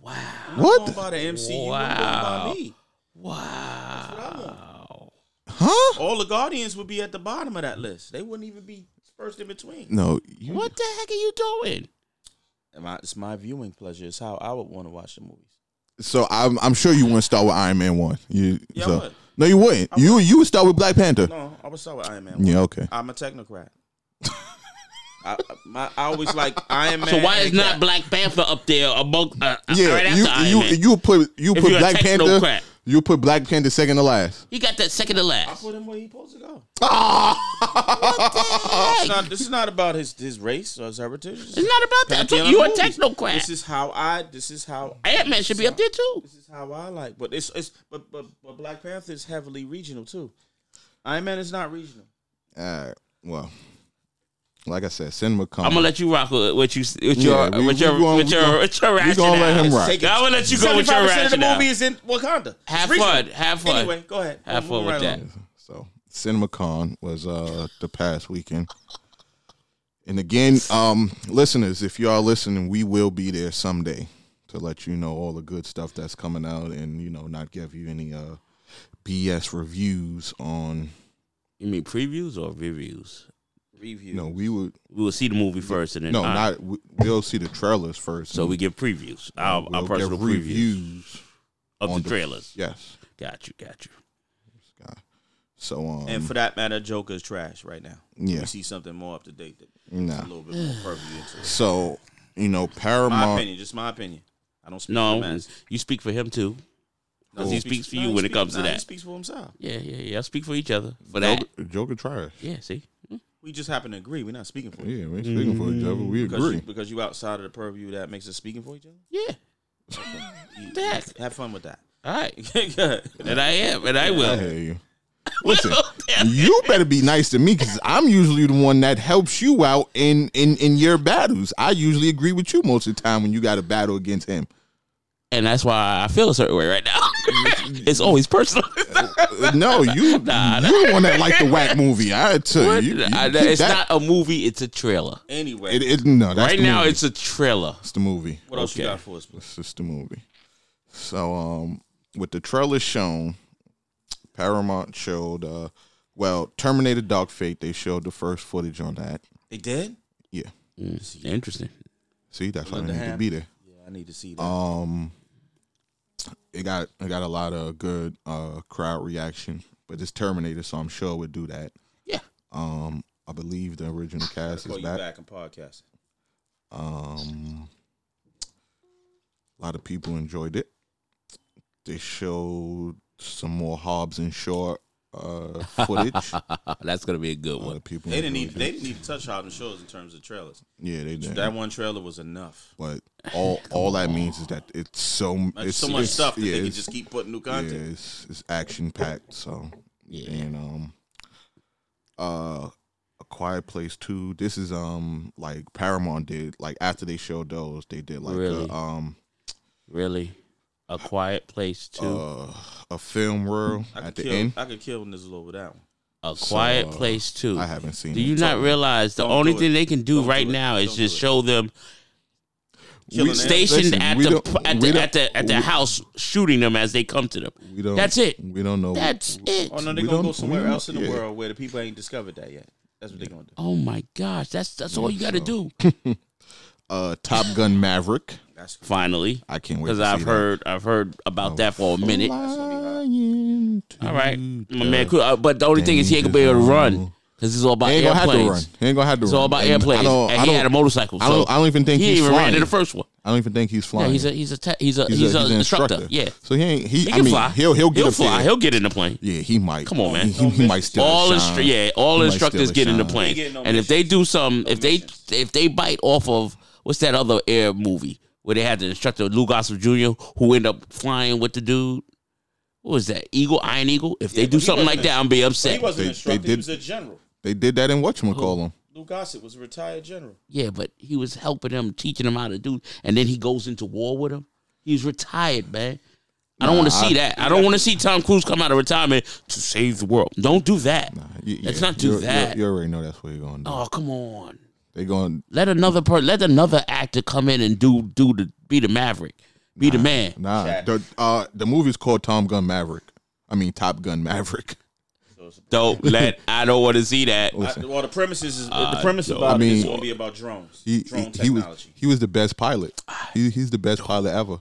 Speaker 3: Wow.
Speaker 2: I'm
Speaker 1: What?
Speaker 2: Not going by the MCU. I'm
Speaker 3: Wow.
Speaker 2: going by me.
Speaker 3: Wow.
Speaker 1: Huh?
Speaker 2: All the Guardians would be at the bottom of that list. They wouldn't even be first in between.
Speaker 1: No. You,
Speaker 3: What the heck are you doing?
Speaker 2: Am I- It's my viewing pleasure. It's how I would want to watch the movies.
Speaker 1: So I'm I'm sure you wouldn't start with Iron Man one. You
Speaker 2: Yeah, I
Speaker 1: so.
Speaker 2: would.
Speaker 1: No, you wouldn't.
Speaker 2: I
Speaker 1: You you would start with Black Panther.
Speaker 2: No, I would start with Iron Man.
Speaker 1: Yeah, okay.
Speaker 2: I'm a technocrat. I, my, I always like Iron Man.
Speaker 3: So why is
Speaker 2: and
Speaker 3: not
Speaker 2: Cap-
Speaker 3: Black Panther up there among uh, uh,
Speaker 1: Yeah,
Speaker 3: right after
Speaker 1: you
Speaker 3: Iron
Speaker 1: you
Speaker 3: Man?
Speaker 1: you put you
Speaker 3: If
Speaker 1: put
Speaker 3: you're a
Speaker 1: Black Panther.
Speaker 3: technocrat.
Speaker 1: You put Black Panther second to last.
Speaker 3: he got that second to
Speaker 2: I
Speaker 3: last.
Speaker 2: put him where he's supposed to go.
Speaker 3: What
Speaker 2: It's
Speaker 3: the heck?
Speaker 2: not, this is not about his his race or his heritage. It's
Speaker 3: It's not about that.
Speaker 2: pantheon of
Speaker 3: You're a
Speaker 2: movies. This
Speaker 3: technocrat.
Speaker 2: is how I. This is how
Speaker 3: Ant Man should be up there too.
Speaker 2: This is how I like. But it's it's but but, but Black Panther is heavily regional too. Iron Man is not regional.
Speaker 1: All right. Well, like I said, cinema come.
Speaker 3: I'm gonna let you rock with what you with your
Speaker 1: Yeah, we-
Speaker 3: with your
Speaker 1: we gonna-
Speaker 3: with
Speaker 1: we
Speaker 3: your
Speaker 1: gonna-
Speaker 3: with your
Speaker 1: we
Speaker 3: rationale.
Speaker 1: gonna let him rock.
Speaker 2: Take it.
Speaker 3: I'm gonna let you go with your
Speaker 2: 75% of the
Speaker 3: rationale.
Speaker 2: movie is in Wakanda. It's
Speaker 3: Have
Speaker 2: regional.
Speaker 3: fun. Have fun.
Speaker 2: Anyway, go ahead.
Speaker 3: Have
Speaker 2: Move
Speaker 3: fun with
Speaker 2: right
Speaker 3: that.
Speaker 2: along.
Speaker 1: So CinemaCon was uh the past weekend. And again, um, listeners, if you are listening, we will be there someday to let you know all the good stuff that's coming out and, you know, not give you any uh BS reviews on
Speaker 3: You mean previews or reviews?
Speaker 2: Review.
Speaker 1: you know, we would
Speaker 3: We will see the movie first, and then
Speaker 1: no,
Speaker 3: uh,
Speaker 1: not we, we'll see the trailers first.
Speaker 3: so
Speaker 1: and
Speaker 3: we give previews. Our,
Speaker 1: we'll
Speaker 3: our
Speaker 1: get
Speaker 3: personal previews of the,
Speaker 1: on the-
Speaker 3: trailers.
Speaker 1: Yes.
Speaker 3: Got you. Got you.
Speaker 1: So um
Speaker 2: And for that matter, Joker is trash right now.
Speaker 1: yeah,
Speaker 2: We see something more up to date that's
Speaker 1: nah.
Speaker 2: a little bit more purview into it.
Speaker 1: So, you know,
Speaker 2: My
Speaker 1: Paramount
Speaker 2: opinion, just my opinion. I don't speak for the
Speaker 3: No,
Speaker 2: masses.
Speaker 3: you speak for him too.
Speaker 2: No,
Speaker 3: he speaks for
Speaker 2: he
Speaker 3: you when it
Speaker 2: speaks-
Speaker 3: comes to
Speaker 2: nah, He
Speaker 3: that.
Speaker 2: speaks for himself.
Speaker 3: Yeah, yeah, yeah. I speak for each other for that.
Speaker 1: Joker, Joker trash.
Speaker 3: Yeah. See.
Speaker 2: We just happen to agree. We're not speaking for each
Speaker 1: Yeah, we ain't speaking for each other. We
Speaker 3: Mm,
Speaker 2: because
Speaker 1: agree.
Speaker 2: You, because you outside of the purview that makes us speaking for each other.
Speaker 3: Yeah.
Speaker 2: You-
Speaker 3: The heck?
Speaker 2: Have fun with that.
Speaker 3: All right.
Speaker 2: Good.
Speaker 3: And I am, and I
Speaker 1: I
Speaker 3: will.
Speaker 1: hear you. Listen, you better be nice to me because I'm usually the one that helps you out in, in in your battles. I usually agree with you most of the time when you got a battle against him.
Speaker 3: And that's why I feel a certain way right now. it's always personal.
Speaker 1: Uh, No, you
Speaker 3: Nah,
Speaker 1: you the one that like the whack movie. I tell
Speaker 3: What?
Speaker 1: you, you
Speaker 3: I-
Speaker 1: keep
Speaker 3: it's
Speaker 1: that-
Speaker 3: not a movie. It's a trailer.
Speaker 2: Anyway,
Speaker 1: It, it, no, that's
Speaker 3: right
Speaker 1: the
Speaker 3: now,
Speaker 1: movie.
Speaker 3: it's a trailer.
Speaker 1: It's the movie.
Speaker 2: what else you
Speaker 3: okay.
Speaker 2: got for us? please?
Speaker 1: It's just the movie. So, um, with the trailer shown, Paramount showed uh, well, Terminator: Dark Fate. They showed the first footage on that.
Speaker 2: They did.
Speaker 1: Yeah,
Speaker 3: Mm, interesting.
Speaker 1: see, that's why I
Speaker 2: Linda
Speaker 1: need to
Speaker 2: Ham.
Speaker 1: be there.
Speaker 2: Yeah, I need to see that.
Speaker 1: Um, it got it got a lot of good uh crowd reaction, but it's Terminator, so I'm sure it would do that.
Speaker 3: Yeah.
Speaker 1: Um, I believe the original cast
Speaker 2: Call
Speaker 1: is
Speaker 2: you
Speaker 1: back.
Speaker 2: back in podcasting.
Speaker 1: Um, a lot of people enjoyed it. They showed some more Hobbs and Shaw uh footage. a
Speaker 3: Ah, That's gonna be a good
Speaker 1: lot
Speaker 3: one.
Speaker 1: of people.
Speaker 2: They didn't
Speaker 1: enjoyed
Speaker 2: even
Speaker 1: it.
Speaker 2: they didn't even touch Howden Shores in terms of trailers.
Speaker 1: Yeah, they did.
Speaker 2: That one trailer was enough.
Speaker 1: But all all that means is that it's so
Speaker 2: Like,
Speaker 1: it's
Speaker 2: so much
Speaker 1: it's-
Speaker 2: stuff that
Speaker 1: yeah,
Speaker 2: they could
Speaker 1: it's-
Speaker 2: just keep putting new
Speaker 1: yeah,
Speaker 2: content.
Speaker 1: it's, it's action packed. So
Speaker 3: Yeah.
Speaker 1: and um uh a quiet place too this is um like paramount did like after they showed those they did like
Speaker 3: Really?
Speaker 1: a, um
Speaker 3: Really, a quiet place too.
Speaker 1: uh, a film reel
Speaker 2: I
Speaker 1: at
Speaker 2: could
Speaker 1: the
Speaker 2: kill
Speaker 1: end
Speaker 2: I could kill Nizzle over that one.
Speaker 3: a quiet
Speaker 1: so, uh,
Speaker 3: place too.
Speaker 1: i haven't seen
Speaker 3: Do
Speaker 1: it.
Speaker 3: you not realize the
Speaker 2: Don't
Speaker 3: only
Speaker 2: do it.
Speaker 3: thing they can do
Speaker 2: Don't
Speaker 3: right
Speaker 2: do it.
Speaker 3: now is
Speaker 2: Don't
Speaker 3: just
Speaker 2: do it.
Speaker 3: show them
Speaker 2: Killing them.
Speaker 3: stationed
Speaker 1: Listen,
Speaker 3: at,
Speaker 1: we
Speaker 3: the,
Speaker 1: don't-
Speaker 3: p- at
Speaker 1: we
Speaker 3: the
Speaker 1: don't-
Speaker 3: at the at the
Speaker 1: we-
Speaker 3: house, shooting them as they come to them.
Speaker 1: we don't
Speaker 3: That's it.
Speaker 1: we don't know
Speaker 3: That's it.
Speaker 2: Oh no, they're
Speaker 1: We
Speaker 2: gonna
Speaker 1: don't-
Speaker 2: go somewhere
Speaker 1: we don't-
Speaker 2: else in the
Speaker 1: yeah.
Speaker 2: world where the people ain't discovered that yet. That's what they're gonna do.
Speaker 3: Oh my gosh, that's that's all you got to do.
Speaker 1: uh top gun maverick
Speaker 2: That's cool.
Speaker 3: Finally,
Speaker 1: i can't wait
Speaker 3: because
Speaker 1: to
Speaker 3: I've
Speaker 1: see Oh,
Speaker 3: heard I've heard about that for a
Speaker 1: that.
Speaker 3: minute.
Speaker 1: Flying to
Speaker 3: All right, my
Speaker 1: the
Speaker 3: man. cool. Uh, but the only thing is he ain't gonna be able to
Speaker 1: danger
Speaker 3: run
Speaker 1: zone.
Speaker 3: because it's all about
Speaker 1: He ain't gonna have to run.
Speaker 3: airplanes.
Speaker 1: He ain't gonna have to
Speaker 3: It's
Speaker 1: run.
Speaker 3: all about
Speaker 1: And
Speaker 3: airplanes.
Speaker 1: I don't,
Speaker 3: and
Speaker 1: I
Speaker 3: he
Speaker 1: don't,
Speaker 3: had a motorcycle.
Speaker 1: I don't,
Speaker 3: so
Speaker 1: I don't even think
Speaker 3: he
Speaker 1: he's
Speaker 3: even
Speaker 1: flying.
Speaker 3: ran in the first one.
Speaker 1: I don't even think he's flying.
Speaker 3: Yeah, he's a he's a te- he's a he's, a,
Speaker 1: an
Speaker 3: instructor. Yeah,
Speaker 1: So he ain't. He,
Speaker 3: he
Speaker 1: I
Speaker 3: can
Speaker 1: mean,
Speaker 3: fly.
Speaker 1: he'll he'll get a
Speaker 3: fly.
Speaker 1: fly.
Speaker 3: He'll get in the plane.
Speaker 1: Yeah, he might.
Speaker 3: Come on, man.
Speaker 1: He, he might still
Speaker 3: all
Speaker 1: shine.
Speaker 3: instru- yeah, all
Speaker 1: He might
Speaker 3: instructors
Speaker 1: still
Speaker 3: get in the
Speaker 1: shine.
Speaker 3: plane,
Speaker 2: They get no
Speaker 3: and if they do some, if they
Speaker 2: missions.
Speaker 3: if they bite off of what's that other air movie where they had the instructor Lou Gossett Jr. who end up flying with the dude. What was that? Eagle, Iron Eagle. If
Speaker 2: Yeah,
Speaker 3: they do
Speaker 2: but he
Speaker 3: something like
Speaker 2: wasn't
Speaker 3: that, I'm be
Speaker 2: But he
Speaker 3: upset.
Speaker 2: wasn't
Speaker 1: They-
Speaker 2: an instructor.
Speaker 1: they
Speaker 2: He
Speaker 1: did-
Speaker 2: was a general.
Speaker 1: They did that in whatchamacallit.
Speaker 2: Lou Gossett was a retired general.
Speaker 3: yeah, but he was helping him, teaching him how to do, and then he goes into war with him. He's retired, man. I don't
Speaker 1: Nah,
Speaker 3: want to
Speaker 1: I-
Speaker 3: see that. I don't want to see Tom Cruise come out of retirement to save the world. Don't do that.
Speaker 1: Nah, you-
Speaker 3: Let's
Speaker 1: yeah,
Speaker 3: not do
Speaker 1: you're-
Speaker 3: that.
Speaker 1: You already know that's what you're going to do.
Speaker 3: Oh, come on.
Speaker 1: They're going.
Speaker 3: Let another per- let another actor come in and do do the be the maverick, be the man.
Speaker 1: Nah,
Speaker 2: Shaq.
Speaker 1: the uh, the movie's called Tom Gun Maverick. I mean Top Gun Maverick.
Speaker 2: So it's
Speaker 3: Don't let I don't want to see that.
Speaker 2: I, well, the premises is the premise
Speaker 3: don't-
Speaker 2: about
Speaker 1: Uh, I
Speaker 2: it is
Speaker 1: mean-
Speaker 2: going to be about drones,
Speaker 1: He,
Speaker 2: drone
Speaker 1: he, he was
Speaker 2: technology.
Speaker 1: he was the best pilot. He, he's the best pilot ever.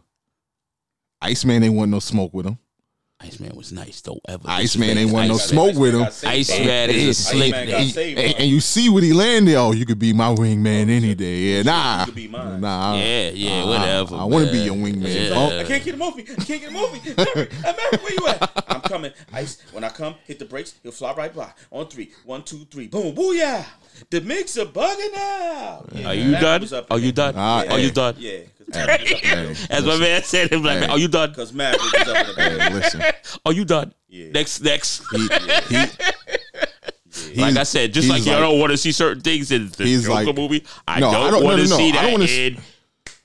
Speaker 1: Iceman ain't want no smoke with him.
Speaker 3: Iceman was nice though. Ever
Speaker 1: Iceman ain't want no
Speaker 3: Iceman.
Speaker 1: smoke with him.
Speaker 3: Iceman is a slick
Speaker 2: Iceman got
Speaker 1: And,
Speaker 3: nigga.
Speaker 2: saved by
Speaker 1: and-
Speaker 2: him.
Speaker 1: and you see what he landed. Oh, you could be my wingman any day. Yeah, nah,
Speaker 2: You could be mine.
Speaker 1: nah.
Speaker 3: Yeah, yeah,
Speaker 1: Nah,
Speaker 3: whatever.
Speaker 1: I want to be
Speaker 3: man.
Speaker 1: your wingman.
Speaker 3: Yeah.
Speaker 1: Oh,
Speaker 2: I can't get a movie. I can't get a movie. Maverick, uh, Maverick, where you at? I'm coming. Ice. When I come, hit the brakes. He'll fly right by. On three. One, two, three. Boom. Booyah. The mix are bugging out. Yeah,
Speaker 3: Are you
Speaker 2: Maverick
Speaker 3: done?
Speaker 2: was up
Speaker 3: Are
Speaker 2: in
Speaker 3: you
Speaker 2: there.
Speaker 3: done?
Speaker 1: Ah,
Speaker 3: Are
Speaker 1: hey.
Speaker 3: you done?
Speaker 2: Yeah. Because Maverick,
Speaker 1: hey,
Speaker 3: As my man said, him like,
Speaker 1: Hey.
Speaker 3: "Are you done?
Speaker 2: was- 'cause Maverick was up in the
Speaker 1: hey, listen.
Speaker 3: Are you done?"
Speaker 2: Yeah.
Speaker 3: Next, next.
Speaker 1: He, he,
Speaker 3: like
Speaker 1: he's-
Speaker 3: I said, just
Speaker 1: he's
Speaker 3: like, y'all don't want to see certain things in the
Speaker 1: He's
Speaker 3: Joker
Speaker 1: like-
Speaker 3: movie, I
Speaker 1: No, I
Speaker 3: don't,
Speaker 1: don't- no,
Speaker 3: want to
Speaker 1: no, no.
Speaker 3: see
Speaker 1: I don't
Speaker 3: that.
Speaker 1: wanna s-
Speaker 3: in-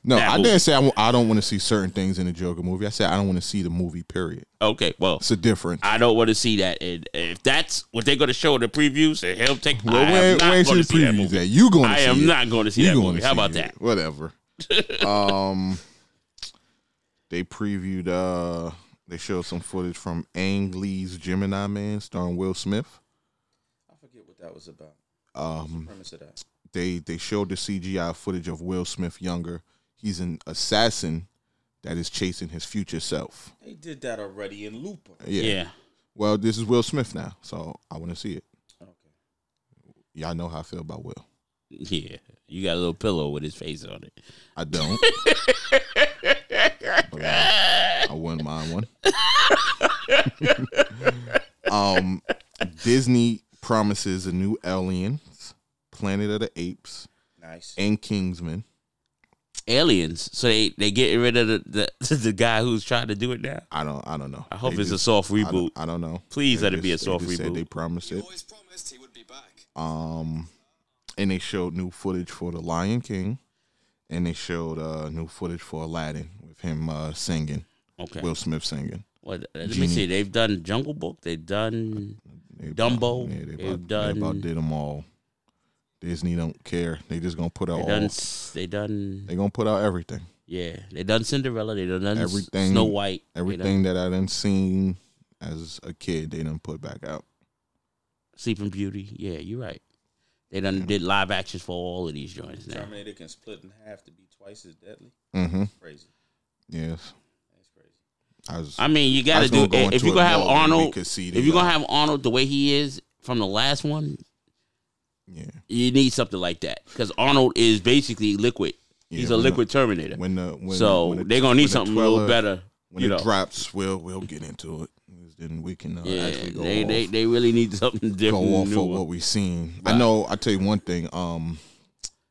Speaker 1: No,
Speaker 3: that
Speaker 1: I
Speaker 3: movie.
Speaker 1: didn't say I w- I don't want to see certain things in the Joker movie. I said I don't want to see the movie. Period.
Speaker 3: okay, well,
Speaker 1: It's a difference.
Speaker 3: I don't want to see that. And if that's what they're going to show in the previews, and he'll take.
Speaker 1: Well,
Speaker 3: I
Speaker 1: where- where
Speaker 3: am not
Speaker 1: is
Speaker 3: going
Speaker 1: your
Speaker 3: to see that
Speaker 1: previews
Speaker 3: movie.
Speaker 1: at? You going?
Speaker 3: I am not going to see
Speaker 1: you
Speaker 3: that
Speaker 1: gonna
Speaker 3: movie. How
Speaker 1: see
Speaker 3: about
Speaker 1: it.
Speaker 3: that?
Speaker 1: Whatever. um, they previewed. Uh, they showed some footage from Ang Lee's Gemini Man, starring Will Smith.
Speaker 2: I forget what that was about.
Speaker 1: Um,
Speaker 2: Premise of that.
Speaker 1: they they showed the CGI footage of Will Smith younger. He's an assassin that is chasing his future self.
Speaker 2: They did that already in Looper.
Speaker 1: Yeah. Well, this is Will Smith now, so I want to see it.
Speaker 2: Okay.
Speaker 1: Y'all know how I feel about Will.
Speaker 3: yeah. You got a little pillow with his face on it.
Speaker 1: I don't. but I, I wouldn't mind one. um, Disney promises a new Aliens, Planet of the Apes,
Speaker 2: Nice.
Speaker 1: and Kingsman.
Speaker 3: Aliens. So they they getting rid of the, the the guy who's trying to do it now.
Speaker 1: I don't. I don't know.
Speaker 3: I hope
Speaker 1: They
Speaker 3: it's a
Speaker 1: just-
Speaker 3: soft
Speaker 1: I don't,
Speaker 3: reboot.
Speaker 1: I don't know.
Speaker 3: Please let it be a
Speaker 1: just- they
Speaker 3: soft
Speaker 1: just said
Speaker 3: reboot.
Speaker 1: they promised it.
Speaker 6: always promised he would be back.
Speaker 1: Um, and they showed new footage for The Lion King, and they showed uh new footage for Aladdin with him uh singing,
Speaker 3: Okay.
Speaker 1: Will Smith singing.
Speaker 3: Well, let me
Speaker 1: Genie.
Speaker 3: see. They've done Jungle Book. They've done.
Speaker 1: They
Speaker 3: Dumbo,
Speaker 1: yeah, they
Speaker 3: they've
Speaker 1: about,
Speaker 3: done-
Speaker 1: They about did them all. Disney don't care. They just gonna put out
Speaker 3: They
Speaker 1: all.
Speaker 3: done. s- They done.
Speaker 1: they gonna put out everything.
Speaker 3: Yeah. They done Cinderella. They done done s-
Speaker 1: Everything-
Speaker 3: Snow White. they done
Speaker 1: Everything that I done seen as a kid, they done put back out.
Speaker 3: Sleeping Beauty. Yeah, you're right. They done did live actions for all of these joints now.
Speaker 2: Terminator can split in half to be twice as deadly.
Speaker 1: Mm-hmm.
Speaker 2: Crazy.
Speaker 1: Yes,
Speaker 2: That's crazy.
Speaker 1: I was.
Speaker 3: I mean, you got to
Speaker 1: was gonna
Speaker 3: do eh,
Speaker 1: go
Speaker 3: if
Speaker 1: into
Speaker 3: you're gonna
Speaker 1: it
Speaker 3: have
Speaker 1: more when we
Speaker 3: Arnold.
Speaker 1: could see
Speaker 3: If
Speaker 1: the,
Speaker 3: you're gonna
Speaker 1: uh,
Speaker 3: have Arnold the way he is from the last one,
Speaker 1: yeah,
Speaker 3: you need something like that because Arnold is basically liquid. He's
Speaker 1: Yeah,
Speaker 3: a
Speaker 1: when the-
Speaker 3: liquid Terminator.
Speaker 1: when the when
Speaker 3: so
Speaker 1: when the-
Speaker 3: they're gonna
Speaker 1: when
Speaker 3: need
Speaker 1: the
Speaker 3: something a little
Speaker 1: 12
Speaker 3: better.
Speaker 1: When
Speaker 3: you
Speaker 1: it
Speaker 3: know,
Speaker 1: drops, we'll we'll get into it. Then we can uh,
Speaker 3: yeah,
Speaker 1: actually go
Speaker 3: they,
Speaker 1: off.
Speaker 3: they they really need something
Speaker 1: go
Speaker 3: different.
Speaker 1: off
Speaker 3: new
Speaker 1: of
Speaker 3: one.
Speaker 1: what we seen. I
Speaker 3: Right.
Speaker 1: know. I tell you one thing. Um,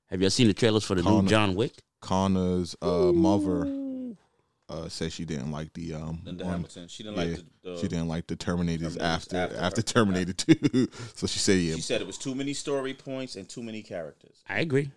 Speaker 3: Have y'all seen the trailers for the new
Speaker 1: Connor.
Speaker 3: John Wick?
Speaker 1: Connor's uh, mother uh, said she didn't like the um.
Speaker 2: Linda
Speaker 1: one-
Speaker 2: Hamilton. She didn't
Speaker 1: yeah,
Speaker 2: like the,
Speaker 3: uh,
Speaker 2: the
Speaker 1: she didn't like the Terminators
Speaker 2: Terminators
Speaker 1: after
Speaker 2: after
Speaker 1: after,
Speaker 2: her.
Speaker 1: Terminator Two. so she said, yeah,
Speaker 2: She said it was too many story points and too many characters.
Speaker 3: I agree.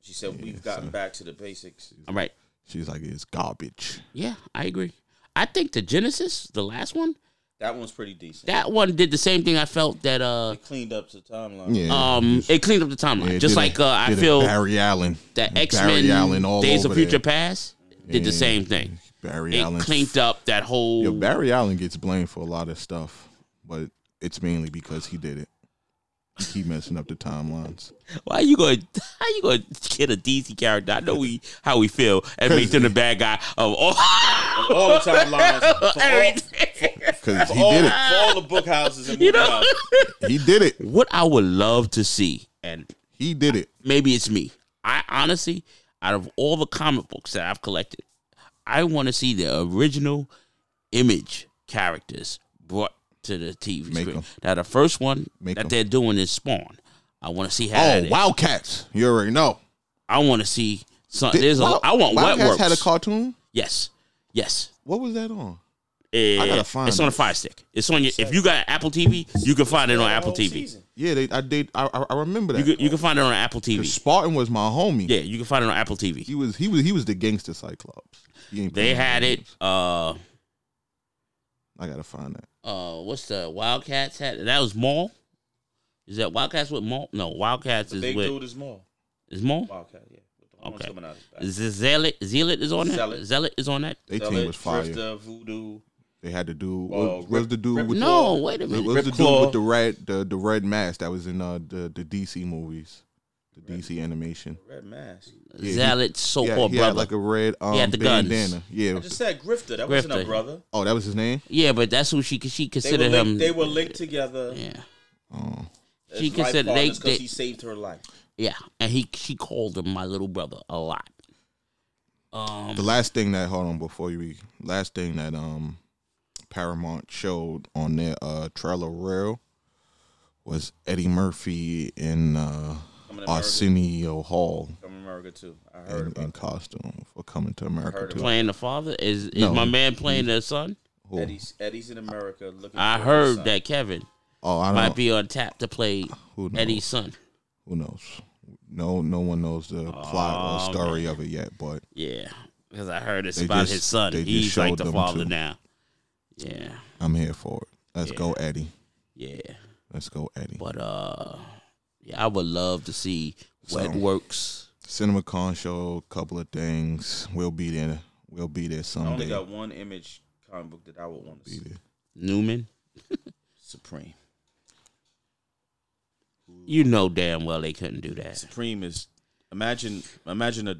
Speaker 2: She said we've gotten back to the basics.
Speaker 3: All right.
Speaker 1: she's like it's garbage.
Speaker 3: Yeah, I agree. I think the Genesis, the last one,
Speaker 2: That one's pretty decent.
Speaker 3: that one did the same thing. I felt that uh
Speaker 2: They cleaned up the timeline.
Speaker 1: Yeah.
Speaker 3: um it cleaned up the
Speaker 1: Yeah,
Speaker 3: timeline,
Speaker 1: it
Speaker 3: just
Speaker 1: did
Speaker 3: like
Speaker 1: it-
Speaker 3: uh, I
Speaker 1: did it.
Speaker 3: feel
Speaker 1: Barry Allen.
Speaker 3: that
Speaker 1: Barry
Speaker 3: X Men
Speaker 1: Allen all
Speaker 3: Days of
Speaker 1: over there.
Speaker 3: Future Past did the
Speaker 1: Yeah.
Speaker 3: same thing.
Speaker 1: Barry
Speaker 3: It
Speaker 1: Allen.
Speaker 3: cleaned up that whole.
Speaker 1: Yo, Barry Allen gets blamed for a lot of stuff, but it's mainly because he did it. You keep messing up the timelines.
Speaker 3: Why you gonna how you gonna get a DC character? I know we how we feel and make them the bad guy of all
Speaker 2: All the timelines. For all,
Speaker 3: everything.
Speaker 1: Because he
Speaker 3: Oh,
Speaker 2: all-
Speaker 1: did it.
Speaker 2: for all the book houses and
Speaker 3: You
Speaker 2: movie
Speaker 3: know?
Speaker 2: houses.
Speaker 1: He did it.
Speaker 3: What I would love to see, and
Speaker 1: He did it.
Speaker 3: maybe it's me. I honestly, out of all the comic books that I've collected, I want to see the original image characters brought to the TV
Speaker 1: Make
Speaker 3: screen.
Speaker 1: 'em.
Speaker 3: Now the first one
Speaker 1: Make
Speaker 3: that
Speaker 1: 'em.
Speaker 3: they're doing is Spawn. I want to see how. that
Speaker 1: Oh,
Speaker 3: is.
Speaker 1: Wildcats. You already know.
Speaker 3: I want to see some.
Speaker 1: Did-
Speaker 3: there's a.
Speaker 1: Wild-
Speaker 3: I want
Speaker 1: Wildcats
Speaker 3: Wetworks.
Speaker 1: had a cartoon.
Speaker 3: Yes, yes.
Speaker 1: What was that on?
Speaker 3: I
Speaker 1: gotta find
Speaker 3: It's on a
Speaker 1: it.
Speaker 3: Fire Stick. It's on your. If you got Apple TV, you can find it on Apple
Speaker 2: Whole
Speaker 3: TV.
Speaker 2: season.
Speaker 1: Yeah, they, I did. I, I- I remember
Speaker 3: You
Speaker 1: that.
Speaker 3: can, you can find it on Apple
Speaker 1: 'Cause
Speaker 3: TV.
Speaker 1: Spartan was my homie.
Speaker 3: Yeah, you can find it on Apple TV.
Speaker 1: he was. He was. He was the gangster Cyclops. He ain't
Speaker 3: They
Speaker 1: playing
Speaker 3: had
Speaker 1: no
Speaker 3: it.
Speaker 1: games.
Speaker 3: Uh,
Speaker 1: I gotta find that.
Speaker 3: uh, what's the Wildcats had? That was Maul. Is that Wildcats with Maul? No, Wildcats
Speaker 2: The
Speaker 3: is
Speaker 2: big
Speaker 3: with
Speaker 2: dude is more.
Speaker 3: is Maul.
Speaker 2: Wildcat, yeah. With the horns
Speaker 3: Okay.
Speaker 2: coming out his back.
Speaker 3: Is this Zealot? Zealot is on that. Zealot,
Speaker 2: Zealot.
Speaker 3: is on that.
Speaker 1: They
Speaker 2: Zealot,
Speaker 1: team was fire.
Speaker 2: Drifter, Voodoo.
Speaker 1: They had the dude.
Speaker 2: Uh,
Speaker 1: what was
Speaker 2: Rip-
Speaker 1: the dude
Speaker 2: Rip-
Speaker 1: with
Speaker 3: No, wait a
Speaker 1: the, what
Speaker 3: minute.
Speaker 1: was the dude
Speaker 2: Ripclaw.
Speaker 1: with the red the, the red mask that was in uh, the the DC movies, the DC animation?
Speaker 2: Red Mask.
Speaker 1: yeah, he-
Speaker 3: Zealot's
Speaker 1: yeah,
Speaker 3: so-called
Speaker 1: he
Speaker 3: Oh, brother.
Speaker 1: had like a red um,
Speaker 3: had the guns.
Speaker 1: bandana. Yeah.
Speaker 2: I just said Grifter. That wasn't
Speaker 3: Grifter.
Speaker 2: a brother.
Speaker 1: oh, that was his name.
Speaker 3: yeah, but that's who she she
Speaker 2: They were,
Speaker 3: considered him.
Speaker 2: linked, they were linked together.
Speaker 3: Yeah,
Speaker 1: Oh,
Speaker 3: She considered- they-
Speaker 2: because
Speaker 3: they-
Speaker 2: he saved her life.
Speaker 3: yeah, and he she called him my little brother a lot. Um,
Speaker 1: the last thing that hold on before you last thing that um Paramount showed on their uh trailer rail was Eddie Murphy in uh,
Speaker 2: I'm in America.
Speaker 1: Arsenio Hall
Speaker 2: I'm in America too. I heard
Speaker 1: in,
Speaker 2: about
Speaker 1: in
Speaker 2: it.
Speaker 1: costume for coming to America
Speaker 2: Heard
Speaker 1: too.
Speaker 3: playing the father is is
Speaker 1: No.
Speaker 3: my man playing the son?
Speaker 1: Who?
Speaker 2: Eddie's, Eddie's in America. Looking
Speaker 3: I
Speaker 2: for his
Speaker 3: heard
Speaker 2: son.
Speaker 3: that Kevin
Speaker 1: Oh, I don't
Speaker 3: might be on tap to play
Speaker 1: who knows?
Speaker 3: Eddie's son.
Speaker 1: Who knows? No, no one knows the
Speaker 2: Oh,
Speaker 1: plot or story of it yet. But
Speaker 3: Yeah, because I heard it's
Speaker 1: They
Speaker 3: about
Speaker 1: just-
Speaker 3: his son.
Speaker 1: they just
Speaker 3: He's
Speaker 1: showed
Speaker 3: like the
Speaker 1: them
Speaker 3: father
Speaker 1: too.
Speaker 3: now. Yeah,
Speaker 1: I'm here for it. Let's go, Eddie.
Speaker 3: yeah.
Speaker 1: Let's go, Eddie.
Speaker 3: But uh, yeah, I would love to see what
Speaker 1: So-
Speaker 3: works.
Speaker 1: CinemaCon show, couple of things. We'll be there. We'll be there
Speaker 2: I only
Speaker 1: someday.
Speaker 2: got one image comic book that I would want to
Speaker 1: Be
Speaker 2: see.
Speaker 1: there.
Speaker 3: Newman,
Speaker 2: Supreme.
Speaker 3: you know damn well they couldn't do that.
Speaker 2: Supreme is imagine imagine a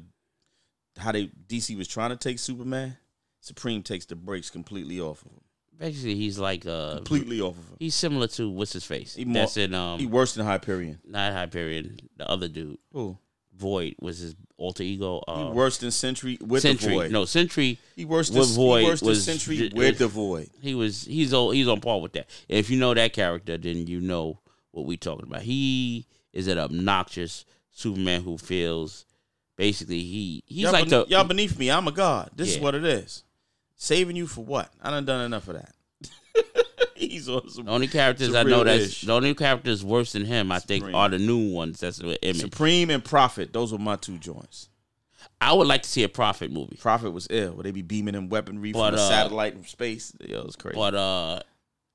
Speaker 2: how they DC was trying to take Superman. Supreme takes the brakes completely off of him.
Speaker 3: Basically, he's like uh,
Speaker 2: Completely off of him.
Speaker 3: he's similar to what's his face?
Speaker 2: He more-
Speaker 3: That's in um,
Speaker 2: He worse than Hyperion.
Speaker 3: not Hyperion, the other dude.
Speaker 2: Who?
Speaker 3: Void was his alter ego.
Speaker 2: He
Speaker 3: Uh,
Speaker 2: worse than Sentry with
Speaker 3: Century,
Speaker 2: the Void.
Speaker 3: no Century.
Speaker 2: He worse
Speaker 3: With
Speaker 2: than
Speaker 3: Void
Speaker 2: He worse than
Speaker 3: was
Speaker 2: Sentry
Speaker 3: ju-
Speaker 2: with
Speaker 3: is-
Speaker 2: the Void.
Speaker 3: He was he's on he's on par with that. If you know that character, then you know what we talking about. He is an obnoxious Superman who feels basically he he's
Speaker 2: y'all
Speaker 3: like
Speaker 2: ben-
Speaker 3: the
Speaker 2: y'all beneath me. I'm a god. This is
Speaker 3: Yeah.
Speaker 2: what it is. Saving you for what? I done done enough of that. He's awesome.
Speaker 3: the only characters
Speaker 2: It's
Speaker 3: I know that's
Speaker 2: real-ish.
Speaker 3: the only characters worse than him. I think
Speaker 2: Supreme.
Speaker 3: are the new ones. That's the image.
Speaker 2: Supreme and Prophet. Those were my two joints.
Speaker 3: I would like to see a Prophet movie,
Speaker 2: Prophet was ill. Where they be beaming him weaponry
Speaker 3: But,
Speaker 2: from
Speaker 3: uh,
Speaker 2: a satellite from space. Yo, it was crazy.
Speaker 3: but uh,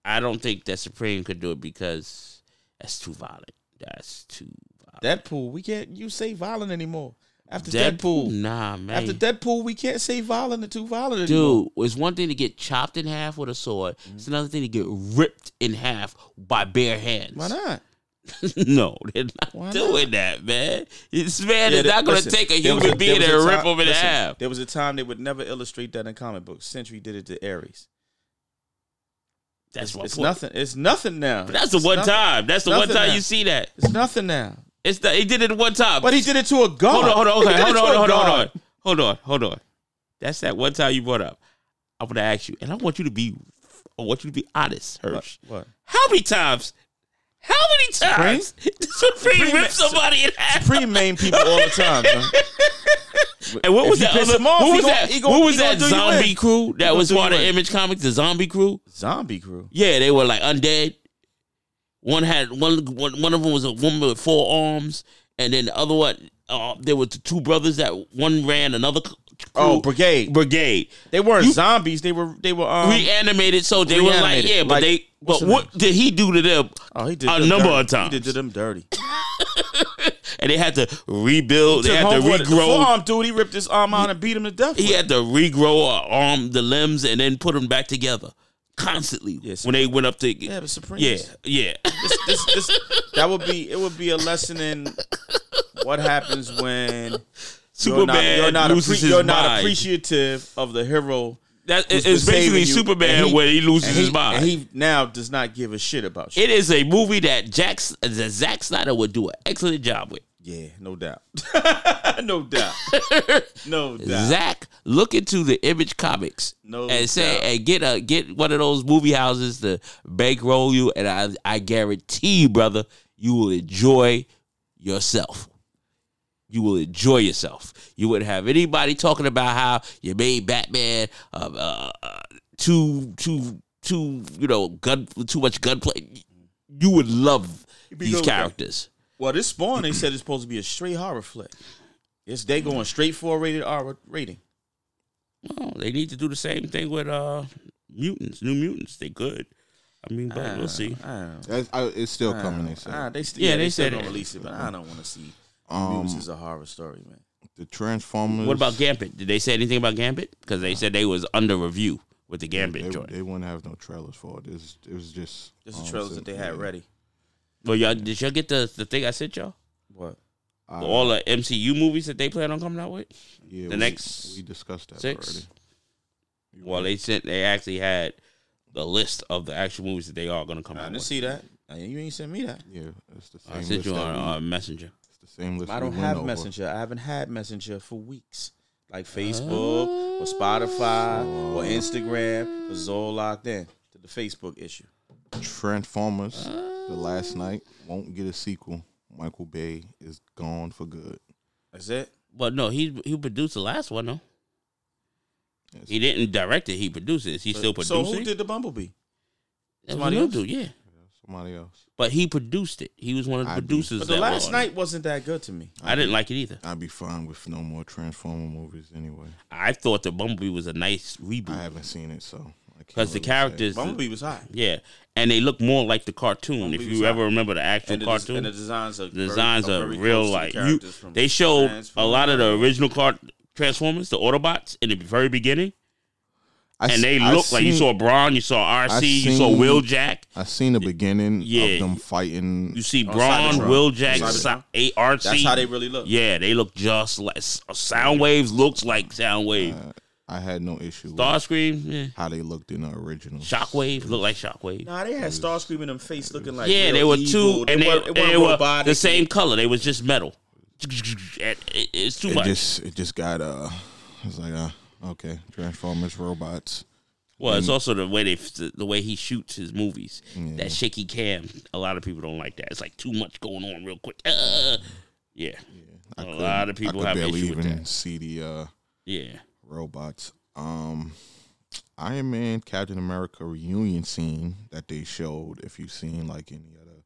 Speaker 3: I don't think that Supreme could do it because that's too violent. That's too violent.
Speaker 2: Deadpool. We can't. You say violent anymore. After
Speaker 3: Deadpool,
Speaker 2: Deadpool.
Speaker 3: nah, man.
Speaker 2: After Deadpool, we can't say violent and too violent anymore.
Speaker 3: Dude, it's one thing to get chopped in half with a sword.
Speaker 2: Mm-hmm.
Speaker 3: It's another thing to get ripped in half by bare hands.
Speaker 2: Why not?
Speaker 3: no, they're not
Speaker 2: Why
Speaker 3: doing that, man. This man is
Speaker 2: Yeah,
Speaker 3: not going to
Speaker 2: listen,
Speaker 3: take a
Speaker 2: there was
Speaker 3: human
Speaker 2: there
Speaker 3: being
Speaker 2: was
Speaker 3: and
Speaker 2: a
Speaker 3: rip
Speaker 2: time-
Speaker 3: him in
Speaker 2: listen,
Speaker 3: half.
Speaker 2: There was a time they would never illustrate that in comic books. Century did it to Ares.
Speaker 3: That's
Speaker 2: it's,
Speaker 3: my
Speaker 2: it's
Speaker 3: point.
Speaker 2: nothing. It's nothing now.
Speaker 3: But that's the
Speaker 2: It's
Speaker 3: one
Speaker 2: nothing.
Speaker 3: time. That's the one
Speaker 2: Nothing
Speaker 3: time
Speaker 2: now.
Speaker 3: you see that.
Speaker 2: It's nothing now.
Speaker 3: It's the, he did it one time.
Speaker 2: But he did it to a god.
Speaker 3: hold on, hold on,
Speaker 2: He
Speaker 3: okay,
Speaker 2: did it
Speaker 3: hold
Speaker 2: to
Speaker 3: on,
Speaker 2: a
Speaker 3: hold on,
Speaker 2: god.
Speaker 3: hold on, hold on, hold on. That's that one time you brought up. I want to ask you, and I want you to be, I want you to be honest, Hirsch.
Speaker 2: What?
Speaker 3: How many times? How many times did Supreme,
Speaker 2: Supreme-
Speaker 3: rip somebody in half?
Speaker 2: Supreme main people all the time. son.
Speaker 3: And what
Speaker 2: If
Speaker 3: was
Speaker 2: you
Speaker 3: that?
Speaker 2: piss
Speaker 3: Other,
Speaker 2: him off,
Speaker 3: what
Speaker 2: he
Speaker 3: was
Speaker 2: gon-
Speaker 3: that?
Speaker 2: he gon-
Speaker 3: what was
Speaker 2: he gon
Speaker 3: that
Speaker 2: do you
Speaker 3: zombie
Speaker 2: in.
Speaker 3: crew that
Speaker 2: gon
Speaker 3: was
Speaker 2: do you
Speaker 3: part of
Speaker 2: in.
Speaker 3: Image Comics? The zombie crew?
Speaker 2: Zombie crew.
Speaker 3: Yeah, they were like undead. One had one one, one of them was a woman with four arms, and then the other one, uh, there were the two brothers that one ran another. c- Crew,
Speaker 2: Oh, brigade.
Speaker 3: brigade
Speaker 2: They weren't zombies. They were. They were. Um,
Speaker 3: reanimated, so they were like,
Speaker 2: reanimated,
Speaker 3: yeah, but
Speaker 2: like,
Speaker 3: they,
Speaker 2: what's
Speaker 3: but
Speaker 2: her
Speaker 3: what did he do to them?
Speaker 2: oh, he did
Speaker 3: a
Speaker 2: them
Speaker 3: number
Speaker 2: dirty.
Speaker 3: of times.
Speaker 2: He did them dirty.
Speaker 3: And they had to rebuild. They
Speaker 2: Took
Speaker 3: had to
Speaker 2: homeboy- the
Speaker 3: regrow.
Speaker 2: forearm dude. He ripped his arm out and beat him to death.
Speaker 3: He
Speaker 2: with.
Speaker 3: uh, had to regrow a arm, the limbs, and then put them back together. constantly
Speaker 2: Yes.
Speaker 3: when they went up to
Speaker 2: Yeah,
Speaker 3: yeah
Speaker 2: but Supreme.
Speaker 3: yeah,
Speaker 2: This, this, this, that would be it. Would be a lesson in what happens when you're not,
Speaker 3: Superman
Speaker 2: you're not,
Speaker 3: loses
Speaker 2: appre-
Speaker 3: his
Speaker 2: you're not
Speaker 3: mind.
Speaker 2: appreciative of the hero.
Speaker 3: That
Speaker 2: who's
Speaker 3: is it's
Speaker 2: been saving
Speaker 3: basically
Speaker 2: you, and
Speaker 3: Superman
Speaker 2: he-
Speaker 3: where he loses
Speaker 2: And
Speaker 3: his
Speaker 2: he,
Speaker 3: mind.
Speaker 2: and he now does not give a shit about you.
Speaker 3: it is a movie that Jack S- that Zack Snyder would do an excellent job with.
Speaker 2: yeah, no doubt. no doubt. No doubt.
Speaker 3: Zach, look into the Image Comics
Speaker 2: No
Speaker 3: and say
Speaker 2: doubt.
Speaker 3: and get a get one of those movie houses to bankroll you, and I I guarantee, you, brother, you will enjoy yourself. You will enjoy yourself. You wouldn't have anybody talking about how you made Batman uh, uh, uh, too too too you know gun too much gunplay. You would love
Speaker 2: be
Speaker 3: these
Speaker 2: good with that.
Speaker 3: characters.
Speaker 2: Well, this Spawn, they said it's supposed to be a straight horror flick. It's they going straight for a rated R rating.
Speaker 3: Well, they need to do the same thing with uh mutants, new mutants. They could. I mean, but
Speaker 2: Ah,
Speaker 3: we'll see.
Speaker 2: I don't know.
Speaker 1: That's, I, it's still coming. They said
Speaker 2: Ah, they st-
Speaker 3: Yeah,
Speaker 2: yeah,
Speaker 3: they
Speaker 2: they, still
Speaker 3: said
Speaker 2: gonna
Speaker 3: it.
Speaker 2: release it, but I don't want to see
Speaker 1: um,
Speaker 2: Mutants is a horror story, man.
Speaker 1: the Transformers.
Speaker 3: What about Gambit? Did they say anything about Gambit? Because they said they was under review with the Gambit
Speaker 1: They,
Speaker 3: joint.
Speaker 1: they wouldn't have no trailers for it. It was, it was just
Speaker 2: Just the
Speaker 1: um,
Speaker 2: trailers
Speaker 1: so-
Speaker 2: that they had
Speaker 1: yeah.
Speaker 2: ready.
Speaker 3: well, y'all did y'all get the the thing I sent y'all?
Speaker 2: What?
Speaker 1: I-
Speaker 3: All the MCU movies that they plan on coming out with.
Speaker 1: yeah,
Speaker 3: the
Speaker 1: we-
Speaker 3: next
Speaker 1: we discussed that
Speaker 3: six?
Speaker 1: already.
Speaker 3: Well, they sent they actually had the list of the actual movies that they are going to come
Speaker 2: I
Speaker 3: out
Speaker 2: didn't
Speaker 3: with.
Speaker 2: see that. Nah, you ain't sent me that.
Speaker 1: yeah, it's the same.
Speaker 3: I
Speaker 1: list
Speaker 3: sent you
Speaker 1: that
Speaker 3: on
Speaker 1: we-
Speaker 3: uh, Messenger.
Speaker 1: it's the same list.
Speaker 2: I
Speaker 1: we
Speaker 2: don't
Speaker 1: went
Speaker 2: have
Speaker 1: over.
Speaker 2: Messenger. I haven't had Messenger for weeks. Like
Speaker 3: Oh.
Speaker 2: Facebook or Spotify or Instagram was all locked in to the Facebook issue.
Speaker 1: Transformers: The
Speaker 3: Uh.
Speaker 1: Last Night won't get a sequel. Michael Bay is gone for good.
Speaker 2: That's it.
Speaker 3: Well, no, he he produced the last one though.
Speaker 1: Yes.
Speaker 3: He didn't direct it. He produced it. Is he still
Speaker 2: so
Speaker 3: producing?
Speaker 2: who
Speaker 3: it?
Speaker 2: did the Bumblebee?
Speaker 3: That was
Speaker 2: somebody
Speaker 3: another
Speaker 2: else?
Speaker 3: dude, yeah.
Speaker 1: Somebody else.
Speaker 3: But he produced it. He was one of the
Speaker 1: I do.
Speaker 3: producers.
Speaker 2: But the
Speaker 3: that were
Speaker 2: last
Speaker 3: on it.
Speaker 2: night wasn't that good to me.
Speaker 3: I didn't like it either.
Speaker 1: I'd be fine with no more Transformer movies anyway.
Speaker 3: I thought the Bumblebee was a nice
Speaker 1: I
Speaker 3: reboot
Speaker 1: haven't seen it, so I can't
Speaker 3: because the
Speaker 1: really say.
Speaker 3: characters,
Speaker 2: Bumblebee was hot.
Speaker 3: yeah, and they look more like the cartoon. if
Speaker 2: Bumblebee
Speaker 3: you
Speaker 2: was
Speaker 3: ever
Speaker 2: hot.
Speaker 3: remember the actual
Speaker 2: And the, des-
Speaker 3: cartoon,
Speaker 2: and the designs are
Speaker 3: the designs
Speaker 2: very,
Speaker 3: are
Speaker 2: very close
Speaker 3: real
Speaker 2: to the
Speaker 3: like you.
Speaker 2: characters from
Speaker 3: They showed a
Speaker 2: Transformers.
Speaker 3: lot of the original car Transformers, the Autobots, in the very beginning,
Speaker 1: I
Speaker 3: and
Speaker 1: s-
Speaker 3: they
Speaker 1: I
Speaker 3: look like you
Speaker 1: seen-
Speaker 3: saw Braun, you saw RC,
Speaker 1: I
Speaker 3: you saw
Speaker 1: seen-
Speaker 3: Will Jack,
Speaker 1: I seen the beginning
Speaker 3: Yeah.
Speaker 1: of them fighting.
Speaker 3: you see
Speaker 2: Oh,
Speaker 3: Braun,
Speaker 2: Cybertron.
Speaker 3: Will Jack,
Speaker 2: Cybertron.
Speaker 3: Cy- A- RC.
Speaker 2: That's how they really look.
Speaker 3: Yeah, they look just like Sound Waves. Looks like Sound Wave.
Speaker 1: uh, I had no issue with
Speaker 3: Starscream, yeah.
Speaker 1: how they looked in the original.
Speaker 3: Shockwave, look like Shockwave.
Speaker 2: Nah, they had Starscream in them face looking like
Speaker 3: yeah,
Speaker 2: real
Speaker 3: they were
Speaker 2: evil.
Speaker 3: two, and they,
Speaker 2: weren't-
Speaker 3: they
Speaker 2: weren't
Speaker 3: were
Speaker 2: robotic.
Speaker 3: the same color. They was just metal. And it- It's too
Speaker 1: It
Speaker 3: much.
Speaker 1: just it just got uh, it's like uh, okay, Transformers robots.
Speaker 3: well, it's also the way they the way he shoots his movies. That shaky cam. A lot of people don't like that. It's like too much going on real quick. Uh, yeah,
Speaker 1: I
Speaker 3: A
Speaker 1: couldn't-
Speaker 3: lot of people
Speaker 1: I
Speaker 3: have
Speaker 1: could barely
Speaker 3: issue with
Speaker 1: even
Speaker 3: that.
Speaker 1: see the uh,
Speaker 3: yeah.
Speaker 1: robots. Um, Iron Man, Captain America reunion scene that they showed. If you've seen like any other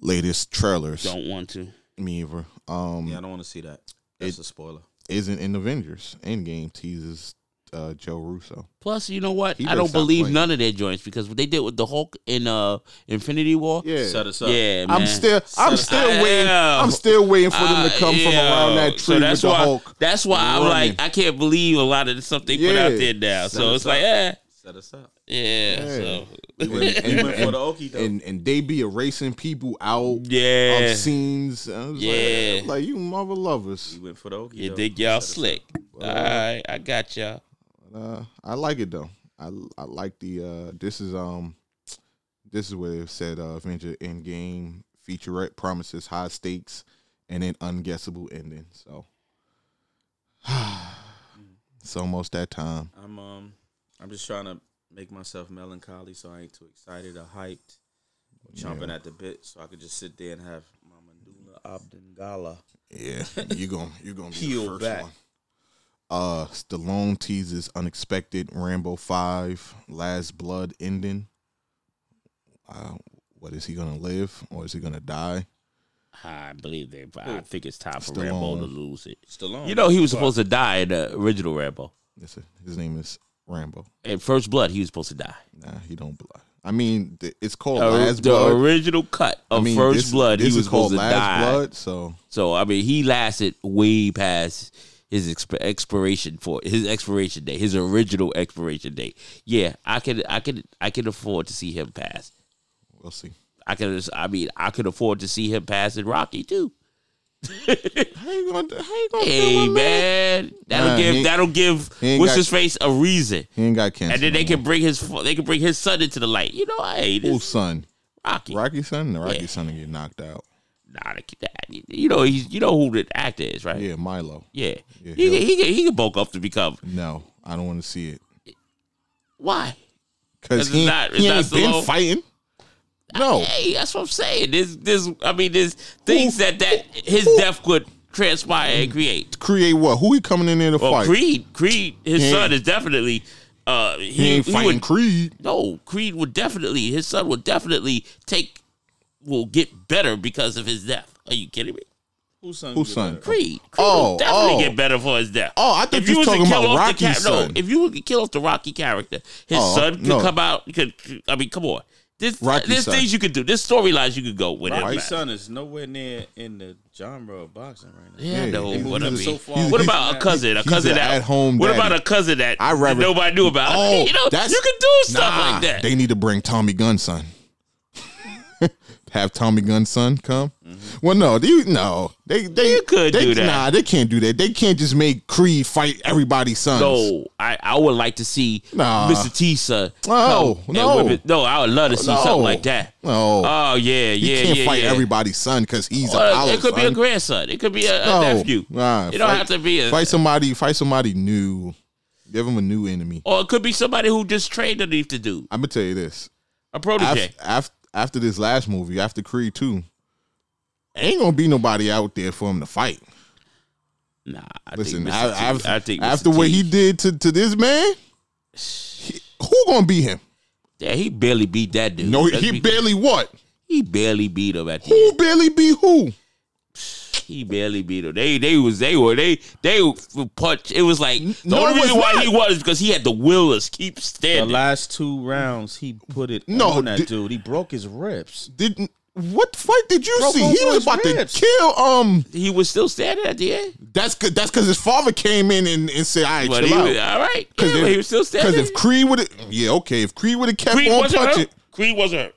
Speaker 1: latest trailers,
Speaker 3: Don't want to.
Speaker 1: me either. Um,
Speaker 2: Yeah, I don't want to see that. That's a spoiler.
Speaker 1: isn't in Avengers Endgame teases uh, Joe Russo.
Speaker 3: Plus, you know what?
Speaker 1: He
Speaker 3: I
Speaker 1: better
Speaker 3: don't
Speaker 1: stop
Speaker 3: believe
Speaker 1: playing.
Speaker 3: none of their joints because what they did with the Hulk in uh Infinity War.
Speaker 1: Yeah,
Speaker 2: Set us up.
Speaker 3: Yeah,
Speaker 1: I'm
Speaker 3: man.
Speaker 1: still, I'm still
Speaker 3: I-
Speaker 1: waiting.
Speaker 3: yeah.
Speaker 1: I'm still waiting for them to come from
Speaker 3: Uh,
Speaker 1: around that
Speaker 3: yo,
Speaker 1: tree
Speaker 3: so
Speaker 1: with the
Speaker 3: why,
Speaker 1: Hulk.
Speaker 3: That's why I'm
Speaker 1: running.
Speaker 3: like, I can't believe a lot of the stuff they put
Speaker 1: Yeah.
Speaker 3: out there now. So
Speaker 2: Set
Speaker 3: it's
Speaker 2: us
Speaker 3: like,
Speaker 2: up.
Speaker 3: eh,
Speaker 2: Set us up.
Speaker 3: yeah.
Speaker 1: Yeah.
Speaker 3: So
Speaker 1: and,
Speaker 2: He went for
Speaker 1: and,
Speaker 2: the Okie doke.
Speaker 1: and, and they be erasing people out
Speaker 3: yeah,
Speaker 1: of scenes. I was
Speaker 3: Yeah.
Speaker 1: like, like you mother lovers.
Speaker 2: He went for the Okie
Speaker 3: you
Speaker 2: doke.
Speaker 3: dig y'all
Speaker 2: Set us
Speaker 3: slick. All right, I got y'all.
Speaker 1: Uh, I like it though. I I like the uh, this is um this is where it said uh, Avenger Endgame featurette promises high stakes and an unguessable ending. So it's almost that time.
Speaker 2: up. I'm um, I'm just trying to make myself melancholy so I ain't too excited or hyped, or chomping at the bit, so I could just sit there and have my Mandula Abdengala.
Speaker 1: Yeah, you gonna you gonna be
Speaker 2: Peel
Speaker 1: the first
Speaker 2: back.
Speaker 1: one. Uh, Stallone teases unexpected Rambo Five Last Blood ending. Uh, what is he gonna live or is he gonna die?
Speaker 3: I believe they. I think it's time for
Speaker 1: Stallone.
Speaker 3: Rambo to lose it.
Speaker 2: Stallone.
Speaker 3: You know, he was supposed to die in the original Rambo.
Speaker 1: That's it. His name is Rambo.
Speaker 3: In First Blood, he was supposed to die.
Speaker 1: Nah, he don't blood. I mean, th- it's called
Speaker 3: Uh,
Speaker 1: Last
Speaker 3: the
Speaker 1: Blood.
Speaker 3: original cut of
Speaker 1: I mean,
Speaker 3: First
Speaker 1: this-
Speaker 3: Blood,
Speaker 1: This
Speaker 3: he was
Speaker 1: is called
Speaker 3: supposed to
Speaker 1: Last
Speaker 3: die.
Speaker 1: Blood. So
Speaker 3: So I mean, he lasted way past his exp- expiration for his expiration date, his original expiration date. Yeah, I could, I could, I could afford to see him pass.
Speaker 1: We'll see.
Speaker 3: I could, I mean, I could afford to see him pass in Rocky too.
Speaker 1: How you gonna? How you gonna?
Speaker 3: Hey man, that'll
Speaker 1: Nah,
Speaker 3: give
Speaker 1: he-
Speaker 3: that'll give
Speaker 1: he ain't
Speaker 3: what's
Speaker 1: got-
Speaker 3: his face a reason,
Speaker 1: He ain't got cancer.
Speaker 3: and then
Speaker 1: no
Speaker 3: they
Speaker 1: more.
Speaker 3: can bring his fo- they can bring his son into the light. You know, I hate
Speaker 1: Who's
Speaker 3: this
Speaker 1: son?
Speaker 3: Rocky.
Speaker 1: Rocky's son. The Rocky's
Speaker 3: Yeah.
Speaker 1: son will get knocked out.
Speaker 3: Nah, they- that- you know he's you know who the actor is, right?
Speaker 1: Yeah, Milo.
Speaker 3: Yeah,
Speaker 1: Yeah,
Speaker 3: he,
Speaker 1: he'll-
Speaker 3: can, he can he can bulk up to become
Speaker 1: No, I don't want to see it
Speaker 3: why?
Speaker 1: because
Speaker 3: It's
Speaker 1: he,
Speaker 3: not- it's
Speaker 1: he
Speaker 3: not
Speaker 1: ain't been
Speaker 3: slow.
Speaker 1: fighting. No,
Speaker 3: Hey, that's what I'm saying. This this I mean, there's things that that his death could transpire and create.
Speaker 1: create what? Who he coming in there to
Speaker 3: Well,
Speaker 1: fight?
Speaker 3: Creed, Creed, his
Speaker 1: He ain't-
Speaker 3: son is definitely uh he,
Speaker 1: he ain't
Speaker 3: he
Speaker 1: fighting
Speaker 3: would
Speaker 1: Creed.
Speaker 3: no Creed would definitely his son would definitely take will get better because of his death. Are you kidding me?
Speaker 2: Who's son?
Speaker 1: Who's son?
Speaker 3: Creed, Creed
Speaker 1: Oh,
Speaker 3: will definitely
Speaker 1: oh.
Speaker 3: get better for his death.
Speaker 1: Oh, I thought
Speaker 3: If
Speaker 1: you was
Speaker 3: to
Speaker 1: talking
Speaker 3: kill
Speaker 1: about
Speaker 3: off the
Speaker 1: Rocky's
Speaker 3: no,
Speaker 1: son.
Speaker 3: if you were to kill off the Rocky character, his
Speaker 1: Oh,
Speaker 3: son could
Speaker 1: no.
Speaker 3: come out. Could I mean, come on. This,
Speaker 1: Rocky's
Speaker 3: there's
Speaker 1: son.
Speaker 3: things you could do. There's storylines you could go with. it.
Speaker 2: Rocky
Speaker 3: Like-
Speaker 2: son is nowhere near in the genre of boxing right now.
Speaker 3: Yeah,
Speaker 1: Yeah,
Speaker 3: no,
Speaker 1: they
Speaker 2: moved
Speaker 3: what I
Speaker 2: him
Speaker 3: mean.
Speaker 2: so far
Speaker 3: what
Speaker 2: away
Speaker 3: about
Speaker 2: from
Speaker 3: a
Speaker 2: that.
Speaker 3: cousin? A
Speaker 1: He's
Speaker 3: cousin
Speaker 1: a
Speaker 3: that
Speaker 1: at-home
Speaker 3: What about a
Speaker 1: daddy.
Speaker 3: cousin that
Speaker 1: I rather-
Speaker 3: that nobody knew about? I mean, you know, you can do stuff
Speaker 1: Nah,
Speaker 3: like that.
Speaker 1: They need to bring Tommy Gunn's son. Have Tommy Gunn's son come? Well, no, you no, they they
Speaker 3: Mm-hmm. You could
Speaker 1: they-
Speaker 3: do that.
Speaker 1: Nah, they can't do that. They can't just make Creed fight everybody's sons.
Speaker 3: no, I, I would like to see
Speaker 1: Nah.
Speaker 3: Mr. Tisa.
Speaker 1: No,
Speaker 3: come and
Speaker 1: no.
Speaker 3: whip it- no, I would love to see
Speaker 1: No.
Speaker 3: something like that.
Speaker 1: no,
Speaker 3: Oh yeah,
Speaker 1: you
Speaker 3: yeah,
Speaker 1: can't
Speaker 3: yeah,
Speaker 1: fight
Speaker 3: yeah.
Speaker 1: everybody's son because he's
Speaker 3: Well,
Speaker 1: a Apollo.
Speaker 3: it could be a
Speaker 1: son.
Speaker 3: grandson. It could be a, a
Speaker 1: no,
Speaker 3: nephew.
Speaker 1: Nah,
Speaker 3: it don't
Speaker 1: fight-
Speaker 3: have to be a.
Speaker 1: fight somebody. Fight somebody new. Give him a new enemy.
Speaker 3: Or it could be somebody who just trained underneath the dude,
Speaker 1: I'm gonna tell you this.
Speaker 3: a protege.
Speaker 1: after, after after this last movie, after Creed two, ain't gonna be nobody out there for him to fight.
Speaker 3: nah, I
Speaker 1: Listen,
Speaker 3: think
Speaker 1: I,
Speaker 3: Mr. T-
Speaker 1: I've-
Speaker 3: I think Mr.
Speaker 1: after what
Speaker 3: T-
Speaker 1: he did to, to this man, he- who gonna beat him?
Speaker 3: yeah, he barely beat that dude.
Speaker 1: No, he,
Speaker 3: Let's
Speaker 1: he
Speaker 3: be-
Speaker 1: barely what?
Speaker 3: he barely beat him at the end.
Speaker 1: Who barely beat who?
Speaker 3: He barely beat him. They they was they were they they punch. It was like the
Speaker 1: No,
Speaker 3: only
Speaker 1: it was
Speaker 3: reason why
Speaker 1: not.
Speaker 3: he won is because he had the will to keep
Speaker 2: The
Speaker 3: standing.
Speaker 2: last two rounds, he put it
Speaker 1: No,
Speaker 2: on that
Speaker 1: di-
Speaker 2: dude. He broke his ribs.
Speaker 1: Didn't what fight did you
Speaker 2: Broke
Speaker 1: see?
Speaker 2: both
Speaker 1: He was
Speaker 2: his
Speaker 1: about
Speaker 2: ribs.
Speaker 1: to kill. Um,
Speaker 3: He was still standing at the end.
Speaker 1: that's good. That's because his father came in and, and said, "I
Speaker 3: But
Speaker 1: chill
Speaker 3: he
Speaker 1: out."
Speaker 3: was, all right. Yeah,
Speaker 1: if-
Speaker 3: but he was still
Speaker 1: Because
Speaker 3: standing.
Speaker 1: if Creed would, yeah, okay, if Creed would have kept
Speaker 3: Creed
Speaker 1: on
Speaker 3: wasn't
Speaker 1: punching,
Speaker 3: hurt, Creed wasn't hurt.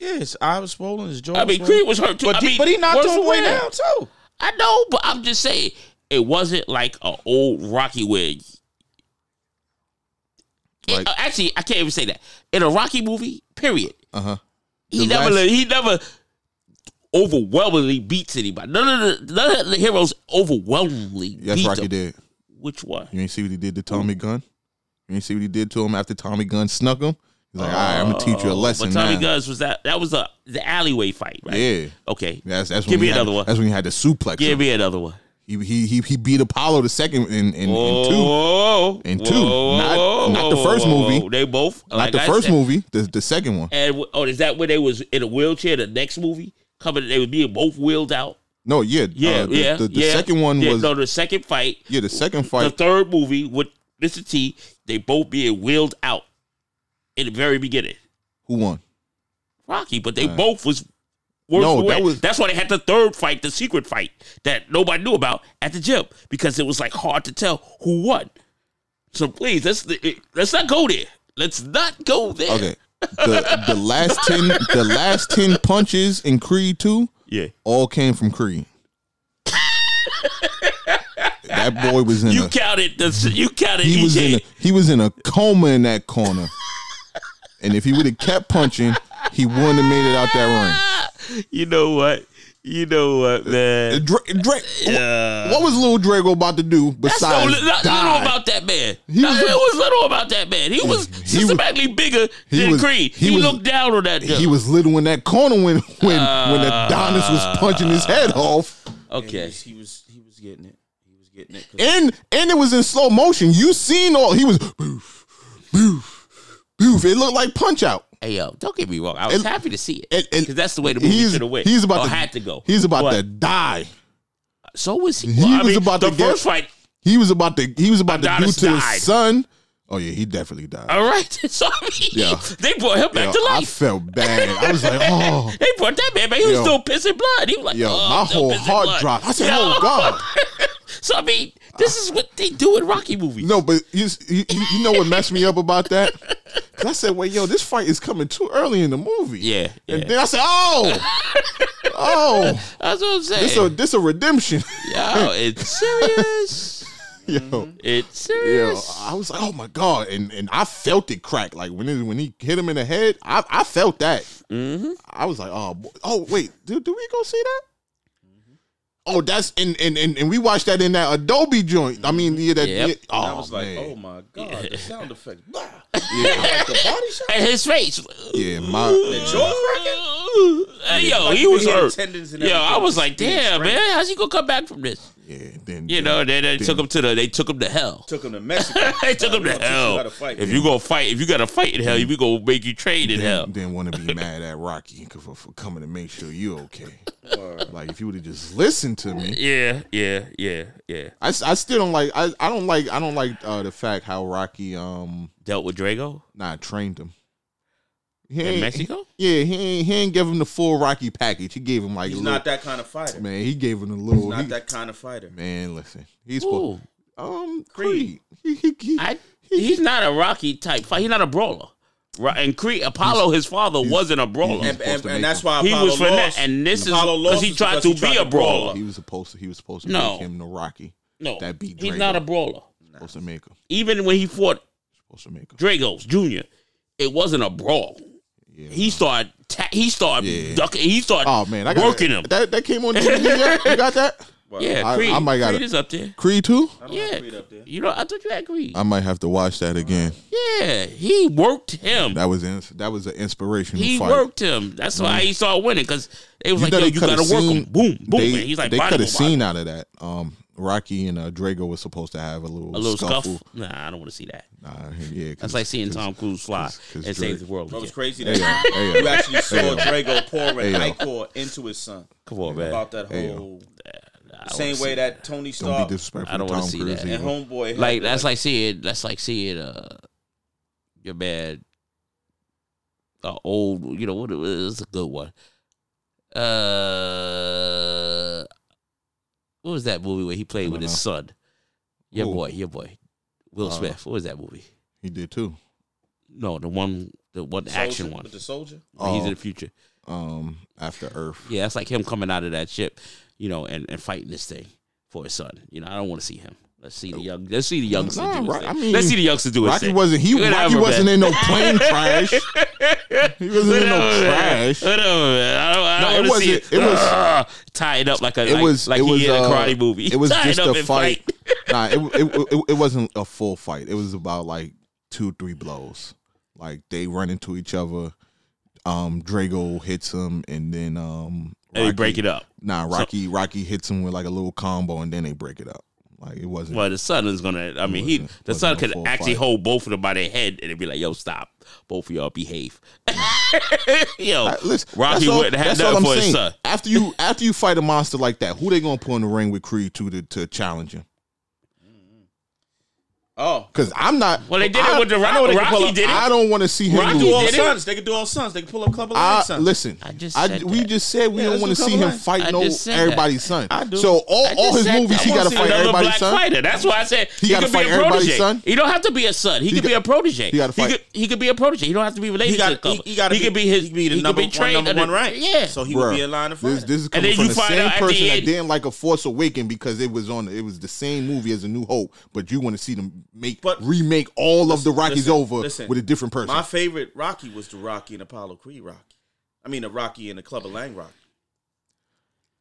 Speaker 2: Yes, I was swollen. His jaw.
Speaker 3: I mean,
Speaker 2: was swollen.
Speaker 3: Creed was hurt too.
Speaker 2: But,
Speaker 3: I
Speaker 2: he-
Speaker 3: mean,
Speaker 2: but he knocked
Speaker 3: what's
Speaker 2: him
Speaker 3: the
Speaker 2: way
Speaker 3: win?
Speaker 2: down
Speaker 1: Oh,
Speaker 2: too.
Speaker 3: I know, but I'm just saying it wasn't like a old Rocky wig.
Speaker 1: Like-
Speaker 3: uh, actually, I can't even say that in a Rocky movie. Period.
Speaker 1: uh huh. The
Speaker 3: He never
Speaker 1: last-
Speaker 3: he never overwhelmingly beats anybody. None of the none of the heroes overwhelmingly
Speaker 1: Yes,
Speaker 3: beat
Speaker 1: Rocky
Speaker 3: him.
Speaker 1: did.
Speaker 3: Which one?
Speaker 1: You ain't see what he did to Tommy Gunn? You ain't see what he did to him after Tommy Gunn snuck him? He's like, all right, I'm gonna teach you a
Speaker 3: Oh,
Speaker 1: lesson.
Speaker 3: But Tommy
Speaker 1: now.
Speaker 3: Guns was that that was a the alleyway fight, right?
Speaker 1: Yeah.
Speaker 3: Okay.
Speaker 1: That's that's
Speaker 3: Give
Speaker 1: when
Speaker 3: me
Speaker 1: he had-
Speaker 3: another one.
Speaker 1: That's when he had the suplex.
Speaker 3: Give
Speaker 1: him.
Speaker 3: me Oh, another one.
Speaker 1: He, he he he beat Apollo the second in, in, in two.
Speaker 3: Whoa,
Speaker 1: In two.
Speaker 3: whoa, whoa,
Speaker 1: Not-
Speaker 3: whoa,
Speaker 1: not the
Speaker 3: whoa,
Speaker 1: first
Speaker 3: whoa,
Speaker 1: movie.
Speaker 3: whoa. They both
Speaker 1: Not
Speaker 3: like
Speaker 1: the
Speaker 3: I
Speaker 1: first
Speaker 3: said.
Speaker 1: movie, the the second one.
Speaker 3: And w- oh, is that where they was in a wheelchair? The next movie coming, they were being both wheeled out.
Speaker 1: No, yeah,
Speaker 3: Yeah,
Speaker 1: uh, the,
Speaker 3: yeah.
Speaker 1: The, the
Speaker 3: yeah.
Speaker 1: second one
Speaker 3: Yeah,
Speaker 1: was
Speaker 3: no the second fight.
Speaker 1: yeah, the second
Speaker 3: the
Speaker 1: fight.
Speaker 3: third movie with Mr. T, they both being wheeled out in the very beginning.
Speaker 1: who won?
Speaker 3: Rocky, but they both was worse
Speaker 1: No,
Speaker 3: away.
Speaker 1: that was-
Speaker 3: That's why they had the third fight, the secret fight that nobody knew about at the gym because it was like hard to tell who won. So please, let's eh, let's not go there. Let's not go there.
Speaker 1: Okay, the the last ten the last ten punches in Creed two
Speaker 3: Yeah.
Speaker 1: all came from Creed. that boy was in
Speaker 3: You
Speaker 1: a
Speaker 3: counted the you counted E
Speaker 1: he
Speaker 3: each
Speaker 1: was in a,
Speaker 3: hit.
Speaker 1: he was in a coma in that corner, and if he would have kept punching, he wouldn't have made it out that
Speaker 3: Ah, You know what? You know what, man?
Speaker 1: ring. Dra- Dra-
Speaker 3: Yeah.
Speaker 1: what was Lil Drago about to do
Speaker 3: That's no,
Speaker 1: besides
Speaker 3: not little
Speaker 1: die?
Speaker 3: about that man.
Speaker 1: He
Speaker 3: Nothing
Speaker 1: was-
Speaker 3: was, little about that man. He was
Speaker 1: He was-
Speaker 3: systematically bigger
Speaker 1: he
Speaker 3: than
Speaker 1: was-
Speaker 3: Creed. He,
Speaker 1: he was-
Speaker 3: looked down on that dude.
Speaker 1: he was little in that corner when when when Adonis was punching his head
Speaker 3: Ah.
Speaker 1: off,
Speaker 3: okay.
Speaker 2: He was. He was getting it. He was getting it. 'cause
Speaker 1: and and it was in slow motion. You seen all he was boof boof boof. It looked like Punch Out.
Speaker 3: Hey yo, don't get me wrong. I was
Speaker 1: And-
Speaker 3: happy to see it
Speaker 1: And, and
Speaker 3: because that's the way the movie should have went.
Speaker 1: He's about
Speaker 3: or
Speaker 1: to
Speaker 3: had to go.
Speaker 1: He's about
Speaker 3: But
Speaker 1: to die.
Speaker 3: So was he?
Speaker 1: he
Speaker 3: Well, I
Speaker 1: was
Speaker 3: mean,
Speaker 1: about
Speaker 3: the
Speaker 1: to get-
Speaker 3: first fight.
Speaker 1: He was about to he was about
Speaker 3: Adonis
Speaker 1: to do to
Speaker 3: died.
Speaker 1: his son. Oh yeah, he definitely died.
Speaker 3: All right. So I mean,
Speaker 1: Yeah.
Speaker 3: they brought him back
Speaker 1: Yo,
Speaker 3: to
Speaker 1: I
Speaker 3: life.
Speaker 1: felt bad. I was like, oh,
Speaker 3: They brought that man back. He was
Speaker 1: Yo.
Speaker 3: still pissing blood. He was like,
Speaker 1: yo,
Speaker 3: oh,
Speaker 1: my
Speaker 3: I'm still
Speaker 1: whole
Speaker 3: pissing
Speaker 1: heart
Speaker 3: blood.
Speaker 1: dropped. I said,
Speaker 3: Yo.
Speaker 1: oh god,
Speaker 3: So I mean, This is what they do in Rocky movies.
Speaker 1: No, but you, you you know what messed me up about that? 'Cause I said, "Wait, yo, this fight is coming too early in the movie."
Speaker 3: Yeah,
Speaker 1: and
Speaker 3: yeah.
Speaker 1: then I said, "Oh, oh,
Speaker 3: That's what I'm saying.
Speaker 1: this a this a redemption."
Speaker 3: Yo, it's serious.
Speaker 1: yo,
Speaker 3: It's
Speaker 1: yo,
Speaker 3: serious.
Speaker 1: I was like, "Oh my god!" And and I felt it crack. Like when it, when he hit him in the head, I I felt that.
Speaker 3: Mm-hmm.
Speaker 1: I was like, "Oh, boy. oh, wait, do do we go see that?" Oh, that's and, and and and we watched that in that Adobe joint. I mean, yeah, that.
Speaker 3: Yep.
Speaker 1: yeah, oh,
Speaker 2: I was like,
Speaker 1: man.
Speaker 2: oh my god, the sound effect. Blah. Like the body shot.
Speaker 3: And his face.
Speaker 1: yeah, my.
Speaker 2: The jaw cracking.
Speaker 3: Hey, yo,
Speaker 2: Like,
Speaker 3: Oh, he was
Speaker 2: had
Speaker 3: hurt.
Speaker 2: tendons and
Speaker 3: Yo, I
Speaker 2: everything.
Speaker 3: was like,
Speaker 2: He was
Speaker 3: damn,
Speaker 2: sprained.
Speaker 3: man, how's he gonna come back from this?
Speaker 1: Yeah, then
Speaker 3: You know, they, they took him to the, they took him to hell.
Speaker 2: Took him to Mexico.
Speaker 3: they took him
Speaker 2: We
Speaker 3: to
Speaker 2: gonna teach you
Speaker 3: hell.
Speaker 2: how to fight.
Speaker 3: If you gonna fight, if you gotta fight in hell,
Speaker 1: Mm-hmm.
Speaker 3: we gonna make you trade in hell.
Speaker 1: Didn't want to be mad at Rocky for, for coming to make sure you okay.
Speaker 2: Word.
Speaker 1: Like if you would have just listened to me,
Speaker 3: Yeah, yeah, yeah, yeah.
Speaker 1: I, s- I still don't like I, I don't like I don't like uh, the fact how Rocky um
Speaker 3: Dealt with Drago
Speaker 1: nah trained him. He
Speaker 3: in
Speaker 1: ain't-
Speaker 3: Mexico.
Speaker 1: Yeah, he ain't, he ain't give him the full Rocky package. He gave him like
Speaker 2: He's
Speaker 1: a little,
Speaker 2: not that kind of fighter.
Speaker 1: man. He gave him a little.
Speaker 2: He's
Speaker 1: he-
Speaker 2: not that kind of fighter.
Speaker 1: man, listen, he's supposed,
Speaker 3: Ooh,
Speaker 1: um Creed.
Speaker 2: Creed.
Speaker 1: He, he, he,
Speaker 3: I, he's not a Rocky type fight. He's not a brawler. Right, and Creed, Apollo, his father, wasn't a brawler.
Speaker 1: he's-
Speaker 2: And, and,
Speaker 1: supposed to
Speaker 2: and
Speaker 1: make
Speaker 2: that's
Speaker 1: him.
Speaker 2: why
Speaker 3: He
Speaker 2: Apollo
Speaker 3: was finesse,
Speaker 2: lost.
Speaker 3: and this is
Speaker 2: Apollo
Speaker 3: because
Speaker 2: lost
Speaker 3: he tried to
Speaker 2: because
Speaker 3: be a brawler.
Speaker 1: Oh, he was supposed to he was supposed to
Speaker 3: No.
Speaker 1: make him the Rocky.
Speaker 3: no,
Speaker 1: That beat
Speaker 3: he's
Speaker 1: Drago.
Speaker 3: not a brawler.
Speaker 1: Supposed to make him.
Speaker 3: Even when he fought
Speaker 1: Supposed to make him.
Speaker 3: Dragos Jr., it wasn't a brawl.
Speaker 1: Yeah.
Speaker 3: He started, ta- he started
Speaker 1: Yeah.
Speaker 3: ducking, he started
Speaker 1: Oh man, I got
Speaker 3: working
Speaker 1: that.
Speaker 3: him.
Speaker 1: That that came on DVD. yeah? You got that?
Speaker 2: Word.
Speaker 3: yeah,
Speaker 1: I-
Speaker 3: Creed,
Speaker 1: I might gotta-
Speaker 3: Creed is up there.
Speaker 1: Creed two?
Speaker 2: I don't have
Speaker 3: Yeah,
Speaker 2: Creed up there.
Speaker 3: you know, I thought you had Creed.
Speaker 1: I might have to watch that again.
Speaker 3: yeah, he worked him.
Speaker 1: That was ins- that was an inspirational
Speaker 3: He
Speaker 1: fight. Mm-hmm.
Speaker 3: worked him. That's why he started winning because it was like,
Speaker 1: know
Speaker 3: yo,
Speaker 1: they
Speaker 3: you
Speaker 1: coulda
Speaker 3: gotta work
Speaker 1: seen-
Speaker 3: him. Boom, boom.
Speaker 1: They,
Speaker 3: and he's like,
Speaker 1: they
Speaker 3: body
Speaker 1: could have
Speaker 3: for body.
Speaker 1: seen out of that. Um, Rocky and uh, Drago was supposed to have a little,
Speaker 3: a little
Speaker 1: scuffle.
Speaker 3: scuff. Nah, I don't want to see that.
Speaker 1: Nah, yeah, 'cause-
Speaker 3: That's like seeing
Speaker 1: 'cause-
Speaker 3: Tom Cruise fly
Speaker 1: 'cause- 'cause
Speaker 3: and save
Speaker 1: Drake-
Speaker 3: the world.
Speaker 2: That was
Speaker 3: again.
Speaker 2: crazy.
Speaker 1: Hey, yo,
Speaker 2: That
Speaker 1: hey,
Speaker 2: you
Speaker 1: yo.
Speaker 2: actually saw
Speaker 1: Ayo.
Speaker 2: Drago pouring
Speaker 1: Ayo.
Speaker 2: Icor into his son.
Speaker 3: Come on, man.
Speaker 2: About that
Speaker 1: Ayo.
Speaker 2: whole
Speaker 3: Nah, I don't wanna
Speaker 2: same
Speaker 3: see
Speaker 2: way
Speaker 3: that.
Speaker 2: that Tony
Speaker 1: Don't
Speaker 2: Stark
Speaker 1: be disrespectful.
Speaker 3: I don't
Speaker 1: to
Speaker 3: wanna
Speaker 1: Tom
Speaker 3: see
Speaker 1: Cruise
Speaker 3: that.
Speaker 1: either.
Speaker 2: and Homeboy. had
Speaker 3: Like
Speaker 2: that,
Speaker 3: that's like seeing that's like seeing uh your man uh, old you know what it was a good one. Uh what was that movie where he played
Speaker 1: don't
Speaker 3: with his
Speaker 1: know.
Speaker 3: son? Your
Speaker 1: Who?
Speaker 3: boy, your boy. Will
Speaker 1: Uh,
Speaker 3: Smith. What was that movie?
Speaker 1: He did too.
Speaker 3: No, the one the one
Speaker 2: soldier-
Speaker 3: action one.
Speaker 2: with the soldier.
Speaker 1: Oh.
Speaker 3: He's in the future.
Speaker 1: Um, After Earth.
Speaker 3: Yeah, that's like him coming out of that ship, you know, and, and fighting this thing for his son. You know, I don't want to see him. Let's see the young. Let's see the youngster
Speaker 1: Oh. Nah,
Speaker 3: do his
Speaker 1: right,
Speaker 3: thing.
Speaker 1: I mean,
Speaker 3: let's see the youngster do his
Speaker 1: Rocky
Speaker 3: thing.
Speaker 1: wasn't. He Rocky
Speaker 3: Whatever,
Speaker 1: wasn't
Speaker 3: man.
Speaker 1: in no plane crash. He wasn't in no
Speaker 3: Whatever, man.
Speaker 1: trash.
Speaker 3: Whatever, man. I don't, I
Speaker 1: No,
Speaker 3: don't
Speaker 1: it
Speaker 3: want to see it.
Speaker 1: wasn't- it was-
Speaker 3: Ugh, tied up like a.
Speaker 1: It
Speaker 3: like,
Speaker 1: was
Speaker 3: like
Speaker 1: it
Speaker 3: he
Speaker 1: was
Speaker 3: in a
Speaker 1: uh,
Speaker 3: karate movie.
Speaker 1: It was
Speaker 3: tied
Speaker 1: just
Speaker 3: up
Speaker 1: a
Speaker 3: and
Speaker 1: fight. nah, it, it, it it wasn't a full fight. It was about like two three blows. Like they run into each other. Um, Drago hits him, and then um,
Speaker 3: And they break it up.
Speaker 1: Nah, Rocky Rocky hits him with like a little combo, and then they break it up. Like it wasn't.
Speaker 3: Well, the son is gonna. I mean, he
Speaker 1: wasn't-
Speaker 3: the
Speaker 1: wasn't
Speaker 3: son
Speaker 1: a
Speaker 3: could
Speaker 1: full
Speaker 3: actually
Speaker 1: fight.
Speaker 3: hold both of them by their head and it'd be like, "Yo, stop! Both of y'all behave." Yo,
Speaker 1: I- listen,
Speaker 3: Rocky
Speaker 1: that's all-
Speaker 3: wouldn't have
Speaker 1: that's all
Speaker 3: nothing
Speaker 1: I'm
Speaker 3: for his
Speaker 1: saying.
Speaker 3: son.
Speaker 1: After you after you fight a monster like that, who they gonna put in the ring with Creed to to, to challenge him?
Speaker 2: Oh,
Speaker 1: Because I'm not.
Speaker 3: Well, they did it
Speaker 1: I-
Speaker 3: with the
Speaker 1: I
Speaker 3: Rock-
Speaker 1: know they can
Speaker 3: Rocky
Speaker 1: pull up-
Speaker 3: did it.
Speaker 1: I don't want to see him.
Speaker 3: Rocky
Speaker 1: lose.
Speaker 2: do all
Speaker 3: did it?
Speaker 2: sons. They could do all sons. They could pull up a couple of
Speaker 1: I-
Speaker 2: sons.
Speaker 1: listen.
Speaker 3: I
Speaker 1: I
Speaker 3: just
Speaker 1: just
Speaker 3: said
Speaker 1: we
Speaker 3: that.
Speaker 1: just said we
Speaker 2: Yeah,
Speaker 1: don't
Speaker 2: let's
Speaker 1: want to
Speaker 2: do a
Speaker 1: see
Speaker 2: couple
Speaker 1: him
Speaker 2: lines.
Speaker 1: fight
Speaker 3: I
Speaker 1: no
Speaker 3: just said that.
Speaker 1: everybody's son.
Speaker 3: I do.
Speaker 1: So all,
Speaker 3: I just
Speaker 1: all his
Speaker 3: said that.
Speaker 1: movies,
Speaker 3: I
Speaker 1: he
Speaker 3: wanna
Speaker 1: got to
Speaker 3: see
Speaker 1: fight
Speaker 3: another
Speaker 1: everybody's
Speaker 3: black
Speaker 1: son.
Speaker 3: Fighter. That's why I said he,
Speaker 1: gotta
Speaker 3: could be
Speaker 1: fight
Speaker 3: a
Speaker 1: everybody's
Speaker 3: protege.
Speaker 1: son?
Speaker 3: He don't have to be a son. He, could
Speaker 1: got-
Speaker 3: be a protege.
Speaker 1: he gotta
Speaker 3: He
Speaker 1: fight-
Speaker 3: could, he could be a protege. He don't have to be related
Speaker 2: he got.
Speaker 3: to the couple.
Speaker 2: He, got.
Speaker 3: could be his.
Speaker 2: He could be the
Speaker 3: he
Speaker 2: number
Speaker 3: could be
Speaker 2: one,
Speaker 3: trained
Speaker 2: number
Speaker 3: under-
Speaker 2: one rank.
Speaker 3: Yeah.
Speaker 2: So he
Speaker 1: Bruh,
Speaker 2: would be a line of
Speaker 1: this,
Speaker 2: fighters.
Speaker 1: this is
Speaker 3: And
Speaker 1: coming
Speaker 3: then
Speaker 1: from
Speaker 3: you
Speaker 1: the
Speaker 3: find out
Speaker 1: same
Speaker 3: at the
Speaker 1: person that
Speaker 3: end-
Speaker 1: didn't like a Force Awaken because it was on it was the same movie as A New Hope, but you want to see them make
Speaker 2: But-
Speaker 1: remake all of the Rockies
Speaker 2: listen,
Speaker 1: over
Speaker 2: listen.
Speaker 1: with a different person.
Speaker 2: My favorite Rocky was the Rocky and Apollo Creed Rocky. I mean, the Rocky and the Club of Lang Rocky.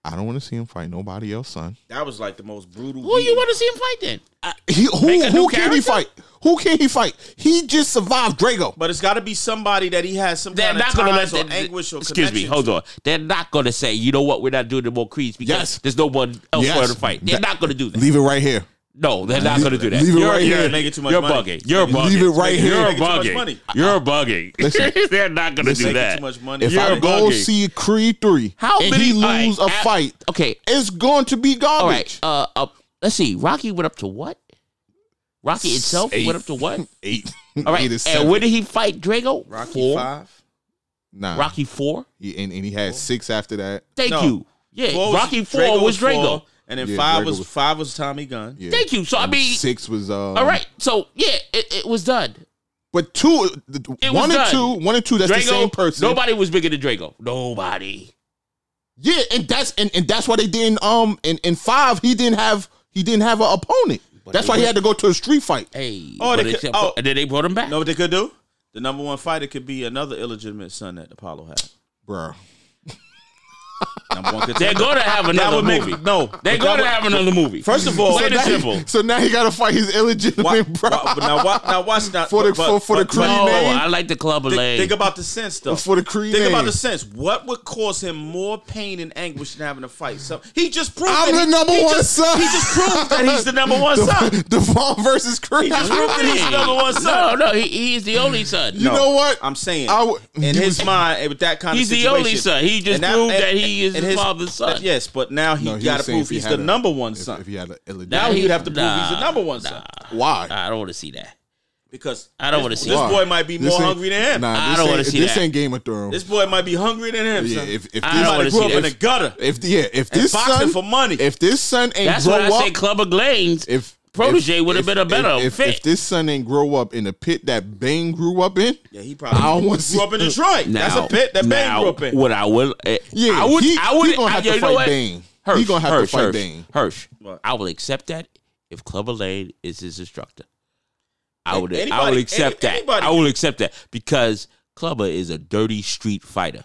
Speaker 1: I don't want to see him fight nobody else, son.
Speaker 2: That was like the most brutal.
Speaker 3: Who you
Speaker 2: beating.
Speaker 3: want to see him fight then?
Speaker 1: He,
Speaker 3: Make
Speaker 1: who
Speaker 3: a new
Speaker 1: who can he
Speaker 3: character?
Speaker 1: fight? Who can he fight? He just survived Drago.
Speaker 2: But it's got to be somebody that he has some
Speaker 3: They're
Speaker 2: kind of
Speaker 3: not going to let
Speaker 2: ties or
Speaker 3: that.
Speaker 2: anguish or
Speaker 3: excuse me.
Speaker 2: connection
Speaker 3: Hold
Speaker 2: to.
Speaker 3: on. They're not going to say, you know what? We're not doing the more creeds because
Speaker 1: Yes.
Speaker 3: there's no one else
Speaker 1: Yes.
Speaker 3: for her to fight. They're
Speaker 1: That-
Speaker 3: not going to do that.
Speaker 1: Leave it right here.
Speaker 3: No, they're not
Speaker 1: Leave-
Speaker 3: going to do that.
Speaker 1: leave it
Speaker 3: you're,
Speaker 1: right
Speaker 3: you're,
Speaker 1: here.
Speaker 2: Making too much
Speaker 3: you're
Speaker 2: money.
Speaker 3: bugging. You're
Speaker 1: Leave
Speaker 3: bugging.
Speaker 1: it right here.
Speaker 3: You're
Speaker 2: Making too much
Speaker 3: bugging.
Speaker 2: money.
Speaker 3: You're bugging.
Speaker 1: Listen.
Speaker 3: They're not going to do
Speaker 2: Making
Speaker 3: that.
Speaker 2: too much money.
Speaker 1: If
Speaker 3: You're
Speaker 1: I go
Speaker 3: bugging.
Speaker 1: see Creed three,
Speaker 3: How
Speaker 1: and
Speaker 3: many
Speaker 1: he
Speaker 3: all right,
Speaker 1: lose a
Speaker 3: at-
Speaker 1: fight,
Speaker 3: Okay.
Speaker 1: it's going to be
Speaker 3: All
Speaker 1: garbage.
Speaker 3: right. Uh, uh, let's see. Rocky went up to what? Rocky itself
Speaker 1: Eight.
Speaker 3: went up to what?
Speaker 1: Eight.
Speaker 3: All right.
Speaker 1: Eight is
Speaker 3: and
Speaker 1: seven.
Speaker 3: where did he fight Drago?
Speaker 2: Rocky
Speaker 3: four.
Speaker 2: Five.
Speaker 1: Nah.
Speaker 3: Rocky four.
Speaker 1: He, and, and he had six after that.
Speaker 3: Thank
Speaker 2: No.
Speaker 3: you. Yeah.
Speaker 2: Four was-
Speaker 3: Rocky four was Drago.
Speaker 2: four, And then
Speaker 1: Yeah,
Speaker 2: five
Speaker 1: Drago
Speaker 2: was,
Speaker 1: was-
Speaker 2: five was Tommy Gunn.
Speaker 1: Yeah.
Speaker 3: Thank you. So I
Speaker 1: And
Speaker 3: mean,
Speaker 1: six was um,
Speaker 3: all right. So yeah, it, it was done.
Speaker 1: But two, the-
Speaker 3: It was
Speaker 1: one and
Speaker 3: done.
Speaker 1: two, one and two. That's
Speaker 3: Drago,
Speaker 1: the same person.
Speaker 3: Nobody was bigger than Drago. Nobody.
Speaker 1: Yeah, and that's and, and that's why they didn't. Um, in, in five, he didn't have he didn't have an opponent. that's
Speaker 3: they
Speaker 1: why he had to go to a street fight.
Speaker 3: Hey.
Speaker 2: Oh, they
Speaker 3: but
Speaker 2: could-
Speaker 3: except-
Speaker 2: oh.
Speaker 3: and then they brought him back.
Speaker 2: Know what they could do? The number one fighter could be another illegitimate son that Apollo had.
Speaker 1: Bruh.
Speaker 2: Number one
Speaker 3: They're
Speaker 2: contender.
Speaker 3: gonna have
Speaker 2: that
Speaker 3: another
Speaker 2: would make
Speaker 3: movie.
Speaker 2: no.
Speaker 3: They're
Speaker 2: But that
Speaker 3: gonna
Speaker 2: would-
Speaker 3: have another movie.
Speaker 2: First of all,
Speaker 3: Plain and
Speaker 2: that-
Speaker 3: simple.
Speaker 1: So now he got to fight his illegitimate
Speaker 2: Why,
Speaker 1: brother
Speaker 2: why, but now, why, now watch now,
Speaker 1: For the-
Speaker 2: but-
Speaker 1: for- for the
Speaker 2: but-
Speaker 1: creed
Speaker 2: but
Speaker 3: No,
Speaker 1: name.
Speaker 3: Oh, I like the club of
Speaker 2: thi-
Speaker 3: leg.
Speaker 2: Think about the sense though.
Speaker 1: for the Creed.
Speaker 2: Think about
Speaker 1: name.
Speaker 2: the sense. What would cause him more pain and anguish than having a fight? So he just proved
Speaker 1: I'm
Speaker 2: that
Speaker 1: the
Speaker 2: he-
Speaker 1: number
Speaker 2: he
Speaker 1: one
Speaker 2: just-
Speaker 1: son.
Speaker 2: He just proved that he's the number one son.
Speaker 1: The, Devon versus Creed.
Speaker 2: He just proved that he's the number one
Speaker 3: no,
Speaker 2: son.
Speaker 3: no, he, he's the only son.
Speaker 1: You know what?
Speaker 2: I'm saying
Speaker 1: I would-
Speaker 2: in his mind with that kind
Speaker 3: He's
Speaker 2: of
Speaker 3: the
Speaker 2: situation.
Speaker 3: only son. He just
Speaker 2: and now-
Speaker 3: proved
Speaker 2: and-
Speaker 3: that he is
Speaker 2: and
Speaker 3: his, father's son.
Speaker 2: Yes, but now he
Speaker 1: No, he
Speaker 2: got to
Speaker 1: was saying
Speaker 2: prove
Speaker 1: if he
Speaker 2: he's
Speaker 1: had
Speaker 2: the
Speaker 1: a-
Speaker 2: number one
Speaker 1: if-
Speaker 2: son.
Speaker 1: If he had an
Speaker 2: now
Speaker 1: illegitimate,
Speaker 2: he'd have to prove
Speaker 3: Nah,
Speaker 2: he's the number one son
Speaker 1: why?
Speaker 3: I don't want to see that.
Speaker 2: because
Speaker 3: I don't want to see
Speaker 2: This
Speaker 1: Why?
Speaker 3: that.
Speaker 2: boy might be more
Speaker 1: ain't-
Speaker 2: hungry than him.
Speaker 1: Nah,
Speaker 3: I
Speaker 1: this
Speaker 3: don't wanna
Speaker 1: ain't-
Speaker 3: see
Speaker 1: This
Speaker 3: that.
Speaker 1: ain't Game of Thrones.
Speaker 2: this boy might be hungrier than him.
Speaker 1: yeah,
Speaker 2: son.
Speaker 1: if if
Speaker 3: I
Speaker 1: this,
Speaker 3: don't wanna
Speaker 2: grew up
Speaker 3: see
Speaker 2: in the
Speaker 3: if-
Speaker 2: gutter.
Speaker 1: if yeah, if
Speaker 2: And
Speaker 1: this
Speaker 2: boxing
Speaker 1: son
Speaker 2: for money.
Speaker 1: if this son ain't
Speaker 3: That's
Speaker 1: grow
Speaker 3: why I
Speaker 1: up,
Speaker 3: say club of glains.
Speaker 1: if
Speaker 3: Protege
Speaker 1: if-
Speaker 3: would've
Speaker 1: if-
Speaker 3: been a better
Speaker 1: if, if,
Speaker 3: fit.
Speaker 1: if this son ain't grow up in the pit that Bane grew up in,
Speaker 2: Yeah, he probably
Speaker 1: I don't wanna
Speaker 2: grew
Speaker 1: see-
Speaker 2: up in Detroit. That's a pit that Bane
Speaker 3: now,
Speaker 2: grew up in.
Speaker 3: What I would, eh,
Speaker 1: Yeah,
Speaker 3: I would,
Speaker 1: he-
Speaker 3: I would,
Speaker 1: he gonna
Speaker 3: I-
Speaker 1: have to
Speaker 3: you know
Speaker 1: fight
Speaker 3: what?
Speaker 1: Bane.
Speaker 3: Hirsch,
Speaker 1: He gonna have to
Speaker 3: Hirsch,
Speaker 1: fight
Speaker 3: Hirsch,
Speaker 1: Bane.
Speaker 3: Hirsch,
Speaker 2: What?
Speaker 3: I will accept that if Clubber Lane is his instructor. I
Speaker 2: Like,
Speaker 3: would, I
Speaker 2: anybody-
Speaker 3: would accept
Speaker 2: any-
Speaker 3: that.
Speaker 2: anybody-
Speaker 3: I will accept that because Clubber is a dirty street fighter.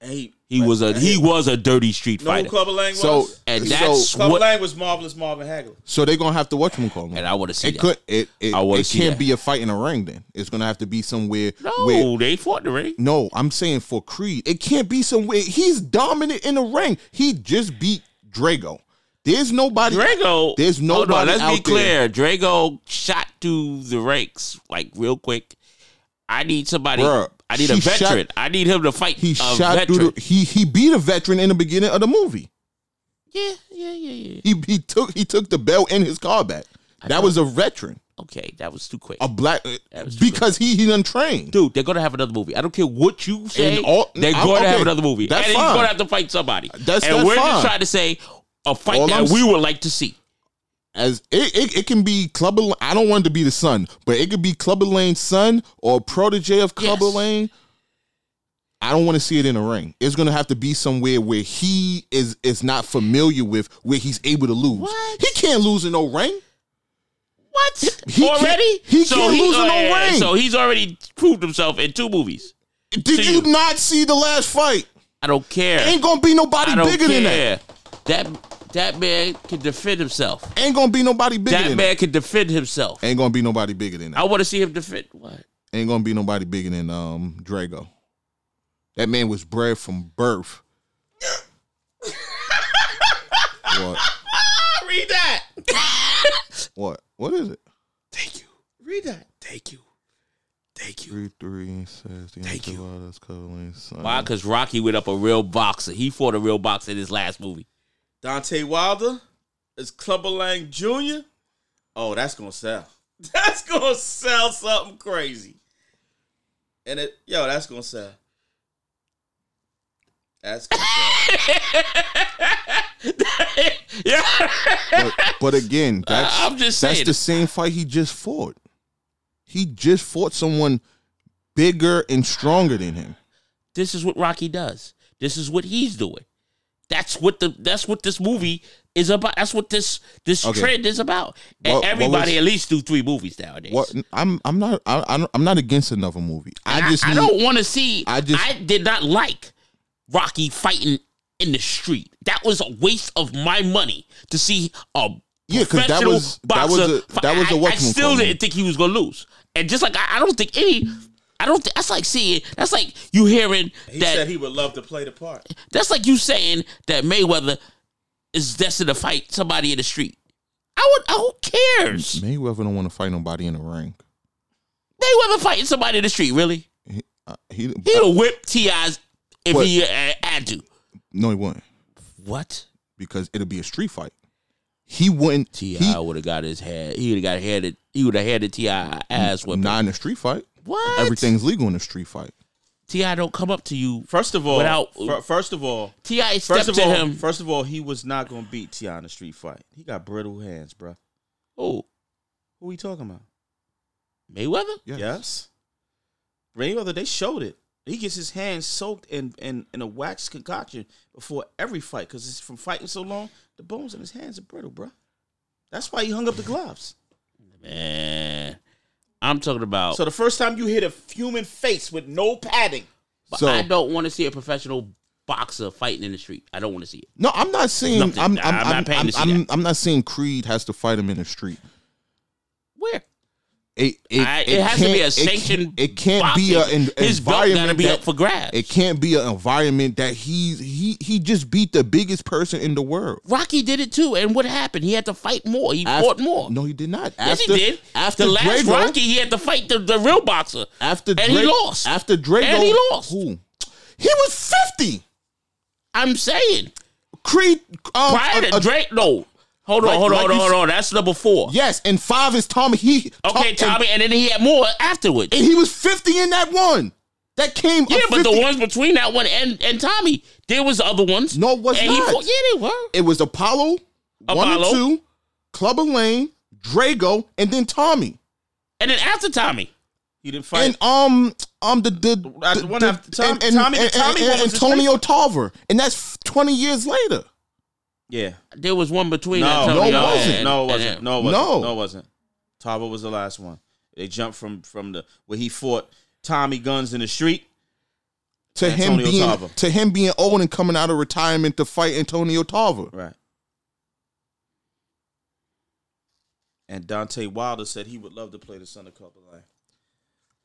Speaker 2: And he,
Speaker 3: He was a,
Speaker 2: and
Speaker 3: he was a dirty street
Speaker 2: know who
Speaker 3: fighter,
Speaker 2: Clubber Lang was.
Speaker 1: so
Speaker 3: and
Speaker 1: so-
Speaker 3: that's
Speaker 2: Clubber
Speaker 3: what.
Speaker 2: Lang was marvelous Marvin Hagler.
Speaker 1: So they're gonna have to watch him call him.
Speaker 3: And I want to see
Speaker 1: It
Speaker 3: that.
Speaker 1: could. It it,
Speaker 3: I wanna
Speaker 1: it
Speaker 3: see
Speaker 1: can't
Speaker 3: that.
Speaker 1: be a fight in a ring. Then it's gonna have to be somewhere.
Speaker 3: No,
Speaker 1: Where,
Speaker 3: they fought the ring.
Speaker 1: no, I'm saying for Creed, it can't be somewhere. He's dominant in the ring. He just beat Drago. There's nobody.
Speaker 3: Drago.
Speaker 1: There's
Speaker 3: Hold on,
Speaker 1: nobody
Speaker 3: let's be
Speaker 1: out there.
Speaker 3: clear. Drago shot through the ranks like real quick. I need somebody.
Speaker 1: Bruh,
Speaker 3: I need a
Speaker 1: he
Speaker 3: veteran.
Speaker 1: shot-
Speaker 3: I need him to fight.
Speaker 1: He
Speaker 3: a
Speaker 1: shot
Speaker 3: veteran.
Speaker 1: through. The, he he beat a veteran in the beginning of the movie.
Speaker 3: Yeah, yeah, yeah, yeah.
Speaker 1: He he took he took the belt in his car back. That was a veteran,
Speaker 3: Okay, that was too quick.
Speaker 1: a black, uh,
Speaker 3: That was true.
Speaker 1: because he he done trained.
Speaker 3: Dude, they're gonna have another movie. I don't care what you say.
Speaker 1: And all-
Speaker 3: they're
Speaker 1: I'm-
Speaker 3: gonna have
Speaker 1: okay,
Speaker 3: another movie,
Speaker 1: that's
Speaker 3: and he's
Speaker 1: fine.
Speaker 3: gonna have to fight somebody.
Speaker 1: That's-
Speaker 3: and
Speaker 1: that's
Speaker 3: we're
Speaker 1: fine.
Speaker 3: just trying to say a fight
Speaker 1: All
Speaker 3: that
Speaker 1: I'm
Speaker 3: we
Speaker 1: s-
Speaker 3: would like to see.
Speaker 1: as it, it, it can be Clubber. Lang- I don't want it to be the son, but it could be Clubber Lane's son or protege of Clubber
Speaker 3: Yes.
Speaker 1: Lane. I don't want to see it in a ring. It's gonna have to be somewhere where he is is not familiar with, where he's able to lose.
Speaker 3: What?
Speaker 1: He can't lose in no ring.
Speaker 3: What
Speaker 1: He can't-
Speaker 3: already?
Speaker 1: he can't lose in no
Speaker 3: yeah,
Speaker 1: ring.
Speaker 3: So he's already proved himself in two movies.
Speaker 1: Did
Speaker 3: See
Speaker 1: you
Speaker 3: you.
Speaker 1: not see the last fight?
Speaker 3: I don't care.
Speaker 1: Ain't gonna be nobody
Speaker 3: I don't
Speaker 1: bigger than that.
Speaker 3: care. That that man can defend himself.
Speaker 1: Ain't gonna be nobody bigger
Speaker 3: that
Speaker 1: than
Speaker 3: man can defend himself.
Speaker 1: that. Ain't gonna be nobody bigger than that.
Speaker 3: I want to see him defend. What?
Speaker 1: Ain't gonna be nobody bigger than um Drago. That man was bred from birth. what?
Speaker 3: Read that.
Speaker 1: What? What is it?
Speaker 3: Thank you. Read that. Thank you. Thank you.
Speaker 1: Three three says the
Speaker 3: Thank you.
Speaker 1: Enchiladas cuddling son.
Speaker 3: Why? Because Rocky went up a real boxer. He fought a real boxer in his last movie.
Speaker 2: Dante Wilder is Clubber Lang Jr. Oh, that's gonna sell. That's gonna sell something crazy. And it, yo, that's gonna sell. That's gonna sell.
Speaker 3: yeah.
Speaker 1: But, but again, that's
Speaker 3: I'm just
Speaker 1: that's
Speaker 3: saying.
Speaker 1: the same fight he just fought. He just fought someone bigger and stronger than him.
Speaker 3: This is what Rocky does. This is what he's doing. That's what the. That's what this movie is about. That's what this this
Speaker 1: Okay.
Speaker 3: trend is about. And
Speaker 1: What- what
Speaker 3: everybody
Speaker 1: was-
Speaker 3: at least do three movies nowadays.
Speaker 1: What? I'm I'm not I, I don't- I'm not against another movie.
Speaker 3: And
Speaker 1: I just need,
Speaker 3: don't want to see. I
Speaker 1: I just-
Speaker 3: did not like Rocky fighting in the street. That was a waste of my money to see a
Speaker 1: Yeah, 'cause that
Speaker 3: professional
Speaker 1: was- that
Speaker 3: boxer
Speaker 1: was a-
Speaker 3: fight.
Speaker 1: that was a
Speaker 3: I- I
Speaker 1: welcome
Speaker 3: still
Speaker 1: for me.
Speaker 3: didn't think he was gonna lose, and just like I, I don't think any. I don't. think That's like seeing. That's like you hearing
Speaker 2: He
Speaker 3: that.
Speaker 2: said he would love to play the part.
Speaker 3: that's like you saying that Mayweather is destined to fight somebody in the street. I would. uh, Who cares?
Speaker 1: Mayweather don't want to fight nobody in the ring.
Speaker 3: Mayweather fighting somebody in the street. Really?
Speaker 1: He, uh, he,
Speaker 3: He'll whip Ti's if
Speaker 1: What?
Speaker 3: he uh, had to.
Speaker 1: no, he wouldn't
Speaker 3: What?
Speaker 1: because it'll be a street fight. He wouldn't.
Speaker 3: Ti
Speaker 1: he,
Speaker 3: would have got his head. He would have got headed. He would have headed Ti ass whipping.
Speaker 1: not in a street fight.
Speaker 3: what?
Speaker 1: Everything's legal in a street fight.
Speaker 3: Ti don't come up to you.
Speaker 2: First of all,
Speaker 3: Without-
Speaker 2: fir- first of all,
Speaker 3: Ti
Speaker 2: first
Speaker 3: stepped
Speaker 2: of
Speaker 3: to
Speaker 2: all,
Speaker 3: him.
Speaker 2: first of all, he was not gonna beat Ti in a street fight. He got brittle hands, bruh.
Speaker 3: oh,
Speaker 2: Who we talking about?
Speaker 3: Mayweather.
Speaker 1: Yes.
Speaker 2: Yes. Mayweather, they showed it. He gets his hands soaked in, in, in a wax concoction before every fight because it's from fighting so long, the bones in his hands are brittle, bruh. That's why he hung up the gloves.
Speaker 3: Man, I'm talking about.
Speaker 2: So the first time you hit a human face with no padding,
Speaker 3: but
Speaker 1: So-
Speaker 3: I don't want to see a professional boxer fighting in the street. I don't want to see it.
Speaker 1: No, I'm not seeing. I'm,
Speaker 3: Nothing.
Speaker 1: I'm,
Speaker 3: I'm
Speaker 1: I'm,
Speaker 3: not
Speaker 1: I'm,
Speaker 3: paying
Speaker 1: I'm,
Speaker 3: to see that.
Speaker 1: I'm not seeing Creed has to fight him in the street.
Speaker 3: Where?
Speaker 1: It, it,
Speaker 3: I- it has to
Speaker 1: can't-
Speaker 3: be a
Speaker 1: it can't-
Speaker 3: sanctioned
Speaker 1: It can't, be a
Speaker 3: boxing.
Speaker 1: an
Speaker 3: His belt gotta
Speaker 1: environment
Speaker 3: be
Speaker 1: that-
Speaker 3: up for grabs.
Speaker 1: It can't be an environment that he's he he just beat the biggest person in the world.
Speaker 3: Rocky did it too, and what happened? He had to fight more. He
Speaker 1: Af-
Speaker 3: fought more.
Speaker 1: No, he did not.
Speaker 3: yes, he did.
Speaker 1: After
Speaker 3: the last
Speaker 1: Drago,
Speaker 3: Rocky, he had to fight the, the real boxer.
Speaker 1: after
Speaker 3: and he
Speaker 1: Dra-
Speaker 3: lost.
Speaker 1: After Drago,
Speaker 3: And he lost.
Speaker 1: Who? He was fifty.
Speaker 3: I'm saying
Speaker 1: Creed. Um,
Speaker 3: prior
Speaker 1: a-
Speaker 3: to
Speaker 1: a-
Speaker 3: Drake, no. Hold on,
Speaker 1: Like-
Speaker 3: hold on,
Speaker 1: like
Speaker 3: hold on,
Speaker 1: you
Speaker 3: hold on. That's number four.
Speaker 1: yes, and five is Tommy. He
Speaker 3: okay,
Speaker 1: Tom-
Speaker 3: Tommy, and, then he had more afterwards.
Speaker 1: and he was fifty in that one. That came.
Speaker 3: yeah,
Speaker 1: up
Speaker 3: but
Speaker 1: 50
Speaker 3: the ones between that one and and Tommy, there was other ones.
Speaker 1: No, it was
Speaker 3: and He
Speaker 1: not.
Speaker 3: fought, yeah, they were.
Speaker 1: It was Apollo,
Speaker 3: Apollo.
Speaker 1: one and two, Clubber Lane, Drago, and then Tommy.
Speaker 3: And then after Tommy,
Speaker 2: he didn't fight.
Speaker 1: And um um the the,
Speaker 2: Uh, the one after Tom- Tommy- Tommy
Speaker 1: and,
Speaker 2: one was the
Speaker 1: Antonio Tarver, and that's f- twenty years later.
Speaker 2: yeah.
Speaker 3: there was one between.
Speaker 2: No,
Speaker 3: Antonio
Speaker 1: no, it
Speaker 3: and-
Speaker 1: wasn't.
Speaker 2: No, it
Speaker 3: and-
Speaker 2: wasn't.
Speaker 3: and-
Speaker 2: No, it wasn't.
Speaker 1: No.
Speaker 2: No, it wasn't. Tava was the last one. They jumped from from the where he fought Tommy Guns in the street.
Speaker 1: To
Speaker 2: Antonio
Speaker 1: him being
Speaker 2: Tarver.
Speaker 1: to him being old and coming out of retirement to fight Antonio Tarver.
Speaker 2: Right. And Dante Wilder said he would love to play the son of Copeland.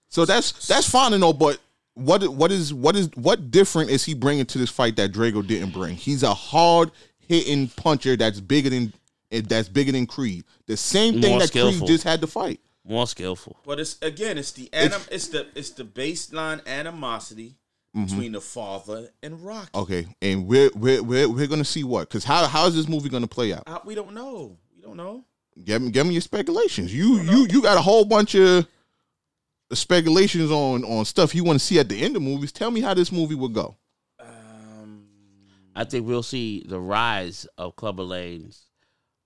Speaker 1: So that's that's fine and all, but what what is what is what different is he bringing to this fight that Drago didn't bring? He's a hard hitting puncher that's bigger than eh, that's bigger than Creed. The same thing
Speaker 3: More
Speaker 1: that
Speaker 3: skillful.
Speaker 1: Creed just had to fight.
Speaker 3: more skillful.
Speaker 2: But it's again, it's the anim, it's, the it's the baseline animosity
Speaker 1: Mm-hmm.
Speaker 2: between the father and Rocky.
Speaker 1: Okay, and we're we're we're, we're gonna see what because how how is this movie gonna play out?
Speaker 2: I- we don't know. We don't know.
Speaker 1: Give me give me your speculations. You you you got a whole bunch of speculations on on stuff you want to see at the end of movies. Tell me how this movie would go.
Speaker 2: Um,
Speaker 3: I think we'll see the rise of Clubber Lanes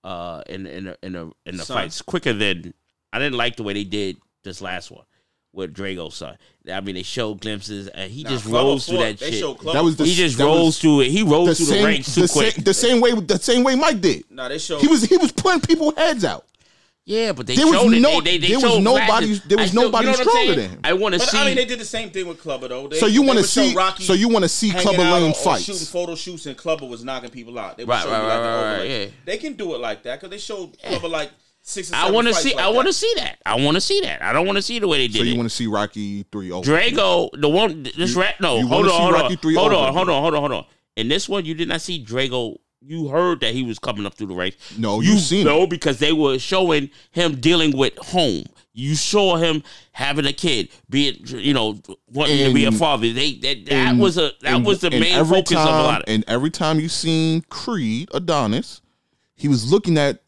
Speaker 3: uh, in in a, in a, in the
Speaker 2: Son.
Speaker 3: fights quicker than I didn't like the way they did this last one with Drago's son. I mean, they showed glimpses, and he
Speaker 2: nah,
Speaker 3: just
Speaker 2: Glover
Speaker 3: rose through
Speaker 2: fought-
Speaker 3: that
Speaker 2: they
Speaker 3: shit.
Speaker 2: showed Glover
Speaker 1: That was the
Speaker 3: he just
Speaker 1: that
Speaker 3: rose
Speaker 1: was
Speaker 3: through it. He rose
Speaker 1: the
Speaker 3: through the
Speaker 1: same
Speaker 3: ranks too
Speaker 1: the
Speaker 3: quick.
Speaker 1: same the same way the same way Mike did.
Speaker 2: Nah, they showed
Speaker 1: He was he was putting people heads out.
Speaker 3: yeah, but they
Speaker 1: There was
Speaker 3: showed it.
Speaker 1: no-
Speaker 3: They- they- they
Speaker 1: there was
Speaker 3: showed
Speaker 1: nobody-
Speaker 3: flashes.
Speaker 1: there was
Speaker 3: I still- you
Speaker 1: nobody
Speaker 3: know what I'm
Speaker 1: stronger
Speaker 3: saying?
Speaker 1: than him.
Speaker 3: I want to
Speaker 2: But
Speaker 3: see.
Speaker 2: I mean, they did the same thing with Clubber though. They,
Speaker 1: so you
Speaker 2: they
Speaker 1: want to
Speaker 2: would show
Speaker 1: see
Speaker 2: Rocky
Speaker 1: so you want to see
Speaker 2: hanging
Speaker 1: Clubber
Speaker 2: out
Speaker 1: Lane
Speaker 2: or shooting
Speaker 1: fights.
Speaker 2: photo shoots, and Clubber was knocking people out. They would
Speaker 3: Right,
Speaker 2: show
Speaker 3: right,
Speaker 2: you
Speaker 3: right,
Speaker 2: like the
Speaker 3: right,
Speaker 2: overlay.
Speaker 3: yeah.
Speaker 2: They can do it like that because they showed Clubber like six. Or
Speaker 3: I
Speaker 2: seven
Speaker 3: want to
Speaker 2: fights
Speaker 3: see.
Speaker 2: Like
Speaker 3: I want to
Speaker 2: that.
Speaker 3: see that. I want to see that. I don't want to see the way they did
Speaker 1: So
Speaker 3: it.
Speaker 1: you want to see Rocky three oh. over.
Speaker 3: Drago, the one, this
Speaker 1: You-
Speaker 3: rat. No,
Speaker 1: you
Speaker 3: hold
Speaker 1: wanna
Speaker 3: on,
Speaker 1: see
Speaker 3: hold
Speaker 1: Rocky
Speaker 3: on,
Speaker 1: III
Speaker 3: hold
Speaker 1: over
Speaker 3: on, hold
Speaker 1: again.
Speaker 3: on, hold on, hold on. In this one, you did not see Drago. You heard that he was coming up through the ranks.
Speaker 1: No, you seen
Speaker 3: no because they were showing him dealing with home. You saw him having a kid, be it you know wanting to be a
Speaker 1: And-
Speaker 3: father. They that, that
Speaker 1: And-
Speaker 3: was a that
Speaker 1: and-
Speaker 3: was the
Speaker 1: and
Speaker 3: main
Speaker 1: every
Speaker 3: focus of a lot.
Speaker 1: time-
Speaker 3: Of,
Speaker 1: And every time you seen Creed Adonis, he was looking at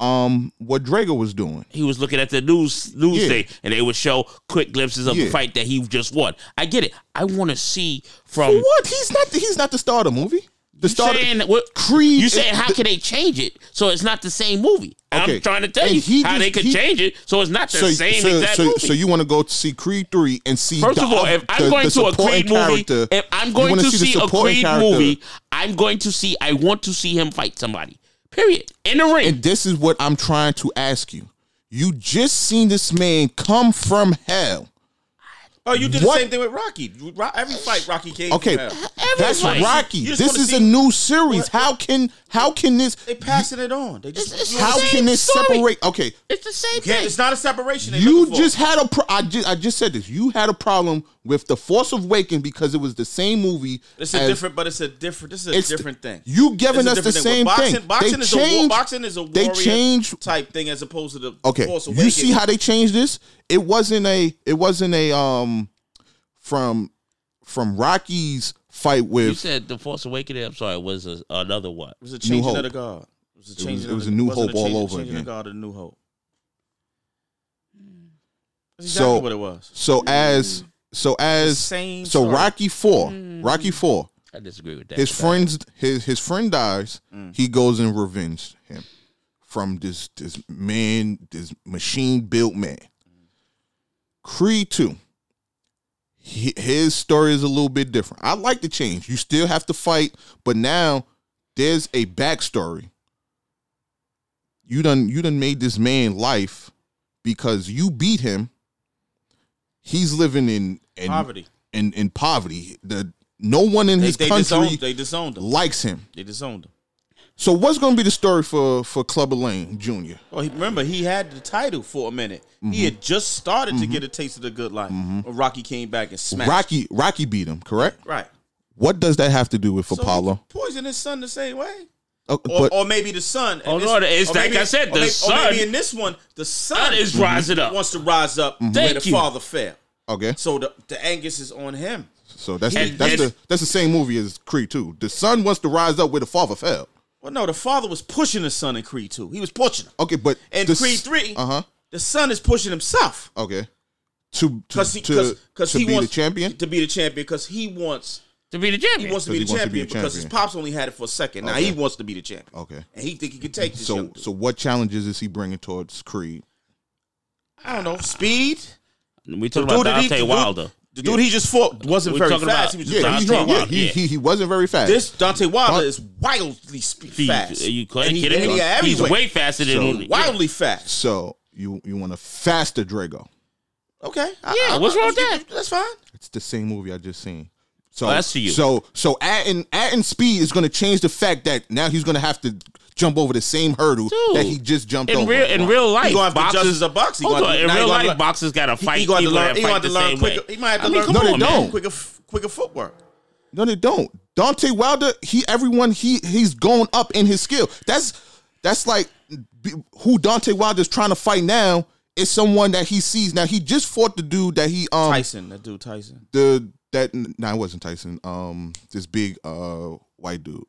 Speaker 1: um what Drago was doing.
Speaker 3: he was looking at the news news
Speaker 1: Yeah.
Speaker 3: thing, and they would show quick glimpses of the
Speaker 1: Yeah.
Speaker 3: fight that he just won. I get it. I want to see from
Speaker 1: What? He's not. The, he's not the star of the movie. The
Speaker 3: Um, you
Speaker 1: star. of-
Speaker 3: saying what
Speaker 1: Creed.
Speaker 3: You
Speaker 1: is-
Speaker 3: saying how
Speaker 1: the-
Speaker 3: can they change it so it's not the same movie? I'm
Speaker 1: Okay.
Speaker 3: trying to tell
Speaker 1: And
Speaker 3: you
Speaker 1: he
Speaker 3: how they
Speaker 1: just-
Speaker 3: could
Speaker 1: he-
Speaker 3: change it so it's not the
Speaker 1: so,
Speaker 3: same
Speaker 1: so,
Speaker 3: exact
Speaker 1: so,
Speaker 3: movie.
Speaker 1: so you want to go to see Creed three and see?
Speaker 3: First
Speaker 1: the
Speaker 3: of all,
Speaker 1: other-
Speaker 3: if I'm
Speaker 1: the-
Speaker 3: going
Speaker 1: the
Speaker 3: to a
Speaker 1: supporting
Speaker 3: Creed movie,
Speaker 1: character,
Speaker 3: if I'm
Speaker 1: you
Speaker 3: going
Speaker 1: wanna
Speaker 3: to
Speaker 1: the
Speaker 3: see a
Speaker 1: supporting
Speaker 3: Creed
Speaker 1: character.
Speaker 3: movie, I'm going to see. I want to see him fight somebody. Period. In the ring.
Speaker 1: and this is what I'm trying to ask you. You just seen this man come from hell.
Speaker 2: Oh, you did the
Speaker 1: What?
Speaker 2: same thing with Rocky. You- Ro- Every fight Rocky came.
Speaker 1: Okay,
Speaker 2: from hell.
Speaker 1: that's
Speaker 3: Everybody.
Speaker 1: Rocky.
Speaker 2: You just
Speaker 1: This
Speaker 2: wanna
Speaker 1: is
Speaker 2: see-
Speaker 1: a new series. how can how can this
Speaker 2: They passing it on. They just
Speaker 3: It's- it's
Speaker 2: you
Speaker 1: how
Speaker 3: Same
Speaker 1: can this
Speaker 3: story.
Speaker 1: separate? Okay,
Speaker 3: it's the same
Speaker 2: can't-
Speaker 3: thing.
Speaker 2: It's not a separation. they
Speaker 1: you
Speaker 2: looking for.
Speaker 1: just had a pro- I just I just said this. You had a problem with the Force Awakened because it was the same movie.
Speaker 2: It's a
Speaker 1: as-
Speaker 2: different, but it's a different. This is a
Speaker 1: it's-
Speaker 2: different thing.
Speaker 1: You giving
Speaker 2: It's a
Speaker 1: us the
Speaker 2: different
Speaker 1: same
Speaker 2: Well,
Speaker 1: thing.
Speaker 2: boxing, Boxing
Speaker 1: They
Speaker 2: is a war,
Speaker 1: changed-
Speaker 2: boxing is a
Speaker 1: they
Speaker 2: warrior
Speaker 1: changed-
Speaker 2: type thing as opposed to the
Speaker 1: Okay,
Speaker 2: Force
Speaker 1: you see
Speaker 2: Awakens.
Speaker 1: how they changed this? It wasn't a it wasn't a um from from Rocky's fight
Speaker 3: You
Speaker 1: with
Speaker 3: said the Force Awakening. I'm sorry, was a, another one.
Speaker 2: It was a
Speaker 1: New
Speaker 2: changing
Speaker 1: Hope.
Speaker 2: of the guard. It was a
Speaker 1: was-
Speaker 2: changing.
Speaker 1: it
Speaker 2: of
Speaker 1: was
Speaker 2: the-
Speaker 1: a New
Speaker 2: wasn't
Speaker 1: Hope all
Speaker 2: change-
Speaker 1: over
Speaker 2: Changing
Speaker 1: again. Mm.
Speaker 2: of the guard, a new hope. That's
Speaker 1: So-
Speaker 2: exactly what it was.
Speaker 1: so as so as
Speaker 2: Mm. same
Speaker 1: so
Speaker 2: story.
Speaker 1: Rocky Four,
Speaker 3: Mm.
Speaker 1: Rocky Four,
Speaker 3: I disagree with that.
Speaker 1: his friends his his friend dies
Speaker 2: Mm.
Speaker 1: he goes and revenge him from this this man this machine built man
Speaker 2: Mm.
Speaker 1: creed 2 he, his story is a little bit different i like the change you still have to fight but now there's a backstory you done you done made this man life because you beat him he's living in, in
Speaker 2: Poverty.
Speaker 1: in, in poverty the no one in
Speaker 2: They,
Speaker 1: his
Speaker 2: they
Speaker 1: country
Speaker 2: disowned. They disowned him.
Speaker 1: likes him.
Speaker 2: They disowned him.
Speaker 1: So what's going to be the story for for Clubber Lane Jr.?
Speaker 2: Oh, he, remember he had the title for a minute. He
Speaker 1: Mm-hmm.
Speaker 2: had just started to get a taste of the good life. When Rocky came back and smacked.
Speaker 1: Rocky Rocky beat him, correct?
Speaker 2: Right.
Speaker 1: What does that have to do with
Speaker 2: So he
Speaker 1: Apollo?
Speaker 2: poisoned his son the same way.
Speaker 1: Oh,
Speaker 2: Or,
Speaker 1: but
Speaker 2: or maybe the son.
Speaker 3: Oh, no, it's like I said, the
Speaker 2: maybe, Or
Speaker 3: son-
Speaker 2: maybe in this one, the son
Speaker 3: Son is rising up.
Speaker 2: Wants to rise up
Speaker 1: Mm-hmm.
Speaker 2: where
Speaker 3: Thank
Speaker 2: the
Speaker 3: you.
Speaker 2: father fell.
Speaker 1: okay,
Speaker 2: So the, the Angus is on him.
Speaker 1: so that's
Speaker 3: And-
Speaker 1: that's
Speaker 3: and-
Speaker 1: the that's the same movie as Creed Two. The son wants to rise up where the father fell.
Speaker 2: Well, no, the father was pushing the son in Creed two. He was pushing him.
Speaker 1: Okay, but
Speaker 2: In Creed three,
Speaker 1: uh huh.
Speaker 2: the son is pushing himself
Speaker 1: Okay, to to
Speaker 2: because he,
Speaker 1: to,
Speaker 2: cause, cause
Speaker 1: to
Speaker 2: he
Speaker 1: be
Speaker 2: wants
Speaker 1: the champion.
Speaker 2: to be the champion because he wants
Speaker 3: to be the
Speaker 2: he
Speaker 3: champion.
Speaker 2: wants to
Speaker 1: Because he
Speaker 2: be
Speaker 1: wants
Speaker 2: the
Speaker 1: to
Speaker 2: champion
Speaker 1: be the
Speaker 2: because his
Speaker 1: champion.
Speaker 2: pops only had it for a second. Now
Speaker 1: Okay.
Speaker 2: he wants to be the champion.
Speaker 1: Okay,
Speaker 2: And he think he can take this.
Speaker 1: so
Speaker 2: young dude.
Speaker 1: so what challenges is he bringing towards Creed?
Speaker 2: I don't know speed.
Speaker 3: We talking about
Speaker 2: that he-
Speaker 3: Dante
Speaker 2: dude-
Speaker 3: Wilder.
Speaker 2: The dude he just fought wasn't
Speaker 3: We
Speaker 2: very fast.
Speaker 3: talking about-
Speaker 2: he was just
Speaker 1: Yeah, he,
Speaker 3: Dante
Speaker 1: yeah,
Speaker 3: Wilder,
Speaker 1: he,
Speaker 3: yeah.
Speaker 1: he he wasn't very fast.
Speaker 2: This Dante Wilder
Speaker 1: Don-
Speaker 2: is wildly spe-
Speaker 3: He's-
Speaker 2: fast.
Speaker 3: Are you
Speaker 2: and he,
Speaker 3: kidding
Speaker 2: and
Speaker 3: me?
Speaker 2: he had
Speaker 3: He's
Speaker 2: everywhere.
Speaker 3: way faster than
Speaker 1: So-
Speaker 3: yeah.
Speaker 2: wildly fast.
Speaker 1: so you you want a faster Drago?
Speaker 2: Okay.
Speaker 3: Yeah, what's wrong with that?
Speaker 2: That's fine.
Speaker 1: It's the same movie I just seen. So
Speaker 3: Oh, that's to you.
Speaker 1: So so adding adding speed is going to change the fact that now he's going to have to jump over the same hurdle
Speaker 3: Dude,
Speaker 1: that he just jumped
Speaker 3: In
Speaker 1: over.
Speaker 3: real in real life,
Speaker 2: He gonna have to
Speaker 3: boxers-
Speaker 2: adjust as a boxer. He
Speaker 3: Hold
Speaker 2: gonna
Speaker 3: on,
Speaker 2: have to-
Speaker 3: in
Speaker 2: now he
Speaker 3: real
Speaker 2: gonna have
Speaker 3: life,
Speaker 2: to-
Speaker 3: boxers got to fight.
Speaker 2: He gonna have to
Speaker 3: people
Speaker 2: learn.
Speaker 3: that
Speaker 2: He gonna
Speaker 3: fight
Speaker 2: have to
Speaker 3: the
Speaker 2: learn
Speaker 3: same
Speaker 2: quicker.
Speaker 3: way.
Speaker 2: He might have to
Speaker 3: I mean,
Speaker 2: learn
Speaker 3: come
Speaker 1: No, they
Speaker 3: on,
Speaker 1: don't.
Speaker 3: man.
Speaker 2: quicker, f- quicker footwork.
Speaker 1: No, they don't. Dante Wilder, he everyone he he's going up in his skill. That's that's like b- who Dante Wilder's trying to fight now is someone that he sees now. He just fought the dude that he um
Speaker 2: Tyson, that dude Tyson.
Speaker 1: the that no, it wasn't Tyson. Um, this big uh white dude.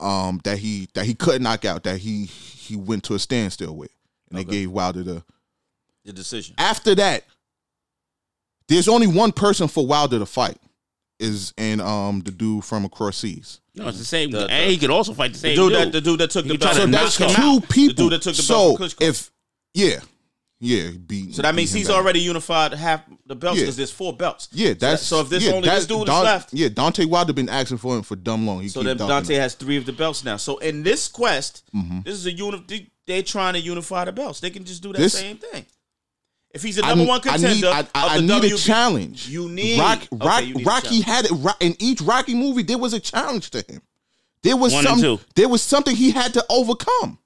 Speaker 1: Um, that he that he could knock out. That he he went to a standstill with, and they gave Wilder the.
Speaker 2: The decision.
Speaker 1: After that, there's only one person for Wilder to fight, is and um the dude from across seas.
Speaker 3: No, it's the same.
Speaker 2: The-
Speaker 3: and he could also fight
Speaker 2: The
Speaker 3: the same.
Speaker 2: dude,
Speaker 3: dude.
Speaker 2: that the dude that took
Speaker 3: He
Speaker 2: the
Speaker 3: tried
Speaker 2: belt.
Speaker 3: to
Speaker 1: So
Speaker 2: and
Speaker 3: knock
Speaker 1: that's
Speaker 2: knocked him
Speaker 1: two
Speaker 2: out.
Speaker 1: people.
Speaker 2: The dude that took the
Speaker 1: so
Speaker 2: belt. from Klitschko.
Speaker 1: if yeah, yeah, beat.
Speaker 2: so that means
Speaker 1: beat him
Speaker 2: he's
Speaker 1: down.
Speaker 2: already unified half the belts
Speaker 1: Yeah.
Speaker 2: because there's four belts.
Speaker 1: Yeah,
Speaker 2: So that-
Speaker 1: that's
Speaker 2: so. If this
Speaker 1: yeah,
Speaker 2: only this
Speaker 1: that's
Speaker 2: dude
Speaker 1: Don-
Speaker 2: is left,
Speaker 1: Yeah, Dante Wilder been asking for him for dumb long. He
Speaker 2: So
Speaker 1: keep
Speaker 2: then
Speaker 1: dunking
Speaker 2: Dante
Speaker 1: him.
Speaker 2: has three of the belts now. So in this quest,
Speaker 1: Mm-hmm.
Speaker 2: this is a unit. they- They're trying to unify the belts. They can just do that
Speaker 1: This-
Speaker 2: same thing. If he's the
Speaker 1: I
Speaker 2: number
Speaker 1: n-
Speaker 2: one contender,
Speaker 1: I need, I, I,
Speaker 2: of the
Speaker 1: I need a
Speaker 2: WB
Speaker 1: challenge.
Speaker 2: You need
Speaker 1: Rock,
Speaker 2: okay,
Speaker 1: Rock,
Speaker 2: you need a
Speaker 1: Rocky
Speaker 2: challenge.
Speaker 1: had it right, in each Rocky movie. There was a challenge to him. There was
Speaker 3: One and
Speaker 1: some.
Speaker 3: two.
Speaker 1: There was something he had to overcome.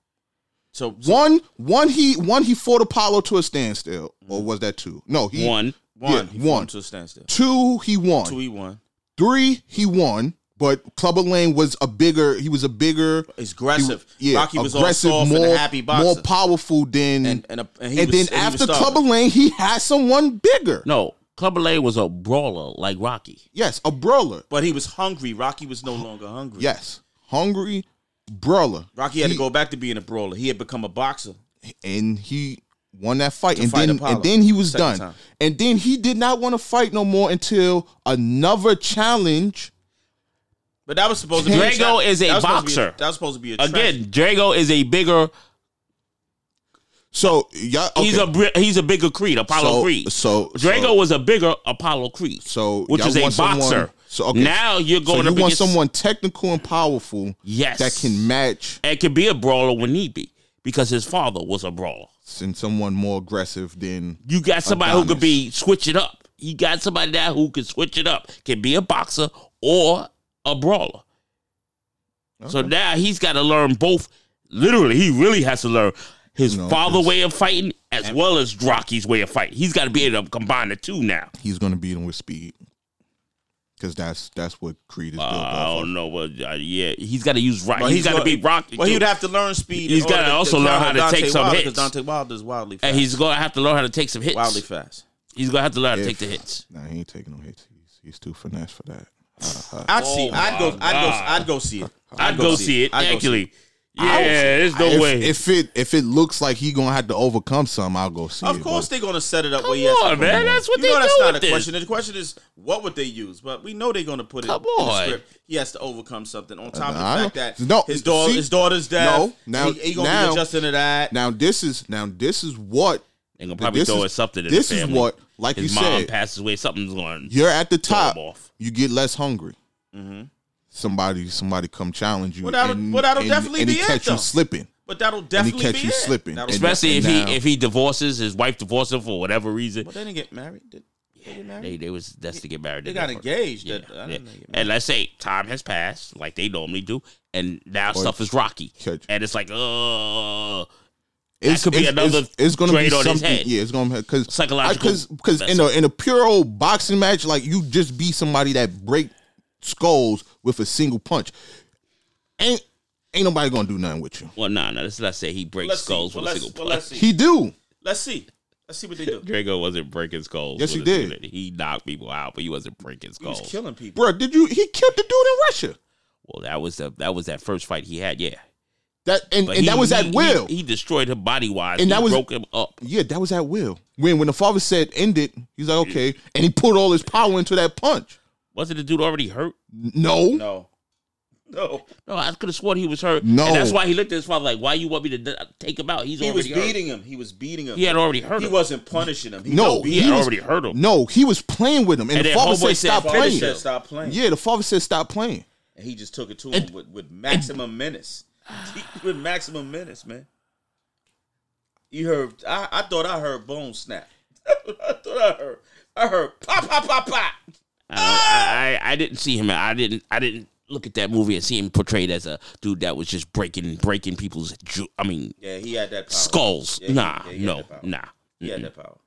Speaker 2: So, so
Speaker 1: One, one he, one he fought Apollo to a standstill, or was that two? No, he
Speaker 3: one.
Speaker 2: one,
Speaker 1: yeah,
Speaker 2: he fought
Speaker 1: one.
Speaker 2: him to a standstill.
Speaker 1: Two, he won.
Speaker 2: Two, he won.
Speaker 1: Three, he won. But Clubber Lang was a bigger. He was a bigger.
Speaker 2: He's aggressive.
Speaker 1: He, yeah,
Speaker 2: Rocky was
Speaker 1: aggressive,
Speaker 2: all soft
Speaker 1: more,
Speaker 2: and a happy boxer.
Speaker 1: more powerful than.
Speaker 2: and
Speaker 1: And,
Speaker 2: and, a, and, he was,
Speaker 1: then
Speaker 2: and he was
Speaker 1: after
Speaker 2: stubborn.
Speaker 1: Clubber Lang, he had someone bigger.
Speaker 3: No, Clubber Lang was a brawler like Rocky.
Speaker 1: Yes, a brawler.
Speaker 2: but he was hungry. Rocky was no longer hungry.
Speaker 1: Yes, hungry brawler,
Speaker 2: Rocky had
Speaker 1: He-
Speaker 2: to go back to being a brawler. He had become a boxer.
Speaker 1: and he won that fight,
Speaker 2: To
Speaker 1: and
Speaker 2: fight
Speaker 1: then
Speaker 2: Apollo
Speaker 1: and then he was done,
Speaker 2: second time.
Speaker 1: and then he did not want to fight no more until another challenge.
Speaker 2: But that was supposed to be a tra-
Speaker 3: Drago is a
Speaker 2: that was supposed to be
Speaker 3: boxer.
Speaker 2: that was supposed to be a
Speaker 3: Again, Drago is a bigger.
Speaker 1: So yeah, okay.
Speaker 3: He's a bri- he's a bigger Creed, Apollo
Speaker 1: so,
Speaker 3: Creed.
Speaker 1: So
Speaker 3: Drago
Speaker 1: so,
Speaker 3: was a bigger Apollo Creed.
Speaker 1: So
Speaker 3: which
Speaker 1: y'all
Speaker 3: is a
Speaker 1: want
Speaker 3: boxer.
Speaker 1: someone- so, okay.
Speaker 3: Now you're
Speaker 1: so
Speaker 3: going
Speaker 1: you
Speaker 3: up
Speaker 1: want
Speaker 3: against-
Speaker 1: someone technical and powerful,
Speaker 3: Yes.
Speaker 1: that can match,
Speaker 3: and can be a brawler when need be because his father was a brawler.
Speaker 1: and someone more aggressive than
Speaker 3: You got somebody who
Speaker 1: Adonis.
Speaker 3: could be switch it up. You got somebody now who can switch it up, can be a boxer or a brawler. So now he's got to learn both. Literally, he really has to learn his
Speaker 1: No,
Speaker 3: father
Speaker 1: 'cause-
Speaker 3: way of fighting as well as Rocky's way of fighting. He's got to be able to combine the two now.
Speaker 1: he's going to beat him with speed, because that's that's what Creed is built
Speaker 3: I
Speaker 1: off of.
Speaker 3: don't know, but uh, yeah, he's got to use Rocky.
Speaker 2: Well,
Speaker 3: he's got to
Speaker 2: gonna-
Speaker 3: beat Rocky.
Speaker 2: Well, he
Speaker 3: too.
Speaker 2: would have to learn speed.
Speaker 3: He's
Speaker 2: in order
Speaker 3: gotta also learn
Speaker 2: counter
Speaker 3: how to
Speaker 2: Dante
Speaker 3: take some
Speaker 2: Wilder, 'cause
Speaker 3: hits.
Speaker 2: Dante Wilder is wildly fast.
Speaker 3: and he's gonna have to learn how to take some hits.
Speaker 2: wildly fast.
Speaker 3: He's gonna have to learn how to
Speaker 1: If-
Speaker 3: take the hits.
Speaker 1: Nah, he ain't taking no hits. He's, he's too finesse for that.
Speaker 2: I'd see.
Speaker 3: Oh
Speaker 2: I'd go.
Speaker 3: my
Speaker 2: I'd go.
Speaker 3: God.
Speaker 2: I'd go see it.
Speaker 3: I'd go see it.
Speaker 2: I'd go see
Speaker 3: Actually, Yeah, there's no
Speaker 1: if,
Speaker 3: way.
Speaker 1: If it if it looks like he gonna have to overcome some, I'll go see.
Speaker 2: Of
Speaker 1: it,
Speaker 2: course,
Speaker 1: but
Speaker 2: they're gonna set it up. where
Speaker 3: Come
Speaker 2: he has to
Speaker 3: on,
Speaker 2: put
Speaker 3: man,
Speaker 2: him on.
Speaker 3: that's what
Speaker 2: you
Speaker 3: they
Speaker 2: know.
Speaker 3: do
Speaker 2: That's not
Speaker 3: with
Speaker 2: a
Speaker 3: this.
Speaker 2: question. The question is, what would they use? But we know they're gonna put it.
Speaker 3: Come
Speaker 2: in the
Speaker 3: on.
Speaker 2: script. he has to overcome something. On top of
Speaker 1: I
Speaker 2: the fact that
Speaker 1: don't- no,
Speaker 2: his daughter,
Speaker 1: see?
Speaker 2: his daughter's death.
Speaker 1: No, now-
Speaker 2: he, he gonna
Speaker 1: now-
Speaker 2: be adjusting to that.
Speaker 1: Now this is now this is what
Speaker 3: They're gonna probably
Speaker 1: this
Speaker 3: throw
Speaker 1: is-
Speaker 3: us something. In
Speaker 1: this
Speaker 3: the
Speaker 1: is
Speaker 3: family.
Speaker 1: what, like
Speaker 3: his
Speaker 1: you
Speaker 3: mom
Speaker 1: said,
Speaker 3: passes away. Something's going.
Speaker 1: you're at the top.
Speaker 3: off. Mm-hmm.
Speaker 1: You get less hungry.
Speaker 2: Mhm.
Speaker 1: Somebody somebody come challenge you.
Speaker 2: Well, that'll-
Speaker 1: and,
Speaker 2: well, that'll
Speaker 1: and-
Speaker 2: definitely
Speaker 1: and he
Speaker 2: be it,
Speaker 1: catch
Speaker 2: though.
Speaker 1: you slipping.
Speaker 2: but that'll definitely
Speaker 1: catch
Speaker 2: be
Speaker 1: you
Speaker 2: it.
Speaker 1: slipping.
Speaker 2: That'll
Speaker 1: And-
Speaker 2: be-
Speaker 3: Especially if
Speaker 1: now-
Speaker 3: he if he divorces his wife divorces him for whatever reason.
Speaker 2: but they didn't get married. Did they get married?
Speaker 3: They they was that's to get married.
Speaker 2: They
Speaker 3: to
Speaker 2: got
Speaker 3: that part.
Speaker 2: engaged.
Speaker 3: Yeah,
Speaker 2: That- I
Speaker 3: yeah.
Speaker 2: didn't know they get married.
Speaker 3: And let's say time has passed, like they normally do, and now
Speaker 1: Or-
Speaker 3: stuff is rocky,
Speaker 1: Catch-
Speaker 3: and it's like, uh,
Speaker 1: It's,
Speaker 3: could be
Speaker 1: it's,
Speaker 3: another
Speaker 1: it's, it's gonna be
Speaker 3: grade on his
Speaker 1: something.
Speaker 3: head.
Speaker 1: Yeah, it's gonna because
Speaker 3: Psychological
Speaker 1: Because because in
Speaker 3: mess
Speaker 1: a in a pure old boxing match, like you just be somebody that break skulls with a single punch. Ain't ain't nobody gonna do nothing with you.
Speaker 3: well, no, no. Let's let's say he breaks
Speaker 2: Let's see.
Speaker 3: skulls
Speaker 2: Well,
Speaker 3: with a
Speaker 2: let's-
Speaker 3: single
Speaker 2: well,
Speaker 3: punch.
Speaker 2: let's see.
Speaker 1: He do.
Speaker 2: Let's see. Let's see what they do.
Speaker 3: Drago wasn't breaking skulls.
Speaker 1: Yes,
Speaker 3: with
Speaker 1: he
Speaker 3: a
Speaker 1: did.
Speaker 3: single- He knocked people out, but he wasn't breaking
Speaker 2: He was
Speaker 3: skulls.
Speaker 2: killing people.
Speaker 1: Bro, did you he killed the dude in Russia?
Speaker 3: well, that was the that was that first fight he had. Yeah,
Speaker 1: That and,
Speaker 3: But
Speaker 1: and
Speaker 3: he-
Speaker 1: that was at
Speaker 3: he-
Speaker 1: will.
Speaker 3: He, he destroyed him body wise,
Speaker 1: And
Speaker 3: and
Speaker 1: that
Speaker 3: that
Speaker 1: was-
Speaker 3: broke him up.
Speaker 1: yeah, that was at will. When when the father said end it, he's like, okay. And he put all his power into that punch.
Speaker 3: Wasn't the dude already hurt?
Speaker 1: No.
Speaker 2: No, no.
Speaker 3: No, I could have sworn he was hurt.
Speaker 1: No.
Speaker 3: and that's why he looked at his father like, "Why you want me to d- take him out? He's
Speaker 2: He was
Speaker 3: already hurt.
Speaker 2: beating him. He was beating him.
Speaker 3: He had already hurt
Speaker 2: He
Speaker 3: him.
Speaker 2: wasn't punishing him. He
Speaker 1: No,
Speaker 2: was
Speaker 1: he
Speaker 3: He
Speaker 2: beating
Speaker 3: had
Speaker 1: was-
Speaker 3: already hurt him.
Speaker 1: No, he was playing with him. And,
Speaker 3: And
Speaker 1: the
Speaker 3: then
Speaker 1: father
Speaker 3: homeboy
Speaker 1: said
Speaker 3: said,
Speaker 1: stop
Speaker 3: "Fuck
Speaker 2: Finish
Speaker 1: playing.
Speaker 2: that. Stop playing.
Speaker 1: Yeah, the father said stop playing.
Speaker 2: and he just took it to him with, with maximum menace. with maximum menace, man. You heard? I, I thought I heard bone snap. I thought I heard. I heard pop, pop, pop, pop.
Speaker 3: I, don't- I I- I didn't see him. I didn't I didn't look at that movie and see him portrayed as a dude that was just breaking breaking people's. Ju- I mean
Speaker 2: Yeah, he had that power.
Speaker 3: skulls.
Speaker 2: Yeah, he-
Speaker 3: nah,
Speaker 2: yeah, he had
Speaker 3: no,
Speaker 2: that power.
Speaker 3: nah.
Speaker 2: He had
Speaker 3: Mm-mm.
Speaker 2: that power.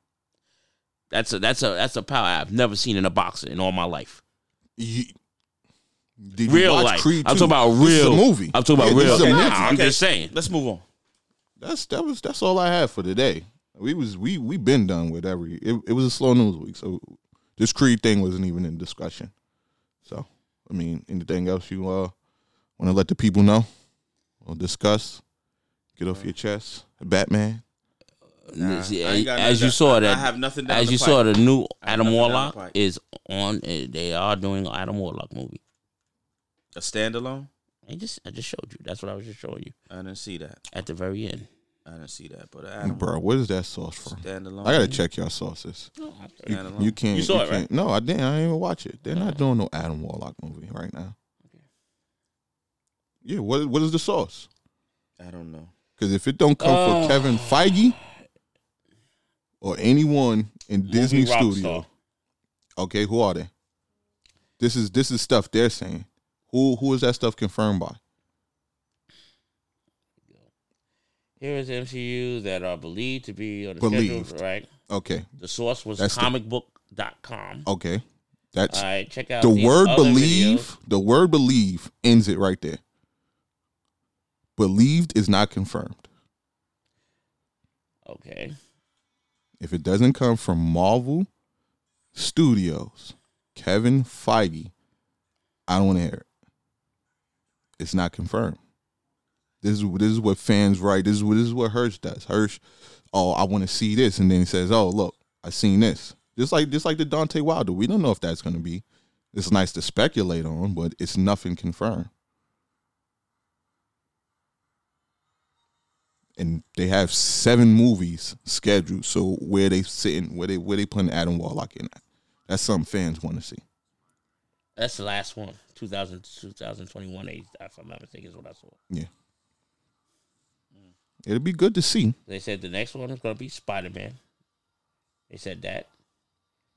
Speaker 3: That's a that's a that's a power I've never seen in a boxer in all my life.
Speaker 1: You, did you
Speaker 3: Real
Speaker 1: watch
Speaker 3: life.
Speaker 1: Creed
Speaker 3: I'm
Speaker 1: II?
Speaker 3: talking about real
Speaker 1: This is a movie.
Speaker 3: I'm talking about
Speaker 1: Yeah,
Speaker 3: real.
Speaker 1: This is a
Speaker 3: Nah,
Speaker 1: movie.
Speaker 3: I'm just saying.
Speaker 2: Let's move on.
Speaker 1: That's that was that's all I had for today. We was we we been done with every. It, it was a slow news week, so this Creed thing wasn't even in discussion. So I mean, anything else you uh want to let the people know or discuss? Get
Speaker 3: Uh,
Speaker 1: off your chest, Batman.
Speaker 3: Yeah,
Speaker 2: I ain't got nothing
Speaker 3: as you
Speaker 2: to-
Speaker 3: saw
Speaker 2: I-
Speaker 3: that,
Speaker 2: I have nothing down
Speaker 3: As
Speaker 2: the
Speaker 3: you
Speaker 2: pipe.
Speaker 3: saw, the new
Speaker 2: I have
Speaker 3: Adam
Speaker 2: nothing down the
Speaker 3: Warlock
Speaker 2: pipe.
Speaker 3: is on. uh, They are doing an Adam Warlock movie.
Speaker 2: A standalone.
Speaker 3: I just I just showed you. That's what I was just showing you
Speaker 2: I didn't see that.
Speaker 3: at the very end.
Speaker 2: I didn't see that. But I
Speaker 1: Bro, what is that sauce from?
Speaker 2: standalone.
Speaker 1: I gotta check your sauces. You,
Speaker 2: Standalone.
Speaker 1: you can't.
Speaker 3: You saw it,
Speaker 1: can't- No, I didn't. I didn't even watch it. They're not doing no Adam Warlock movie right now. Yeah, what what is the sauce?
Speaker 2: I don't know.
Speaker 1: Because if it don't come for
Speaker 3: Uh.
Speaker 1: Kevin Feige or anyone in Disney
Speaker 3: Movie rock
Speaker 1: Studio,
Speaker 3: star.
Speaker 1: okay, who are they? This is this is stuff they're saying. Who who is that stuff confirmed by?
Speaker 3: Here is MCU that are believed to be on the
Speaker 1: Believed.
Speaker 3: schedule, right?
Speaker 1: Okay,
Speaker 3: The source was
Speaker 1: That's the-
Speaker 3: comicbook.com.
Speaker 2: Oh,
Speaker 1: okay, that's
Speaker 3: All right, check out
Speaker 1: the
Speaker 3: these
Speaker 1: word
Speaker 3: other
Speaker 1: believe.
Speaker 3: videos.
Speaker 1: The word believe ends it right there. Believed is not confirmed.
Speaker 3: Okay,
Speaker 1: If it doesn't come from Marvel Studios, Kevin Feige, I don't want to hear it. It's not confirmed. This is this is what fans write. This is what this is what Hirsch does. Hirsch, oh, I want to see this, and then he says, oh, look, I seen this. Just like just like the Dante Wilder, we don't know if that's going to be. It's nice to speculate on, but it's nothing confirmed. and they have seven movies scheduled. So where they sitting, where they where they putting Adam Warlock in at? That's something fans want to see.
Speaker 3: that's the last one. 2000, 2021, if I'm not mistaken, is what I saw.
Speaker 1: Yeah,
Speaker 3: Mm.
Speaker 1: it'll be good to see.
Speaker 3: They said the next one is going to be Spider Man. They said that.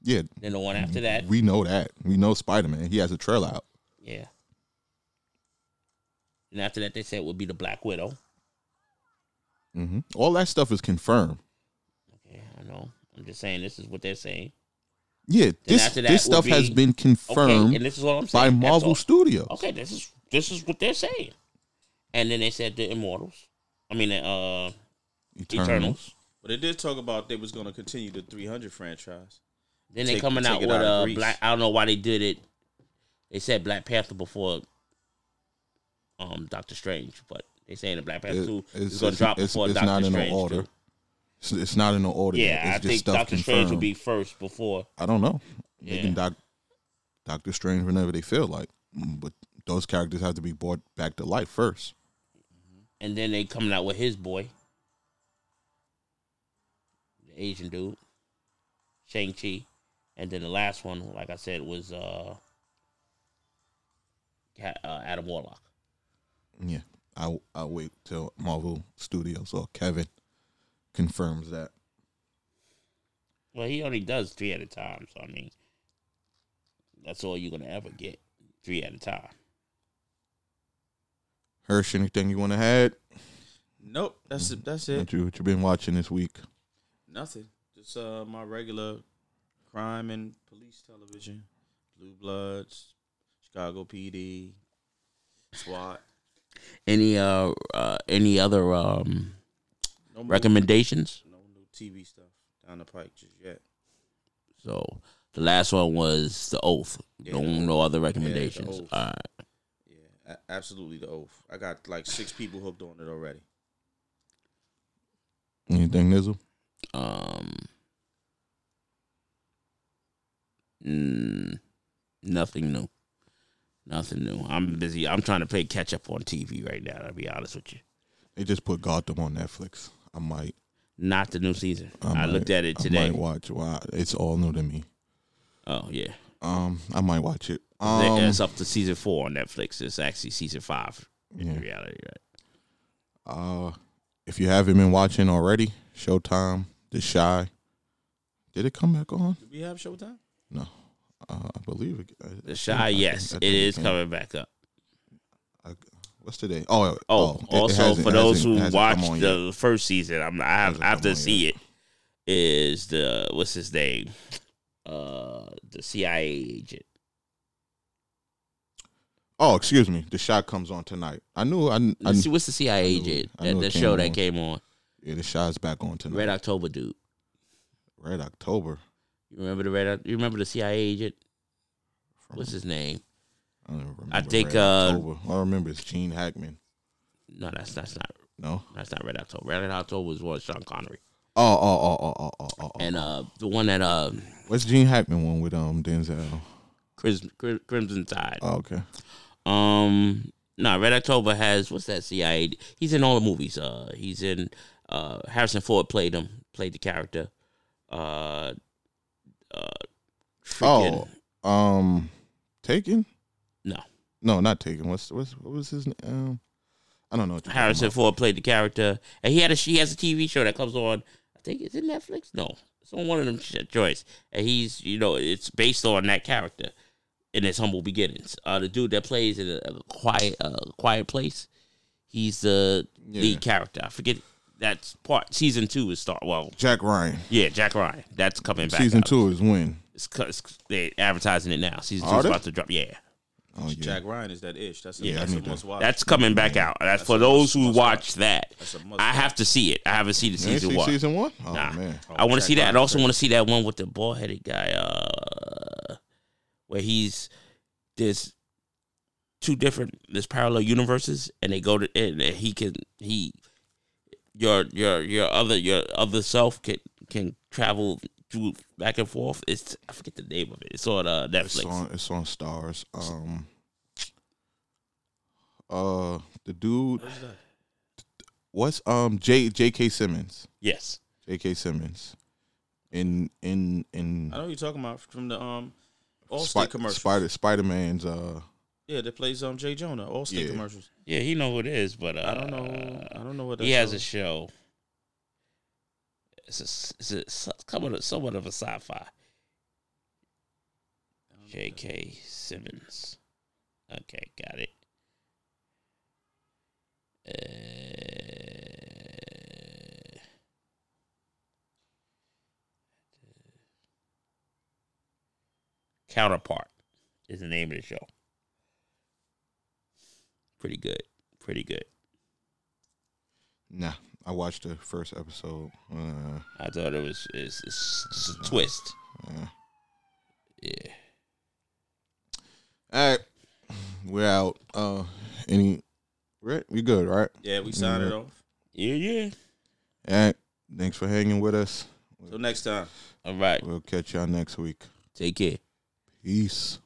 Speaker 1: Yeah,
Speaker 3: Then the one after that,
Speaker 1: we know that. We know Spider Man. He has a trailer out.
Speaker 3: yeah. And after that, they said would be the Black Widow.
Speaker 1: hmm All that stuff is confirmed.
Speaker 3: Okay, I know. I'm just saying this is what they're saying.
Speaker 1: Yeah, this
Speaker 3: after that
Speaker 1: this
Speaker 3: will
Speaker 1: stuff has
Speaker 3: be-
Speaker 1: been confirmed
Speaker 3: Okay, and this is all I'm
Speaker 1: by
Speaker 3: saying. That's
Speaker 1: Marvel
Speaker 3: all. Oh,
Speaker 1: Studios.
Speaker 3: Okay, this is this is what they're saying. And then they said the Immortals. I mean, uh,
Speaker 1: Eternals.
Speaker 3: Eternals.
Speaker 2: But they did talk about they was going to continue the 300 franchise.
Speaker 3: Then they
Speaker 2: Take-
Speaker 3: coming
Speaker 2: take
Speaker 3: out
Speaker 2: it
Speaker 3: with
Speaker 2: out of
Speaker 3: uh,
Speaker 2: Greece.
Speaker 3: Black. I don't know why they did it. They said Black Panther before um Doctor Strange, but They saying the Black Panther
Speaker 1: It-
Speaker 3: two
Speaker 1: it's
Speaker 3: is going to
Speaker 1: it's-
Speaker 3: drop
Speaker 1: it's-
Speaker 3: before
Speaker 1: it's
Speaker 3: Doctor
Speaker 1: not in
Speaker 3: Strange.
Speaker 1: no order.
Speaker 3: too.
Speaker 1: It's, it's not in no order. yet.
Speaker 3: Yeah,
Speaker 1: it's
Speaker 3: I
Speaker 1: just
Speaker 3: think
Speaker 1: stuff
Speaker 3: Doctor Strange will
Speaker 1: confirmed.
Speaker 3: be first before.
Speaker 1: I don't know. They
Speaker 3: Yeah.
Speaker 1: can doc, Doctor Strange whenever they feel like, Mm, but those characters have to be brought back to life first.
Speaker 3: And then they coming out with his boy, the Asian dude, Shang Chi, and then the last one, like I said, was uh, Ca- uh Adam Warlock.
Speaker 1: Yeah, I I wait till Marvel Studios or Kevin confirms that.
Speaker 3: Well, he only does three at a time, so I mean, that's all you're gonna ever get, three at a time.
Speaker 1: Hirsch, anything you want to add?
Speaker 2: Nope, that's it. That's it.
Speaker 1: What you what you been watching this week?
Speaker 2: Nothing. Just uh, my regular crime and police television. Blue Bloods, Chicago PD, SWAT.
Speaker 3: Any uh, uh any other um
Speaker 2: No more-
Speaker 3: recommendations?
Speaker 2: No new TV stuff down the pike just yet.
Speaker 3: So the last one was the oath.
Speaker 2: Yeah,
Speaker 3: no,
Speaker 2: The Oath.
Speaker 3: no other recommendations.
Speaker 2: Oath.
Speaker 3: All right.
Speaker 2: Yeah, a- absolutely the oath. I got like six people hooked on it already.
Speaker 1: Anything, Nizzle?
Speaker 3: Um. mm, nothing new. Nothing new. I'm busy. I'm trying to play catch up on TV right now. To be honest with you,
Speaker 1: They just put Gotham on Netflix. I might.
Speaker 3: not the new season.
Speaker 1: I,
Speaker 3: I,
Speaker 1: might-
Speaker 3: looked at it
Speaker 1: I
Speaker 3: today.
Speaker 1: might watch. Wow, it's all new to me.
Speaker 3: Oh yeah,
Speaker 1: Um, I might watch it.
Speaker 3: There-
Speaker 1: Um,
Speaker 3: it's up to season four on Netflix. It's actually season five in
Speaker 1: Yeah.
Speaker 3: reality, right?
Speaker 1: Uh, if you haven't been watching already, Showtime, The Shy. Did it come back on?
Speaker 2: Do we have Showtime?
Speaker 1: No, uh, I believe it. I- I
Speaker 3: The
Speaker 1: think-
Speaker 3: Shy,
Speaker 1: I think-
Speaker 3: yes,
Speaker 1: I
Speaker 3: it
Speaker 1: think
Speaker 3: is
Speaker 1: came-
Speaker 3: coming back up.
Speaker 1: What's today? Oh,
Speaker 3: Oh,
Speaker 1: it- it
Speaker 3: also
Speaker 1: hasn't-
Speaker 3: for
Speaker 1: it
Speaker 3: those
Speaker 1: hasn't- it
Speaker 3: who
Speaker 1: hasn't come
Speaker 3: watched
Speaker 1: on
Speaker 3: the
Speaker 1: yet.
Speaker 3: first season, I'm I have,
Speaker 1: Hasn't
Speaker 3: I have
Speaker 1: come
Speaker 3: to
Speaker 1: on
Speaker 3: see it. Is the what's his name? Uh, the CIA agent.
Speaker 1: Oh, excuse me. The Shy comes on tonight. I knew. I, kn- I
Speaker 3: Let's see
Speaker 1: kn-
Speaker 3: what's the CIA
Speaker 1: I knew-
Speaker 3: agent
Speaker 1: I
Speaker 3: that
Speaker 1: knew it
Speaker 3: the
Speaker 1: came
Speaker 3: show that
Speaker 1: on.
Speaker 3: came on
Speaker 1: yeah, The Shy's back on tonight.
Speaker 3: Red
Speaker 1: Red,
Speaker 3: October dude.
Speaker 1: October.
Speaker 3: You remember the Red? Oc- You remember the CIA agent?
Speaker 1: Uh-huh. From-
Speaker 3: What's his name?
Speaker 1: I, don't remember
Speaker 3: think,
Speaker 1: Red
Speaker 3: uh,
Speaker 1: October. All I remember is Gene Hackman.
Speaker 3: No, that's that's not
Speaker 1: No.
Speaker 3: that's not Red October. Red October was one with Sean Connery
Speaker 1: Oh, oh, oh, oh, oh, oh, oh.
Speaker 3: and uh the one that uh
Speaker 1: What's Gene Hackman one with um Denzel?
Speaker 3: Crimson, Crimson Tide.
Speaker 1: Oh, okay.
Speaker 3: Um, no, Red October has what's that CIA? He's in all the movies. Uh, he's in. Uh, Harrison Ford played him, played the character. Uh, uh, freaking-
Speaker 1: Oh, um, Taken?
Speaker 3: No.
Speaker 1: no, not Taken. What's what's what was his name? Um, I don't know. What you're talking
Speaker 3: Harrison
Speaker 1: about.
Speaker 3: Ford played the character, and he had a she has a TV show that comes on. I think it's in Netflix. No, it's on one of them sh- joints, and he's you know it's based on that character in his humble beginnings. Uh, the dude that plays in a, a quiet, uh, quiet place, he's the
Speaker 1: Yeah.
Speaker 3: lead character. I forget that's part season two is start. Well,
Speaker 1: Jack Ryan.
Speaker 3: yeah, Jack Ryan. That's coming back.
Speaker 1: Season
Speaker 3: up.
Speaker 1: two is when.
Speaker 3: It's, cu- it's they advertising it now. Season two
Speaker 1: Are
Speaker 3: is
Speaker 1: they?
Speaker 3: about to drop. Yeah.
Speaker 1: Oh yeah,
Speaker 2: Jack Ryan is that ish. That's a,
Speaker 1: Yeah, I
Speaker 2: that's a
Speaker 1: need that.
Speaker 2: must watch.
Speaker 3: That's coming back out. That's,
Speaker 2: That's
Speaker 3: for
Speaker 2: a must-
Speaker 3: those who
Speaker 2: must
Speaker 3: watch that.
Speaker 2: That's a must.
Speaker 3: I have to see it. I haven't seen the
Speaker 1: You ain't
Speaker 3: season
Speaker 1: seen
Speaker 3: one.
Speaker 1: season one. Oh
Speaker 3: Nah.
Speaker 1: man,
Speaker 3: I want to
Speaker 2: Jack
Speaker 3: see that.
Speaker 2: Ryan's
Speaker 3: and also
Speaker 2: great.
Speaker 3: want to see that one with the bald headed guy, uh, where he's there's two different there's parallel universes, and they go to and he can he your your your other your other self can can travel through back and forth. It's I forget the name of it. It's on uh, Netflix.
Speaker 1: it's on it's on stars. Um, uh, the dude.
Speaker 2: Who's that?
Speaker 1: What's um J J K Simmons?
Speaker 3: yes,
Speaker 1: J K Simmons. In in in
Speaker 2: I know who you're talking about from the um
Speaker 1: Spi-
Speaker 2: Allstate commercials.
Speaker 1: Spider Spider Man's uh
Speaker 2: Yeah, that plays um Jay Jonah. Allstate
Speaker 1: Yeah.
Speaker 2: commercials.
Speaker 3: yeah, he know who it is, but uh,
Speaker 2: I don't know. I don't know what that
Speaker 3: he has
Speaker 2: show
Speaker 3: a
Speaker 2: is.
Speaker 3: show. It's a it's a somewhat of, somewhat of a sci-fi.
Speaker 2: I don't know what that-
Speaker 3: J.K. Simmons. Okay, got it. Uh, Counterpart is the name of the show. Pretty good. Pretty good.
Speaker 1: nah. I watched the first episode. Uh,
Speaker 3: I thought it was it's, it's, it's a twist.
Speaker 1: yeah.
Speaker 3: Yeah.
Speaker 1: All right, we're out. Uh, any Right? We good, right?
Speaker 2: Yeah, we signed it off.
Speaker 3: Yeah, yeah.
Speaker 1: All right. Thanks for hanging with us.
Speaker 2: Till next time.
Speaker 3: All right.
Speaker 1: We'll catch y'all next week.
Speaker 3: Take care.
Speaker 1: Peace.